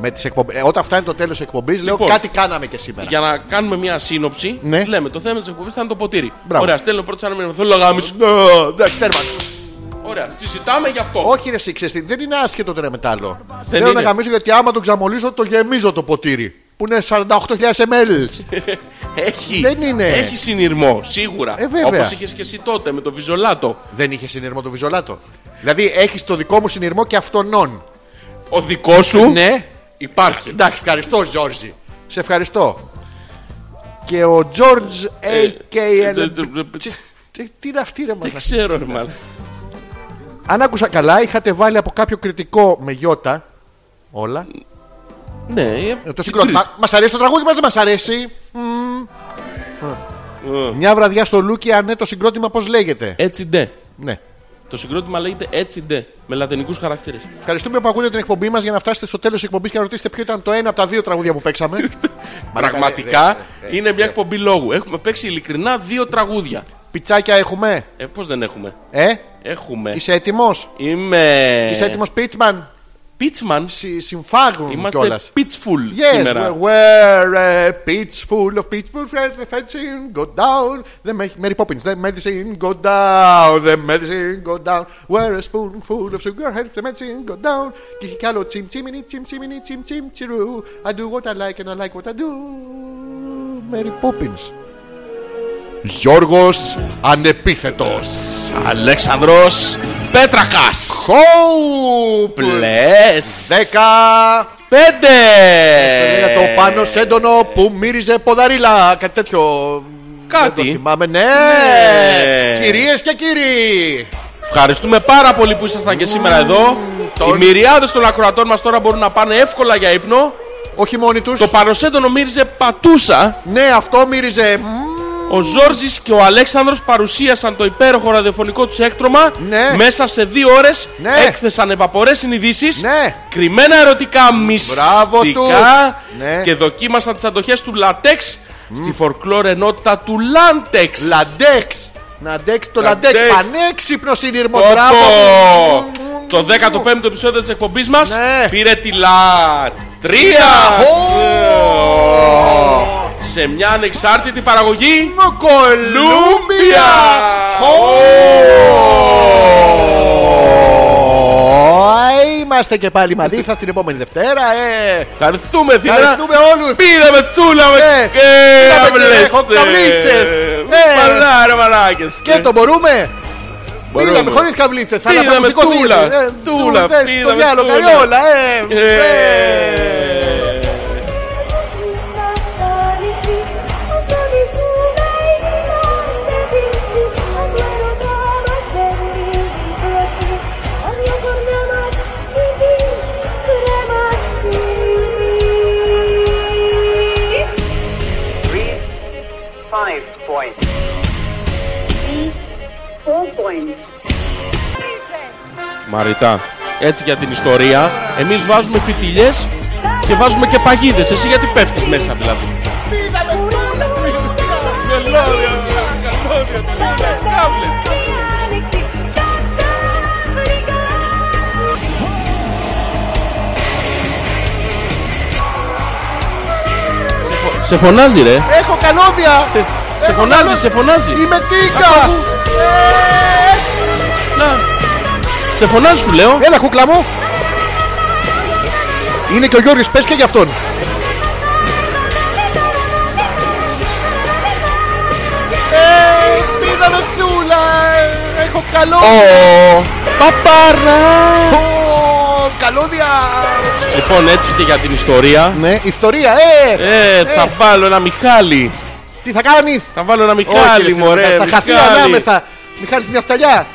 B: με τις εκπομπές. Ε, όταν φτάνει το τέλος της εκπομπής λέω
C: Λοιπόν.
B: κάτι κάναμε και σήμερα.
C: Για να κάνουμε μια σύνοψη,
B: Ναι.
C: λέμε το θέμα της εκπομπής ήταν το ποτήρι.
B: Μπράβο.
C: Ωραία, στέλνω πρώτη σαν να μην θέλω γάμιση.
B: Ε, Εντάξει, τέρμα.
C: Ωραία, συζητάμε γι' αυτό.
B: Όχι, ρε, εσύ, ξέρεις τι, δεν είναι άσχετο το ένα μετάλλο. Θέλω
C: είναι.
B: να γαμίσω γιατί άμα το ξαμολύσω, το γεμίζω το ποτήρι. Που είναι 48.000 ml.
C: Έχει,
B: Δεν είναι.
C: έχει συνειρμό, σίγουρα.
B: Ε, βέβαια.
C: Όπως είχες και εσύ τότε με το βιζολάτο.
B: Δεν είχε συνειρμό το βιζολάτο. Δηλαδή έχεις το δικό μου συνειρμό και αυτονών.
C: Ο δικός σου
B: Ναι.
C: υπάρχει.
B: Εντάξει, ευχαριστώ, Ζόρζι. Σε ευχαριστώ. Και ο Τζόρτζ AKL.
C: Τσι,
B: Τι- Τι είναι αυτή, ρε
C: Δεν
B: μαλάκα.
C: ξέρω, ρε μάλλον.
B: Αν άκουσα καλά, είχατε βάλει από κάποιο κριτικό με γιώτα. Όλα.
C: Ναι, ε,
B: Ε, Το
C: την
B: συγκρότημα.
C: τρίτη.
B: Μας αρέσει το τραγούδι μας, δεν μας αρέσει. Μμμ. Ε. Μια βραδιά στο Λούκι, αν ναι, το συγκρότημα πώς λέγεται.
C: Έτσι ντε.
B: Ναι.
C: Το συγκρότημα λέγεται έτσι ντε. Με λατινικούς χαρακτήρες.
B: Ευχαριστούμε που ακούτε την εκπομπή μας για να φτάσετε στο τέλος της εκπομπής και να ρωτήσετε ποιο ήταν το ένα από τα δύο τραγούδια που παίξαμε. Μαλάκα,
C: Πραγματικά
B: δε- δε-
C: είναι μια εκπομπή λόγου. Έχουμε παίξει ειλικρινά δύο τραγούδια.
B: Πιτσάκια έχουμε.
C: Ε, πώς δεν έχουμε.
B: Ε,
C: Έχουμε.
B: είσαι έτοιμος.
C: Είμαι.
B: Είσαι έτοιμος, Πίτσμαν.
C: Πίτσμαν.
B: Συ- Συμφάγουν
C: Είμαστε
B: κιόλα.
C: pitchful
B: Yes,
C: σήμερα.
B: we- we're a pitch full of pitchful friends. The fencing go down. The ma- Mary Poppins. The medicine go down. The medicine go down. We're a spoonful of sugar helps the medicine go down. Και έχει κι άλλο τσιμ τσιμινι τσιμ τσιμινι τσιμ τσιμ τσιρού. I do what I like and I like what I do. Mary Poppins. Γιώργος Ανεπίθετος.
C: Αλέξανδρος Πέτρακας.
B: Hope.
C: Πλες.
B: Δέκα.
C: Πέντε. Ε,
B: Έλεγα το πάνω έντονο που μύριζε ποδαρίλα. Κάτι τέτοιο.
C: Κάτι.
B: Δεν το θυμάμαι, ναι.
C: Ναι.
B: Κυρίες και κύριοι.
C: Ευχαριστούμε πάρα πολύ που ήσασταν και σήμερα εδώ.
B: τον-
C: Οι μυριάδες των ακροατών μας τώρα μπορούν να πάνε εύκολα για ύπνο.
B: Όχι μόνοι τους.
C: Το παροσέντονο μύριζε πατούσα.
B: Ναι, αυτό μύριζε. Μμμ.
C: Ο Ζόρζης και ο Αλέξανδρος παρουσίασαν το υπέροχο ραδιοφωνικό τους έκτρωμα.
B: Ναι.
C: Μέσα σε δύο ώρες
B: Ναι.
C: έκθεσαν ευαπορές συνειδήσεις.
B: Ναι.
C: Κρυμμένα ερωτικά μυστικά.
B: τους. Ναι.
C: Και δοκίμασαν τις αντοχές του λατέξ στη φορκλόρ ενότητα του λάντεξ.
B: Λαντέξ. Να αντέξει το λαντέξ.
C: Λαντέξ.
B: Πανέξυπνο συνειρμό.
C: Πω,
B: Μπράβο.
C: πω. Το 15ο επεισόδιο της εκπομπής μας
B: Ναι.
C: πήρε τη λατρεία σε μια ανεξάρτητη παραγωγή
B: Ο Κολούμπια. Είμαστε και πάλι μαζί. Θα την επόμενη Δευτέρα. Ε.
C: Ευχαριστούμε Δίνα
B: Ευχαριστούμε όλους.
C: Πήραμε τσούλα
B: Ε,
C: με
B: πήραμε και καβλίτσες. Ε.
C: Μαλάρα μαλάκες
B: Και το μπορούμε.
C: Μπορούμε.
B: Πήραμε χωρίς καβλίτσες. Θα
C: Πήραμε
B: αναπαυστικό
C: τούλα.
B: θύλι. Ε,
C: Τούλα,
B: δες, Το
C: πήραμε
B: διάλογο,
C: τούλα.
B: καριόλα. ε,
C: Ε.
B: Ναι.
H: Three, five points. Three, four points.
C: Μαριτά έτσι για την ιστορία εμείς βάζουμε φιτιλιές και βάζουμε και παγίδες εσύ γιατί πέφτεις μέσα δηλαδή Μελόδια, καλώδια, κάμπλε. Σε φωνάζει ρε
B: Έχω καλώδια.
C: Σε φωνάζει, σε φωνάζει
B: Είμαι τίκα.
C: Να Σε φωνάζει σου λέω.
B: Έλα, κούκλα μου. Είναι και ο Γιώργης, πες και για αυτόν. Ε, πίδα με θούλα, ε, έχω καλό.
C: Ω, Παπάρα.
B: Ω, Καλώδια.
C: Λοιπόν, έτσι και για την ιστορία.
B: Ναι, ιστορία, ε.
C: Ε, θα βάλω ένα Μιχάλη.
B: Τι θα κάνεις.
C: Θα βάλω ένα Μιχάλη, μωρέ.
B: Θα χαθεί
C: Μιχάλη.
B: ανάμεσα. Μιχάλης μια φταλιά.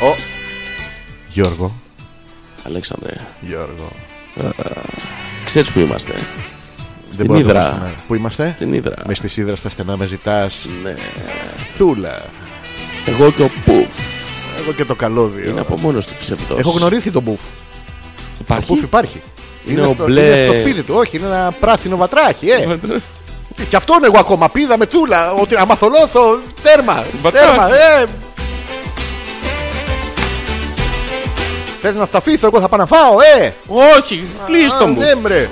B: Ο... Γιώργο.
C: Αλέξανδρε,
B: Γιώργο.
C: ξέρεις που είμαστε.
B: Δεν
C: Στην
B: μπορώ να το πω
C: Ήδρα.
B: στην αέρα. Πού είμαστε?
C: Στην Ήδρα.
B: Μες στη σίδρα στα στενά με ζητάς.
C: Ναι.
B: Θούλα.
C: Εγώ και ο Πουφ.
B: Εγώ και το καλώδιο.
C: Είναι από μόνος του ψευδός.
B: Έχω γνωρίσει τον Μπουφ.
C: Υπάρχει?
B: Ο Μπουφ υπάρχει.
C: Είναι ο
B: στο,
C: μπλε.
B: είναι στο φίλι του. Όχι, είναι ένα πράσινο βατράχι. Ε. και αυτόν εγώ ακόμα πίδα με τσούλα. Ότι αμαθολόθω. Τέρμα.
C: Βατράχι.
B: τέρμα. Ε. Θες να σταφίσω, εγώ θα πάω να φάω, ε!
C: Όχι,
B: Α,
C: πλήστο μου.
B: Ναι, μπρε.